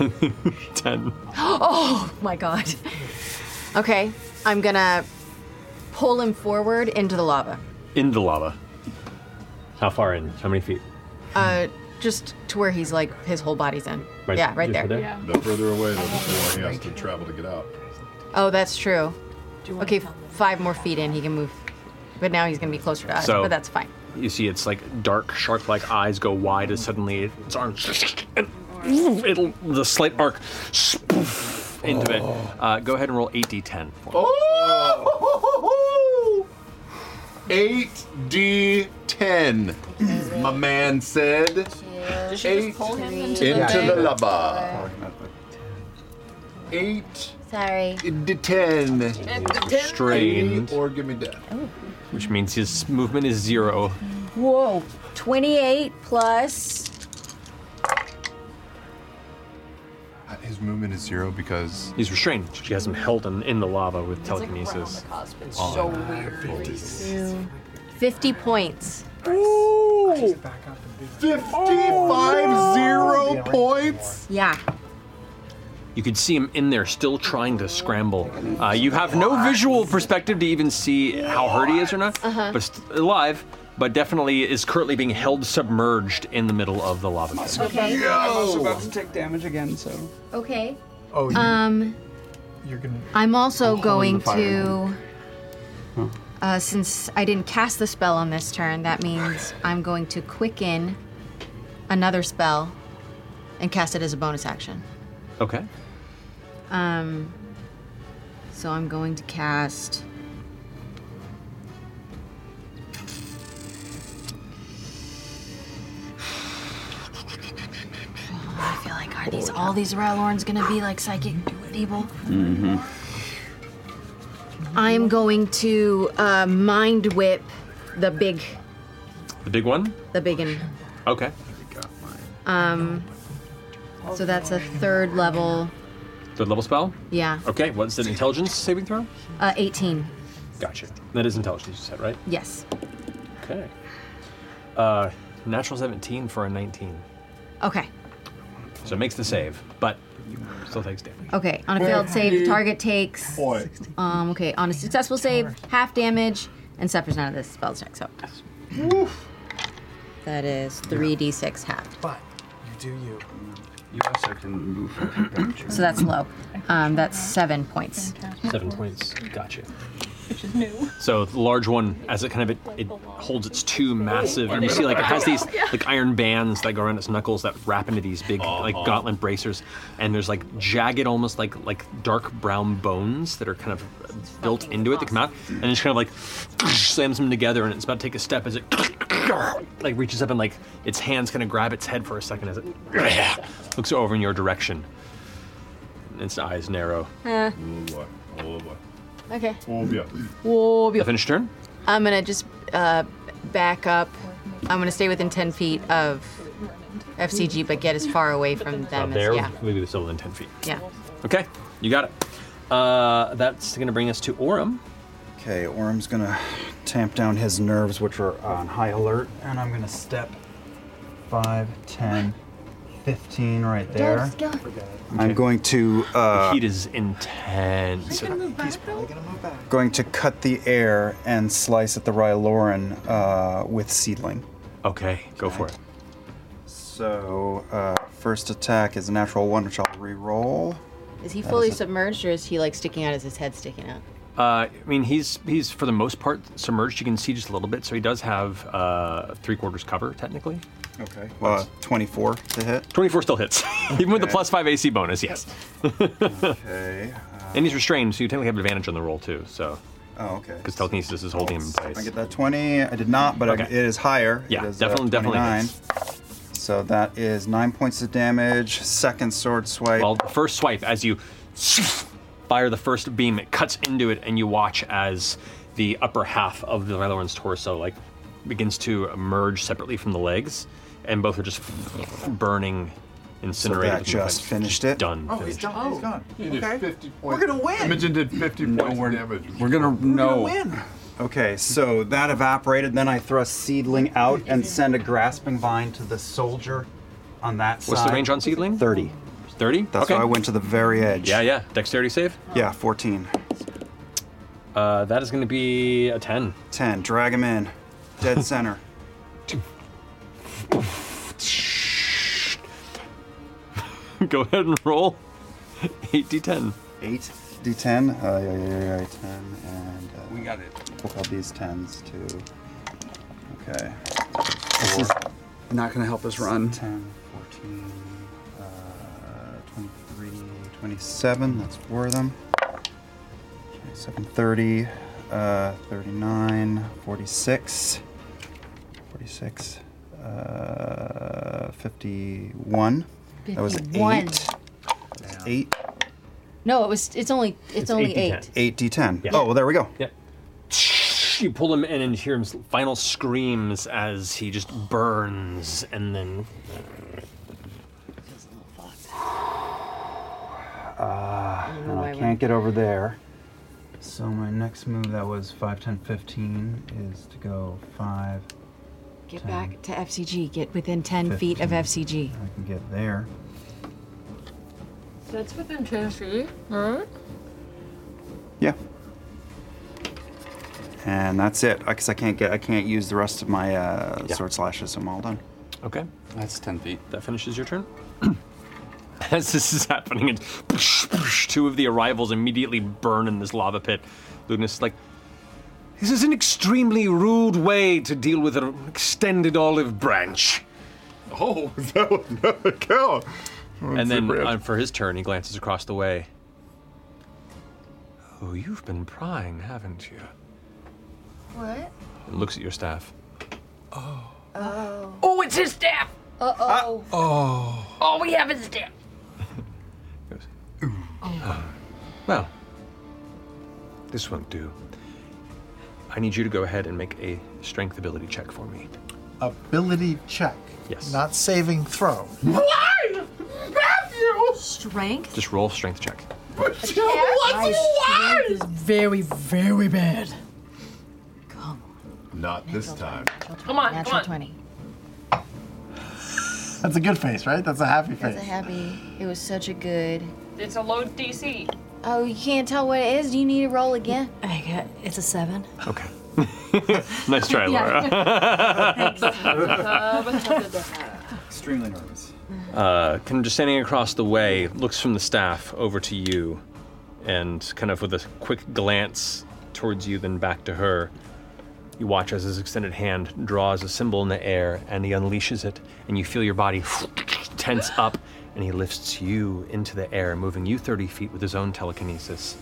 [SPEAKER 2] Ten.
[SPEAKER 6] oh my god. Okay, I'm gonna pull him forward into the lava.
[SPEAKER 2] In the lava. How far in? How many feet?
[SPEAKER 6] Uh, just to where he's like his whole body's in.
[SPEAKER 2] Right-
[SPEAKER 6] yeah, right
[SPEAKER 2] just
[SPEAKER 6] there.
[SPEAKER 2] right there? Yeah.
[SPEAKER 1] The further away, the more he has to travel to get out.
[SPEAKER 6] Oh, that's true. Okay, five more feet in, he can move. But now he's gonna be closer to us.
[SPEAKER 2] So-
[SPEAKER 6] but that's fine.
[SPEAKER 2] You see, it's like dark, shark-like eyes go wide as suddenly its arms, and it'll the slight arc spoof into it. Uh, go ahead and roll eight d10.
[SPEAKER 1] Oh! 8d10, my man said.
[SPEAKER 10] Did she just pull him into,
[SPEAKER 1] Into
[SPEAKER 10] the,
[SPEAKER 1] the lava. Eight.
[SPEAKER 6] Sorry.
[SPEAKER 1] The ten.
[SPEAKER 2] Restrained.
[SPEAKER 1] Or give me death.
[SPEAKER 2] Which means his movement is zero.
[SPEAKER 6] Whoa. 28 plus.
[SPEAKER 1] His movement is zero because
[SPEAKER 2] he's restrained. She has him held in, in the lava with telekinesis.
[SPEAKER 10] It's
[SPEAKER 2] on.
[SPEAKER 10] so weird.
[SPEAKER 6] 50 points.
[SPEAKER 5] Oh.
[SPEAKER 1] Ooh. 55 zero points.
[SPEAKER 4] It's-
[SPEAKER 6] Yeah.
[SPEAKER 2] You could see him in there still trying to scramble. Uh, you have no visual perspective to even see how hurt he is or not,
[SPEAKER 5] Uh-huh.
[SPEAKER 2] but st- alive, but definitely is currently being held submerged in the middle of the lava. pit.
[SPEAKER 6] Okay.
[SPEAKER 7] I'm also about to take damage again, so.
[SPEAKER 6] Okay.
[SPEAKER 7] Oh, you-
[SPEAKER 6] Um,
[SPEAKER 7] You're gonna.
[SPEAKER 6] I'm also
[SPEAKER 7] in
[SPEAKER 6] going
[SPEAKER 7] the fire.
[SPEAKER 6] to. Uh, since I didn't cast the spell on this turn, that means I'm going to quicken another spell and cast it as a bonus action.
[SPEAKER 2] Okay.
[SPEAKER 6] Um, so I'm going to cast.
[SPEAKER 29] I feel like are these all these Rylorns gonna be like psychic people?
[SPEAKER 5] Mm-hmm.
[SPEAKER 6] I'm going to uh, mind whip the big,
[SPEAKER 2] The big one?
[SPEAKER 6] the big one.
[SPEAKER 2] Okay.
[SPEAKER 6] Um, so that's a third level.
[SPEAKER 2] Third level spell?
[SPEAKER 6] Yeah.
[SPEAKER 2] Okay, what's an intelligence saving throw?
[SPEAKER 6] Uh, 18.
[SPEAKER 2] Gotcha. That is intelligence, you said, right?
[SPEAKER 6] Yes.
[SPEAKER 2] Okay. Uh, natural 17 for a 19.
[SPEAKER 6] Okay.
[SPEAKER 2] So it makes the save, but still takes damage.
[SPEAKER 6] Okay. On a failed save, the target takes. Um, okay. On a successful save, half damage and suffers none of this spell check. So that is 3d6 half.
[SPEAKER 3] But you do you.
[SPEAKER 7] You also can move.
[SPEAKER 6] So that's low. Um, that's seven points.
[SPEAKER 2] Seven points. Gotcha.
[SPEAKER 23] Which is new.
[SPEAKER 2] So the large one, as it kind of it, it holds its two massive, and you see like it has these like iron bands that go around its knuckles that wrap into these big like
[SPEAKER 5] Uh-huh.
[SPEAKER 2] gauntlet bracers, and there's like jagged, almost like like dark brown bones that are kind of built into it that come out, and it's kind of like slams them together, and it's about to take a step as it like reaches up and like its hands kind of grab its head for a second as it looks over in your direction. Its eyes narrow.
[SPEAKER 6] Uh,
[SPEAKER 2] Oh boy.
[SPEAKER 29] Okay.
[SPEAKER 2] Oh boy.
[SPEAKER 29] Whoa, be-
[SPEAKER 2] Finish turn.
[SPEAKER 29] I'm gonna just uh,
[SPEAKER 6] back up. I'm gonna stay within 10 feet of FCG, but get as far away from
[SPEAKER 2] Out
[SPEAKER 6] them
[SPEAKER 2] there,
[SPEAKER 6] as yeah.
[SPEAKER 2] maybe it's still within 10 feet.
[SPEAKER 6] Yeah.
[SPEAKER 2] Okay, you got it. Uh, that's going to bring us to Orem.
[SPEAKER 14] Okay, Orm's gonna tamp down his nerves, which are on high alert, and I'm gonna step 5, 10, 15 right there. I'm going to. Uh,
[SPEAKER 2] the heat is intense.
[SPEAKER 14] going to cut the air and slice at the Ryloran uh, with seedling.
[SPEAKER 2] Okay, go for it.
[SPEAKER 14] So, uh, first attack is a natural one, which I'll reroll.
[SPEAKER 29] Is he
[SPEAKER 14] That
[SPEAKER 29] fully
[SPEAKER 14] is a-
[SPEAKER 29] submerged or is he like sticking out? Is his head sticking out?
[SPEAKER 2] Uh, I mean, he's he's for the most part submerged. You can see just a little bit, so he does have uh, three quarters cover technically.
[SPEAKER 14] Okay. Well, uh, 24 to hit.
[SPEAKER 2] 24 still hits, even with the
[SPEAKER 14] Okay.
[SPEAKER 2] plus five AC bonus. Yes.
[SPEAKER 14] okay. uh,
[SPEAKER 2] and he's restrained, so you technically have advantage on the roll too. So.
[SPEAKER 14] Oh, okay.
[SPEAKER 2] Because telekinesis is holding him in place.
[SPEAKER 14] I get that 20. I did not, but I-
[SPEAKER 2] Okay.
[SPEAKER 14] it is higher.
[SPEAKER 2] Yeah,
[SPEAKER 14] it is,
[SPEAKER 2] definitely- definitely
[SPEAKER 14] 29.
[SPEAKER 2] hits.
[SPEAKER 14] So that is nine points of damage. Second sword swipe.
[SPEAKER 2] Well, the first swipe, as you fire the first beam, it cuts into it, and you watch as the upper half of the Rylorn's torso like begins to emerge separately from the legs, and both are just burning, incinerated.
[SPEAKER 14] that
[SPEAKER 2] with the flames.
[SPEAKER 14] just finished it?
[SPEAKER 2] Done.
[SPEAKER 3] Oh, he's
[SPEAKER 2] finished.
[SPEAKER 3] done. He's gone.
[SPEAKER 4] He did
[SPEAKER 3] Okay.
[SPEAKER 4] 50
[SPEAKER 3] We're
[SPEAKER 4] points.
[SPEAKER 3] gonna win.
[SPEAKER 4] Imogen did 50 points damage.
[SPEAKER 14] We're gonna
[SPEAKER 3] gonna
[SPEAKER 14] no.
[SPEAKER 3] win.
[SPEAKER 14] Okay, so that evaporated. Then I thrust seedling out and send a grasping vine to the soldier on that side.
[SPEAKER 2] What's the range on seedling?
[SPEAKER 14] Thirty.
[SPEAKER 2] Thirty.
[SPEAKER 14] That's
[SPEAKER 2] Okay.
[SPEAKER 14] why I went to the very edge.
[SPEAKER 2] Yeah, yeah. Dexterity save.
[SPEAKER 14] Yeah, fourteen.
[SPEAKER 2] Uh, that is going to be a ten.
[SPEAKER 14] Ten. Drag him in. Dead center.
[SPEAKER 2] Go ahead and roll. Eight d10.
[SPEAKER 14] Eight d10. Uh, yeah, yeah, yeah, yeah, ten. And uh, we got it. We'll call these tens too. Okay.
[SPEAKER 7] This is not gonna help us run.
[SPEAKER 14] 10, 14, uh, 23, 27. That's four of them. 27, 30, uh, 39, 46, 46, uh, 51. That was
[SPEAKER 29] 51.
[SPEAKER 14] eight. That's eight.
[SPEAKER 29] No, it was. It's only. It's, only eight.
[SPEAKER 14] Eight d10. Oh, well, there we go.
[SPEAKER 2] Yep. You pull him in and hear him final screams as he just burns and then.
[SPEAKER 14] Uh,
[SPEAKER 2] don't know
[SPEAKER 14] and
[SPEAKER 2] why
[SPEAKER 14] I
[SPEAKER 2] we-
[SPEAKER 14] can't get over there. So my next move that was 5, 10, 15 is to go 5.
[SPEAKER 29] Get back to FCG. Get within ten feet of
[SPEAKER 14] 15.
[SPEAKER 29] FCG.
[SPEAKER 14] I can get there.
[SPEAKER 30] That's within Tennessee, right?
[SPEAKER 14] Yeah. And that's it. Because I can't get, I can't use the rest of my uh,
[SPEAKER 2] Yeah.
[SPEAKER 14] sword slashes. so I'm all done.
[SPEAKER 2] Okay. That's 10 feet. That finishes your turn. As this is happening, and two of the arrivals immediately burn in this lava pit. Ludinus is like, This is an extremely rude way to deal with an extended olive branch. Oh, that was another cow. And then uh, for his turn, he glances across the way. Oh, you've been prying, haven't you?
[SPEAKER 10] What?
[SPEAKER 2] And looks at your staff.
[SPEAKER 10] Oh. Oh, it's his staff. Uh oh.
[SPEAKER 2] Oh.
[SPEAKER 10] All we have is staff.
[SPEAKER 12] Oh.
[SPEAKER 2] Ah. Well, this won't do. I need you to go ahead and make a strength ability check for me.
[SPEAKER 3] Ability check.
[SPEAKER 2] Yes.
[SPEAKER 3] Not saving throw.
[SPEAKER 10] Why? Matthew!
[SPEAKER 12] Strength?
[SPEAKER 2] Just roll strength check.
[SPEAKER 10] What's why?
[SPEAKER 12] Very, very bad.
[SPEAKER 1] Not this time.
[SPEAKER 30] Come on,
[SPEAKER 12] Natural
[SPEAKER 30] come on.
[SPEAKER 12] 20.
[SPEAKER 3] That's a good face, right? That's a happy
[SPEAKER 12] That's
[SPEAKER 3] face.
[SPEAKER 12] a
[SPEAKER 6] happy. It was such a good.
[SPEAKER 30] It's a low DC.
[SPEAKER 6] Oh, you can't tell what it is. Do you need to roll again?
[SPEAKER 5] I got, it's a seven.
[SPEAKER 2] Okay. nice try, Laura.
[SPEAKER 14] Extremely nervous.
[SPEAKER 2] uh, kind of just standing across the way, looks from the staff over to you, and kind of with a quick glance towards you, then back to her. You watch as his extended hand draws a symbol in the air, and he unleashes it, and you feel your body tense up, and he lifts you into the air, moving you 30 feet with his own telekinesis.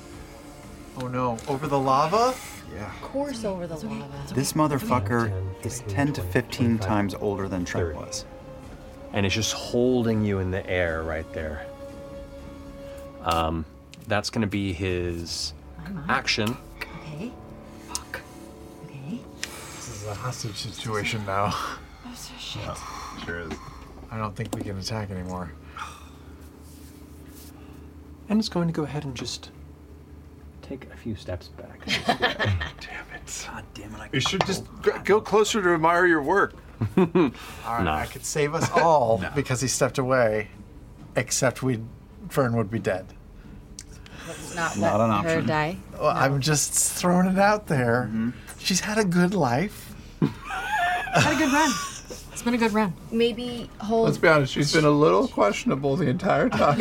[SPEAKER 3] Oh no, over the lava?
[SPEAKER 14] Yeah.
[SPEAKER 3] Of course, over the lava.
[SPEAKER 14] This motherfucker is 10 to 15 times older than Trent was.
[SPEAKER 2] and it's just holding you in the air right there. Um, that's going to be his action.
[SPEAKER 5] Okay.
[SPEAKER 3] This is a hostage situation now.
[SPEAKER 5] Those are shit.
[SPEAKER 3] Sure is. I don't think we can attack anymore.
[SPEAKER 2] And it's going to go ahead and just take a few steps back.
[SPEAKER 3] damn
[SPEAKER 2] it.
[SPEAKER 3] God damn it.
[SPEAKER 4] You should just g- go closer to admire your work.
[SPEAKER 3] All right, I could save us all because he stepped away, except we, Fern would be dead.
[SPEAKER 6] Let's not
[SPEAKER 3] Not
[SPEAKER 6] let
[SPEAKER 3] an
[SPEAKER 6] her
[SPEAKER 3] option.
[SPEAKER 6] die.
[SPEAKER 3] Well, I'm just throwing it out there.
[SPEAKER 7] Mm-hmm.
[SPEAKER 3] She's had a good life.
[SPEAKER 6] Had a good run. It's been a good run. Maybe hold.
[SPEAKER 4] Let's be honest, she's been a little questionable the entire time.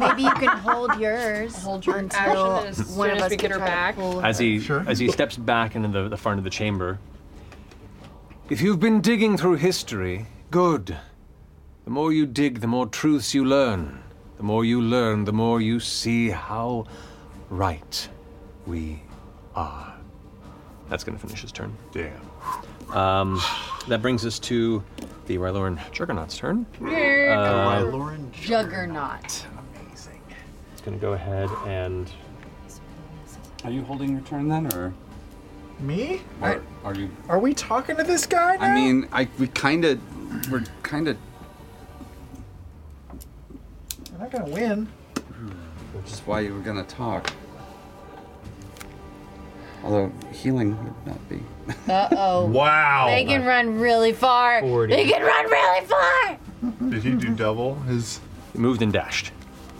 [SPEAKER 6] Maybe you can hold yours. Hold your until
[SPEAKER 30] action as
[SPEAKER 6] one
[SPEAKER 30] soon
[SPEAKER 6] of
[SPEAKER 30] as
[SPEAKER 6] us
[SPEAKER 30] we
[SPEAKER 6] can
[SPEAKER 30] get her
[SPEAKER 6] try to
[SPEAKER 30] back.
[SPEAKER 6] pull
[SPEAKER 2] As he as he steps back into the, the front of the chamber. If you've been digging through history, good. The more you dig, the more truths you learn. The more you learn, the more you see how right we are. Ah. That's going to finish his turn. Damn. Um, that brings us to the Ryloran Juggernaut's turn. Uh,
[SPEAKER 12] Juggernaut.
[SPEAKER 2] It's going to go ahead and.
[SPEAKER 7] Are you holding your turn then, or
[SPEAKER 3] Me?
[SPEAKER 7] or are you?
[SPEAKER 3] Are we talking to this guy now?
[SPEAKER 7] I mean, I we kind of we're kind of
[SPEAKER 3] I'm not gonna win.
[SPEAKER 7] which is why you were gonna talk. Although healing would not be.
[SPEAKER 6] Uh oh.
[SPEAKER 7] Wow.
[SPEAKER 6] They can run really far.
[SPEAKER 7] 40.
[SPEAKER 6] They can run really far.
[SPEAKER 2] Did he do double his? He moved and dashed,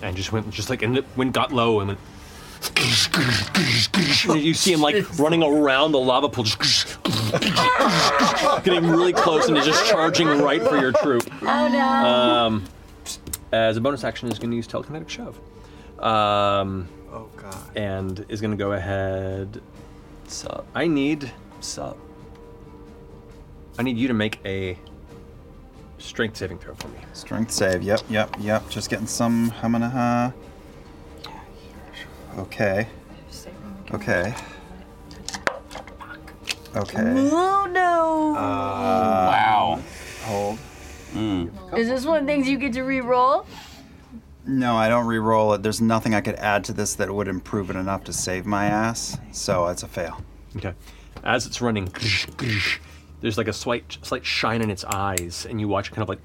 [SPEAKER 2] and just went just like and it went got low and went. and then you see him like running around the lava pool, just getting really close and is just charging right for your troop.
[SPEAKER 10] Oh, no.
[SPEAKER 2] Um, as a bonus action, is going to use telekinetic shove. Um, oh god. And is going to go ahead. So I need so I need you to make a strength saving throw for me.
[SPEAKER 14] Strength save. Yep, yep, yep. Just getting some. I'm gonna. Uh, okay. Okay. Okay. Uh,
[SPEAKER 6] Oh no.
[SPEAKER 14] wow. Hold.
[SPEAKER 6] Is this one of the things you get to re-roll?
[SPEAKER 14] No, I don't re-roll it. There's nothing I could add to this that would improve it enough to save my ass. So it's a fail.
[SPEAKER 2] Okay. As it's running, there's like a slight, slight shine in its eyes, and you watch it kind of like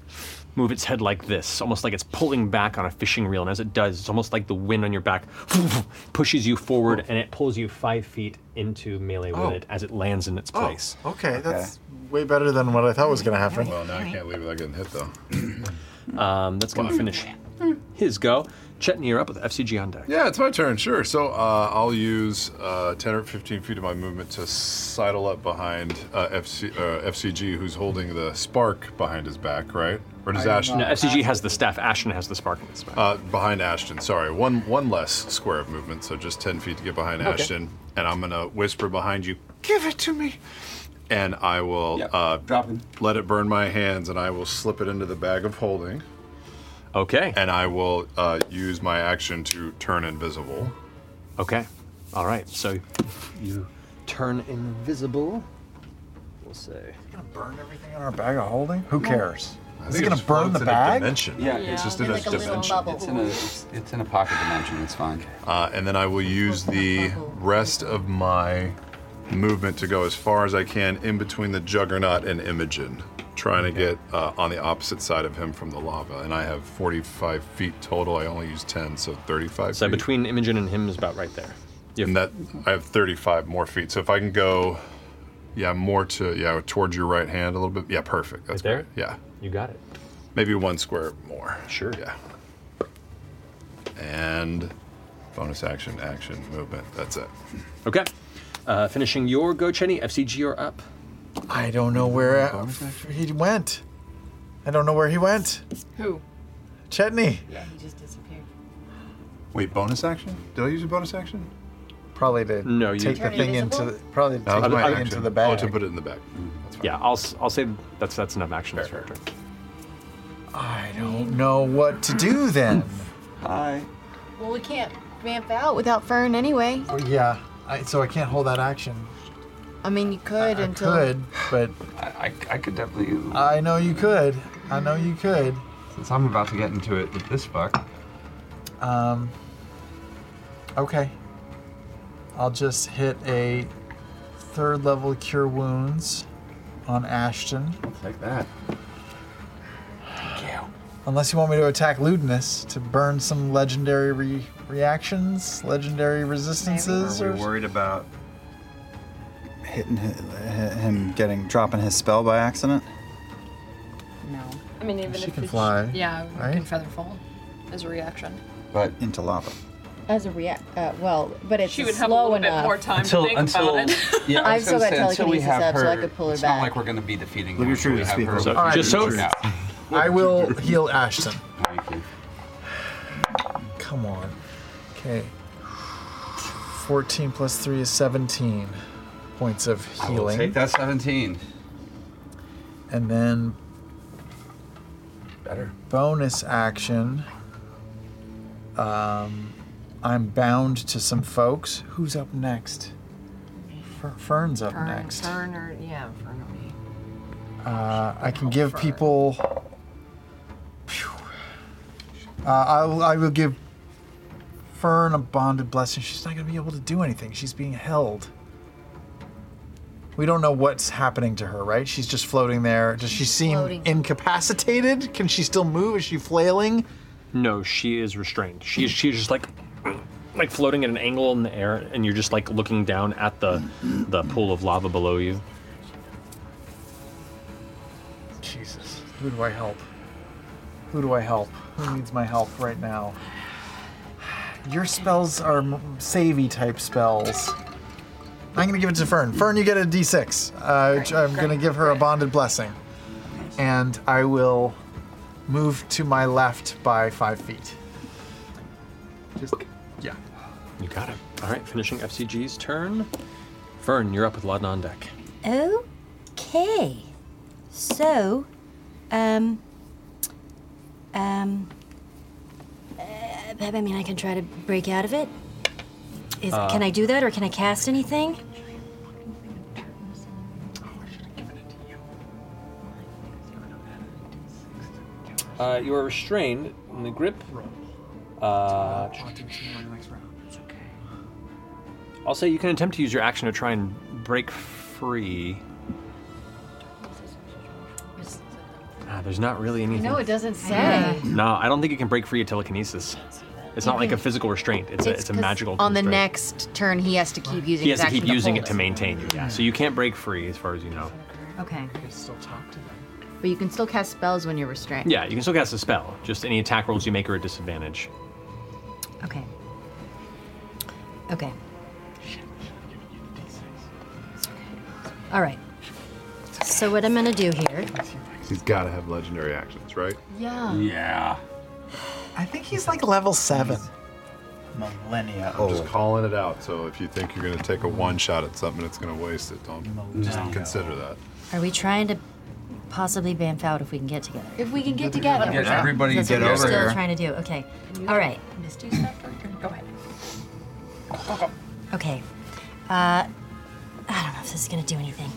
[SPEAKER 2] move its head like this, almost like it's pulling back on a fishing reel. And as it does, it's almost like the wind on your back pushes you forward, and it pulls you five feet into melee with
[SPEAKER 3] Oh.
[SPEAKER 2] it as it lands in its
[SPEAKER 7] Oh.
[SPEAKER 2] place.
[SPEAKER 3] Okay, that's way better than what I thought was gonna happen.
[SPEAKER 2] Well,
[SPEAKER 3] now I can't
[SPEAKER 4] believe I getting hit though.
[SPEAKER 2] Um, that's going to finish his go. Chetney, you're up with FCG on deck.
[SPEAKER 1] Yeah, it's my turn. Sure. So uh, I'll use uh, 10 or 15 feet of my movement to sidle up behind uh, FC, uh, FCG, who's holding the spark behind his back, right? Or does Ashton?
[SPEAKER 2] No, FCG has the staff. Ashton has the spark in his back.
[SPEAKER 1] Uh, behind Ashton, sorry. One one less square of movement, so just 10 feet to get behind
[SPEAKER 2] Okay.
[SPEAKER 1] Ashton. And I'm going to whisper behind you,
[SPEAKER 31] Give it to me.
[SPEAKER 1] and I will uh, let it burn my hands, and I will slip it into the bag of holding.
[SPEAKER 2] Okay.
[SPEAKER 1] And I will uh, use my action to turn invisible.
[SPEAKER 2] Okay. All right. So you turn invisible. We'll say.
[SPEAKER 14] Burn everything in our bag of holding? Who cares?
[SPEAKER 7] I
[SPEAKER 14] Is
[SPEAKER 7] think
[SPEAKER 14] it gonna
[SPEAKER 7] just
[SPEAKER 14] burn
[SPEAKER 7] floats
[SPEAKER 14] the
[SPEAKER 7] in a
[SPEAKER 14] bag?
[SPEAKER 7] dimension. Yeah, it's just in a
[SPEAKER 1] like a little
[SPEAKER 7] dimension.
[SPEAKER 1] bubble.
[SPEAKER 7] It's in a it's, it's in a pocket dimension. It's fine.
[SPEAKER 1] Uh, and then I will use the rest of my movement to go as far as I can in between the Juggernaut and Imogen, trying to get uh, on the opposite side of him from the lava. And I have 45 feet total. I only use 10, so 35.
[SPEAKER 2] So
[SPEAKER 1] feet.
[SPEAKER 2] between Imogen and him is about right there.
[SPEAKER 1] And that I have 35 more feet. So if I can go, yeah, more to yeah towards your right hand a little bit. Yeah, perfect. That's
[SPEAKER 2] Right there?
[SPEAKER 1] Great. Yeah,
[SPEAKER 2] You got it.
[SPEAKER 1] maybe one square more. Sure. Yeah. And bonus action, action, movement. That's it.
[SPEAKER 2] Okay. Uh, finishing your go, Chetney. FCG, you're up.
[SPEAKER 3] I don't know where uh, he went. I don't know where he went.
[SPEAKER 10] Who?
[SPEAKER 3] Chetney.
[SPEAKER 10] Yeah, he just disappeared.
[SPEAKER 1] Wait, bonus action? Did I use a bonus action?
[SPEAKER 3] Probably to
[SPEAKER 2] No, you-
[SPEAKER 3] take the
[SPEAKER 2] Turn
[SPEAKER 3] thing into the, probably to
[SPEAKER 2] No,
[SPEAKER 3] take
[SPEAKER 2] that
[SPEAKER 3] the
[SPEAKER 2] was my
[SPEAKER 3] thing
[SPEAKER 2] action.
[SPEAKER 3] into the bag.
[SPEAKER 2] Oh, to put
[SPEAKER 1] it in the bag.
[SPEAKER 2] Yeah, I'll, s- I'll say that's that's enough action for your turn.
[SPEAKER 3] I don't know what to do then.
[SPEAKER 7] Hi.
[SPEAKER 32] Well, we can't vamp out without Fern anyway.
[SPEAKER 3] Well, yeah, I, so I can't hold that action.
[SPEAKER 32] I mean, you could
[SPEAKER 3] I
[SPEAKER 32] until.
[SPEAKER 3] could, but
[SPEAKER 7] I, I could definitely.
[SPEAKER 3] I know you could. I know you could.
[SPEAKER 7] Since I'm about to get into it with this buck.
[SPEAKER 3] Um. Okay. I'll just hit a third level cure wounds on Ashton.
[SPEAKER 7] Like that.
[SPEAKER 3] Unless you want me to attack Ludinus to burn some legendary re- reactions, legendary resistances,
[SPEAKER 14] Are
[SPEAKER 3] or
[SPEAKER 14] we worried about hitting hi- hi- him, getting dropping his spell by accident?
[SPEAKER 5] No.
[SPEAKER 10] I mean, even
[SPEAKER 14] She
[SPEAKER 10] if
[SPEAKER 14] can
[SPEAKER 10] it's-
[SPEAKER 14] fly,
[SPEAKER 10] Yeah, we
[SPEAKER 14] right?
[SPEAKER 10] can feather fall as a reaction.
[SPEAKER 7] But
[SPEAKER 14] into lava.
[SPEAKER 6] As a react, uh, well, but it's
[SPEAKER 10] She would have a
[SPEAKER 6] slow
[SPEAKER 10] little bit
[SPEAKER 6] enough.
[SPEAKER 10] more time to Until- think
[SPEAKER 7] until yeah, I
[SPEAKER 6] I've
[SPEAKER 7] was
[SPEAKER 6] still
[SPEAKER 7] gonna
[SPEAKER 6] got
[SPEAKER 7] say, until we
[SPEAKER 6] telekinesis
[SPEAKER 7] have
[SPEAKER 6] up,
[SPEAKER 7] her,
[SPEAKER 6] so I could pull her
[SPEAKER 7] it's
[SPEAKER 6] back.
[SPEAKER 7] not like we're going to be defeating
[SPEAKER 14] Look
[SPEAKER 7] her.
[SPEAKER 14] at
[SPEAKER 7] until
[SPEAKER 14] your
[SPEAKER 7] we have
[SPEAKER 14] speaker.
[SPEAKER 7] her.
[SPEAKER 14] So- All right,
[SPEAKER 7] just so.
[SPEAKER 14] Richard.
[SPEAKER 3] I will heal Ashton.
[SPEAKER 7] Thank you.
[SPEAKER 3] Come on. Okay. 14 plus 3 is 17 points of
[SPEAKER 7] I
[SPEAKER 3] healing.
[SPEAKER 7] will take that 17.
[SPEAKER 3] And then.
[SPEAKER 7] Better.
[SPEAKER 3] Bonus action. Um, I'm bound to some folks. Who's up next? Fer- Fern's up
[SPEAKER 10] Fern,
[SPEAKER 3] next.
[SPEAKER 10] Fern or, yeah, Fern or me.
[SPEAKER 3] Uh, I can give people. Phew. Uh, I, will, I will give Fern a bonded blessing. She's not going to be able to do anything. She's being held. We don't know what's happening to her, right? She's just floating there. Does she seem
[SPEAKER 2] floating.
[SPEAKER 3] incapacitated? Can she still move? Is she flailing?
[SPEAKER 2] No, she is restrained. She's she's just like like floating at an angle in the air, and you're just like looking down at the the pool of lava below you.
[SPEAKER 3] Jesus. Who do I help? Who do I help? Who needs my help right now? Your spells are m- savey type spells. I'm gonna give it to Fern. Fern, you get a d6. Uh, which I'm gonna give her a bonded blessing, and I will move to my left by five feet. Just yeah.
[SPEAKER 2] You got it. All right, finishing FCG's turn. Fern, you're up with Laden on deck.
[SPEAKER 15] Okay. So, um, um, uh, I mean, I can try to break out of it. Is,
[SPEAKER 2] Uh,
[SPEAKER 15] can I do that, or can I cast anything?
[SPEAKER 2] Uh, you are restrained in the grip. Uh, I'll say you can attempt to use your action to try and break free. Ah, there's not really anything.
[SPEAKER 32] No, it doesn't say.
[SPEAKER 2] No, I don't think you can break free of telekinesis. It's not like a physical restraint. It's, a it's a
[SPEAKER 6] 'cause
[SPEAKER 2] magical.
[SPEAKER 6] On the
[SPEAKER 2] constraint.
[SPEAKER 6] next turn, he has to keep using.
[SPEAKER 2] He
[SPEAKER 6] his
[SPEAKER 2] has to keep
[SPEAKER 6] action
[SPEAKER 2] using it
[SPEAKER 6] hold
[SPEAKER 2] to maintain you. Yeah. So you can't break free, as far as you know.
[SPEAKER 6] Okay.
[SPEAKER 3] still talk to them.
[SPEAKER 4] But you can still cast spells when you're restrained.
[SPEAKER 2] Yeah, you can still cast a spell. Just any attack rolls you make are a disadvantage.
[SPEAKER 12] Okay. Okay. All right. So what I'm gonna do here?
[SPEAKER 1] He's got to have legendary actions, right?
[SPEAKER 12] Yeah.
[SPEAKER 1] Yeah.
[SPEAKER 3] I think he's like level seven.
[SPEAKER 1] Millennia. Oh. I'm just calling it out. So if you think you're going to take a one shot at something, it's going to waste it. Don't just
[SPEAKER 12] Millennia.
[SPEAKER 1] consider that.
[SPEAKER 12] Are we trying to possibly bamf out if we can get together?
[SPEAKER 6] If we can get together.
[SPEAKER 15] Get everybody
[SPEAKER 12] That's
[SPEAKER 15] get
[SPEAKER 12] what we're
[SPEAKER 15] over
[SPEAKER 12] still
[SPEAKER 15] here.
[SPEAKER 12] trying to do. Okay. All right. Go ahead. Okay. Uh, I don't know if this is gonna do anything.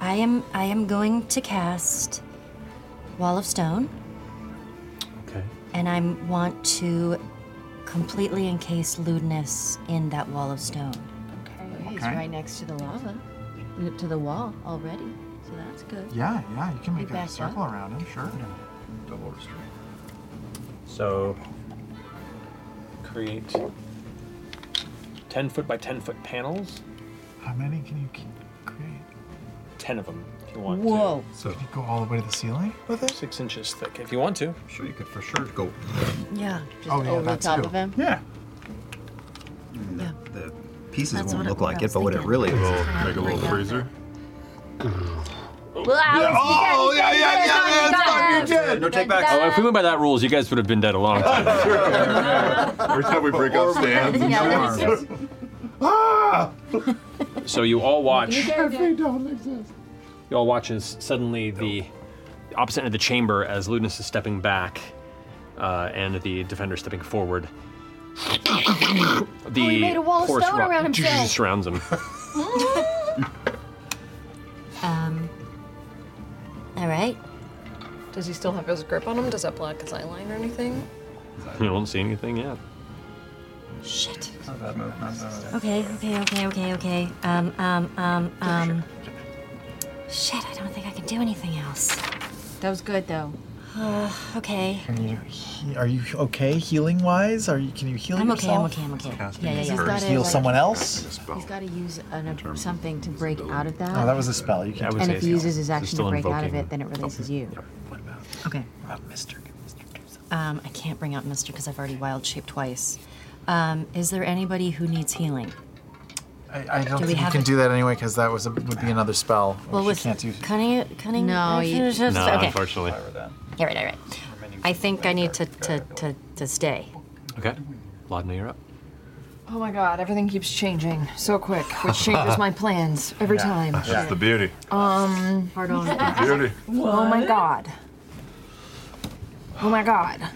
[SPEAKER 12] I am. I am going to cast Wall of Stone.
[SPEAKER 2] Okay.
[SPEAKER 12] And I want to completely encase lewdness in that wall of stone.
[SPEAKER 6] He's
[SPEAKER 12] Okay.
[SPEAKER 6] right next to the lava, to the wall already, so that's good.
[SPEAKER 3] Yeah, yeah, you can
[SPEAKER 6] He
[SPEAKER 3] make a
[SPEAKER 6] backed
[SPEAKER 3] circle
[SPEAKER 6] up.
[SPEAKER 3] around him, sure.
[SPEAKER 2] Double restraint. So create ten foot by ten foot panels.
[SPEAKER 3] How many can you keep? create?
[SPEAKER 2] Ten of them if you want.
[SPEAKER 3] Whoa.
[SPEAKER 2] To. So
[SPEAKER 3] You go all the way to the ceiling with it?
[SPEAKER 2] six inches thick if you want to.
[SPEAKER 15] Sure, you could for sure go.
[SPEAKER 6] Yeah. Just
[SPEAKER 3] Oh, yeah,
[SPEAKER 6] over the
[SPEAKER 3] that's
[SPEAKER 6] top
[SPEAKER 3] cool.
[SPEAKER 6] of him.
[SPEAKER 3] Yeah.
[SPEAKER 6] Yeah.
[SPEAKER 14] The pieces
[SPEAKER 6] That's
[SPEAKER 14] won't
[SPEAKER 6] what
[SPEAKER 14] look
[SPEAKER 6] I-
[SPEAKER 14] like
[SPEAKER 6] what
[SPEAKER 14] it, but what it
[SPEAKER 6] thinking.
[SPEAKER 14] really is.
[SPEAKER 1] Make a little freezer.
[SPEAKER 5] Oh, yeah, yeah, yeah,
[SPEAKER 3] yeah,
[SPEAKER 5] yeah,
[SPEAKER 2] No take back. Oh, if we went by that rules, you guys would have been dead a long time.
[SPEAKER 1] Every time we break up stands.
[SPEAKER 3] Ah!
[SPEAKER 2] so you all watch.
[SPEAKER 5] Cafe don't exist.
[SPEAKER 2] You all watch as suddenly the the opposite end of the chamber, as Ludinus is stepping back, uh, and the defender stepping forward. the
[SPEAKER 5] Oh, he made a wall of
[SPEAKER 2] porous
[SPEAKER 5] stone
[SPEAKER 2] rock
[SPEAKER 5] around himself.
[SPEAKER 2] surrounds him.
[SPEAKER 12] Um. All right.
[SPEAKER 10] Does he still have his grip on him? Does that block his eyeline or anything?
[SPEAKER 2] you don't see anything yet.
[SPEAKER 12] Shit.
[SPEAKER 15] Not bad move, not bad move.
[SPEAKER 12] Okay. Okay. Okay. Okay. Okay. Um. Um. Um. Um. Shit! I don't think I can do anything else.
[SPEAKER 6] That was good though.
[SPEAKER 12] Oh, okay.
[SPEAKER 3] Can you, he- are you okay healing wise? Are you can you heal
[SPEAKER 6] I'm okay,
[SPEAKER 3] yourself?
[SPEAKER 6] I'm okay, I'm okay.
[SPEAKER 12] Yeah, yeah, yeah.
[SPEAKER 6] He's gotta,
[SPEAKER 3] Heal
[SPEAKER 6] like-
[SPEAKER 3] someone else?
[SPEAKER 6] He's got to use an, ab- something to break out of that.
[SPEAKER 3] Oh, that was a spell. You
[SPEAKER 6] and
[SPEAKER 3] can
[SPEAKER 6] if he uses his action to break out of it, then it releases you.
[SPEAKER 12] Okay.
[SPEAKER 3] Mister.
[SPEAKER 12] Um. I can't bring out Mister because I've already wild shaped twice. Um. Is there anybody who needs healing?
[SPEAKER 3] I, I don't
[SPEAKER 12] Do we
[SPEAKER 3] think you
[SPEAKER 12] have
[SPEAKER 3] can
[SPEAKER 12] it?
[SPEAKER 3] do that anyway because that was a, would be another spell.
[SPEAKER 12] Well,
[SPEAKER 3] which you can't
[SPEAKER 12] with
[SPEAKER 3] do.
[SPEAKER 12] cunning, cunning.
[SPEAKER 6] No, you-
[SPEAKER 12] okay.
[SPEAKER 2] No, unfortunately.
[SPEAKER 12] All right, all right. I think I need to to, to, to stay.
[SPEAKER 2] Okay. Laudna, you're up.
[SPEAKER 10] Oh my god, everything keeps changing so quick, which changes my plans every time.
[SPEAKER 1] That's the beauty.
[SPEAKER 10] Um, hard
[SPEAKER 1] Beauty.
[SPEAKER 10] Oh my god. Oh my god.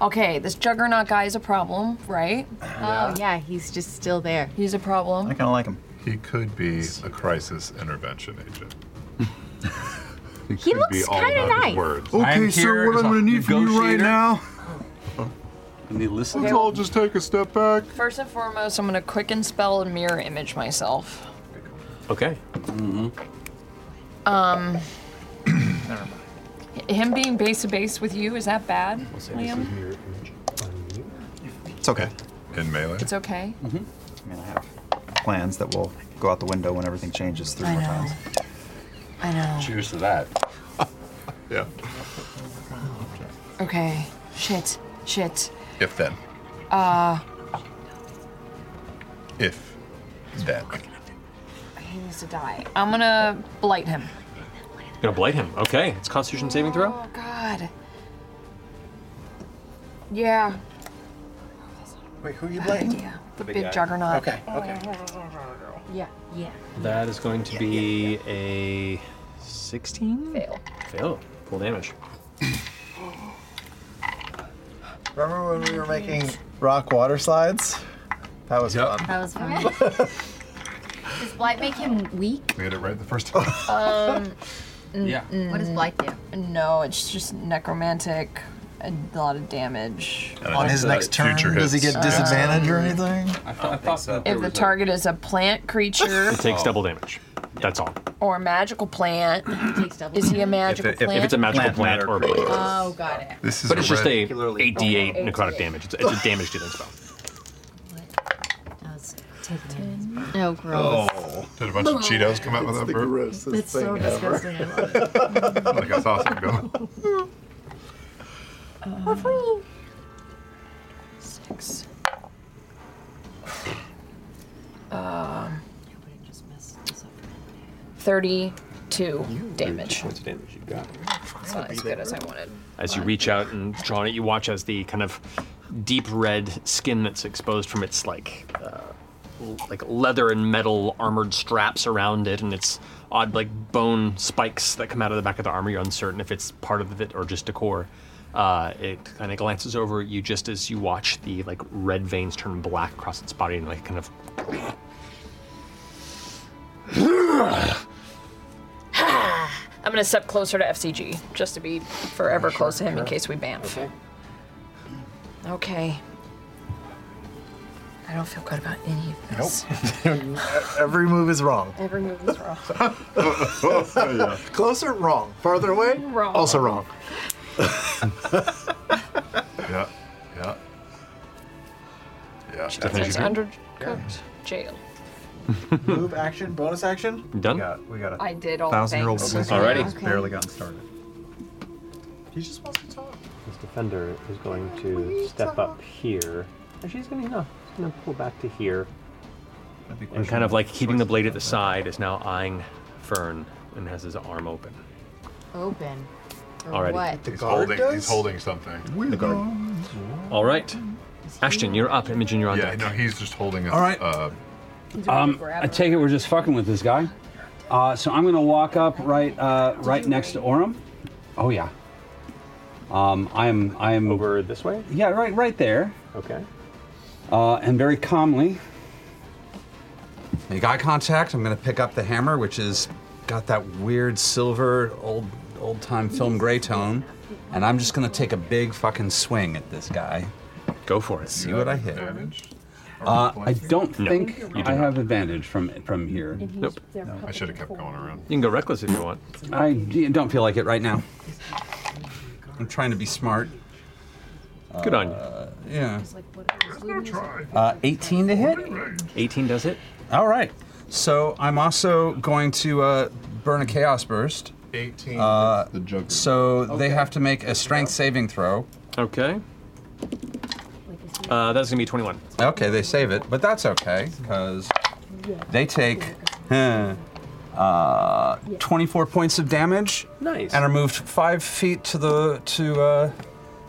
[SPEAKER 10] Okay, this juggernaut guy is a problem, right?
[SPEAKER 4] Oh, yeah, he's just still there.
[SPEAKER 10] He's a problem.
[SPEAKER 1] kind of like him. He could be a crisis intervention agent. he could
[SPEAKER 4] looks
[SPEAKER 1] be all
[SPEAKER 4] kinda
[SPEAKER 1] about his
[SPEAKER 4] nice.
[SPEAKER 1] words.
[SPEAKER 10] Okay,
[SPEAKER 1] I'm
[SPEAKER 10] sir,
[SPEAKER 1] here
[SPEAKER 10] what
[SPEAKER 1] as
[SPEAKER 10] I'm
[SPEAKER 1] a
[SPEAKER 10] gonna need from you right
[SPEAKER 1] negotiator.
[SPEAKER 10] now-
[SPEAKER 15] And they listen.
[SPEAKER 10] Let's all
[SPEAKER 1] just take a step back.
[SPEAKER 10] First and foremost, I'm gonna quicken spell and mirror image myself.
[SPEAKER 2] Okay.
[SPEAKER 10] Um,
[SPEAKER 2] Mm-hmm. Never mind.
[SPEAKER 10] h- him being base to base with you, is that bad, Liam?
[SPEAKER 2] mirror image on you.
[SPEAKER 14] It's okay.
[SPEAKER 1] In melee?
[SPEAKER 10] It's okay.
[SPEAKER 14] Mm-hmm. I mean, I have plans that will go out the window when everything changes three
[SPEAKER 10] I
[SPEAKER 14] more
[SPEAKER 10] know.
[SPEAKER 14] times.
[SPEAKER 10] I know.
[SPEAKER 14] Cheers to that.
[SPEAKER 1] yeah.
[SPEAKER 10] Okay. Shit. Shit.
[SPEAKER 1] If then.
[SPEAKER 10] Uh,
[SPEAKER 1] If then.
[SPEAKER 10] he needs to die. I'm gonna blight him.
[SPEAKER 2] You're gonna blight him. Okay. It's Constitution saving throw.
[SPEAKER 10] Oh God. Yeah.
[SPEAKER 3] Wait, who are you blighting?
[SPEAKER 10] The
[SPEAKER 2] big
[SPEAKER 10] big,
[SPEAKER 2] guy.
[SPEAKER 10] juggernaut. Oh,
[SPEAKER 3] Okay,
[SPEAKER 10] okay. Yeah, yeah.
[SPEAKER 2] That is going to be a sixteen. Fail. Fail. Full damage.
[SPEAKER 3] Remember when we were making rock water slides? That was fun.
[SPEAKER 12] Oh.
[SPEAKER 4] That was fun. Does Blight make him weak?
[SPEAKER 1] We had it right the first time.
[SPEAKER 10] Um.
[SPEAKER 1] Yeah.
[SPEAKER 10] What does blight do? No, it's just necromantic, a lot of damage.
[SPEAKER 1] And I On think his that next turn, future does he hits. get
[SPEAKER 3] disadvantage or anything?
[SPEAKER 15] I thought, I thought that there
[SPEAKER 10] If the
[SPEAKER 15] was a-
[SPEAKER 10] target is a plant creature
[SPEAKER 2] It takes double damage. That's all.
[SPEAKER 10] or a magical plant, is he a magical
[SPEAKER 2] if,
[SPEAKER 10] plant?
[SPEAKER 2] it's a magical plant, or
[SPEAKER 10] Oh, got it.
[SPEAKER 2] This
[SPEAKER 1] is
[SPEAKER 2] but it's
[SPEAKER 1] a
[SPEAKER 2] just a
[SPEAKER 1] red-
[SPEAKER 15] Oh,
[SPEAKER 2] 8d8 necrotic
[SPEAKER 10] 8d8.
[SPEAKER 2] damage. It's, it's a damage dealing spell.
[SPEAKER 12] That was
[SPEAKER 4] take it in.
[SPEAKER 6] Oh, gross.
[SPEAKER 1] Did a bunch of
[SPEAKER 6] Oh.
[SPEAKER 1] Cheetos come out with
[SPEAKER 4] It's
[SPEAKER 1] that
[SPEAKER 4] the
[SPEAKER 1] burp?
[SPEAKER 4] grossest It's so thing ever. disgusting, I
[SPEAKER 1] like I saw some going.
[SPEAKER 10] Six. Um. Thirty-two damage.
[SPEAKER 2] Points of damage you got.
[SPEAKER 10] That's not as good as I wanted.
[SPEAKER 2] As you reach out and draw on it, you watch as the kind of deep red skin that's exposed from its like uh, l- like leather and metal armored straps around it, and its odd like bone spikes that come out of the back of the armor. You're uncertain if it's part of it or just decor. Uh, it kind of glances over at you just as you watch the like red veins turn black across its body and like kind of
[SPEAKER 10] I'm gonna step closer to FCG just to be forever close to him in case we banff. Okay. I don't feel good about any of this.
[SPEAKER 3] Every move is wrong.
[SPEAKER 10] Every move is wrong.
[SPEAKER 2] Oh,
[SPEAKER 3] Closer, wrong. Farther away,
[SPEAKER 10] Wrong.
[SPEAKER 3] also wrong.
[SPEAKER 1] Yeah, yeah. Yeah.
[SPEAKER 10] She That's undercooked jail.
[SPEAKER 3] Move action, bonus action.
[SPEAKER 2] Done.
[SPEAKER 33] We got, we got a
[SPEAKER 10] I did all
[SPEAKER 33] thousand year old
[SPEAKER 10] things.
[SPEAKER 33] blizzard
[SPEAKER 2] Alrighty.
[SPEAKER 33] that's
[SPEAKER 2] Okay.
[SPEAKER 33] barely gotten started.
[SPEAKER 3] He just wants to talk.
[SPEAKER 2] This defender is going to step up here. And she's going to, no, she's going to pull back to here. And kind of like keeping the blade at the side, is now eyeing Fern and has his arm open.
[SPEAKER 6] Open. Or
[SPEAKER 2] Alrighty.
[SPEAKER 6] what?
[SPEAKER 2] The He's guard holding- does? he's holding
[SPEAKER 1] something.
[SPEAKER 2] The guard. All right. Ashton, you're up. Imogen, you're on
[SPEAKER 1] Yeah,
[SPEAKER 2] deck.
[SPEAKER 1] no, he's just holding up.
[SPEAKER 7] All right.
[SPEAKER 1] Uh,
[SPEAKER 7] Um, I take it we're just fucking with this guy. Uh, so I'm gonna walk up right, uh, right next to Orem. Oh yeah. Um, I am, I am
[SPEAKER 2] over this way.
[SPEAKER 7] Yeah, right, right there.
[SPEAKER 2] Okay.
[SPEAKER 7] Uh, and very calmly. Make eye contact. I'm gonna pick up the hammer, which is got that weird silver, old, old time film gray tone, and I'm just gonna take a big fucking swing at this guy.
[SPEAKER 2] Go for it.
[SPEAKER 7] See what I hit.
[SPEAKER 1] Advantage?
[SPEAKER 7] Uh, I don't
[SPEAKER 2] No,
[SPEAKER 7] think
[SPEAKER 2] you do
[SPEAKER 7] I
[SPEAKER 2] not.
[SPEAKER 7] have advantage from from here.
[SPEAKER 2] Nope.
[SPEAKER 1] I should have kept going around.
[SPEAKER 2] You can go reckless if you want.
[SPEAKER 7] I d- don't feel like it right now. I'm trying to be smart.
[SPEAKER 2] Good on
[SPEAKER 7] Uh, yeah.
[SPEAKER 5] gonna try.
[SPEAKER 7] Uh, 18 to hit?
[SPEAKER 2] 18 does hit.
[SPEAKER 7] All right. So I'm also going to uh, burn a chaos burst.
[SPEAKER 1] 18
[SPEAKER 7] Uh,
[SPEAKER 1] the juggernaut.
[SPEAKER 7] So they have to make a strength saving throw.
[SPEAKER 2] Okay. Uh, that's going to be 21.
[SPEAKER 7] Okay, they save it, but that's okay because they take huh, uh, 24 points of damage.
[SPEAKER 2] Nice.
[SPEAKER 7] And are moved five feet to the to uh,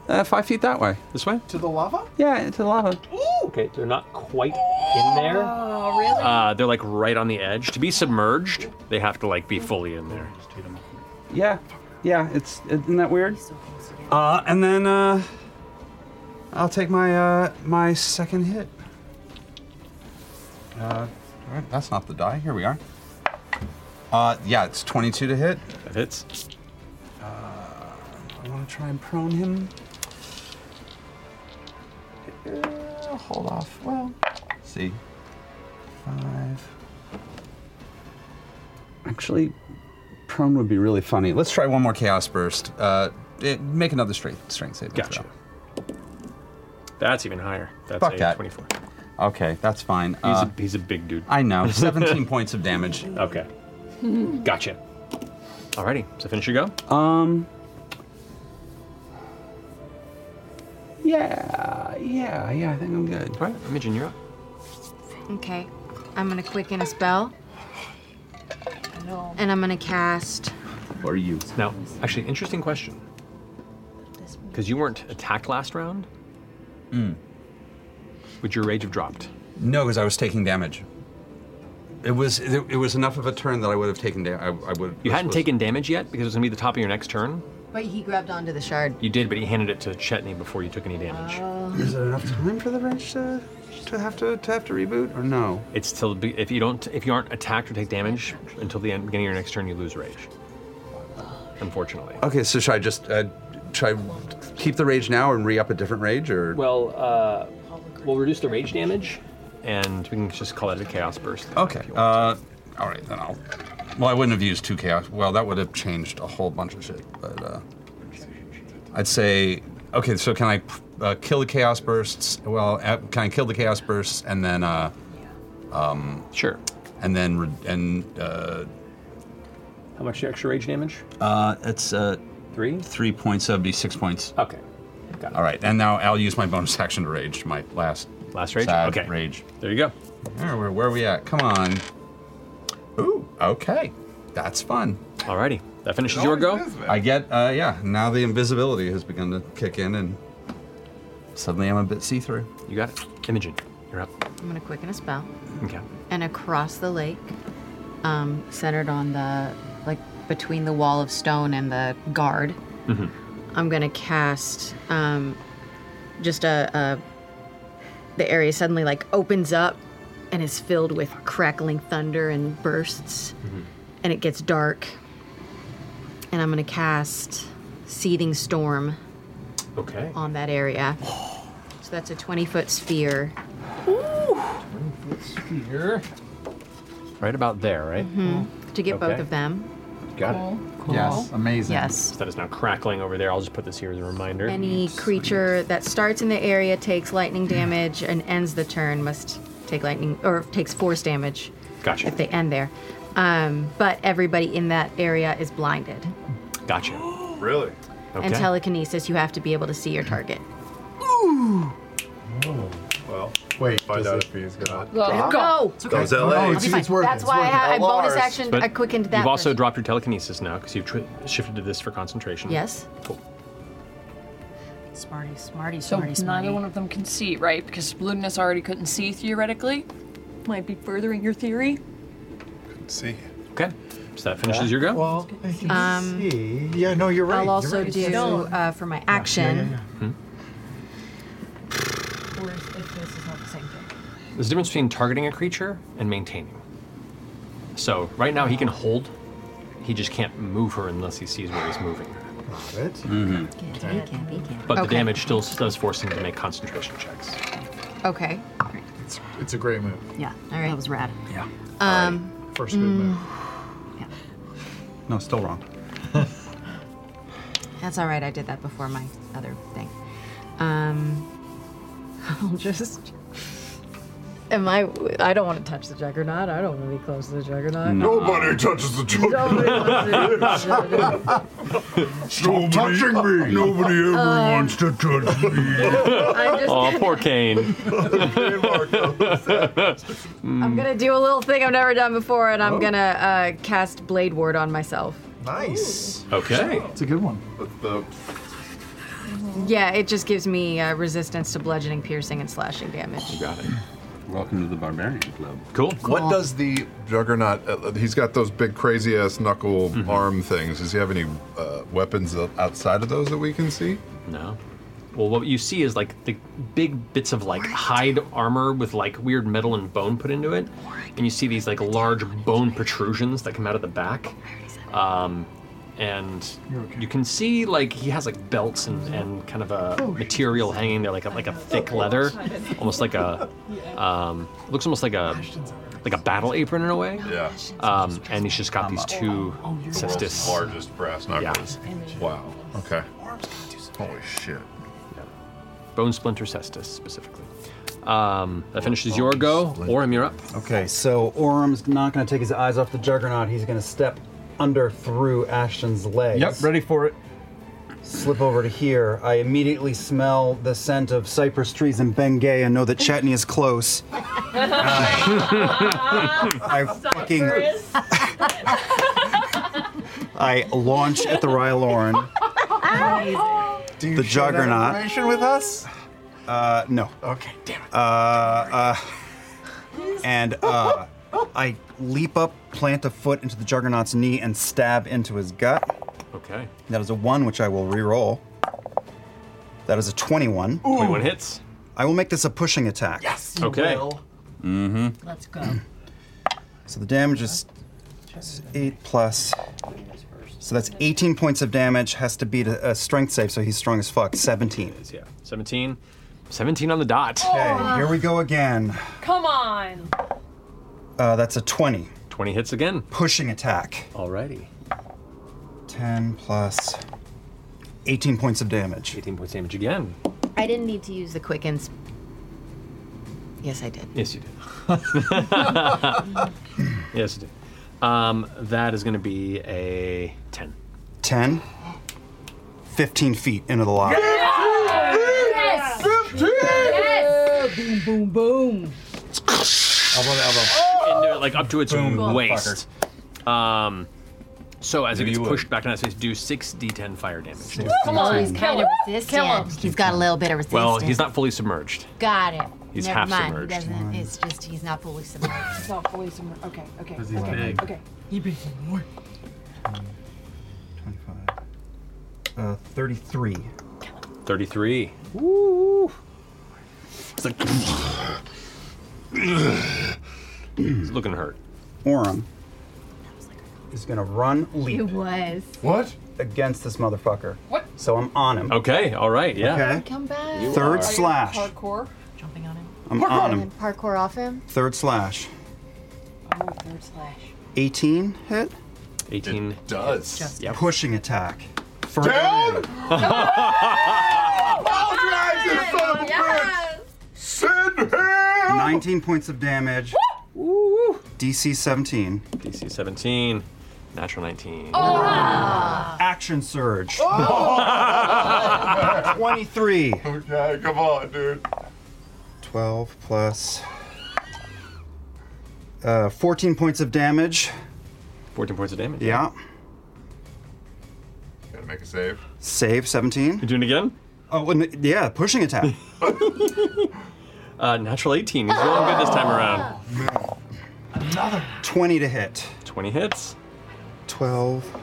[SPEAKER 7] uh, five feet that way. This way.
[SPEAKER 3] To the lava?
[SPEAKER 7] Yeah, into the lava.
[SPEAKER 2] Okay, they're not quite in there.
[SPEAKER 10] Oh, really?
[SPEAKER 2] Uh, they're like right on the edge. To be submerged, they have to like be fully in there.
[SPEAKER 7] Yeah, yeah. It's isn't that weird? Uh, and then uh, I'll take my uh, my second hit. Uh, all right, that's not the die. Here we are. Uh, yeah, it's 22 to hit.
[SPEAKER 2] That hits.
[SPEAKER 7] Uh, I want to try and prone him. Uh, hold off. Well, see. Five. Actually, prone would be really funny. Let's try one more chaos burst. Uh, it, make another strength strength saving
[SPEAKER 2] Gotcha.
[SPEAKER 7] throw.
[SPEAKER 2] That's even higher. That's
[SPEAKER 7] Fuck
[SPEAKER 2] a
[SPEAKER 7] that.
[SPEAKER 2] 24.
[SPEAKER 7] Okay, that's fine. He's,
[SPEAKER 2] a- he's a big dude.
[SPEAKER 7] I know. 17 points of damage.
[SPEAKER 2] Okay. Gotcha. Alrighty, so finish your go.
[SPEAKER 7] Um. Yeah, yeah, yeah. I think I'm good.
[SPEAKER 2] All right, Imogen, you're up.
[SPEAKER 6] Okay. I'm gonna quicken a spell. And I'm gonna cast.
[SPEAKER 7] Or you.
[SPEAKER 2] Now, actually, interesting question. Because you weren't attacked last round,
[SPEAKER 7] Mm.
[SPEAKER 2] would your rage have dropped?
[SPEAKER 7] No, because I was taking damage. It was it, it was enough of a turn that I would have taken damage. I, I would.
[SPEAKER 2] You hadn't taken damage yet because it was going to be the top of your next turn.
[SPEAKER 34] But he grabbed onto the shard.
[SPEAKER 2] You did, but he handed it to Chetney before you took any damage.
[SPEAKER 7] Is it enough time for the wrench to, to have to, to have to reboot or no?
[SPEAKER 2] It's till be- if you don't if you aren't attacked or take damage until the end, beginning of your next turn, you lose rage. Unfortunately.
[SPEAKER 7] Okay, so should I just uh, should I keep the rage now and re up a different rage or?
[SPEAKER 2] Well, uh, we'll reduce the rage damage, and we can just call it a chaos burst.
[SPEAKER 7] Okay. Uh, all right, then I'll. Well, I wouldn't have used two chaos. Well, that would have changed a whole bunch of shit. But uh, I'd say, okay. So can I uh, kill the chaos bursts? Well, uh, can I kill the chaos bursts and then uh, Um,
[SPEAKER 2] sure.
[SPEAKER 7] And then re- and uh,
[SPEAKER 2] How much extra rage damage?
[SPEAKER 7] uh, it's uh,
[SPEAKER 2] three
[SPEAKER 7] three points. So that'd be six points.
[SPEAKER 2] Okay. Got it.
[SPEAKER 7] All right, and now I'll use my bonus action to rage. My last
[SPEAKER 2] last rage?
[SPEAKER 7] Sad
[SPEAKER 2] Okay.
[SPEAKER 7] Rage.
[SPEAKER 2] There you go.
[SPEAKER 7] Where, where, where are we at? Come on. Ooh. Okay. That's fun.
[SPEAKER 2] Alrighty. That finishes your go.
[SPEAKER 7] I get. Uh, yeah. Now the invisibility has begun to kick in, and suddenly I'm a bit see-through.
[SPEAKER 2] You got it, Imogen. You're up.
[SPEAKER 6] I'm gonna quicken a spell.
[SPEAKER 2] Okay.
[SPEAKER 6] And across the lake, um, centered on the like between the wall of stone and the guard,
[SPEAKER 5] Mhm.
[SPEAKER 6] I'm gonna cast um, just a, a the area suddenly like opens up and is filled with crackling thunder and bursts, and it gets dark. And I'm gonna cast seething storm
[SPEAKER 2] Okay.
[SPEAKER 6] on that area. So that's a 20 foot sphere.
[SPEAKER 2] Here. Right about there, right?
[SPEAKER 6] Mhm. To get both
[SPEAKER 2] Okay.
[SPEAKER 6] of them.
[SPEAKER 2] Got it.
[SPEAKER 6] Cool. Yes, amazing. Yes.
[SPEAKER 2] So that is now crackling over there. I'll just put this here as a reminder.
[SPEAKER 6] Any creature that starts in the area takes lightning damage and ends the turn must take lightning or takes force damage.
[SPEAKER 2] Gotcha.
[SPEAKER 6] If they end there. Um, but everybody in that area is blinded.
[SPEAKER 2] Gotcha.
[SPEAKER 1] really?
[SPEAKER 6] And telekinesis, you have to be able to see your target.
[SPEAKER 5] Ooh.
[SPEAKER 1] Oh, Well, wait. Find out if he's gonna.
[SPEAKER 6] Go. Go. It's okay.
[SPEAKER 1] Goes LA.
[SPEAKER 6] No, Oh, it's- I'll be it's fine. working, That's it's why I working. had- I bonus
[SPEAKER 2] Lars.
[SPEAKER 6] action- I quickened that
[SPEAKER 2] You've also
[SPEAKER 6] person.
[SPEAKER 2] dropped your telekinesis now because you've tri- shifted to this for concentration.
[SPEAKER 6] Yes.
[SPEAKER 2] Cool.
[SPEAKER 35] Smarty, smarty,
[SPEAKER 10] So
[SPEAKER 35] smarty,
[SPEAKER 10] neither
[SPEAKER 35] smarty.
[SPEAKER 10] one of them can see, right? Because Ludinus already couldn't see theoretically. Might be furthering your theory.
[SPEAKER 1] See.
[SPEAKER 2] Okay. So that finishes your go.
[SPEAKER 3] Well, I can see. Yeah, no, you're right.
[SPEAKER 6] I'll
[SPEAKER 3] you're
[SPEAKER 6] also
[SPEAKER 3] right.
[SPEAKER 6] do uh, for my action.
[SPEAKER 36] Or if if this is not the same thing.
[SPEAKER 2] There's a difference between targeting a creature and maintaining. So right now he can hold. He just can't move her unless he sees where he's moving.
[SPEAKER 3] Good.
[SPEAKER 6] Mm-hmm.
[SPEAKER 2] But the
[SPEAKER 6] Okay.
[SPEAKER 2] damage still s- does force him to make concentration checks.
[SPEAKER 6] Okay.
[SPEAKER 3] It's a great move.
[SPEAKER 6] Yeah. All right. That was rad.
[SPEAKER 2] Yeah.
[SPEAKER 6] Um,
[SPEAKER 3] First move.
[SPEAKER 6] mm,
[SPEAKER 7] No, still wrong.
[SPEAKER 6] That's all right. I did that before my other thing. Um, I'll just. Am I? I don't want to touch the juggernaut. I don't want to be close to the juggernaut.
[SPEAKER 5] Nobody touches the juggernaut.
[SPEAKER 1] Nobody, touching me. Nobody ever
[SPEAKER 5] Um,
[SPEAKER 1] wants to touch me.
[SPEAKER 6] just
[SPEAKER 2] Oh,
[SPEAKER 6] gonna-
[SPEAKER 2] poor Kane.
[SPEAKER 6] I'm gonna do a little thing I've never done before, and I'm
[SPEAKER 2] Oh.
[SPEAKER 6] gonna uh, cast Blade Ward on myself.
[SPEAKER 3] Nice.
[SPEAKER 2] Okay.
[SPEAKER 3] It's a good one.
[SPEAKER 1] With the
[SPEAKER 12] Mm-hmm.
[SPEAKER 6] Yeah, it just gives me uh, resistance to bludgeoning, piercing, and slashing damage.
[SPEAKER 2] You got it.
[SPEAKER 1] Welcome to the Barbarian Club.
[SPEAKER 2] Cool.
[SPEAKER 1] What does the Juggernaut? Uh, he's got those big crazy ass knuckle
[SPEAKER 2] Mm-hmm.
[SPEAKER 1] arm things. Does he have any uh, weapons o- outside of those that we can see?
[SPEAKER 2] No. Well, what you see is like the big bits of like hide armor with like weird metal and bone put into it, and you see these like large bone protrusions that come out of the back. Um, and you can see like he has like belts and, and kind of a material hanging there, like a, like a thick leather, almost like a um, looks almost like a like a battle apron in a way.
[SPEAKER 1] Yeah.
[SPEAKER 2] Um, and he's just got these two
[SPEAKER 1] Oh, The world's
[SPEAKER 2] cestus.
[SPEAKER 1] largest brass knuckles. Wow. Okay. Holy shit.
[SPEAKER 2] Bone Splinter Cestus specifically. Um, that finishes your go. Orm, you're up.
[SPEAKER 14] Okay, so Orm's not going to take his eyes off the Juggernaut. He's going to step under through Ashton's legs.
[SPEAKER 37] Yep,
[SPEAKER 14] ready for it. Slip over to here. I immediately smell the scent of cypress trees and Bengay and know that Chetney is close. I fucking I launch at the Rhyloran.
[SPEAKER 3] Do you
[SPEAKER 14] The
[SPEAKER 3] share that
[SPEAKER 14] Juggernaut.
[SPEAKER 3] Information with us?
[SPEAKER 14] Uh, no.
[SPEAKER 3] Okay, damn it.
[SPEAKER 14] Uh, uh, and uh, I leap up, plant a foot into the Juggernaut's knee, and stab into his gut.
[SPEAKER 2] Okay.
[SPEAKER 14] That is a one, which I will re-roll. That is a 21.
[SPEAKER 2] 21 hits.
[SPEAKER 14] I will make this a pushing attack. Yes.
[SPEAKER 2] you Okay. will.
[SPEAKER 14] Mm-hmm.
[SPEAKER 36] Let's go.
[SPEAKER 14] So the damage is is eight plus. So that's 18 points of damage. Has to beat a, a strength save, so he's strong as fuck. 17.
[SPEAKER 2] Yeah. 17. 17 on the dot.
[SPEAKER 14] Okay, here we go again.
[SPEAKER 10] Come on.
[SPEAKER 14] Uh, that's a 20.
[SPEAKER 2] 20 hits again.
[SPEAKER 14] Pushing attack.
[SPEAKER 2] Alrighty.
[SPEAKER 14] 10 plus 18 points of damage.
[SPEAKER 2] 18 points of damage again.
[SPEAKER 6] I didn't need to use the quickens. Yes, I did.
[SPEAKER 2] Yes, you did. yes, you did. Um, that is going to be a 10.
[SPEAKER 14] 10, 15 feet into the lava.
[SPEAKER 5] Yes! Yes!
[SPEAKER 6] Boom, boom, boom.
[SPEAKER 2] Elbow to elbow. like up to its
[SPEAKER 5] Boom,
[SPEAKER 2] waist. Um, so as
[SPEAKER 5] Maybe
[SPEAKER 2] it
[SPEAKER 5] you
[SPEAKER 2] gets
[SPEAKER 5] would.
[SPEAKER 2] pushed back in that space, do 6d10 fire damage.
[SPEAKER 6] Come on,
[SPEAKER 12] he's
[SPEAKER 6] kill
[SPEAKER 12] kind of
[SPEAKER 6] him.
[SPEAKER 12] resistant.
[SPEAKER 6] Kill him.
[SPEAKER 12] He's got a little bit of resistance.
[SPEAKER 2] Well, he's not fully submerged.
[SPEAKER 6] Got it.
[SPEAKER 2] He's
[SPEAKER 6] Never
[SPEAKER 2] half
[SPEAKER 6] mind.
[SPEAKER 2] submerged.
[SPEAKER 6] He doesn't. It's just he's not fully submerged. he's not fully submerged. Okay. Okay.
[SPEAKER 2] Because he's okay, big. okay.
[SPEAKER 6] He big more.
[SPEAKER 14] Uh, 33.
[SPEAKER 2] 33. Woo! It's like. He's looking hurt.
[SPEAKER 14] Orum is going to run leap.
[SPEAKER 6] was.
[SPEAKER 14] What? Against this motherfucker.
[SPEAKER 6] What?
[SPEAKER 14] So I'm on him.
[SPEAKER 2] Okay, all right,
[SPEAKER 14] yeah.
[SPEAKER 2] Okay.
[SPEAKER 6] Come back.
[SPEAKER 14] You Third are- slash.
[SPEAKER 6] Parkour.
[SPEAKER 14] I'm
[SPEAKER 6] Parkour.
[SPEAKER 14] on
[SPEAKER 6] And
[SPEAKER 14] him.
[SPEAKER 6] then Parkour off him.
[SPEAKER 14] Third slash.
[SPEAKER 6] Oh, third slash.
[SPEAKER 14] 18 hit?
[SPEAKER 2] 18
[SPEAKER 14] does. Pushing attack. For
[SPEAKER 5] Send him!
[SPEAKER 14] 19 points of damage. DC 17.
[SPEAKER 2] DC 17. Natural 19.
[SPEAKER 14] Action surge.
[SPEAKER 1] 23. Okay, come on, dude.
[SPEAKER 14] 12 plus uh, 14 points of damage.
[SPEAKER 2] 14 points of damage.
[SPEAKER 14] Yeah.
[SPEAKER 1] Gotta make a save.
[SPEAKER 14] Save 17. You
[SPEAKER 2] doing it again?
[SPEAKER 14] Oh, and, yeah, pushing attack.
[SPEAKER 2] Uh, natural 18. He's rolling good this time around.
[SPEAKER 14] Another 20 to hit.
[SPEAKER 2] 20 hits.
[SPEAKER 14] 12.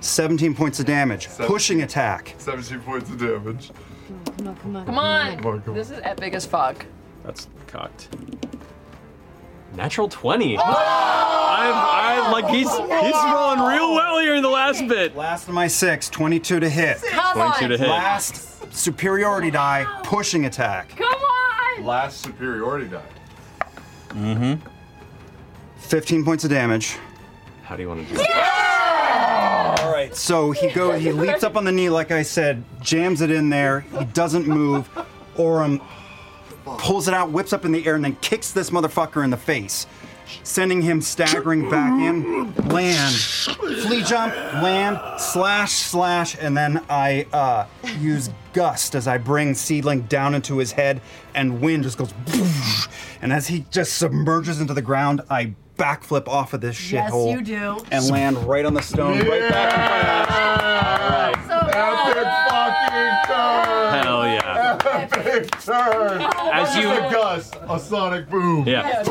[SPEAKER 14] 17 points of damage. Pushing attack.
[SPEAKER 1] 17 points of damage.
[SPEAKER 6] Come on, come on.
[SPEAKER 10] Come on.
[SPEAKER 1] Come on, come
[SPEAKER 10] This is epic as fuck.
[SPEAKER 2] That's cocked. Natural 20.
[SPEAKER 10] Oh,
[SPEAKER 2] I'm, I'm like, he's, he's rolling real well here in the last bit.
[SPEAKER 14] Last of my six, 22 to hit.
[SPEAKER 5] Come on. 22 to hit.
[SPEAKER 14] Last superiority die, pushing attack.
[SPEAKER 5] Come on!
[SPEAKER 1] Last superiority die.
[SPEAKER 2] Mm-hmm.
[SPEAKER 14] Mm hmm. 15 points of damage.
[SPEAKER 2] How do you want to
[SPEAKER 14] All right. So he goes. He leaps up on the knee, like I said, jams it in there. He doesn't move. Orum pulls it out, whips up in the air, and then kicks this motherfucker in the face, sending him staggering back in. Land, flea jump, land, slash, slash, and then I uh, use gust as I bring Seedling down into his head, and wind just goes. And as he just submerges into the ground, I backflip off of this
[SPEAKER 5] Yes,
[SPEAKER 14] shithole
[SPEAKER 5] you do.
[SPEAKER 14] and land right on the stone, right back in front of
[SPEAKER 5] Epic fucking turn!
[SPEAKER 2] Hell yeah.
[SPEAKER 5] Epic turn!
[SPEAKER 2] As you-
[SPEAKER 1] a gust, a sonic boom.
[SPEAKER 2] Yeah.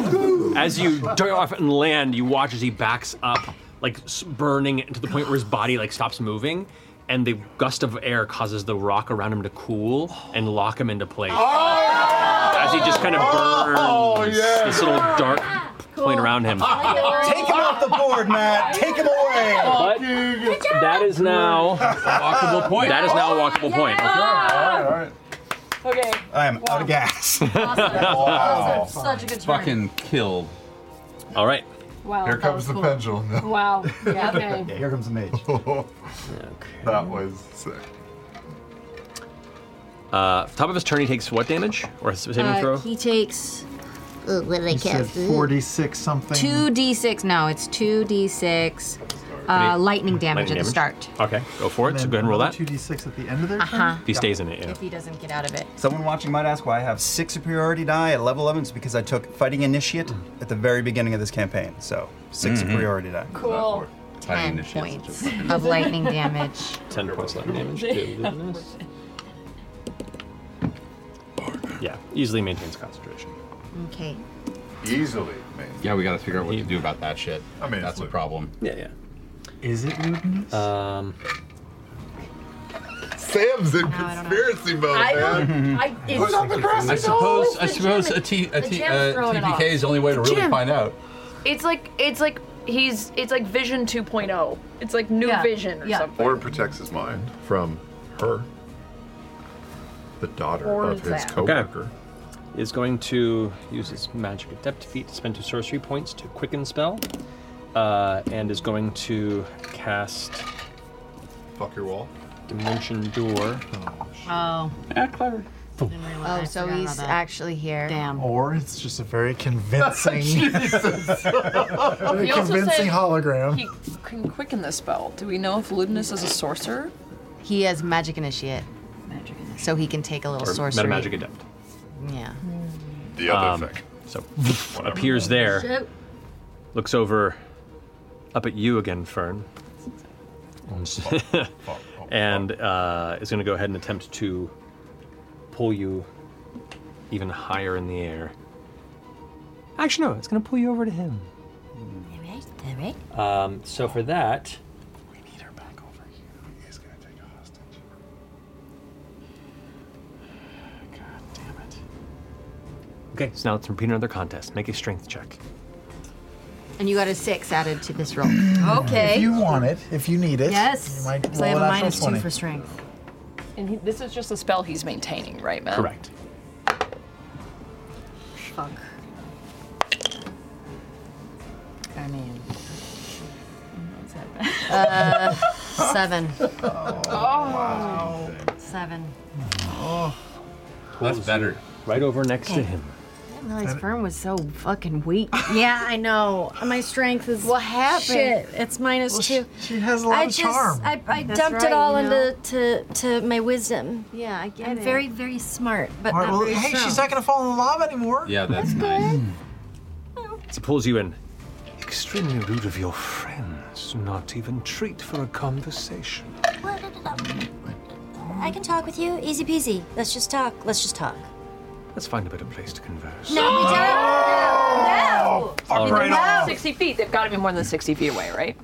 [SPEAKER 2] As you dart off and land, you watch as he backs up, like s- burning to the point where his body like stops moving, and the gust of air causes the rock around him to cool and lock him into place.
[SPEAKER 14] Oh!
[SPEAKER 2] As he just kind of burns this little dark point around him.
[SPEAKER 14] Take him off the board, Matt. Take him away.
[SPEAKER 2] But that is now a walkable point. That is now a walkable point.
[SPEAKER 10] Okay.
[SPEAKER 14] I am out of gas.
[SPEAKER 10] Such a good turn.
[SPEAKER 7] Fucking killed.
[SPEAKER 2] All right.
[SPEAKER 10] Wow.
[SPEAKER 1] Here comes the pendulum. now.
[SPEAKER 10] Wow. Yeah. Okay.
[SPEAKER 1] here comes the mage. That was sick.
[SPEAKER 2] Uh, top of his turn, he takes what damage or a saving
[SPEAKER 3] Uh,
[SPEAKER 2] throw?
[SPEAKER 3] He takes. uh, what did I
[SPEAKER 38] said
[SPEAKER 3] cast? Ugh.
[SPEAKER 38] 46 something.
[SPEAKER 3] Two d six. No, it's two d six. Uh, lightning damage
[SPEAKER 2] Lightning
[SPEAKER 3] at the start.
[SPEAKER 2] Okay, go for it. So go ahead and roll that.
[SPEAKER 14] 2d6 at the end of their
[SPEAKER 3] Uh-huh.
[SPEAKER 2] If he stays in it, yeah.
[SPEAKER 3] he doesn't get out of it.
[SPEAKER 14] Someone watching might ask why I have six superiority die at level 11. It's because I took Fighting Initiate at the very beginning of this campaign. So 6
[SPEAKER 7] Mhm.
[SPEAKER 2] Mm-hmm.
[SPEAKER 14] superiority die.
[SPEAKER 10] Cool.
[SPEAKER 3] Ten points of lightning damage.
[SPEAKER 2] 10 points left damage. Yeah, easily maintains concentration.
[SPEAKER 3] Okay.
[SPEAKER 1] Easily.
[SPEAKER 7] Yeah, we gotta figure out what to do about that shit. I mean, that's a problem.
[SPEAKER 2] Yeah, yeah.
[SPEAKER 7] Is it
[SPEAKER 2] rudeness? Um,
[SPEAKER 1] Sam's in conspiracy mode,
[SPEAKER 5] I don't-
[SPEAKER 1] man.
[SPEAKER 5] I- it's- Who's on the grassy
[SPEAKER 7] I suppose.
[SPEAKER 5] knoll?
[SPEAKER 7] I suppose a, t- a,
[SPEAKER 10] The
[SPEAKER 7] t-
[SPEAKER 10] gem's
[SPEAKER 4] uh,
[SPEAKER 7] a
[SPEAKER 10] throwing it off.
[SPEAKER 7] TPK is the only way to really
[SPEAKER 10] Gem.
[SPEAKER 7] find out.
[SPEAKER 10] It's like it's like he's it's like Vision 2.0. It's like new
[SPEAKER 39] Yeah.
[SPEAKER 10] Vision or
[SPEAKER 39] Yeah.
[SPEAKER 10] something.
[SPEAKER 1] Or protects his mind from her, the daughter
[SPEAKER 10] Or
[SPEAKER 1] of his
[SPEAKER 10] that.
[SPEAKER 1] coworker.
[SPEAKER 2] is going to use his magic adept feat to spend two sorcery points to quicken spell, uh, and is going to cast.
[SPEAKER 1] Fuck your wall.
[SPEAKER 2] Dimension door.
[SPEAKER 3] Oh.
[SPEAKER 2] Yeah, clever.
[SPEAKER 5] Oh, so he's actually here. Damn.
[SPEAKER 3] Or it's just a very convincing, very
[SPEAKER 10] He also
[SPEAKER 3] convincing
[SPEAKER 10] said
[SPEAKER 3] hologram.
[SPEAKER 10] He Oh. can quicken the spell. Do we know if Ludinus is a sorcerer?
[SPEAKER 5] He has magic initiate. Magic So he can take a little
[SPEAKER 2] Or
[SPEAKER 5] sorcery.
[SPEAKER 2] metamagic adept.
[SPEAKER 5] Yeah.
[SPEAKER 2] The other thing. Um, So appears there.
[SPEAKER 5] Shit.
[SPEAKER 2] Looks over, up at you again, Fern. Oh, and uh, is going to go ahead and attempt to pull you even higher in the air. Actually, no, it's going to pull you over to him.
[SPEAKER 15] Mm-hmm. All right.
[SPEAKER 2] Um, so for that. Okay, so now let's repeat another contest. Make a strength check.
[SPEAKER 6] And you got a six added to this roll.
[SPEAKER 3] If you want it, if you need it.
[SPEAKER 6] Yes.
[SPEAKER 3] You might
[SPEAKER 6] So I have
[SPEAKER 3] roll
[SPEAKER 6] a
[SPEAKER 3] a
[SPEAKER 6] minus
[SPEAKER 3] natural
[SPEAKER 6] two
[SPEAKER 3] 20.
[SPEAKER 6] for strength.
[SPEAKER 10] And he, this is just a spell he's maintaining, right, Matt?
[SPEAKER 2] Correct.
[SPEAKER 10] Fuck.
[SPEAKER 5] I mean. Uh, seven.
[SPEAKER 3] Oh,
[SPEAKER 6] Seven.
[SPEAKER 5] Oh.
[SPEAKER 2] That's better. Right over next to
[SPEAKER 6] Okay.
[SPEAKER 2] him.
[SPEAKER 6] I didn't realize Fern was so fucking weak. yeah, I know. My strength is what
[SPEAKER 5] happened?
[SPEAKER 6] Shit, it's minus
[SPEAKER 5] Well,
[SPEAKER 6] two.
[SPEAKER 3] She has
[SPEAKER 5] a lot
[SPEAKER 6] I
[SPEAKER 5] of
[SPEAKER 6] just,
[SPEAKER 5] charm.
[SPEAKER 6] I, I
[SPEAKER 5] That's
[SPEAKER 6] dumped
[SPEAKER 5] right,
[SPEAKER 6] it all
[SPEAKER 5] you know.
[SPEAKER 6] into to, to my wisdom.
[SPEAKER 5] Yeah, I get
[SPEAKER 6] I'm
[SPEAKER 5] it.
[SPEAKER 6] very very smart, but
[SPEAKER 3] All right,
[SPEAKER 6] not
[SPEAKER 3] well,
[SPEAKER 6] very
[SPEAKER 3] hey,
[SPEAKER 6] strong.
[SPEAKER 3] she's not going to fall in the lava anymore.
[SPEAKER 2] Yeah, that's, nice. So pulls you in. Extremely rude of your friends to not even treat for a conversation.
[SPEAKER 15] I can talk with you. Easy peasy. Let's just talk. Let's just talk.
[SPEAKER 2] Let's find a better place to converse.
[SPEAKER 15] No, we don't.
[SPEAKER 10] No!
[SPEAKER 2] Fuck right off.
[SPEAKER 10] 60 feet. They've got to be more than 60 feet away, right?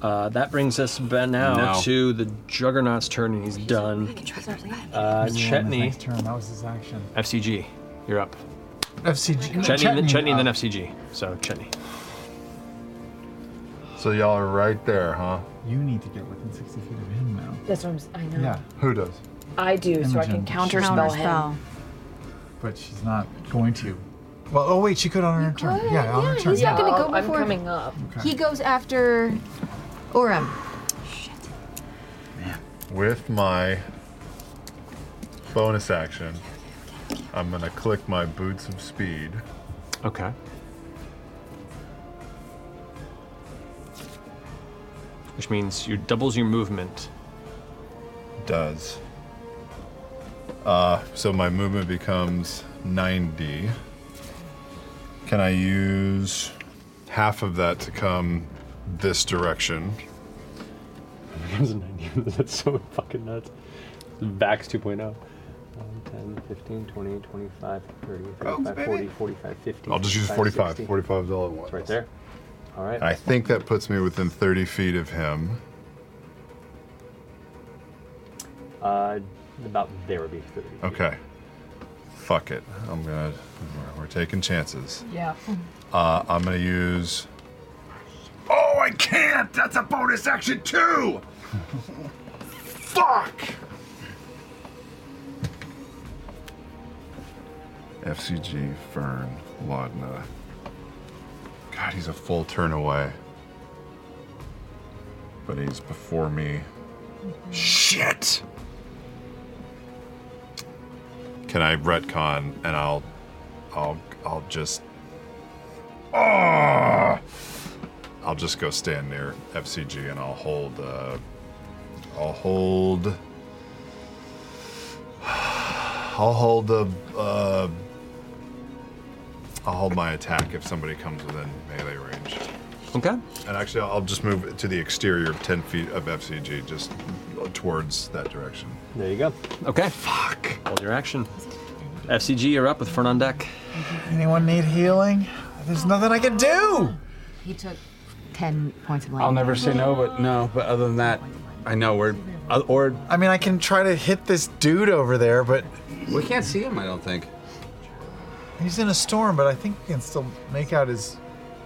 [SPEAKER 2] Uh, that brings us ba- now
[SPEAKER 40] No.
[SPEAKER 2] to the Juggernaut's turn, and he's done. Uh, Chetney,
[SPEAKER 3] turn. That was his action.
[SPEAKER 2] FCG, you're up.
[SPEAKER 3] FCG.
[SPEAKER 2] Chetney, and then-
[SPEAKER 3] Chetney,
[SPEAKER 2] Chetney and then
[SPEAKER 3] uh,
[SPEAKER 2] FCG. So Chetney.
[SPEAKER 1] So y'all are right there, huh?
[SPEAKER 41] You need to get within 60 feet of him now.
[SPEAKER 10] That's what I'm. I know.
[SPEAKER 1] Who does?
[SPEAKER 10] I do, so I can
[SPEAKER 41] Imogen.
[SPEAKER 10] counter spell him.
[SPEAKER 41] But she's not going to.
[SPEAKER 3] Well, oh wait, she could on her turn. Yeah, on her turn.
[SPEAKER 6] he's not gonna go
[SPEAKER 10] Oh, I'm
[SPEAKER 6] before.
[SPEAKER 10] coming up.
[SPEAKER 6] He goes after Orem.
[SPEAKER 1] With my bonus action, I'm gonna click my boots of speed.
[SPEAKER 2] Okay. Which means you doubles your movement.
[SPEAKER 1] Does. Uh, so my movement becomes 90. Can I use half of that to come this direction?
[SPEAKER 2] That's so fucking nuts. Vax oh. 2.0. Um, 10, 15, 20, 25, 30, 35, 40, 45, 50.
[SPEAKER 1] I'll just use 45. 45 is all I want.
[SPEAKER 2] right there. All right.
[SPEAKER 1] And I think that puts me within 30 feet of him.
[SPEAKER 2] Uh, about there would be 30.
[SPEAKER 1] Okay. Fuck it. I'm gonna. we're- We're taking chances.
[SPEAKER 10] Yeah.
[SPEAKER 1] Uh, I'm gonna use. Oh, I can't! That's a bonus action too! Fuck! FCG, Fern, Laudna. God, he's a full turn away. But he's before me. Shit! Can I retcon and I'll I'll I'll just Ah! I'll just go stand near FCG and I'll hold uh I'll hold I'll hold the uh I'll hold my attack if somebody comes within melee range.
[SPEAKER 2] Okay.
[SPEAKER 1] And actually, I'll I'll just move to the exterior of 10 feet of FCG, just towards that direction.
[SPEAKER 2] There you go. Okay. Fuck. Hold your action. FCG, you're up with Fern on deck.
[SPEAKER 3] Anyone need healing? There's nothing I can do.
[SPEAKER 5] He took 10 points of
[SPEAKER 7] I'll never say no, but no. But other than that, I know we're. Or
[SPEAKER 3] I mean, I can try to hit this dude over there, but
[SPEAKER 7] we can't see him. I don't think.
[SPEAKER 3] he's in a storm. But I think we can still make out his.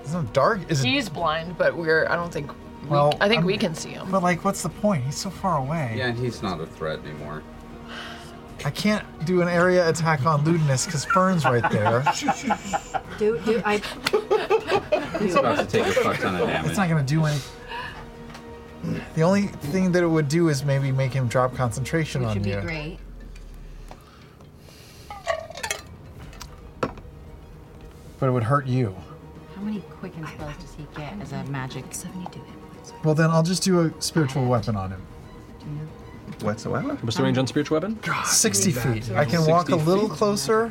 [SPEAKER 3] It's not dark. Is it?
[SPEAKER 10] He's blind, but we're. I don't think. We,
[SPEAKER 3] Well,
[SPEAKER 10] I think
[SPEAKER 3] I'm-
[SPEAKER 10] we can see him.
[SPEAKER 3] But like, what's the point? He's so far away.
[SPEAKER 7] Yeah, and he's not a threat anymore.
[SPEAKER 3] I can't do an area attack on Ludinus because Fern's right there.
[SPEAKER 6] Do do I?
[SPEAKER 7] He's about to take a fuck ton of damage.
[SPEAKER 3] It's not gonna do any. The only thing that it would do is maybe make him drop concentration
[SPEAKER 6] Which
[SPEAKER 3] on uh,
[SPEAKER 6] would be
[SPEAKER 3] you.
[SPEAKER 6] great.
[SPEAKER 3] but it would hurt you.
[SPEAKER 6] How many quicken spells does he get as a magic? 72.
[SPEAKER 3] Well, then I'll just do a spiritual weapon on him.
[SPEAKER 14] What's the weapon?
[SPEAKER 2] What's the range on spiritual weapon?
[SPEAKER 3] 60 feet. I can walk a little closer.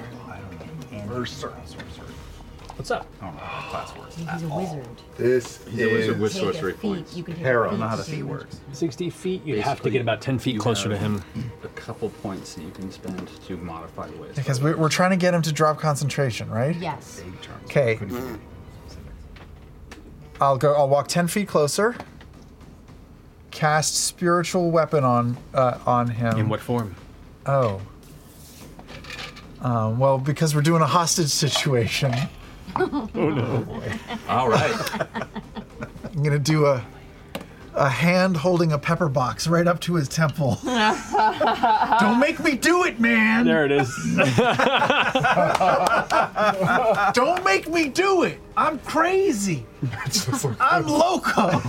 [SPEAKER 2] What's up?
[SPEAKER 14] I don't know how the class works.
[SPEAKER 6] He's a wizard.
[SPEAKER 14] This
[SPEAKER 2] He's a wizard with sorcery
[SPEAKER 6] points. You can take
[SPEAKER 14] Hera,
[SPEAKER 6] a
[SPEAKER 14] I don't know how the
[SPEAKER 6] feat to do
[SPEAKER 14] feet works.
[SPEAKER 2] 60 feet, you'd have to get about 10 feet
[SPEAKER 7] you
[SPEAKER 2] closer to
[SPEAKER 7] have
[SPEAKER 2] him.
[SPEAKER 7] A couple points that you can spend to modify the way. it's
[SPEAKER 3] Because we're, we're trying to get him to drop concentration, right?
[SPEAKER 6] Yes.
[SPEAKER 3] Okay. I'll go. I'll walk ten feet closer. Cast spiritual weapon on uh, on him.
[SPEAKER 2] In what form?
[SPEAKER 3] Oh. Um, well, because we're doing a hostage situation,
[SPEAKER 10] oh no.
[SPEAKER 2] All right.
[SPEAKER 3] I'm gonna do a a hand holding a pepper box right up to his temple. Don't make me do it, man. There
[SPEAKER 2] it is.
[SPEAKER 3] Don't make me do it. I'm crazy. I'm loco.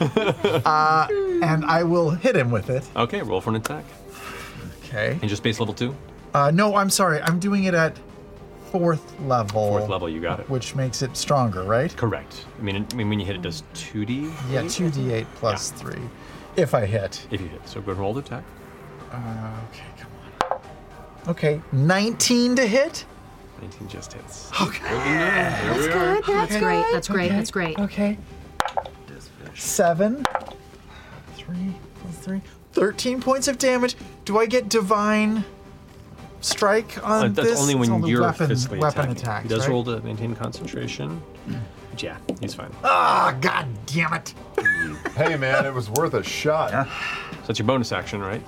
[SPEAKER 3] uh, and I will hit him with it.
[SPEAKER 2] Okay, roll for an attack.
[SPEAKER 3] Okay.
[SPEAKER 2] And just base level two?
[SPEAKER 3] Uh, no, I'm sorry. I'm doing it at fourth level.
[SPEAKER 2] Fourth level, you got it.
[SPEAKER 3] Which makes it stronger, right?
[SPEAKER 2] Correct. I mean, I mean when you hit it, does 2d?
[SPEAKER 3] Yeah, 2d8 plus 3. If I hit.
[SPEAKER 2] If you hit. So go ahead and roll the attack.
[SPEAKER 3] Uh, okay, come on. Okay, 19 to hit?
[SPEAKER 2] 19 just hits.
[SPEAKER 3] Okay.
[SPEAKER 2] There we
[SPEAKER 3] That's
[SPEAKER 2] are.
[SPEAKER 3] good. That's
[SPEAKER 5] That's great.
[SPEAKER 3] good.
[SPEAKER 5] That's great.
[SPEAKER 3] Okay,
[SPEAKER 5] That's great.
[SPEAKER 3] Okay. Seven. Three plus three. 13 points of damage. Do I get divine strike on
[SPEAKER 2] Uh, that's
[SPEAKER 3] this?
[SPEAKER 2] only
[SPEAKER 3] It's
[SPEAKER 2] when you're
[SPEAKER 3] weapon,
[SPEAKER 2] physically
[SPEAKER 3] weapon
[SPEAKER 2] attacking.
[SPEAKER 3] attack.
[SPEAKER 2] He does
[SPEAKER 3] right?
[SPEAKER 2] roll to maintain concentration. But yeah, he's fine.
[SPEAKER 3] Ah, god damn it.
[SPEAKER 4] hey, man, it was worth a shot.
[SPEAKER 2] So that's your bonus action, right?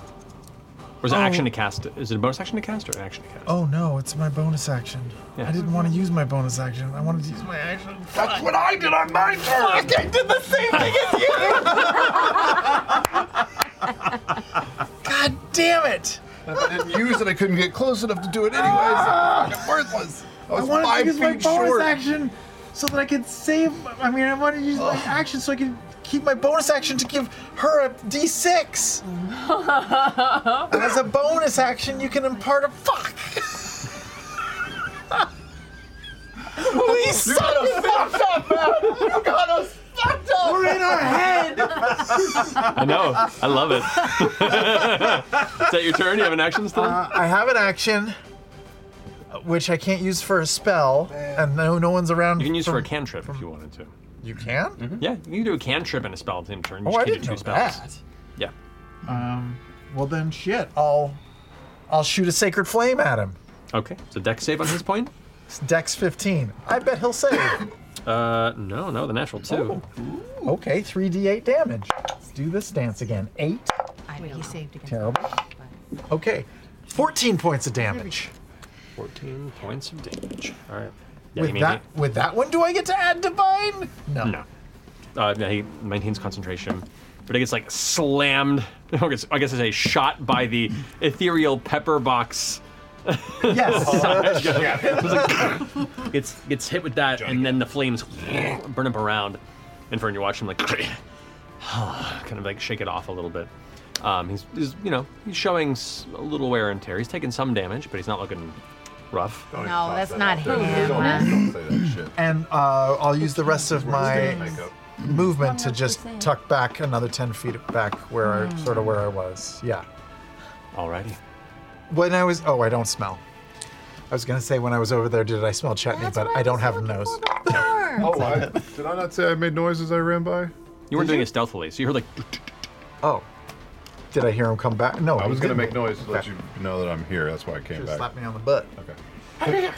[SPEAKER 2] Or is it
[SPEAKER 3] Oh.
[SPEAKER 2] action to cast? it? Is it a bonus action to cast or an action to cast?
[SPEAKER 3] Oh no, it's my bonus action.
[SPEAKER 2] Yeah.
[SPEAKER 3] I didn't want to use my bonus action. I wanted to use my action.
[SPEAKER 10] That's what I did on my turn. I did the same thing as
[SPEAKER 3] God damn it!
[SPEAKER 4] If I didn't use it, I couldn't get close enough to do it anyways. It's
[SPEAKER 10] Ah!
[SPEAKER 4] fucking worthless. I was
[SPEAKER 3] wanted
[SPEAKER 4] five
[SPEAKER 3] to use
[SPEAKER 4] feet
[SPEAKER 3] my bonus
[SPEAKER 4] short.
[SPEAKER 3] action so that I could save. I mean, I wanted to use my action so I could keep my bonus action to give her a d6. And As a bonus action, you can impart a fuck.
[SPEAKER 10] you.
[SPEAKER 3] Please, son of a
[SPEAKER 10] got us fucked up, man.
[SPEAKER 5] Oh,
[SPEAKER 10] You got us fucked up.
[SPEAKER 3] We're in our head.
[SPEAKER 2] I know. I love it. is that your turn? You have an action still?
[SPEAKER 3] Uh, I have an action, which I can't use for a spell, and no, no one's around.
[SPEAKER 2] you can use
[SPEAKER 3] from-
[SPEAKER 2] for a cantrip if you wanted to. Mm-hmm.
[SPEAKER 3] You can?
[SPEAKER 2] Yeah, you can do a cantrip and a spell at the same turn. You
[SPEAKER 3] Oh,
[SPEAKER 2] just
[SPEAKER 3] I
[SPEAKER 2] can't
[SPEAKER 3] didn't
[SPEAKER 2] do
[SPEAKER 3] know
[SPEAKER 2] two spells.
[SPEAKER 3] that.
[SPEAKER 2] Yeah.
[SPEAKER 3] Um, well then, shit. I'll, I'll shoot a sacred flame at him.
[SPEAKER 2] Okay. So deck save on his point?
[SPEAKER 3] It's Dex 15. I bet he'll save.
[SPEAKER 2] Uh, no, no, the natural two.
[SPEAKER 3] Oh, okay, 3d8 damage. Let's do this dance again. Eight.
[SPEAKER 6] I know he saved against
[SPEAKER 3] Terrible. Okay, 14 points of damage.
[SPEAKER 2] 14 points of damage. All right. Yeah,
[SPEAKER 3] With
[SPEAKER 2] he
[SPEAKER 3] that, with that one, do I get to add divine? No.
[SPEAKER 2] No. Uh, no, he maintains concentration, but he gets like slammed. I guess I guess I say shot by the ethereal pepper box.
[SPEAKER 3] Yes.
[SPEAKER 2] It was like, gets gets hit with that, and then the flames burn up around. And Fern, you watch him like kind of like shake it off a little bit. Um, he's, he's you know he's showing s- a little wear and tear. He's taking some damage, but he's not looking rough.
[SPEAKER 42] No, Oh, that's not
[SPEAKER 4] him.
[SPEAKER 3] And uh, I'll use the rest of my
[SPEAKER 4] Makeup.
[SPEAKER 3] movement to just tuck back another 10 feet back where I, sort of where I was. Yeah.
[SPEAKER 2] Alrighty.
[SPEAKER 3] When I was, oh, I don't smell. I was gonna say when I was over there, did I smell chutney? but I don't have a nose.
[SPEAKER 4] Oh, I, did I not say I made noise as I ran by?
[SPEAKER 2] You weren't doing it stealthily, so you heard like
[SPEAKER 3] Oh. Did I hear him come back? No,
[SPEAKER 4] I
[SPEAKER 3] he
[SPEAKER 4] was going to
[SPEAKER 3] Oh, didn't.
[SPEAKER 4] make noise to let you know that I'm here. That's why I came
[SPEAKER 3] Should've
[SPEAKER 4] back.
[SPEAKER 3] slapped me on the butt.
[SPEAKER 4] Okay.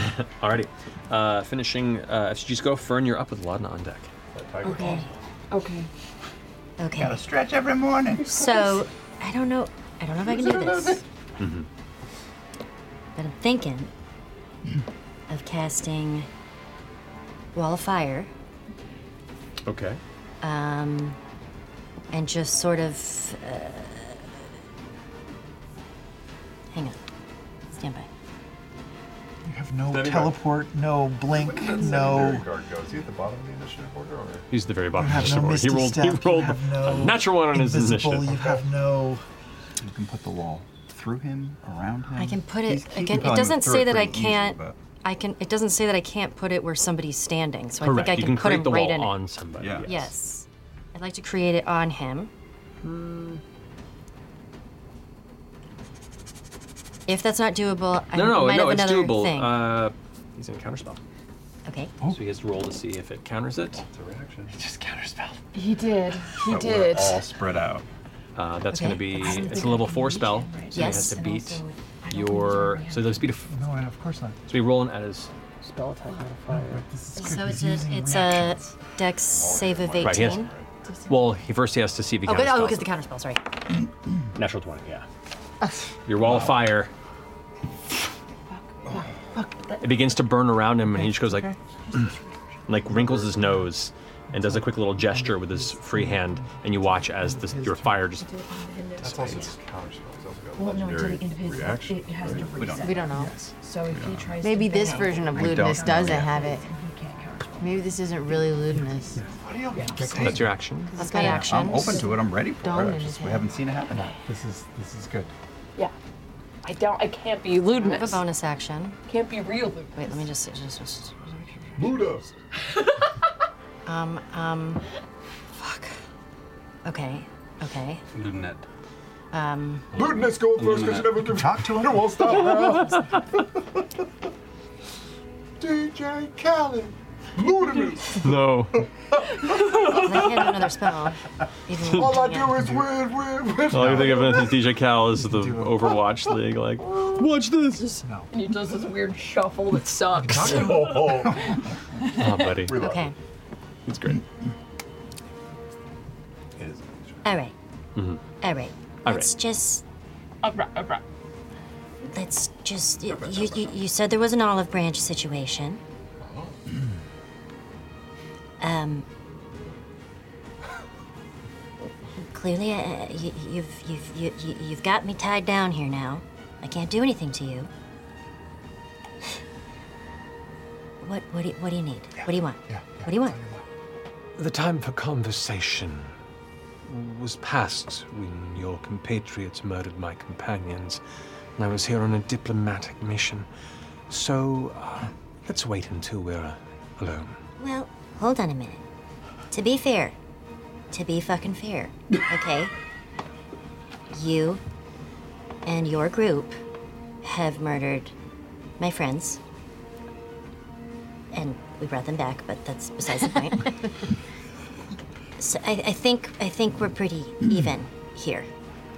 [SPEAKER 2] Alrighty. Uh, finishing uh, FCG's go. Fern, you're up with Laudna on deck.
[SPEAKER 15] Okay.
[SPEAKER 43] Okay.
[SPEAKER 15] Okay.
[SPEAKER 2] Gotta
[SPEAKER 15] stretch every morning. So, I don't know. I don't know if I can do this.
[SPEAKER 2] Mm-hmm.
[SPEAKER 15] But I'm thinking Hmm. of casting Wall of Fire
[SPEAKER 2] Okay.
[SPEAKER 15] um, and just sort of. Uh, hang on. Stand by.
[SPEAKER 3] You have no
[SPEAKER 15] Standing by.
[SPEAKER 3] teleport, no blink,
[SPEAKER 4] That secondary
[SPEAKER 3] no.
[SPEAKER 4] guard goes. Is he at the bottom of the initiative order? Or?
[SPEAKER 2] He's the very
[SPEAKER 3] You
[SPEAKER 2] bottom of
[SPEAKER 3] have
[SPEAKER 2] the
[SPEAKER 3] no
[SPEAKER 2] board. He
[SPEAKER 3] misty
[SPEAKER 2] rolled,
[SPEAKER 3] step.
[SPEAKER 2] he
[SPEAKER 3] you
[SPEAKER 2] rolled
[SPEAKER 3] have no
[SPEAKER 2] a natural one on his
[SPEAKER 3] invisible,
[SPEAKER 2] initiative.
[SPEAKER 3] You have no.
[SPEAKER 14] You can put the wall through him, around him.
[SPEAKER 15] I can put it
[SPEAKER 14] He's- he can
[SPEAKER 15] again.
[SPEAKER 14] probably
[SPEAKER 15] It
[SPEAKER 14] move
[SPEAKER 15] doesn't
[SPEAKER 14] through
[SPEAKER 15] say
[SPEAKER 14] it
[SPEAKER 15] that I
[SPEAKER 14] pretty easily,
[SPEAKER 15] can't.
[SPEAKER 14] but-
[SPEAKER 15] I can. It doesn't say that I can't put it where somebody's standing, so
[SPEAKER 2] Correct.
[SPEAKER 15] I think I
[SPEAKER 2] you
[SPEAKER 15] can,
[SPEAKER 2] can
[SPEAKER 15] put
[SPEAKER 2] create
[SPEAKER 15] him
[SPEAKER 2] the
[SPEAKER 15] right
[SPEAKER 2] wall
[SPEAKER 15] in. it.
[SPEAKER 2] on somebody.
[SPEAKER 15] Yes. I'd like to create it on him. Hmm. If that's not doable, I
[SPEAKER 2] No, no,
[SPEAKER 15] might
[SPEAKER 2] no,
[SPEAKER 15] have
[SPEAKER 2] it's
[SPEAKER 15] another
[SPEAKER 2] doable.
[SPEAKER 15] thing.
[SPEAKER 2] Uh, he's in counterspell. Oh.
[SPEAKER 15] Okay.
[SPEAKER 2] So he has to roll to see if it counters it. It's a reaction. It just counterspell.
[SPEAKER 10] He did. He
[SPEAKER 2] But we're
[SPEAKER 10] did.
[SPEAKER 2] all spread out. Uh, that's going to
[SPEAKER 10] Okay.
[SPEAKER 2] be
[SPEAKER 10] I didn't
[SPEAKER 2] it's
[SPEAKER 10] think
[SPEAKER 2] a
[SPEAKER 10] I
[SPEAKER 2] level
[SPEAKER 10] could
[SPEAKER 2] four
[SPEAKER 10] reach
[SPEAKER 2] spell,
[SPEAKER 10] it, right?
[SPEAKER 2] so he has
[SPEAKER 10] Yes,
[SPEAKER 2] to
[SPEAKER 10] and
[SPEAKER 2] beat
[SPEAKER 10] also,
[SPEAKER 2] your so there's beat. Of,
[SPEAKER 7] No, of course not.
[SPEAKER 2] so we rolling at his
[SPEAKER 7] Spell attack modifier. This is
[SPEAKER 15] So
[SPEAKER 7] good.
[SPEAKER 15] it's
[SPEAKER 7] He's
[SPEAKER 15] a
[SPEAKER 7] using
[SPEAKER 15] it's
[SPEAKER 7] reaction.
[SPEAKER 15] a dex save of
[SPEAKER 2] Uh, Right, he has-
[SPEAKER 15] eighteen.
[SPEAKER 2] well, he first he has to see if he
[SPEAKER 15] Oh, but,
[SPEAKER 2] counters
[SPEAKER 15] oh, because the counterspell. Sorry.
[SPEAKER 2] natural twenty. Yeah. Your wall of fire. It begins to burn around him, and he just goes like, like wrinkles his nose, and does a quick little gesture with his free hand, and you watch as this, your fire just
[SPEAKER 1] That's also just counterspell. It's also got
[SPEAKER 44] Well, no, until
[SPEAKER 1] legendary
[SPEAKER 44] the end of his-
[SPEAKER 1] reaction.
[SPEAKER 44] it has to
[SPEAKER 1] right?
[SPEAKER 44] We don't- we don't know. So if he tries
[SPEAKER 6] Maybe
[SPEAKER 44] to
[SPEAKER 6] this
[SPEAKER 44] bail-
[SPEAKER 6] version of
[SPEAKER 44] We don't
[SPEAKER 6] lewdness
[SPEAKER 44] know
[SPEAKER 6] doesn't
[SPEAKER 44] yet.
[SPEAKER 6] have it. Maybe this isn't really lewdness.
[SPEAKER 2] That's your action.
[SPEAKER 6] That's my action.
[SPEAKER 14] I'm open to it. I'm ready for
[SPEAKER 6] Dawn
[SPEAKER 14] it. I
[SPEAKER 6] in
[SPEAKER 14] just,
[SPEAKER 6] his
[SPEAKER 14] we haven't seen it happen. This is this is good.
[SPEAKER 10] Yeah. I don't. I can't be
[SPEAKER 15] I have a
[SPEAKER 10] lewdness.
[SPEAKER 15] bonus action.
[SPEAKER 10] Can't be real.
[SPEAKER 15] Wait, let me just. just, just
[SPEAKER 1] Buddha.
[SPEAKER 15] um um. Fuck. Okay. Okay.
[SPEAKER 45] Lunette.
[SPEAKER 15] Um.
[SPEAKER 1] Lewdness go first because you never give talk to him. It won't stop. now.
[SPEAKER 5] DJ Khaled.
[SPEAKER 2] No.
[SPEAKER 15] I can't do another spell. Even
[SPEAKER 5] All I do is win, win, win.
[SPEAKER 2] All I can think of is DJ Cal is the Overwatch League. Like, Watch this.
[SPEAKER 7] No.
[SPEAKER 46] And he does this weird shuffle that sucks.
[SPEAKER 2] oh, buddy.
[SPEAKER 15] Okay.
[SPEAKER 2] It's great.
[SPEAKER 15] All right.
[SPEAKER 2] Mhm.
[SPEAKER 15] All right.
[SPEAKER 2] All
[SPEAKER 15] Let's
[SPEAKER 2] right.
[SPEAKER 15] just. Let's just. You, you, you said there was an olive branch situation. Um. Clearly, uh, you, you've you've you, you- you've got me tied down here now. I can't do anything to you. What what do you, what do you need? What do you want? What do you want?
[SPEAKER 2] The time for conversation was past when your compatriots murdered my companions, and I was here on a diplomatic mission. So, uh, let's wait until we're uh, alone.
[SPEAKER 15] Well, hold on a minute. To be fair, to be fucking fair, okay? you and your group have murdered my friends. And we brought them back, but that's besides the point. so I, I think I think we're pretty even here,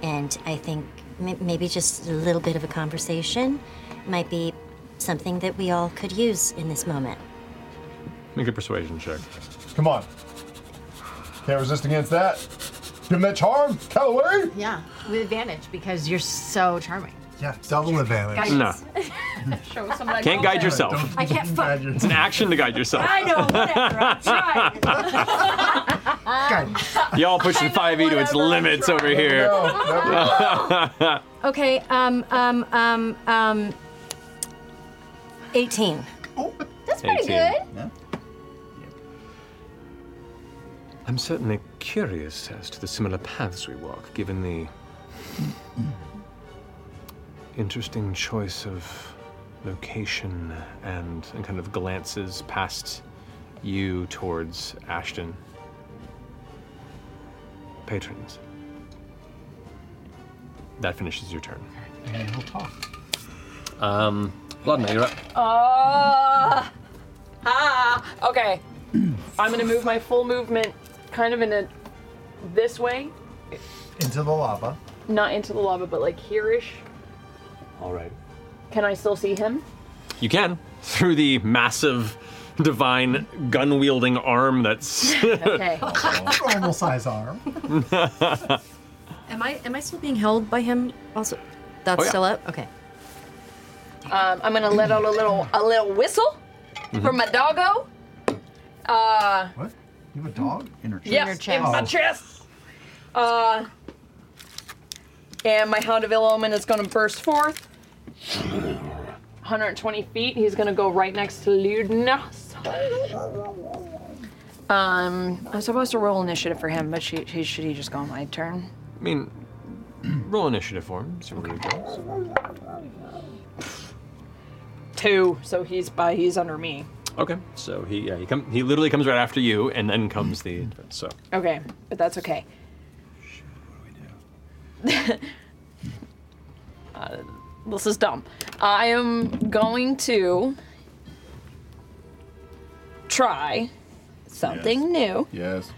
[SPEAKER 15] and I think m- maybe just a little bit of a conversation might be something that we all could use in this moment.
[SPEAKER 2] Make a persuasion check.
[SPEAKER 1] Come on. Can't resist against that. Give him that charm, Callaway.
[SPEAKER 6] Yeah, with advantage because you're so charming.
[SPEAKER 12] Yeah, double advantage.
[SPEAKER 2] No.
[SPEAKER 6] Show
[SPEAKER 2] Can't guide guide yourself. yourself.
[SPEAKER 6] I can't fuck.
[SPEAKER 2] It's an action to guide yourself.
[SPEAKER 6] I know,
[SPEAKER 5] whatever, I'm
[SPEAKER 2] Y'all pushing 5e to its limits over here.
[SPEAKER 15] Okay, um, um, um, um, 18.
[SPEAKER 1] Oh.
[SPEAKER 2] That's
[SPEAKER 5] pretty good.
[SPEAKER 2] I'm certainly curious as to the similar paths we walk, given the interesting choice of location and, and kind of glances past you towards Ashton. Patrons. That finishes your turn.
[SPEAKER 7] And he'll talk.
[SPEAKER 2] Um, Vladimir, you're up.
[SPEAKER 10] Ah. ah. Okay. I'm gonna move my full movement, kind of in a this way,
[SPEAKER 12] Into the lava.
[SPEAKER 10] not into the lava, but like here-ish.
[SPEAKER 2] All right.
[SPEAKER 10] Can I still see him?
[SPEAKER 2] You can through the massive, divine gun wielding arm that's.
[SPEAKER 10] Okay.
[SPEAKER 12] Normal size arm.
[SPEAKER 15] Am I am I still being held by him? Also, that's
[SPEAKER 10] Oh, yeah.
[SPEAKER 15] still up. Okay.
[SPEAKER 10] Um, I'm gonna let out a little a little whistle from my doggo. Uh,
[SPEAKER 3] You have a dog? In her Oh.
[SPEAKER 10] yes, in my chest. Uh, and my Hound of Ill Omen is gonna burst forth. 120 feet. He's gonna go right next to Ludnas. Um, I was supposed to roll initiative for him, but she, he, should he just go on my turn?
[SPEAKER 2] I mean, roll initiative for him. See where he goes.
[SPEAKER 10] two, so he's by he's under me.
[SPEAKER 2] Okay, so he yeah he come he literally comes right after you, and then comes the so
[SPEAKER 10] Okay, but that's okay. uh, this is dumb. I am going to try something new.
[SPEAKER 1] Yes.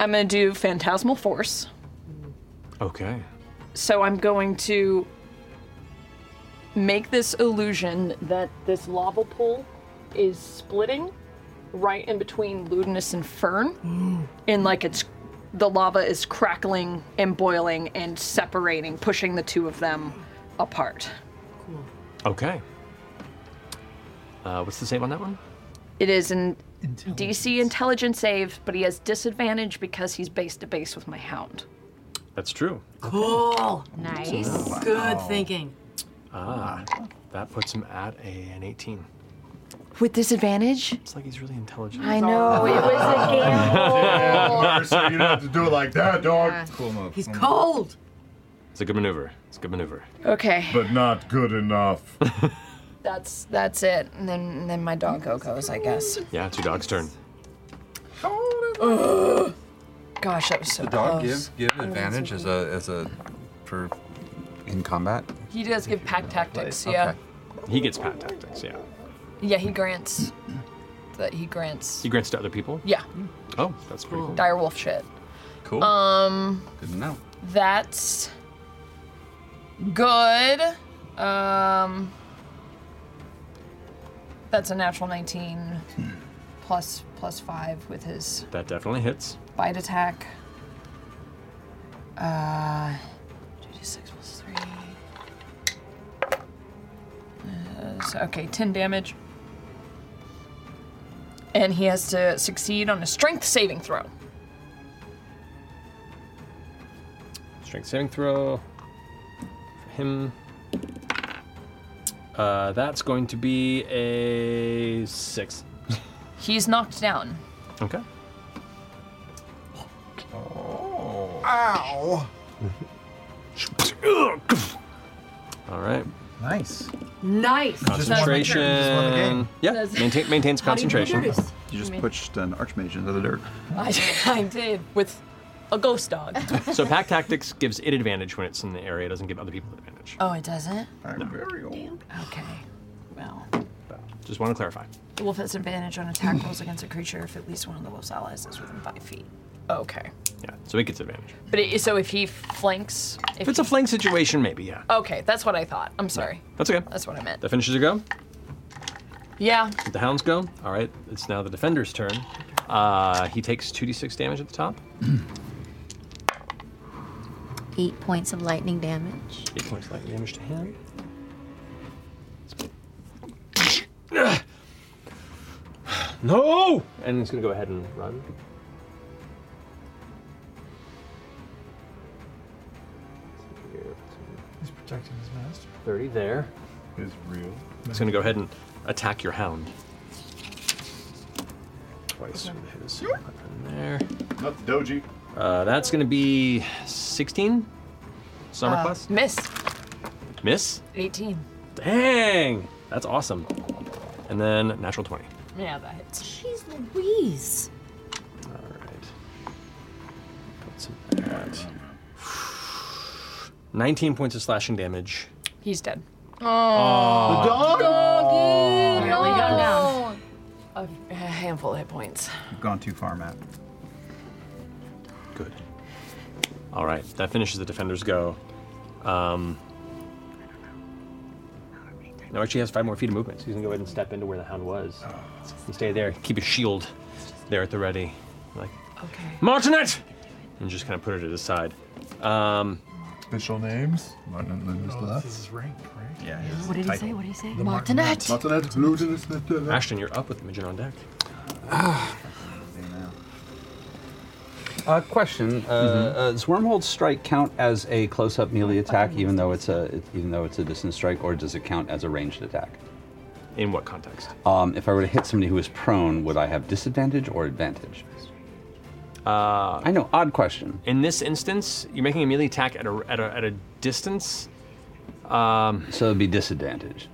[SPEAKER 10] I'm going to do Phantasmal Force.
[SPEAKER 2] okay.
[SPEAKER 10] So I'm going to make this illusion that this lava pool is splitting right in between Ludinus and Fern. And like it's the lava is crackling and boiling and separating, pushing the two of them apart.
[SPEAKER 2] Okay. Uh, what's the save on that one?
[SPEAKER 10] It is an DC intelligence save, but he has disadvantage because he's base to base with my hound.
[SPEAKER 2] That's true.
[SPEAKER 10] Cool.
[SPEAKER 2] Nice. Wow.
[SPEAKER 6] Good thinking.
[SPEAKER 2] Ah, that puts him at a, an 18.
[SPEAKER 10] With disadvantage?
[SPEAKER 2] It's like he's really intelligent.
[SPEAKER 10] I know, it was a
[SPEAKER 1] Yeah, so you don't have to do it like that, dog. Cool move.
[SPEAKER 6] He's
[SPEAKER 10] cold.
[SPEAKER 2] It's a good maneuver. It's a good maneuver.
[SPEAKER 10] Okay.
[SPEAKER 1] But not good enough.
[SPEAKER 10] That's that's it. And then and then my dog Coco's, I guess.
[SPEAKER 2] Yeah, it's your dog's turn.
[SPEAKER 10] Ugh. Gosh, that was so
[SPEAKER 7] the dog
[SPEAKER 10] close.
[SPEAKER 7] give give
[SPEAKER 10] I'm gonna
[SPEAKER 7] advantage as
[SPEAKER 10] take
[SPEAKER 7] a as a for in combat.
[SPEAKER 10] it. He does give pack tactics. Yeah.
[SPEAKER 2] He gets pat tactics. Yeah.
[SPEAKER 10] Yeah, he grants. That he grants.
[SPEAKER 2] He grants to other people.
[SPEAKER 10] Yeah.
[SPEAKER 2] Oh, that's pretty cool.
[SPEAKER 10] Direwolf shit.
[SPEAKER 2] Cool.
[SPEAKER 10] Um.
[SPEAKER 2] good to know.
[SPEAKER 10] That's good. Um, that's a natural 19
[SPEAKER 2] Hmm.
[SPEAKER 10] plus plus 5 with his
[SPEAKER 2] That definitely hits.
[SPEAKER 10] bite attack. Uh, 2d6 plus 3. Uh, so, okay, 10 damage. And he has to succeed on a strength saving throw.
[SPEAKER 2] Strength saving throw for him. Uh, that's going to be a six.
[SPEAKER 10] He's knocked down.
[SPEAKER 2] Okay.
[SPEAKER 5] Ow.
[SPEAKER 2] All right.
[SPEAKER 5] Nice.
[SPEAKER 6] Nice.
[SPEAKER 2] Concentration. Yeah,
[SPEAKER 6] That's-
[SPEAKER 2] maintain, maintains
[SPEAKER 6] How do you do
[SPEAKER 2] concentration.
[SPEAKER 6] this?
[SPEAKER 14] You just pushed an archmage into the dirt.
[SPEAKER 10] I, I did with a ghost dog.
[SPEAKER 2] so pack tactics gives it advantage when it's in the area. It doesn't give other people advantage.
[SPEAKER 10] Oh, it doesn't.
[SPEAKER 2] I'm very old.
[SPEAKER 10] Okay. Well,
[SPEAKER 2] Just want to clarify.
[SPEAKER 10] the wolf has advantage on attack rolls against a creature if at least one of the wolf's allies is within five feet. Okay.
[SPEAKER 2] Yeah, so it gets advantage.
[SPEAKER 10] But it, so if he flanks, if,
[SPEAKER 2] If it's a
[SPEAKER 10] he-
[SPEAKER 2] flank situation, maybe yeah.
[SPEAKER 10] okay, that's what I thought. I'm sorry.
[SPEAKER 2] That's okay.
[SPEAKER 10] That's what I meant.
[SPEAKER 2] The finishers are go.
[SPEAKER 10] Yeah.
[SPEAKER 2] Let The hounds go. All right, it's now the defender's turn. Uh, he takes two d six damage at the top.
[SPEAKER 6] Eight points of lightning damage.
[SPEAKER 2] Eight points of lightning damage to him. No! And he's gonna go ahead and run.
[SPEAKER 3] He's protecting his master.
[SPEAKER 2] 30 there.
[SPEAKER 1] Is real.
[SPEAKER 2] He's gonna go ahead and attack your hound. Twice with his weapon there.
[SPEAKER 1] Not the doji.
[SPEAKER 2] Uh, that's gonna be 16. Summer
[SPEAKER 10] Uh,
[SPEAKER 2] class.
[SPEAKER 10] Miss.
[SPEAKER 2] Miss?
[SPEAKER 10] 18.
[SPEAKER 2] Dang! That's awesome. And then natural 20.
[SPEAKER 10] Yeah, that hits.
[SPEAKER 6] She's Louise.
[SPEAKER 2] Puts him at 19 points of slashing damage.
[SPEAKER 10] He's dead. Oh.
[SPEAKER 2] Aw. The dog?
[SPEAKER 10] Doggy.
[SPEAKER 6] Nearly got him down.
[SPEAKER 10] A, a handful of hit points.
[SPEAKER 14] You've gone too far, Matt.
[SPEAKER 2] Good. All right, that finishes the defender's go. Um, no, actually, he has five more feet of movement, so he's gonna go ahead and step into where the hound was and stay there. Keep his shield there at the ready, like
[SPEAKER 10] okay,
[SPEAKER 2] Martinet, and just kind of put her to the side. Um,
[SPEAKER 1] Official names: Martin Luther's left.
[SPEAKER 3] Oh, This is ranked, right?
[SPEAKER 14] Yeah.
[SPEAKER 6] What did he say? What did he say?
[SPEAKER 3] The Martinet.
[SPEAKER 1] Martinet, Luther's
[SPEAKER 2] Ashton, you're up with Midget on deck.
[SPEAKER 7] Uh, question: uh,
[SPEAKER 2] Mm-hmm.
[SPEAKER 7] uh, Does Wormhole Strike count as a close-up melee attack, even though it's a it- even though it's a distance strike, or does it count as a ranged attack?
[SPEAKER 2] In what context?
[SPEAKER 7] Um, if I were to hit somebody who is prone, would I have disadvantage or advantage?
[SPEAKER 2] Uh,
[SPEAKER 7] I know, odd question.
[SPEAKER 2] In this instance, you're making a melee attack at a at a, at a distance. Um,
[SPEAKER 7] so it'd be disadvantage.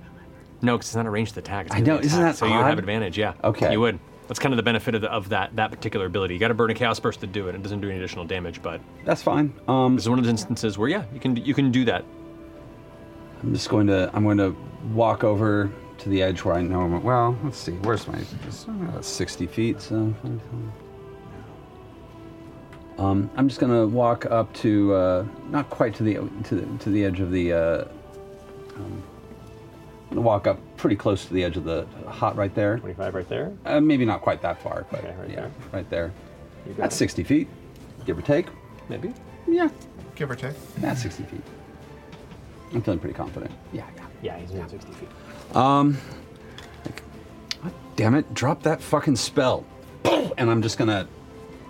[SPEAKER 2] No, because it's not a ranged attack. It's
[SPEAKER 7] I
[SPEAKER 2] gonna be
[SPEAKER 7] know,
[SPEAKER 2] an
[SPEAKER 7] isn't
[SPEAKER 2] attack,
[SPEAKER 7] that
[SPEAKER 2] so you would
[SPEAKER 7] odd?
[SPEAKER 2] have advantage? Yeah.
[SPEAKER 7] Okay.
[SPEAKER 2] You would. That's kind of the benefit of, the, of that that particular ability. You got to burn a chaos burst to do it. It doesn't do any additional damage, but
[SPEAKER 7] that's fine. Um,
[SPEAKER 2] this is one of those instances where yeah, you can you can do that.
[SPEAKER 7] I'm just going to I'm going to walk over to the edge where I know I'm. Well, let's see. Where's my? it's About 60 feet. So. Um, I'm just gonna walk up to uh, not quite to the to the, to the edge of the. Uh, um, I'm gonna walk up pretty close to the edge of the hot right there.
[SPEAKER 2] 25 right there.
[SPEAKER 7] Uh, maybe not quite that far, but
[SPEAKER 2] right
[SPEAKER 7] yeah,
[SPEAKER 2] there.
[SPEAKER 7] right there.
[SPEAKER 2] got
[SPEAKER 7] That's
[SPEAKER 2] it.
[SPEAKER 7] 60 feet, give or take.
[SPEAKER 2] Maybe.
[SPEAKER 7] Yeah.
[SPEAKER 4] Give or take.
[SPEAKER 7] That's 60 feet. I'm feeling pretty confident. Yeah, yeah.
[SPEAKER 2] Yeah, he's within 60 feet.
[SPEAKER 7] Um, like, God damn it! Drop that fucking spell. And I'm just gonna,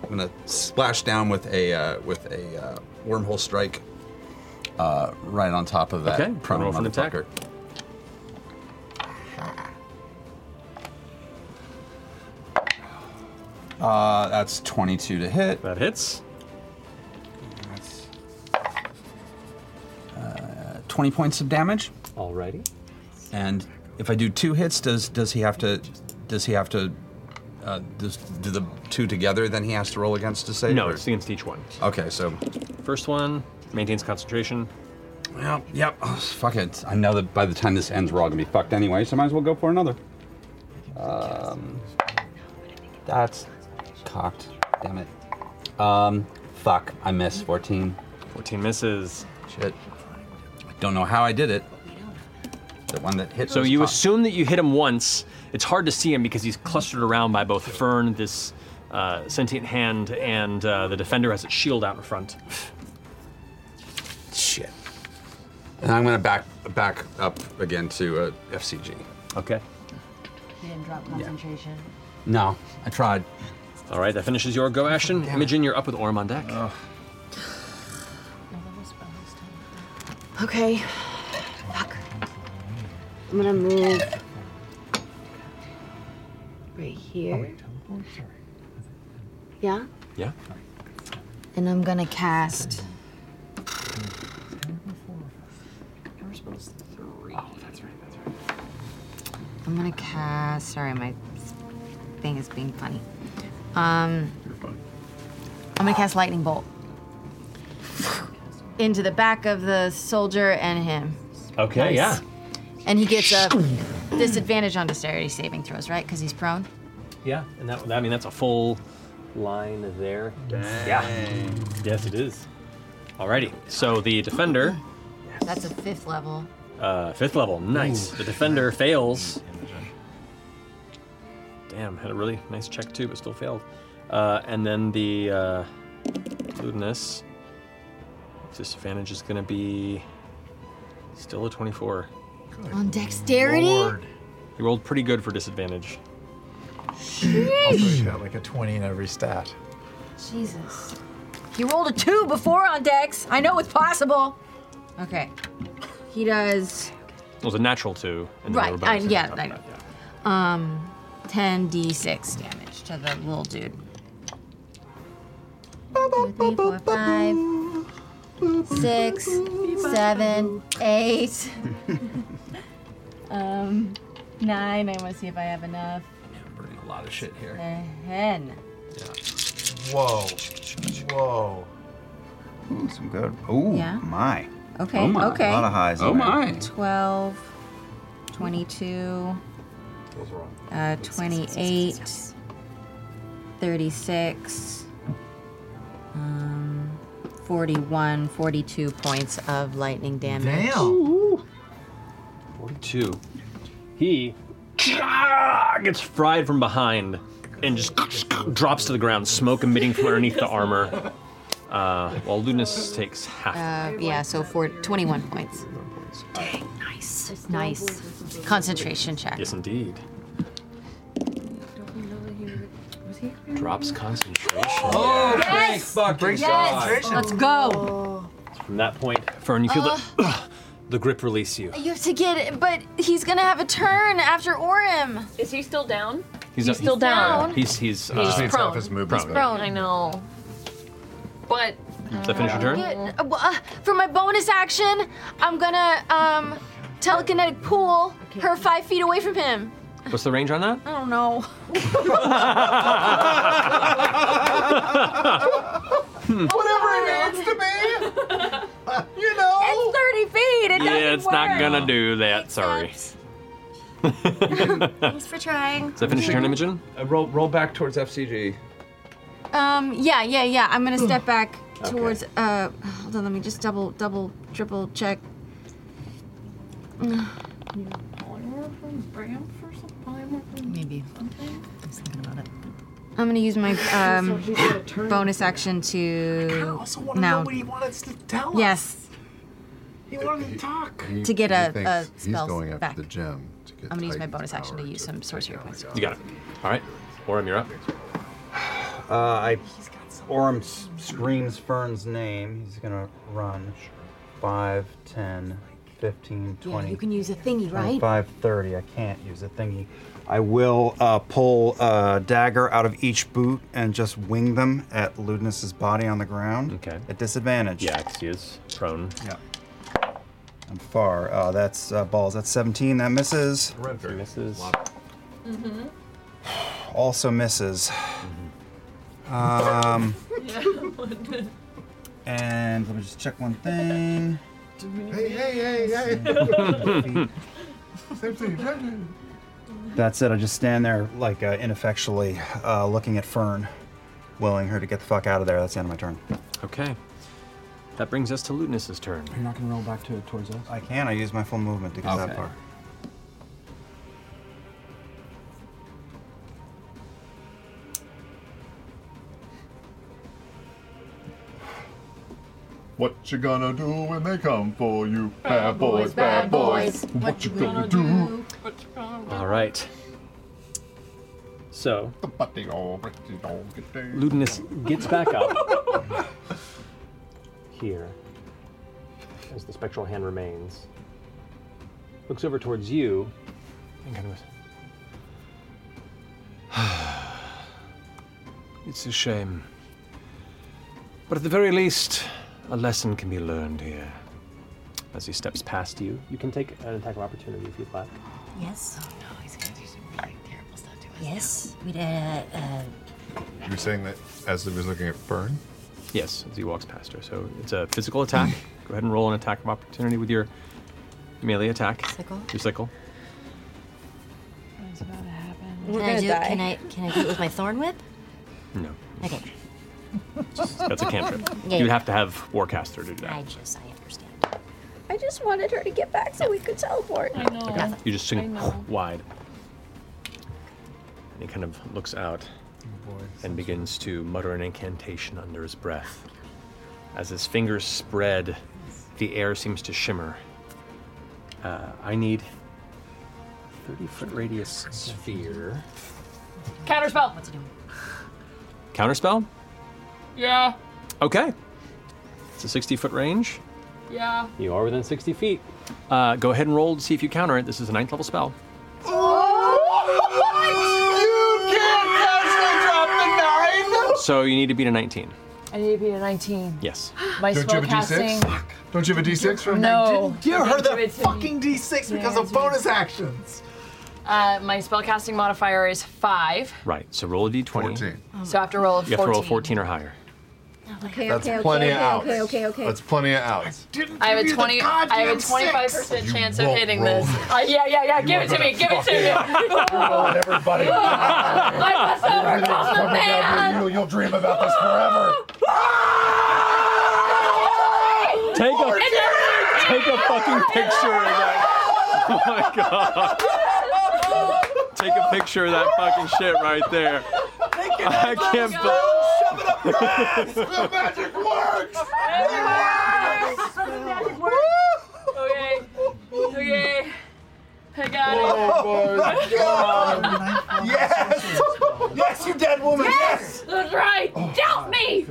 [SPEAKER 47] I'm gonna splash down with a uh, with a uh, wormhole strike, uh, right on top of that
[SPEAKER 2] Okay,
[SPEAKER 47] prone
[SPEAKER 2] roll for an attack.
[SPEAKER 47] motherfucker. Uh, that's 22 to hit.
[SPEAKER 2] That hits.
[SPEAKER 7] That's uh, 20 points of damage.
[SPEAKER 2] Alrighty.
[SPEAKER 47] And if I do two hits, does does he have to? Does he have to? Uh, does, do the two together? Then he has to roll against to save.
[SPEAKER 2] no,
[SPEAKER 47] or-
[SPEAKER 2] it's against each one.
[SPEAKER 47] Okay, so
[SPEAKER 2] First one maintains concentration.
[SPEAKER 7] Well, yep. Oh, fuck it. I know that by the time this ends, we're all gonna be fucked anyway, so might as well go for another. Um, that's cocked. Damn it. Um, fuck. I miss 14.
[SPEAKER 2] 14 misses.
[SPEAKER 47] Shit. I don't know how I did it. The one that hit.
[SPEAKER 2] So
[SPEAKER 47] was
[SPEAKER 2] you
[SPEAKER 47] pop-
[SPEAKER 2] assume that you hit him once. It's hard to see him because he's clustered around by both Fern, this uh, sentient hand, and uh, the defender has its shield out in front.
[SPEAKER 47] Shit. And I'm gonna back back up again to uh, FCG.
[SPEAKER 2] Okay.
[SPEAKER 48] You didn't drop concentration.
[SPEAKER 7] No, I tried.
[SPEAKER 2] All right, that finishes your go, Ashton. Imogen, you're up with Orm on deck.
[SPEAKER 6] Okay. Fuck. I'm gonna move right here. Yeah?
[SPEAKER 2] Yeah.
[SPEAKER 6] And I'm gonna cast.
[SPEAKER 10] Oh, that's right. That's right.
[SPEAKER 6] I'm gonna cast. Sorry, my thing is being funny. Um,
[SPEAKER 48] I'm gonna cast lightning bolt.
[SPEAKER 6] into the back of the soldier and him,
[SPEAKER 2] Okay,
[SPEAKER 6] Nice. and he gets a disadvantage on dexterity saving throws, right? Because he's prone.
[SPEAKER 2] yeah. Yeah, and that, I mean, that's a full line there. Yeah. Yes, it is. Alrighty, so the defender,
[SPEAKER 6] That's a fifth level.
[SPEAKER 2] uh, fifth level, nice. The defender fails. Damn, had a really nice check too, but still failed. Uh, and then the uh, lewdness disadvantage is going to be still a 24.
[SPEAKER 15] On dexterity?
[SPEAKER 2] He rolled pretty good for disadvantage.
[SPEAKER 4] Also, he's got like a 20 in every stat.
[SPEAKER 6] Jesus. You rolled a two before on Dex. I know it's possible. Okay. He does.
[SPEAKER 2] It was a natural two. And then
[SPEAKER 6] Right.
[SPEAKER 2] there were
[SPEAKER 6] I,
[SPEAKER 2] bonuses on
[SPEAKER 6] yeah,
[SPEAKER 2] top
[SPEAKER 6] I
[SPEAKER 2] of that.
[SPEAKER 6] know. Um, 10d6 damage to the little dude.
[SPEAKER 15] Two, three, four, five, six, seven, eight, um, nine. I want to see if I have enough.
[SPEAKER 47] Burning a lot of shit here.
[SPEAKER 15] Ten.
[SPEAKER 4] Whoa. Whoa.
[SPEAKER 14] Ooh, some good. Ooh,
[SPEAKER 15] Yeah.
[SPEAKER 14] my.
[SPEAKER 15] Okay, Oh my. okay.
[SPEAKER 14] A lot of highs.
[SPEAKER 15] Oh
[SPEAKER 14] in there.
[SPEAKER 15] my. 12, 22, uh, 28,
[SPEAKER 6] 36, um, 41, 42 points of lightning damage.
[SPEAKER 2] Damn. 42. He gets fried from behind and just drops to the ground, smoke emitting from underneath the armor. Uh, while Ludinus takes half.
[SPEAKER 6] Uh, yeah, so for 21 points. Dang, nice. Nice. Concentration check.
[SPEAKER 2] Yes, indeed. Drops concentration.
[SPEAKER 10] Oh, yes!
[SPEAKER 2] fucking God.
[SPEAKER 15] Let's go.
[SPEAKER 2] From that point, Fern, you feel the,
[SPEAKER 6] Uh.
[SPEAKER 2] the grip release you.
[SPEAKER 15] You have to get it, but he's gonna have a turn after Orim.
[SPEAKER 5] Is he still down?
[SPEAKER 2] He's,
[SPEAKER 5] He's still down.
[SPEAKER 2] He's he's.
[SPEAKER 5] He just needs half his
[SPEAKER 2] movement.
[SPEAKER 5] I know. But
[SPEAKER 2] Does that finish your turn?
[SPEAKER 15] Get- uh, well, uh, for my bonus action, I'm gonna um, telekinetic pull
[SPEAKER 6] Her five feet away from him.
[SPEAKER 2] What's the range on that?
[SPEAKER 6] I don't know.
[SPEAKER 2] Hmm.
[SPEAKER 5] Whatever it needs to be. Uh, You know. It's 30 feet. It
[SPEAKER 2] yeah, it's not gonna do that. Sorry.
[SPEAKER 6] Thanks for trying.
[SPEAKER 2] Does that finish your turn, Imogen?
[SPEAKER 7] Uh, roll, roll back towards FCG.
[SPEAKER 6] Um, yeah, yeah, yeah. I'm gonna step back towards. Uh, hold on. Let me just double, double, triple check.
[SPEAKER 12] Maybe.
[SPEAKER 6] I'm gonna use my um,
[SPEAKER 12] So he's gonna turn-
[SPEAKER 6] bonus action to
[SPEAKER 3] I also want to
[SPEAKER 6] now.
[SPEAKER 3] know what he wanted us to tell us.
[SPEAKER 6] yes,
[SPEAKER 3] He wanted to talk.
[SPEAKER 4] He-
[SPEAKER 6] to get
[SPEAKER 4] he
[SPEAKER 6] a,
[SPEAKER 4] thinks
[SPEAKER 6] a
[SPEAKER 4] he's
[SPEAKER 6] spell
[SPEAKER 4] going after
[SPEAKER 6] back.
[SPEAKER 4] the gem to get
[SPEAKER 6] I'm gonna use my
[SPEAKER 4] Titan's
[SPEAKER 6] bonus action to use some sorcery points.
[SPEAKER 2] You got it. All right, Orem, you're up.
[SPEAKER 14] Uh, I, Orm s- screams Fern's name. He's gonna run 5, 10, 15, 20.
[SPEAKER 49] Yeah, you can use a thingy, right?
[SPEAKER 14] 2530. I can't use a thingy. I will uh, pull a dagger out of each boot and just wing them at Ludinus's body on the ground. Okay. At disadvantage. Yeah,
[SPEAKER 2] because he is prone.
[SPEAKER 14] Yeah. I'm far. Uh, that's uh, balls. That's 17. That misses.
[SPEAKER 2] Renfrew. Misses.
[SPEAKER 5] Mm-hmm.
[SPEAKER 14] Also misses. Um, and let me just check one thing.
[SPEAKER 5] Hey, hey, hey,
[SPEAKER 14] hey.
[SPEAKER 5] Same thing.
[SPEAKER 14] That's it. I just stand there, like, uh, ineffectually uh, looking at Fern, willing her to get the fuck out of there. That's the end of my turn.
[SPEAKER 2] Okay. That brings us to Ludinus's turn.
[SPEAKER 14] You're not going to roll back to towards us? I can. I use my full movement to get that
[SPEAKER 2] Okay.
[SPEAKER 14] far.
[SPEAKER 1] What you gonna do when they come for you? Bad boys, bad boys. What you gonna do?
[SPEAKER 2] All right. So. Ludinus gets back up. Here. As the spectral hand remains. Looks over towards you and kind of goes. It's a shame. But at the very least, a lesson can be learned here. As he steps past you, you can take an attack of opportunity if you'd like.
[SPEAKER 15] Yes.
[SPEAKER 12] Oh no, he's gonna do some really terrible stuff to us.
[SPEAKER 15] Yes. We did. Uh, uh,
[SPEAKER 4] You're saying that as he was looking at Fern?
[SPEAKER 2] Yes, as he walks past her. So it's a physical attack. Go ahead and roll an attack of opportunity with your melee attack.
[SPEAKER 15] Sickle?
[SPEAKER 2] Your sickle.
[SPEAKER 15] What's about to happen?
[SPEAKER 6] We're
[SPEAKER 15] Can I
[SPEAKER 6] gonna
[SPEAKER 15] do
[SPEAKER 6] die.
[SPEAKER 15] it? Can I? Can I do it with my thorn whip?
[SPEAKER 2] No.
[SPEAKER 15] Okay.
[SPEAKER 2] That's a cantrip.
[SPEAKER 15] Yeah,
[SPEAKER 2] You'd
[SPEAKER 15] yeah.
[SPEAKER 2] have to have Warcaster do that.
[SPEAKER 15] I just. I understand.
[SPEAKER 6] I just wanted her to get back so we could teleport. I know.
[SPEAKER 2] Okay. You just swing
[SPEAKER 6] Oh, I know.
[SPEAKER 2] wide. And he kind of looks out and begins to mutter an incantation under his breath. As his fingers spread, the air seems to shimmer. Uh, I need 30 foot radius sphere.
[SPEAKER 50] Counterspell.
[SPEAKER 12] What's he doing?
[SPEAKER 2] Counterspell?
[SPEAKER 50] Yeah.
[SPEAKER 2] Okay. It's a 60 foot range.
[SPEAKER 50] Yeah.
[SPEAKER 2] You are within 60 feet. Uh, go ahead and roll to see if you counter it. This is a ninth level spell.
[SPEAKER 10] Oh!
[SPEAKER 5] You can't actually drop the nine.
[SPEAKER 2] So you need to beat a 19.
[SPEAKER 10] I need to be a 19.
[SPEAKER 2] Yes.
[SPEAKER 10] My
[SPEAKER 4] Don't you
[SPEAKER 10] spell
[SPEAKER 4] have a D6?
[SPEAKER 10] casting.
[SPEAKER 4] Don't you have a D6 from
[SPEAKER 10] No.
[SPEAKER 3] You
[SPEAKER 10] Don't
[SPEAKER 3] heard
[SPEAKER 10] do
[SPEAKER 3] that
[SPEAKER 10] it to
[SPEAKER 3] fucking
[SPEAKER 10] me.
[SPEAKER 3] D6
[SPEAKER 10] Yeah,
[SPEAKER 3] because of
[SPEAKER 10] don't do it.
[SPEAKER 3] bonus actions.
[SPEAKER 10] Uh, my spellcasting modifier is five,
[SPEAKER 2] Right. So roll a d20. 14.
[SPEAKER 10] so I have to roll a
[SPEAKER 2] You have to
[SPEAKER 10] 14.
[SPEAKER 2] roll a 14 or higher.
[SPEAKER 6] Okay,
[SPEAKER 2] That's
[SPEAKER 6] okay,
[SPEAKER 2] plenty
[SPEAKER 6] okay,
[SPEAKER 2] of
[SPEAKER 6] okay,
[SPEAKER 2] outs.
[SPEAKER 6] okay, okay, okay.
[SPEAKER 2] That's
[SPEAKER 4] plenty of outs.
[SPEAKER 10] I
[SPEAKER 5] Give
[SPEAKER 10] have a
[SPEAKER 5] you the
[SPEAKER 10] 20. I have a
[SPEAKER 5] goddamn
[SPEAKER 10] 25 percent chance of hitting this. Uh, yeah, yeah, yeah.
[SPEAKER 5] You
[SPEAKER 10] give
[SPEAKER 5] are
[SPEAKER 10] it to
[SPEAKER 5] gonna
[SPEAKER 10] me. Give it to me.
[SPEAKER 5] fucking ruin everybody.
[SPEAKER 10] I must overcome the man.
[SPEAKER 5] You, you'll dream about this forever.
[SPEAKER 2] Take
[SPEAKER 5] a
[SPEAKER 2] take a fucking picture of that. Oh my god. Take a picture of that fucking shit right there. I can't believe.
[SPEAKER 5] The magic works.
[SPEAKER 10] Okay. Okay. I got
[SPEAKER 5] Oh my
[SPEAKER 10] it.
[SPEAKER 5] God. Yes. Yes, you dead woman. Yes.
[SPEAKER 10] That's right. Doubt me.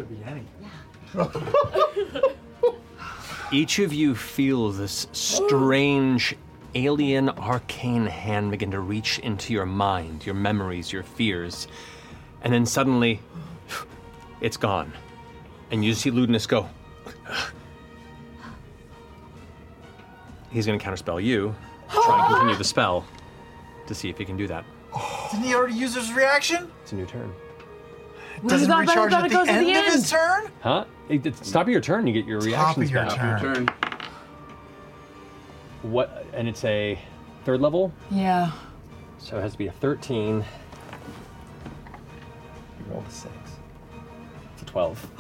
[SPEAKER 2] Each of you feel this strange alien arcane hand begin to reach into your mind, your memories, your fears, and then suddenly it's gone. And you see Ludinus go. He's gonna counterspell you. try and continue the spell to see if he can do that.
[SPEAKER 3] Didn't he already use his reaction?
[SPEAKER 2] It's a new turn.
[SPEAKER 3] It doesn't
[SPEAKER 2] thought- but I
[SPEAKER 3] recharge
[SPEAKER 2] thought
[SPEAKER 3] at
[SPEAKER 2] it
[SPEAKER 3] the
[SPEAKER 2] goes
[SPEAKER 3] end,
[SPEAKER 2] to the
[SPEAKER 3] of his turn?
[SPEAKER 2] Huh? It- it's top of your turn, you get your
[SPEAKER 3] Top
[SPEAKER 2] reactions
[SPEAKER 3] of your
[SPEAKER 2] back.
[SPEAKER 3] turn.
[SPEAKER 2] What? And it's a third level,
[SPEAKER 12] Yeah.
[SPEAKER 2] so it has to be a 13. You rolled a 6. It's a 12.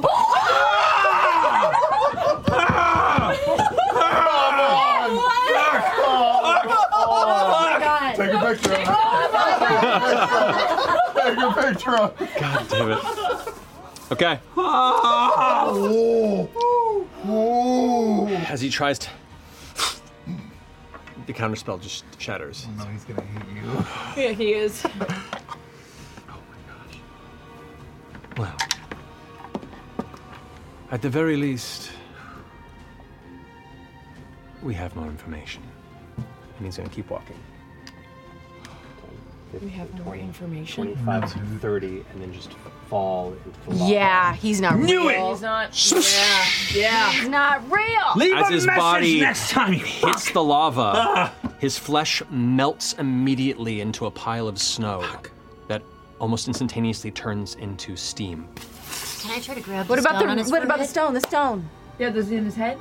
[SPEAKER 4] Take a picture of
[SPEAKER 1] Take a picture of it.
[SPEAKER 2] God damn it. Oh. Okay. As he tries to. The counterspell just shatters. Oh, No, he's gonna hate you.
[SPEAKER 10] Yeah, he is.
[SPEAKER 5] Well, at the very least, we have more information.
[SPEAKER 2] And he's gonna keep walking.
[SPEAKER 10] We have more information.
[SPEAKER 2] 25 to 30, and then just fall into the lava.
[SPEAKER 6] Yeah, he's not
[SPEAKER 2] Knew
[SPEAKER 6] real.
[SPEAKER 2] it!
[SPEAKER 6] He's not. Yeah, yeah. He's not real.
[SPEAKER 15] Oh.
[SPEAKER 2] As his body hits the lava, his flesh melts immediately into a pile of snow that almost instantaneously turns into steam.
[SPEAKER 15] Can I try to grab
[SPEAKER 6] What
[SPEAKER 15] the
[SPEAKER 6] about
[SPEAKER 15] stone
[SPEAKER 6] the
[SPEAKER 15] on his
[SPEAKER 6] what about the
[SPEAKER 15] forehead?
[SPEAKER 6] stone? The stone.
[SPEAKER 12] Yeah, does it in his head?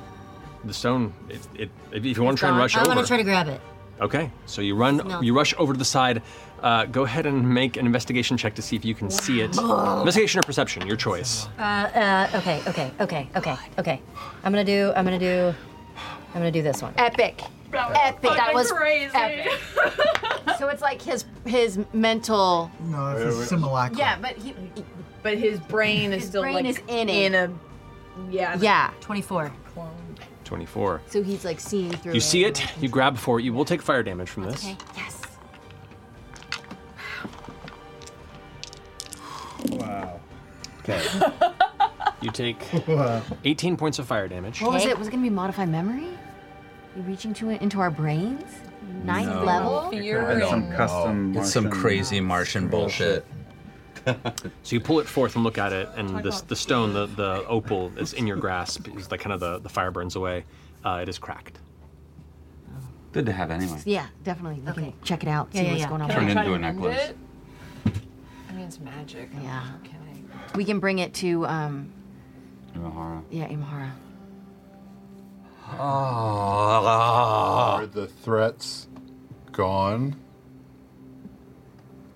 [SPEAKER 2] The stone, it, it, if you want to try and
[SPEAKER 15] Gone.
[SPEAKER 2] rush
[SPEAKER 15] I
[SPEAKER 2] over.
[SPEAKER 15] want to try to grab it.
[SPEAKER 2] Okay, so you run,
[SPEAKER 15] No.
[SPEAKER 2] you rush over to the side. Uh, go ahead and make an investigation check to see if you can see it. investigation or perception, your choice.
[SPEAKER 15] Uh, uh, okay, okay, okay, okay, okay. I'm gonna do. I'm gonna do. I'm gonna do this one.
[SPEAKER 6] Epic. Epic.
[SPEAKER 15] fucking
[SPEAKER 6] crazy. Epic. so it's like his his mental.
[SPEAKER 3] No,
[SPEAKER 6] that's
[SPEAKER 3] his simulacrum.
[SPEAKER 6] Yeah, but he.
[SPEAKER 12] But his brain is still
[SPEAKER 6] brain
[SPEAKER 12] like
[SPEAKER 6] is in it.
[SPEAKER 12] in a yeah.
[SPEAKER 6] Yeah.
[SPEAKER 12] 24.
[SPEAKER 2] 24.
[SPEAKER 6] So he's like seeing through.
[SPEAKER 2] You see it, you grab for it, you will take fire damage from this.
[SPEAKER 6] Okay. Yes.
[SPEAKER 2] Wow. Okay. you take 18 points of fire damage.
[SPEAKER 6] What was it? Was it gonna be modify memory? You reaching to it into our brains?
[SPEAKER 2] Mm.
[SPEAKER 6] Ninth
[SPEAKER 7] No.
[SPEAKER 6] level.
[SPEAKER 7] Some custom
[SPEAKER 51] It's some
[SPEAKER 7] Martian-
[SPEAKER 51] crazy Martian bullshit.
[SPEAKER 2] So you pull it forth and look at it, and this, the stone, the, the opal that's in your grasp, is the kind of the, the fire burns away. Uh, it is cracked.
[SPEAKER 7] Good to have anyway.
[SPEAKER 6] Yeah, definitely. We can check it out.
[SPEAKER 52] Yeah,
[SPEAKER 6] see
[SPEAKER 52] yeah,
[SPEAKER 6] what's
[SPEAKER 52] yeah.
[SPEAKER 6] going on.
[SPEAKER 7] Can Turn I try into to a mend necklace.
[SPEAKER 52] it? I mean, it's magic.
[SPEAKER 6] Yeah. We can bring it to. Um, yeah, Imahara.
[SPEAKER 1] Are the threats gone?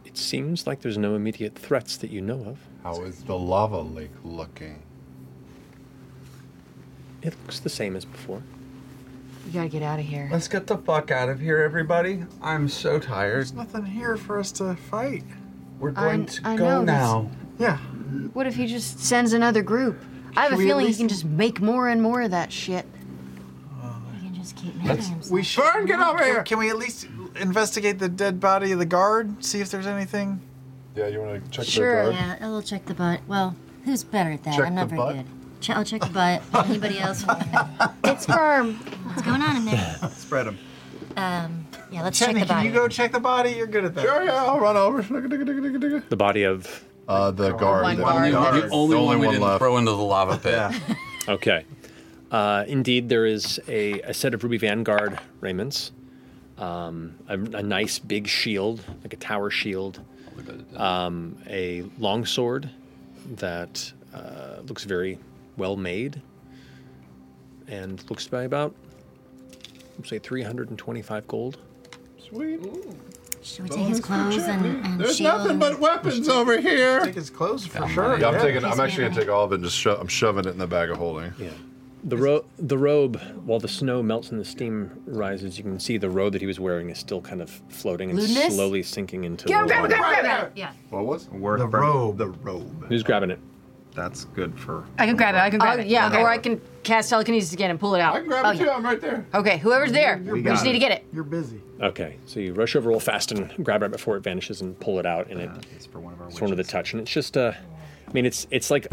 [SPEAKER 5] It seems like there's no immediate threats that you know of.
[SPEAKER 1] How is the lava lake looking?
[SPEAKER 5] It looks the same as before.
[SPEAKER 6] You gotta get out of here.
[SPEAKER 7] Let's get the fuck out of here, everybody. I'm so tired.
[SPEAKER 3] Nothing here for us to fight.
[SPEAKER 7] We're
[SPEAKER 6] going I- to I go know, that's- now.
[SPEAKER 3] Yeah.
[SPEAKER 6] What if he just sends another group? I have
[SPEAKER 3] Should
[SPEAKER 6] a
[SPEAKER 3] we at
[SPEAKER 6] feeling he
[SPEAKER 3] least-
[SPEAKER 6] can just make more and more of that shit.
[SPEAKER 15] He can just keep
[SPEAKER 3] We should. get over here! Can we at least investigate the dead body of the guard? See if there's anything.
[SPEAKER 1] Yeah, you want to check
[SPEAKER 15] Yeah, I will check the butt. Well, who's better at that?
[SPEAKER 1] Check
[SPEAKER 15] I'm not
[SPEAKER 1] the
[SPEAKER 15] very
[SPEAKER 1] butt?
[SPEAKER 15] good. Ch- I'll check the butt. Anybody else? it's
[SPEAKER 6] firm.
[SPEAKER 15] What's going on in there?
[SPEAKER 14] Spread them.
[SPEAKER 15] Um, yeah, let's
[SPEAKER 3] Jenny,
[SPEAKER 15] check the
[SPEAKER 3] can
[SPEAKER 15] body.
[SPEAKER 3] you go check the body? You're good at that.
[SPEAKER 1] Sure, yeah, I'll run over.
[SPEAKER 5] The body of.
[SPEAKER 1] Uh, the
[SPEAKER 3] guard. One
[SPEAKER 5] The
[SPEAKER 3] guard.
[SPEAKER 5] only,
[SPEAKER 3] The only
[SPEAKER 5] one,
[SPEAKER 3] one
[SPEAKER 5] we
[SPEAKER 3] we
[SPEAKER 5] didn't
[SPEAKER 3] left.
[SPEAKER 5] throw into the lava pit. Okay. Uh, indeed, there is a, a set of Ruby Vanguard raiments, um, a, a nice big shield, like a tower shield, um, a long sword that uh, looks very well made, and looks by about, say, 325 gold.
[SPEAKER 1] Sweet.
[SPEAKER 15] Should we take his clothes
[SPEAKER 1] check.
[SPEAKER 15] and, and
[SPEAKER 1] There's
[SPEAKER 15] shield?
[SPEAKER 1] nothing but weapons over here.
[SPEAKER 3] Take his clothes for
[SPEAKER 1] Yeah,
[SPEAKER 3] sure.
[SPEAKER 1] I'm taking. I'm actually gonna take all of it and just sho- I'm shoving it in the bag of holding.
[SPEAKER 5] Yeah. The, ro- the robe, while the snow melts and the steam rises, you can see the robe that he was wearing is still kind of floating and
[SPEAKER 15] Ludinus?
[SPEAKER 5] slowly sinking into
[SPEAKER 15] Go,
[SPEAKER 5] the
[SPEAKER 15] go,
[SPEAKER 5] water.
[SPEAKER 15] go, go, go. Yeah.
[SPEAKER 1] What was
[SPEAKER 14] Worth the robe? The robe.
[SPEAKER 5] Who's grabbing it?
[SPEAKER 14] That's good for.
[SPEAKER 6] I can grab it. I can
[SPEAKER 53] grab it.
[SPEAKER 6] Yeah,
[SPEAKER 53] Okay.
[SPEAKER 6] or I can cast telekinesis again and pull it out. I can
[SPEAKER 1] grab
[SPEAKER 6] oh,
[SPEAKER 1] it too.
[SPEAKER 6] yeah.
[SPEAKER 1] I'm right there.
[SPEAKER 6] Okay, whoever's there, we
[SPEAKER 5] got
[SPEAKER 6] just need
[SPEAKER 5] it.
[SPEAKER 6] to get it.
[SPEAKER 3] You're busy.
[SPEAKER 5] Okay, so you rush over real fast and grab it right before it vanishes and pull it out, and it, it's for one of our it's one of the touch, and it's just uh, I mean, it's it's like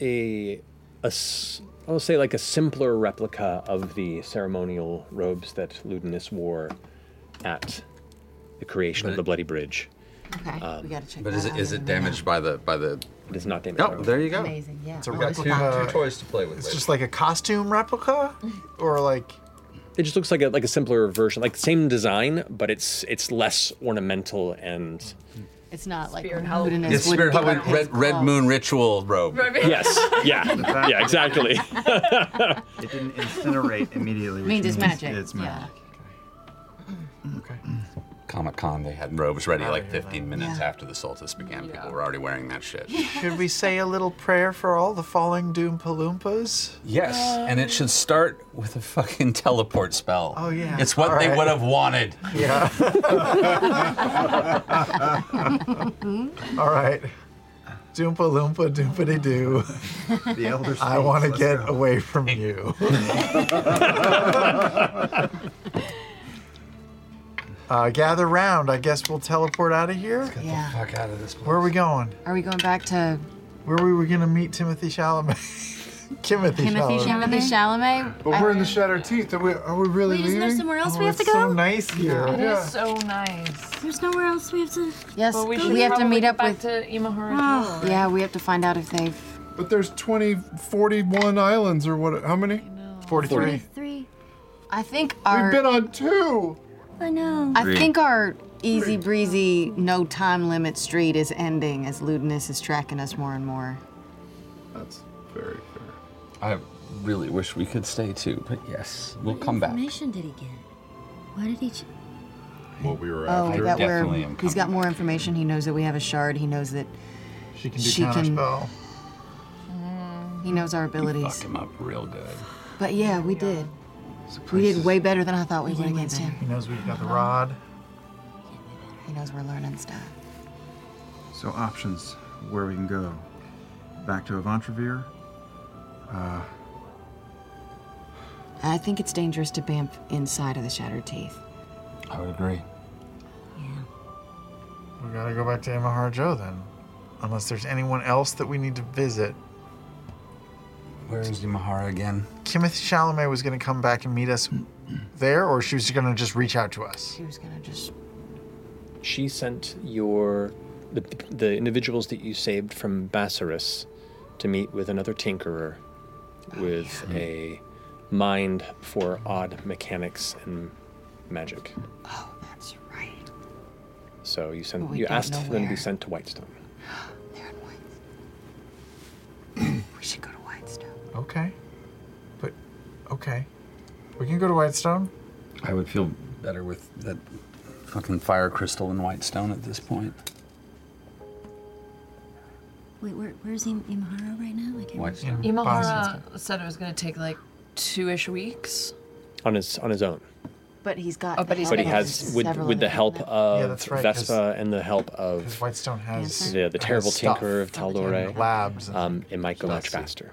[SPEAKER 5] a a s- I'll say like a simpler replica of the ceremonial robes that Ludinus wore at the creation of the Bloody Bridge. Um,
[SPEAKER 6] Okay, we gotta check.
[SPEAKER 51] But
[SPEAKER 6] that
[SPEAKER 51] is it
[SPEAKER 6] out
[SPEAKER 51] is
[SPEAKER 6] on
[SPEAKER 51] it
[SPEAKER 6] the way
[SPEAKER 51] damaged by the by the?
[SPEAKER 5] It is not damaged.
[SPEAKER 51] No, there you go.
[SPEAKER 6] Amazing, yeah.
[SPEAKER 51] So we
[SPEAKER 3] Oh,
[SPEAKER 51] got
[SPEAKER 3] it's
[SPEAKER 51] two,
[SPEAKER 3] not-
[SPEAKER 51] two toys to play with.
[SPEAKER 3] It's just like a costume replica, or like
[SPEAKER 2] It just looks like a like a simpler version, like same design, but it's it's less ornamental and
[SPEAKER 5] It's not like
[SPEAKER 10] Spirit
[SPEAKER 5] Ludinus
[SPEAKER 2] Yes,
[SPEAKER 5] would
[SPEAKER 2] Spirit
[SPEAKER 5] give
[SPEAKER 2] Halloween,
[SPEAKER 5] up his
[SPEAKER 2] red- red
[SPEAKER 5] claws.
[SPEAKER 2] moon
[SPEAKER 7] Ritual robe.
[SPEAKER 2] yes, yeah, yeah, exactly.
[SPEAKER 14] It didn't incinerate immediately.
[SPEAKER 5] Means
[SPEAKER 14] which
[SPEAKER 5] it's magic,
[SPEAKER 14] It's magic.
[SPEAKER 7] Comic Con, they had robes ready like 15 minutes
[SPEAKER 3] Yeah.
[SPEAKER 7] after the solstice began. People were already wearing that shit.
[SPEAKER 3] Should we say a little prayer for all the falling Doom Palumpas?
[SPEAKER 7] Yes, and it should start with a fucking teleport spell.
[SPEAKER 3] Oh, yeah.
[SPEAKER 7] It's what
[SPEAKER 3] All
[SPEAKER 7] they
[SPEAKER 3] right.
[SPEAKER 7] would have wanted.
[SPEAKER 3] Yeah. All right. Doompa Loompa Doompity Doo.
[SPEAKER 54] The Elder
[SPEAKER 3] I want to
[SPEAKER 54] Scrolls, let's
[SPEAKER 3] get away from you. uh, gather round. I guess we'll teleport out of here.
[SPEAKER 5] Yeah.
[SPEAKER 3] fuck out of this Where are we going?
[SPEAKER 5] Are we going back to
[SPEAKER 3] Where we were going to meet Timothy Chalamet. Timothy
[SPEAKER 6] Timothy
[SPEAKER 3] Chalamet.
[SPEAKER 6] Chalamet. Chalamet.
[SPEAKER 4] But we're in the Shattered Teeth. Are we, are we really
[SPEAKER 6] Wait, isn't
[SPEAKER 4] leaving?
[SPEAKER 6] there somewhere else
[SPEAKER 4] Oh,
[SPEAKER 6] we have to
[SPEAKER 4] it's
[SPEAKER 6] go?
[SPEAKER 4] so nice here.
[SPEAKER 6] It is
[SPEAKER 4] Yeah.
[SPEAKER 6] so
[SPEAKER 15] nice.
[SPEAKER 6] There's nowhere else we have to. Yes,
[SPEAKER 5] Yes,
[SPEAKER 6] we,
[SPEAKER 5] we have to meet up with.
[SPEAKER 15] to Imahara.
[SPEAKER 6] Oh, yeah, we have to find out if they've.
[SPEAKER 4] But there's 20, 41 islands or what? How many?
[SPEAKER 3] 43.
[SPEAKER 6] Three. I think our.
[SPEAKER 4] We've been on two.
[SPEAKER 6] I know. I
[SPEAKER 4] Three.
[SPEAKER 6] think our easy breezy, no time limit street is ending as lewdness is tracking us more and more.
[SPEAKER 4] That's very fair.
[SPEAKER 7] I really wish we could stay too, but yes, we'll come
[SPEAKER 55] What
[SPEAKER 7] back.
[SPEAKER 55] information did he get? What did he? Ch-
[SPEAKER 4] What we were
[SPEAKER 6] Oh, that we're,
[SPEAKER 7] Definitely am
[SPEAKER 6] he's got more information. He knows that we have a shard. He knows that
[SPEAKER 3] she
[SPEAKER 7] can do counterspell.
[SPEAKER 6] He knows our
[SPEAKER 7] Fuck
[SPEAKER 6] abilities.
[SPEAKER 7] him up real good.
[SPEAKER 6] But Mm. yeah, we did. We did way better than I thought we, would against him.
[SPEAKER 3] He knows we've got the rod.
[SPEAKER 6] He knows we're learning stuff.
[SPEAKER 14] So options where we can go. Back to Avantrevere. Uh,
[SPEAKER 6] I think it's dangerous to bamf inside of the Shattered Teeth.
[SPEAKER 7] I would agree.
[SPEAKER 3] We gotta go back to Imahara Joe then. Unless there's anyone else that we need to visit.
[SPEAKER 7] Where is Imahara again?
[SPEAKER 3] Timothy Chalamet was gonna come back and meet us there, or she was gonna just reach out to us?
[SPEAKER 6] She was gonna just.
[SPEAKER 2] She sent your the, the individuals that you saved from Bassarus to meet with another tinkerer with
[SPEAKER 6] Oh,
[SPEAKER 2] a mind for odd mechanics and magic.
[SPEAKER 6] Oh, that's right.
[SPEAKER 2] So you sent
[SPEAKER 6] But we
[SPEAKER 2] you
[SPEAKER 6] don't
[SPEAKER 2] asked
[SPEAKER 6] know
[SPEAKER 2] for them to
[SPEAKER 6] where.
[SPEAKER 2] be sent to Whitestone.
[SPEAKER 6] We should go to Whitestone.
[SPEAKER 3] Okay. But, okay. We can go to Whitestone?
[SPEAKER 7] I would feel better with that fucking fire crystal and white stone at this point.
[SPEAKER 55] Wait, where, where's Im- Imahara right now? I can't
[SPEAKER 7] White
[SPEAKER 55] remember.
[SPEAKER 7] Stone.
[SPEAKER 10] Imahara said it was going to take like two ish weeks.
[SPEAKER 2] On his on his own.
[SPEAKER 6] But he's got.
[SPEAKER 10] Oh, but he's
[SPEAKER 2] but he
[SPEAKER 10] got
[SPEAKER 2] has with
[SPEAKER 6] several
[SPEAKER 2] with the
[SPEAKER 6] other
[SPEAKER 2] help
[SPEAKER 6] people.
[SPEAKER 2] of
[SPEAKER 3] Yeah, that's right, 'cause-
[SPEAKER 2] Vespa and the help of
[SPEAKER 3] Whitestone has
[SPEAKER 2] the, the terrible
[SPEAKER 3] has stuff
[SPEAKER 2] tinker of Tal'Dorei.
[SPEAKER 3] and labs.
[SPEAKER 2] Um, it might go much faster.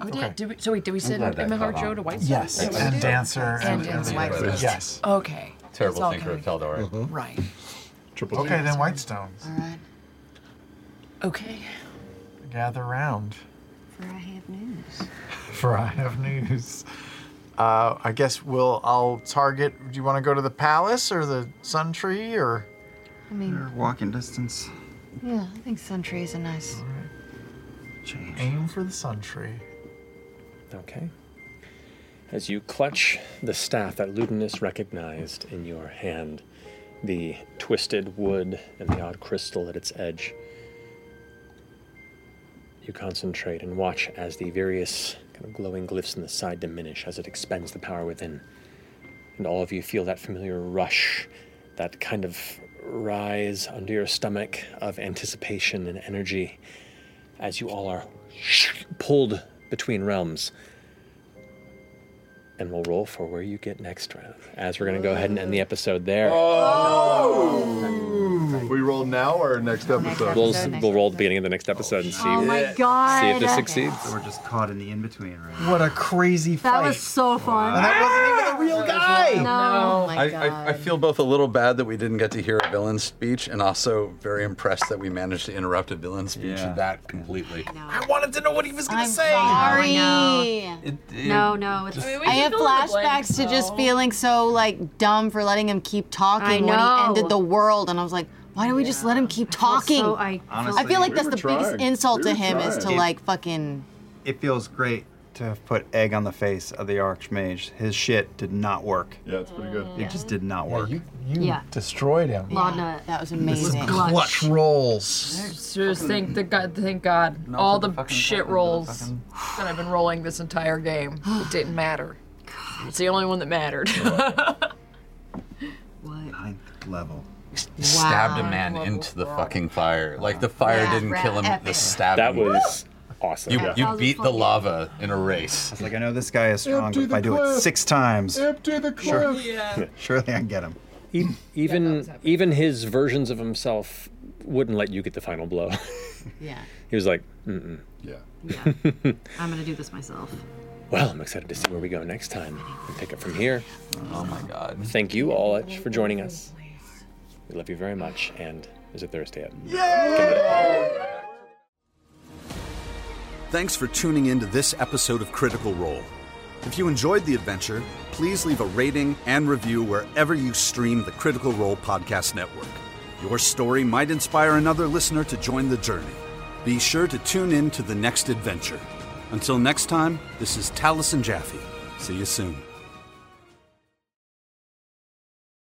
[SPEAKER 10] Oh, did, did we, so wait, did we
[SPEAKER 2] I'm
[SPEAKER 10] send
[SPEAKER 2] glad that
[SPEAKER 10] Imahara
[SPEAKER 2] caught
[SPEAKER 10] Joe
[SPEAKER 2] on.
[SPEAKER 10] to White
[SPEAKER 3] Yes.
[SPEAKER 10] Stone?
[SPEAKER 3] And Dancer and-
[SPEAKER 10] and,
[SPEAKER 3] and
[SPEAKER 10] White
[SPEAKER 3] Whitestone.
[SPEAKER 10] Stone.
[SPEAKER 3] Yes.
[SPEAKER 10] Okay.
[SPEAKER 7] Terrible
[SPEAKER 10] That's all
[SPEAKER 7] thinker of
[SPEAKER 10] coming.
[SPEAKER 7] Taldor.
[SPEAKER 10] Right.
[SPEAKER 3] Triple okay, then Whitestones.
[SPEAKER 6] All right.
[SPEAKER 10] Okay.
[SPEAKER 3] Gather round.
[SPEAKER 55] For I have news.
[SPEAKER 3] For I have news. Uh, I guess we'll. I'll target. Do you want to go to the palace or the Sun Tree or?
[SPEAKER 6] I mean,
[SPEAKER 14] walking distance.
[SPEAKER 6] yeah, I think Sun Tree is a nice.
[SPEAKER 3] Aim for the Sun Tree.
[SPEAKER 2] Okay. As you clutch the staff that Ludinus recognized in your hand, the twisted wood and the odd crystal at its edge, you concentrate and watch as the various kind of glowing glyphs in the side diminish as it expends the power within. And all of you feel that familiar rush, that kind of rise under your stomach of anticipation and energy as you all are pulled between realms. And we'll roll for where you get next round. As we're going to go ahead and end the episode there.
[SPEAKER 1] Oh. We roll now or next episode?
[SPEAKER 2] We'll, we'll roll the beginning of the next episode and see,
[SPEAKER 1] Oh my
[SPEAKER 2] see if this
[SPEAKER 1] God.
[SPEAKER 2] succeeds.
[SPEAKER 14] So we're just caught in the in between right
[SPEAKER 3] What a crazy
[SPEAKER 14] That
[SPEAKER 3] fight.
[SPEAKER 14] was
[SPEAKER 6] so fun.
[SPEAKER 3] And that wasn't even the real guy.
[SPEAKER 6] No.
[SPEAKER 7] I, I, I feel both a little bad that we didn't get to hear a villain's speech and also very impressed that we managed to interrupt a villain's speech that completely.
[SPEAKER 3] I wanted to know what he was gonna
[SPEAKER 6] I'm
[SPEAKER 3] say.
[SPEAKER 6] sorry.
[SPEAKER 7] it-
[SPEAKER 6] no, no. It's, I,
[SPEAKER 3] mean, we can
[SPEAKER 6] have
[SPEAKER 3] fill in the
[SPEAKER 6] flashbacks to just feeling so like dumb for letting him keep talking when
[SPEAKER 12] know.
[SPEAKER 6] he ended the world, and I was like, why do we just let him keep talking?
[SPEAKER 12] so- I
[SPEAKER 6] I
[SPEAKER 14] Honestly,
[SPEAKER 6] feel like
[SPEAKER 14] we
[SPEAKER 6] that's
[SPEAKER 14] were
[SPEAKER 6] the biggest
[SPEAKER 14] trying.
[SPEAKER 6] insult
[SPEAKER 14] We
[SPEAKER 6] to
[SPEAKER 14] were
[SPEAKER 6] him is to
[SPEAKER 14] trying.
[SPEAKER 6] like fucking.
[SPEAKER 14] It feels great to have put egg on the face of the archmage. His shit did not work.
[SPEAKER 6] Yeah, it's pretty good.
[SPEAKER 14] It just did not work.
[SPEAKER 3] You
[SPEAKER 10] Yeah.
[SPEAKER 3] destroyed him.
[SPEAKER 10] Laudna. That was
[SPEAKER 3] This is clutch rolls.
[SPEAKER 10] Just thank the God, thank God,
[SPEAKER 3] Melted
[SPEAKER 10] all
[SPEAKER 3] the
[SPEAKER 10] the,
[SPEAKER 3] fucking
[SPEAKER 10] shit rolls that I've been rolling this entire game it didn't matter. It's the only one that mattered.
[SPEAKER 14] Ninth level.
[SPEAKER 4] Stabbed a man into the fucking fire. Like the fire
[SPEAKER 10] Yeah,
[SPEAKER 4] didn't kill him. The
[SPEAKER 10] epic.
[SPEAKER 4] stab.
[SPEAKER 14] That was
[SPEAKER 4] awesome. You,
[SPEAKER 14] Yeah.
[SPEAKER 4] you beat the lava in a race.
[SPEAKER 14] Like I know this guy is strong, but
[SPEAKER 4] Empty
[SPEAKER 14] if
[SPEAKER 4] the
[SPEAKER 14] I do it
[SPEAKER 4] clip.
[SPEAKER 14] six times,
[SPEAKER 56] Empty the
[SPEAKER 14] sure,
[SPEAKER 56] clip.
[SPEAKER 10] Yeah.
[SPEAKER 14] surely I can get him.
[SPEAKER 2] E- even even his versions of himself wouldn't let you get the final blow.
[SPEAKER 12] Yeah.
[SPEAKER 2] he was like, mm-mm. Yeah.
[SPEAKER 12] I'm gonna do this myself.
[SPEAKER 2] Well, I'm excited to see where we go next time and pick up from here.
[SPEAKER 4] Oh my god.
[SPEAKER 2] Thank you all much for joining us. We love you very much, and is it Thursday yet?
[SPEAKER 7] Thanks for tuning in to this episode of Critical Role. If you enjoyed the adventure, please leave a rating and review wherever you stream the Critical Role Podcast Network. Your story might inspire another listener to join the journey. Be sure to tune in to the next adventure. Until next time, this is Taliesin Jaffe. See you soon.